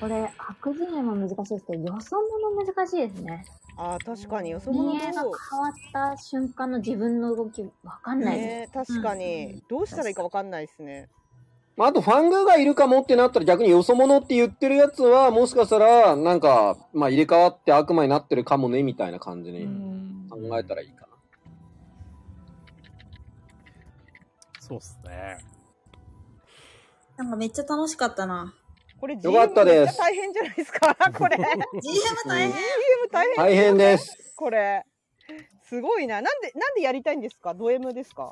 V: これ、白人絵も難しいですけど、よそ者難しいですね。
D: あ確かによそ
V: 人
D: 者
V: 間が変わった瞬間の自分の動き、わかんない
D: ね
V: です。
D: 確かに、どうしたらいいかわかんないですね
H: まあ、あと、ファングーがいるかもってなったら逆によそ者って言ってるやつは、もしかしたら、なんか、まあ、入れ替わって悪魔になってるかもね、みたいな感じに考えたらいいかな。
A: そうっすね。
J: なんかめっちゃ楽しかったな。
D: これ
H: よかったです
D: めちゃ大変じゃないで すかこれ GM
J: 大変
D: GM 大変
H: 大変です
D: これすごいななんでなんでやりたいんですかド M ですか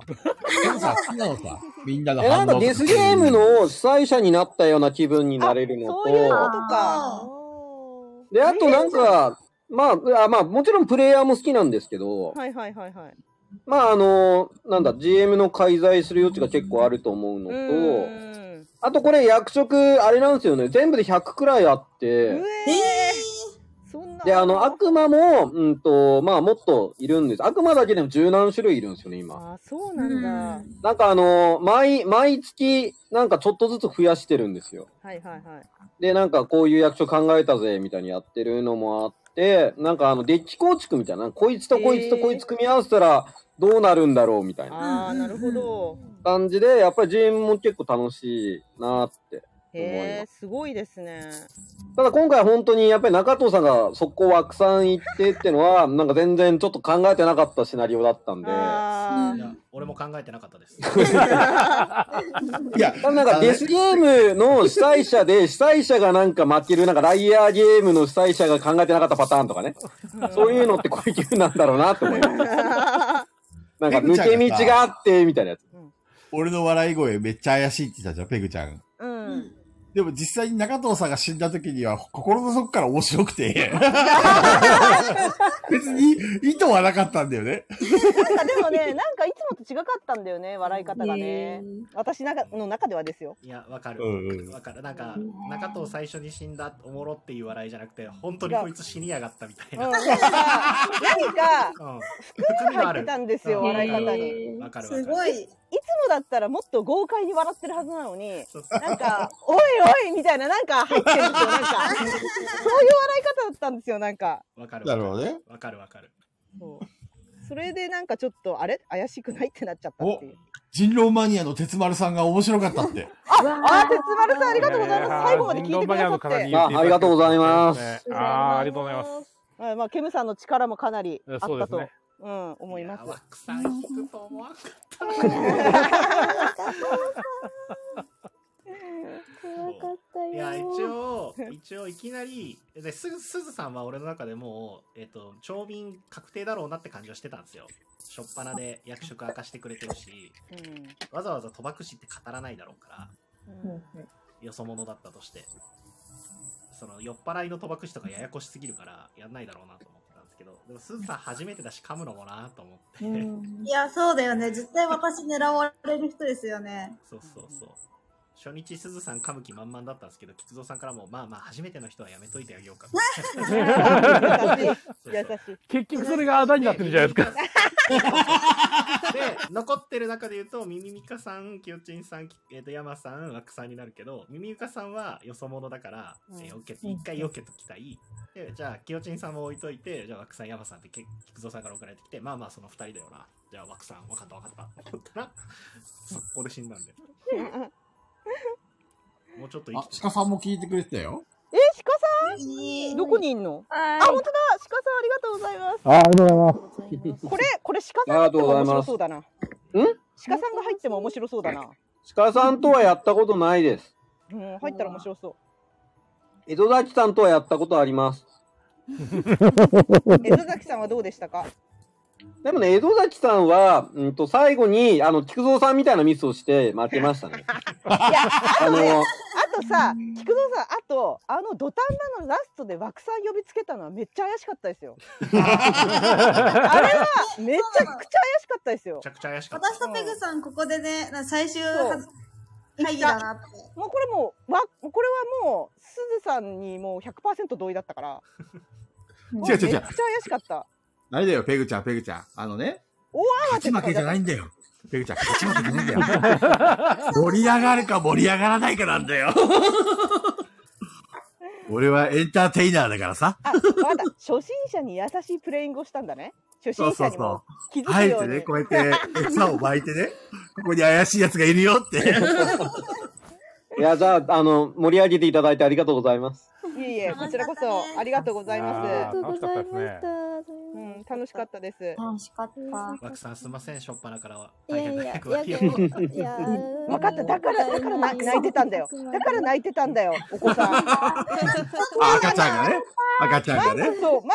B: さすがのさ、みんなが
H: え、なんかデスゲームの主催者になったような気分になれるのと、
D: そういうことか
H: で、あとなんか、まあ、あまあ、もちろんプレイヤーも好きなんですけど、
D: はいはいはいはい
H: まあ、あの、なんだ、GM の介在する余地が結構あると思うのと、あとこれ役職、あれなんですよね、全部で100くらいあって、で、あの、悪魔も、うんと、まあ、もっといるんです。悪魔だけでも十何種類いるんですよね、今。
D: あそうなんだ
H: なんかあの、毎、毎月、なんかちょっとずつ増やしてるんですよ。
D: はいはいはい
H: で、なんかこういう役所考えたぜ、みたいにやってるのもあって、なんかあの、デッキ構築みたいな、こいつとこいつとこいつ組み合わせたらどうなるんだろう、みたいな
D: ああなるほど
H: 感じで、やっぱり GM も結構楽しいなって。
D: へえすごいですね
H: ただ今回本当にやっぱり中藤さんが速攻枠さん行ってってのは、なんか全然ちょっと考えてなかったシナリオだったんで。
C: いや俺も考えてなかったです
H: いや、なんかデスゲームの主催者で、主催者がなんか負ける、なんかライアーゲームの主催者が考えてなかったパターンとかね。そういうのってこういうなんだろうなと思います。なんか抜け道があって、みたいなやつ。
B: 俺の笑い声めっちゃ怪しいって言ってたじゃん、ペグちゃん。
D: うん
B: でも実際に中藤さんが死んだ時には心の底から面白く て。別に意図はなかったんだよね。
D: なんかでもね、なんかいつもと違かったんだよ ね、笑い方がね。私なんかの中ではですよ。
C: いや、わかる。
D: うん
B: うん
C: わかる。なんか、中藤最初に死んだ、おもろっていう笑いじゃなくて、本当にこいつ死にやがったみたいな。
D: うんなんか何か
C: うん
D: 含みが入ってたんですよ、
C: うん
D: 笑い方に。
C: わかるわかる。い。
D: い。いつもだったらもっと豪快に笑ってるはずなのに、なんか、おいおいみたいな、なんか入ってるんですよ、なんか。そういう笑い方だったんですよ、なんか。
C: わかる。
B: なるほどね。
C: わかるわかる。
D: それでなんかちょっと、あれ怪しくないってなっちゃったっていう。
B: 人狼マニアの鉄丸さんが面白かったって。
D: あ、あ、鉄丸さんありがとうございます。最後まで聞いてくださって。
H: あありがとうございます。
A: ああ、ありがとうございます。
D: はい、まあ、ケムさんの力もかなりあった
A: そうで
D: と。
A: すね
D: うん、思います。
C: 枠さん引くと思わんかった。
P: 怖かったよ
C: いや、一応、一応、いきなり、ですぐ、すずさんは俺の中でもう、えっ、と、長瓶確定だろうなって感じはしてたんですよ。しょっぱなで役職明かしてくれてるし、わざわざ賭博士って語らないだろうから。よそ者だったとして。その酔っ払いの賭博師とかややこしすぎるからやんないだろうなと思ってたんですけどでもすずさん初めてだし噛むのもなと思って
J: いや、そうだよね。絶対私狙われる人ですよね。
C: そうそうそう初日すずさん噛む気満々だったんですけど吉蔵さんからもまあまあ初めての人はやめといてあげようか
D: 優しい 優しい
A: 結局それがあだになってるじゃないですか。
C: で残ってる中で言うとミミミカさんキヨチンさん、きえー、とヤマさんワクさんになるけどミミミカさんはよそ者だから、えー、オッケー一回よけときたいでじゃあキヨチンさんも置いといてじゃあワクさんヤマさんってけ菊蔵さんから送られてきてまあまあその二人だよなじゃあワクさんわかったわかったと思ったら速攻で死んだんでもうちょっと生
B: あ
C: き、て
B: 鹿さんも聞いてくれてたよ。
D: え、鹿さんどこにいんのあ、本当だ鹿さんありがとうございます
B: あ、ありがとうございます。
D: これ、これ鹿さん入っても面白そうだな。ん
H: ん
D: 鹿さんが入っても面白そうだな。
H: 鹿さんとはやったことないです。
D: うん、入ったら面白そう。
H: 江戸崎さんとはやったことあります。
D: 江戸崎さんはどうでしたか
H: でもね、江戸崎さんは、うんと、最後に、あの、菊蔵さんみたいなミスをして負けましたね。あの、
D: あとさ、菊蔵さん、あと、あの土壇場のラストで枠さん呼びつけたのはめっちゃ怪しかったで すよ。あれはめちゃくちゃ怪しかったですよ。
C: めちゃくちゃ怪しか
D: った。
J: 私とペグさん、ここでね、な最終
D: そう
J: は会議だなって。
D: もうこれもう、わ、これはもう、すずさんにもう100%同意だったから。も
B: 違う違う
D: めっ
B: 違う
D: ちゃ怪しかった。
B: あれだよ、ペグちゃん、ペグちゃん。あのね、
D: 大慌
B: 勝
D: て
B: ち負けじゃないんだ
D: よ。
B: よ。ペグちゃん、勝ち負けじゃないんだよ。盛り上がるか盛り上がらないかなんだよ。俺はエンターテイナーだからさ。
D: あ、わかった。初心者に優しいプレイングをしたんだね。初
B: そう
D: 心者
B: そう
D: にも
B: そ
D: 気づ
B: う。あ
D: く
B: え
D: よう
B: て
D: に。
B: ね、こう やって餌を巻いてね、ここに怪しい奴がいるよって。
H: いや、じゃあ、あの、盛り上げていただいてありがとうございます。
D: いえいえ、こちらこそありがとうございます。
H: いやーありがとうございました
D: うん、楽しかったです。
M: 楽しかっ
C: ワクさんすいませんしょっぱなからはい
D: やいや
C: 大変な役
D: いやでもいや分かった。だからだからな泣いてたんだよ。だから泣いてたんだよ。お子さん。
B: あ赤ちゃんがね、赤ちゃん がね、
D: そう、ママ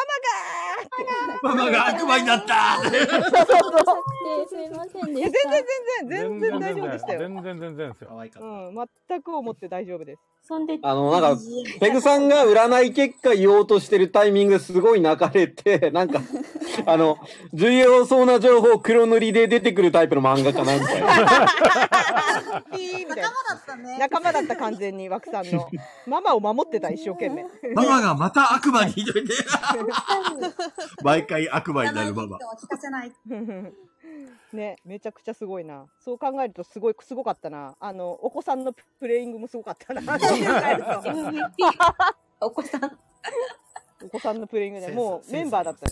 B: ママが悪魔になった
D: そうそう そう。
P: すいません
D: い
P: で
D: や
P: し
D: 全
P: た。
D: 然全然全然大丈夫でしたよ。
A: 全然全然ですよ。
C: 可愛かった。
D: うん、全く思って大丈夫です。
P: そんで
H: あの、なんか、ペグさんが占い結果言おうとしてるタイミングですごい泣かれて、 なんか、あの、重要そうな情報黒塗りで出てくるタイプの漫画かなんか。
D: 仲間だったね。仲間だった完全に枠さん の。ママを守ってた一生懸 命。
B: ママがまた悪魔にいるね。毎回悪魔になるママ。
D: 聞かせ ない。ね、めちゃくちゃすごいな。そう考えるとすごいすごかったな。あのお子さんのププレイングもすごかったな。考えると お子さん。お子さんのプレイングでもうメンバーだった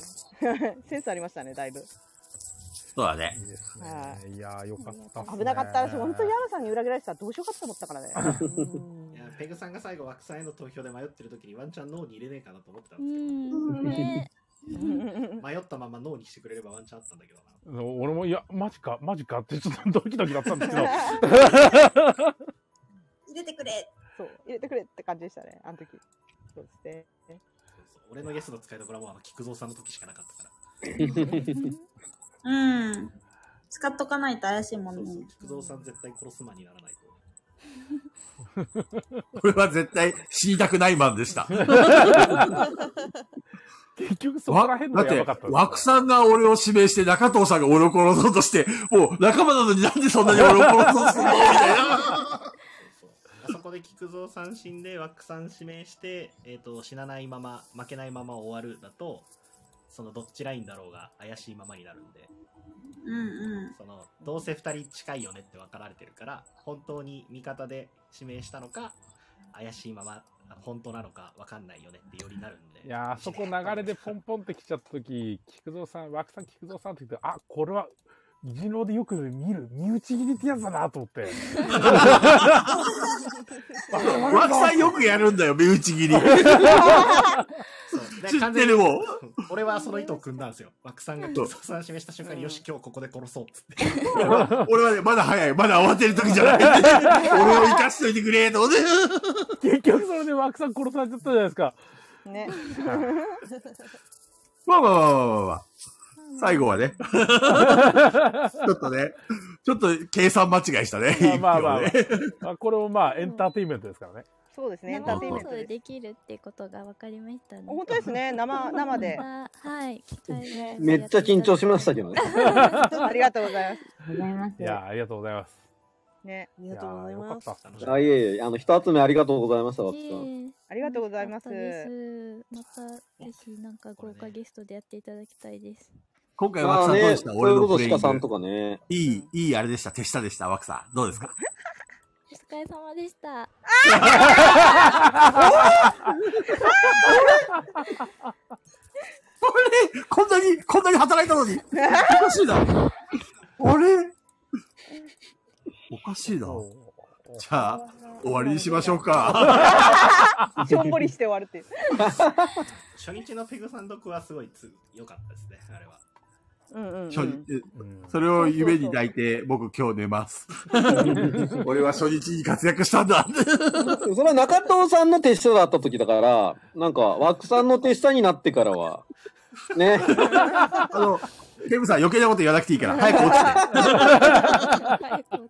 D: ね。 センスありましたね、だいぶ。
B: そうだね。
D: はい
A: やー、よかったっすね
D: 危なかった。私本当にヤマさんに裏切られてたらどうしようかと思ったから ね。
C: いやペグさんが最後、枠さんへの投票で迷ってる時にワンチャン脳に入れねえかなと思ってたん
P: う
C: です
P: ん、ね。
C: けど、迷ったまま脳にしてくれればワンチャンあったんだけどな。
A: 俺も、いや、マジか、マジかって、ちょっと ドキドキだったんです けど。
J: 入れてくれ。
D: そう、入れてくれって感じでしたね、あの時。そうですね。
C: 俺のイエスの使いどころはもうあの菊蔵さんの時しかなかったから。
J: うん。使っとかないと怪しいもんね。
C: 菊蔵さん絶対殺すマンになら ないと。
B: これは絶対死にたくないマン でした。
A: 結局
B: そこ
A: ら辺
B: だ
A: の
B: っ
A: がや
B: て
A: ばかった、
B: 枠さんが俺を指名して中藤さんが俺を殺そうとして、もう仲間なのになんでそんなに俺を殺そうとするのみたいな。
C: あそこで菊蔵さん死んで、ワックさん指名して、えー、と死なないまま、負けないまま終わるだと、そのどっちラインだろうが怪しいままになるんで、
J: うんうん。
C: そのどうせ2人近いよねって分かられてるから、本当に味方で指名したのか、怪しいまま、あの本当なのか分かんないよねってよりなるんで、
A: いやー、あそこ流れでポンポンって来ちゃった時、菊蔵さん、枠さん、菊蔵さんって言って、あ、これは、人狼でよく見る、身内切りってやつだなと思 って。
B: 枠さんよくやるんだよ、身内切り。
C: 知
B: ってるもん。
C: 俺はその意図を組んだんですよ。ワクさんが菊蔵さん指名した瞬間に、よし、今日ここで殺そうっつって。
B: 俺はね、まだ早い、まだ慌てる時じ ゃ ない。俺を生かしといてくれ、と思って。
A: 結局それで枠さん殺されちゃったじゃないですか。
D: ね。
B: まあまあまあまあまあまあ。最後 はね。ちょっとね、ちょっと計算間違いしたね。
A: まあまあまあ、
B: 一票ね
A: まあこれもまあエンターテインメントですからね。
D: そうですねエンターテイ
I: 生
D: ン
I: 放
D: メント
I: 送で
D: です
I: できるってことが分かりましたね。
D: 本当ですね生生で
I: またはい、機会が
H: めっちゃ緊張しましたけどね。
D: ありがとうございます
H: いや、ありがとうございます。
D: ねありがとうございます
H: あ、いえいえ、あの、一集めありがとうございました、わくさん。
D: ありがとうございます
I: またぜひなんか豪華ゲストでやっていただきたいです。
B: 今回ワクさん
H: まあ
B: ど
H: ね
B: うでした、俺のプレイン
H: それこ
B: グ。
H: そ鹿さん とかね。
B: いい、いいあれでした。手下でした、ワクさん。どうですか
I: お疲れ様でした。
B: あれこんなに、こんなに働いたのに。おかしいな。あれおかしいな。じゃあ、終わりにしましょうか。
D: しょんぼりして終わるっていう
C: 初日のペグさん読はすごいつ良かったですね、あれは。
D: うんうん
B: 初日それを夢に抱いて、僕今日 寝ます。俺は初日に活躍したんだ。
H: で もそれは中藤さんの手下だった時だから、なんか、枠さんの手下になってからは、ね。
B: あの、ケムさん余計なこと言わなくていいから、早く落ちて。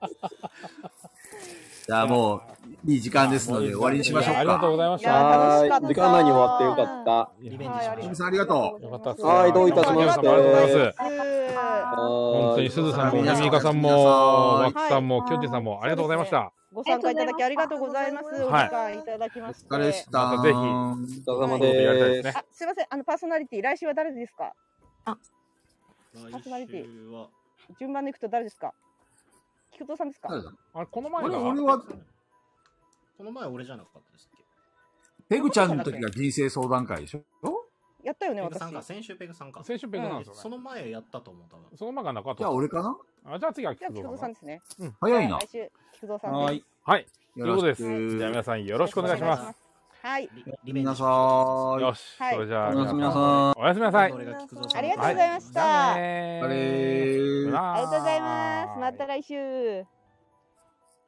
B: じゃあもう、いい時間ですので終わりにしましょうか。
A: ありがとうございました
H: はいい
A: や楽しかった
H: 時間内に終わってよかった。
C: リベンジしま
B: ケムさんありがとう。
A: よかったです。
H: はい、どういたしまして。
A: ありがとうございます。
H: 本
A: 本当にすずさんも、ミ
H: 皆
A: ミカさんも、ワクさんも、きょんちんさんも、ありがとうございました。
D: ご参加いただきありがとうございます。お時間いただきまして。
A: またぜひ、お
H: 疲れ様
A: やりたい
H: で
A: です
H: す。
D: あ、すみません。あのパーソナリティ来週は誰ですか。あ、パーソナリティ
C: は
D: 順番でいくと誰ですか。菊蔵さんですか。
B: 誰だ
D: あれこの
B: 前が俺は
C: この前俺じゃなかったですっけ
B: ペグちゃんの時が人生相談会でしょ
D: やったよ
C: ペ
D: ね
C: グさんか、
D: 私。
C: 先週ペグさんか。
A: 先週ペグなんですよね
C: その前やったと思う、多分。
A: そのまが中藤
B: じゃあ俺かな
A: あ、じゃあ次は
D: じゃあ
A: 菊
D: 菊蔵
A: 蔵さ
D: さ
A: ん
D: ん。ですね。
A: うん
B: 早いな
D: 来週菊蔵さんです。。
A: はい。とい
B: よ
A: う
B: ろ
A: こと
B: しく
A: です。じゃあ皆さんよろしくお願いします。
D: はい。
B: リベンジしましょう
A: よし、
D: はい
A: それじゃあ、
B: おやすみなさい
A: おやすみなさい。
D: ありがとうございました。あ
A: あれ
D: りがとうございます。また来週。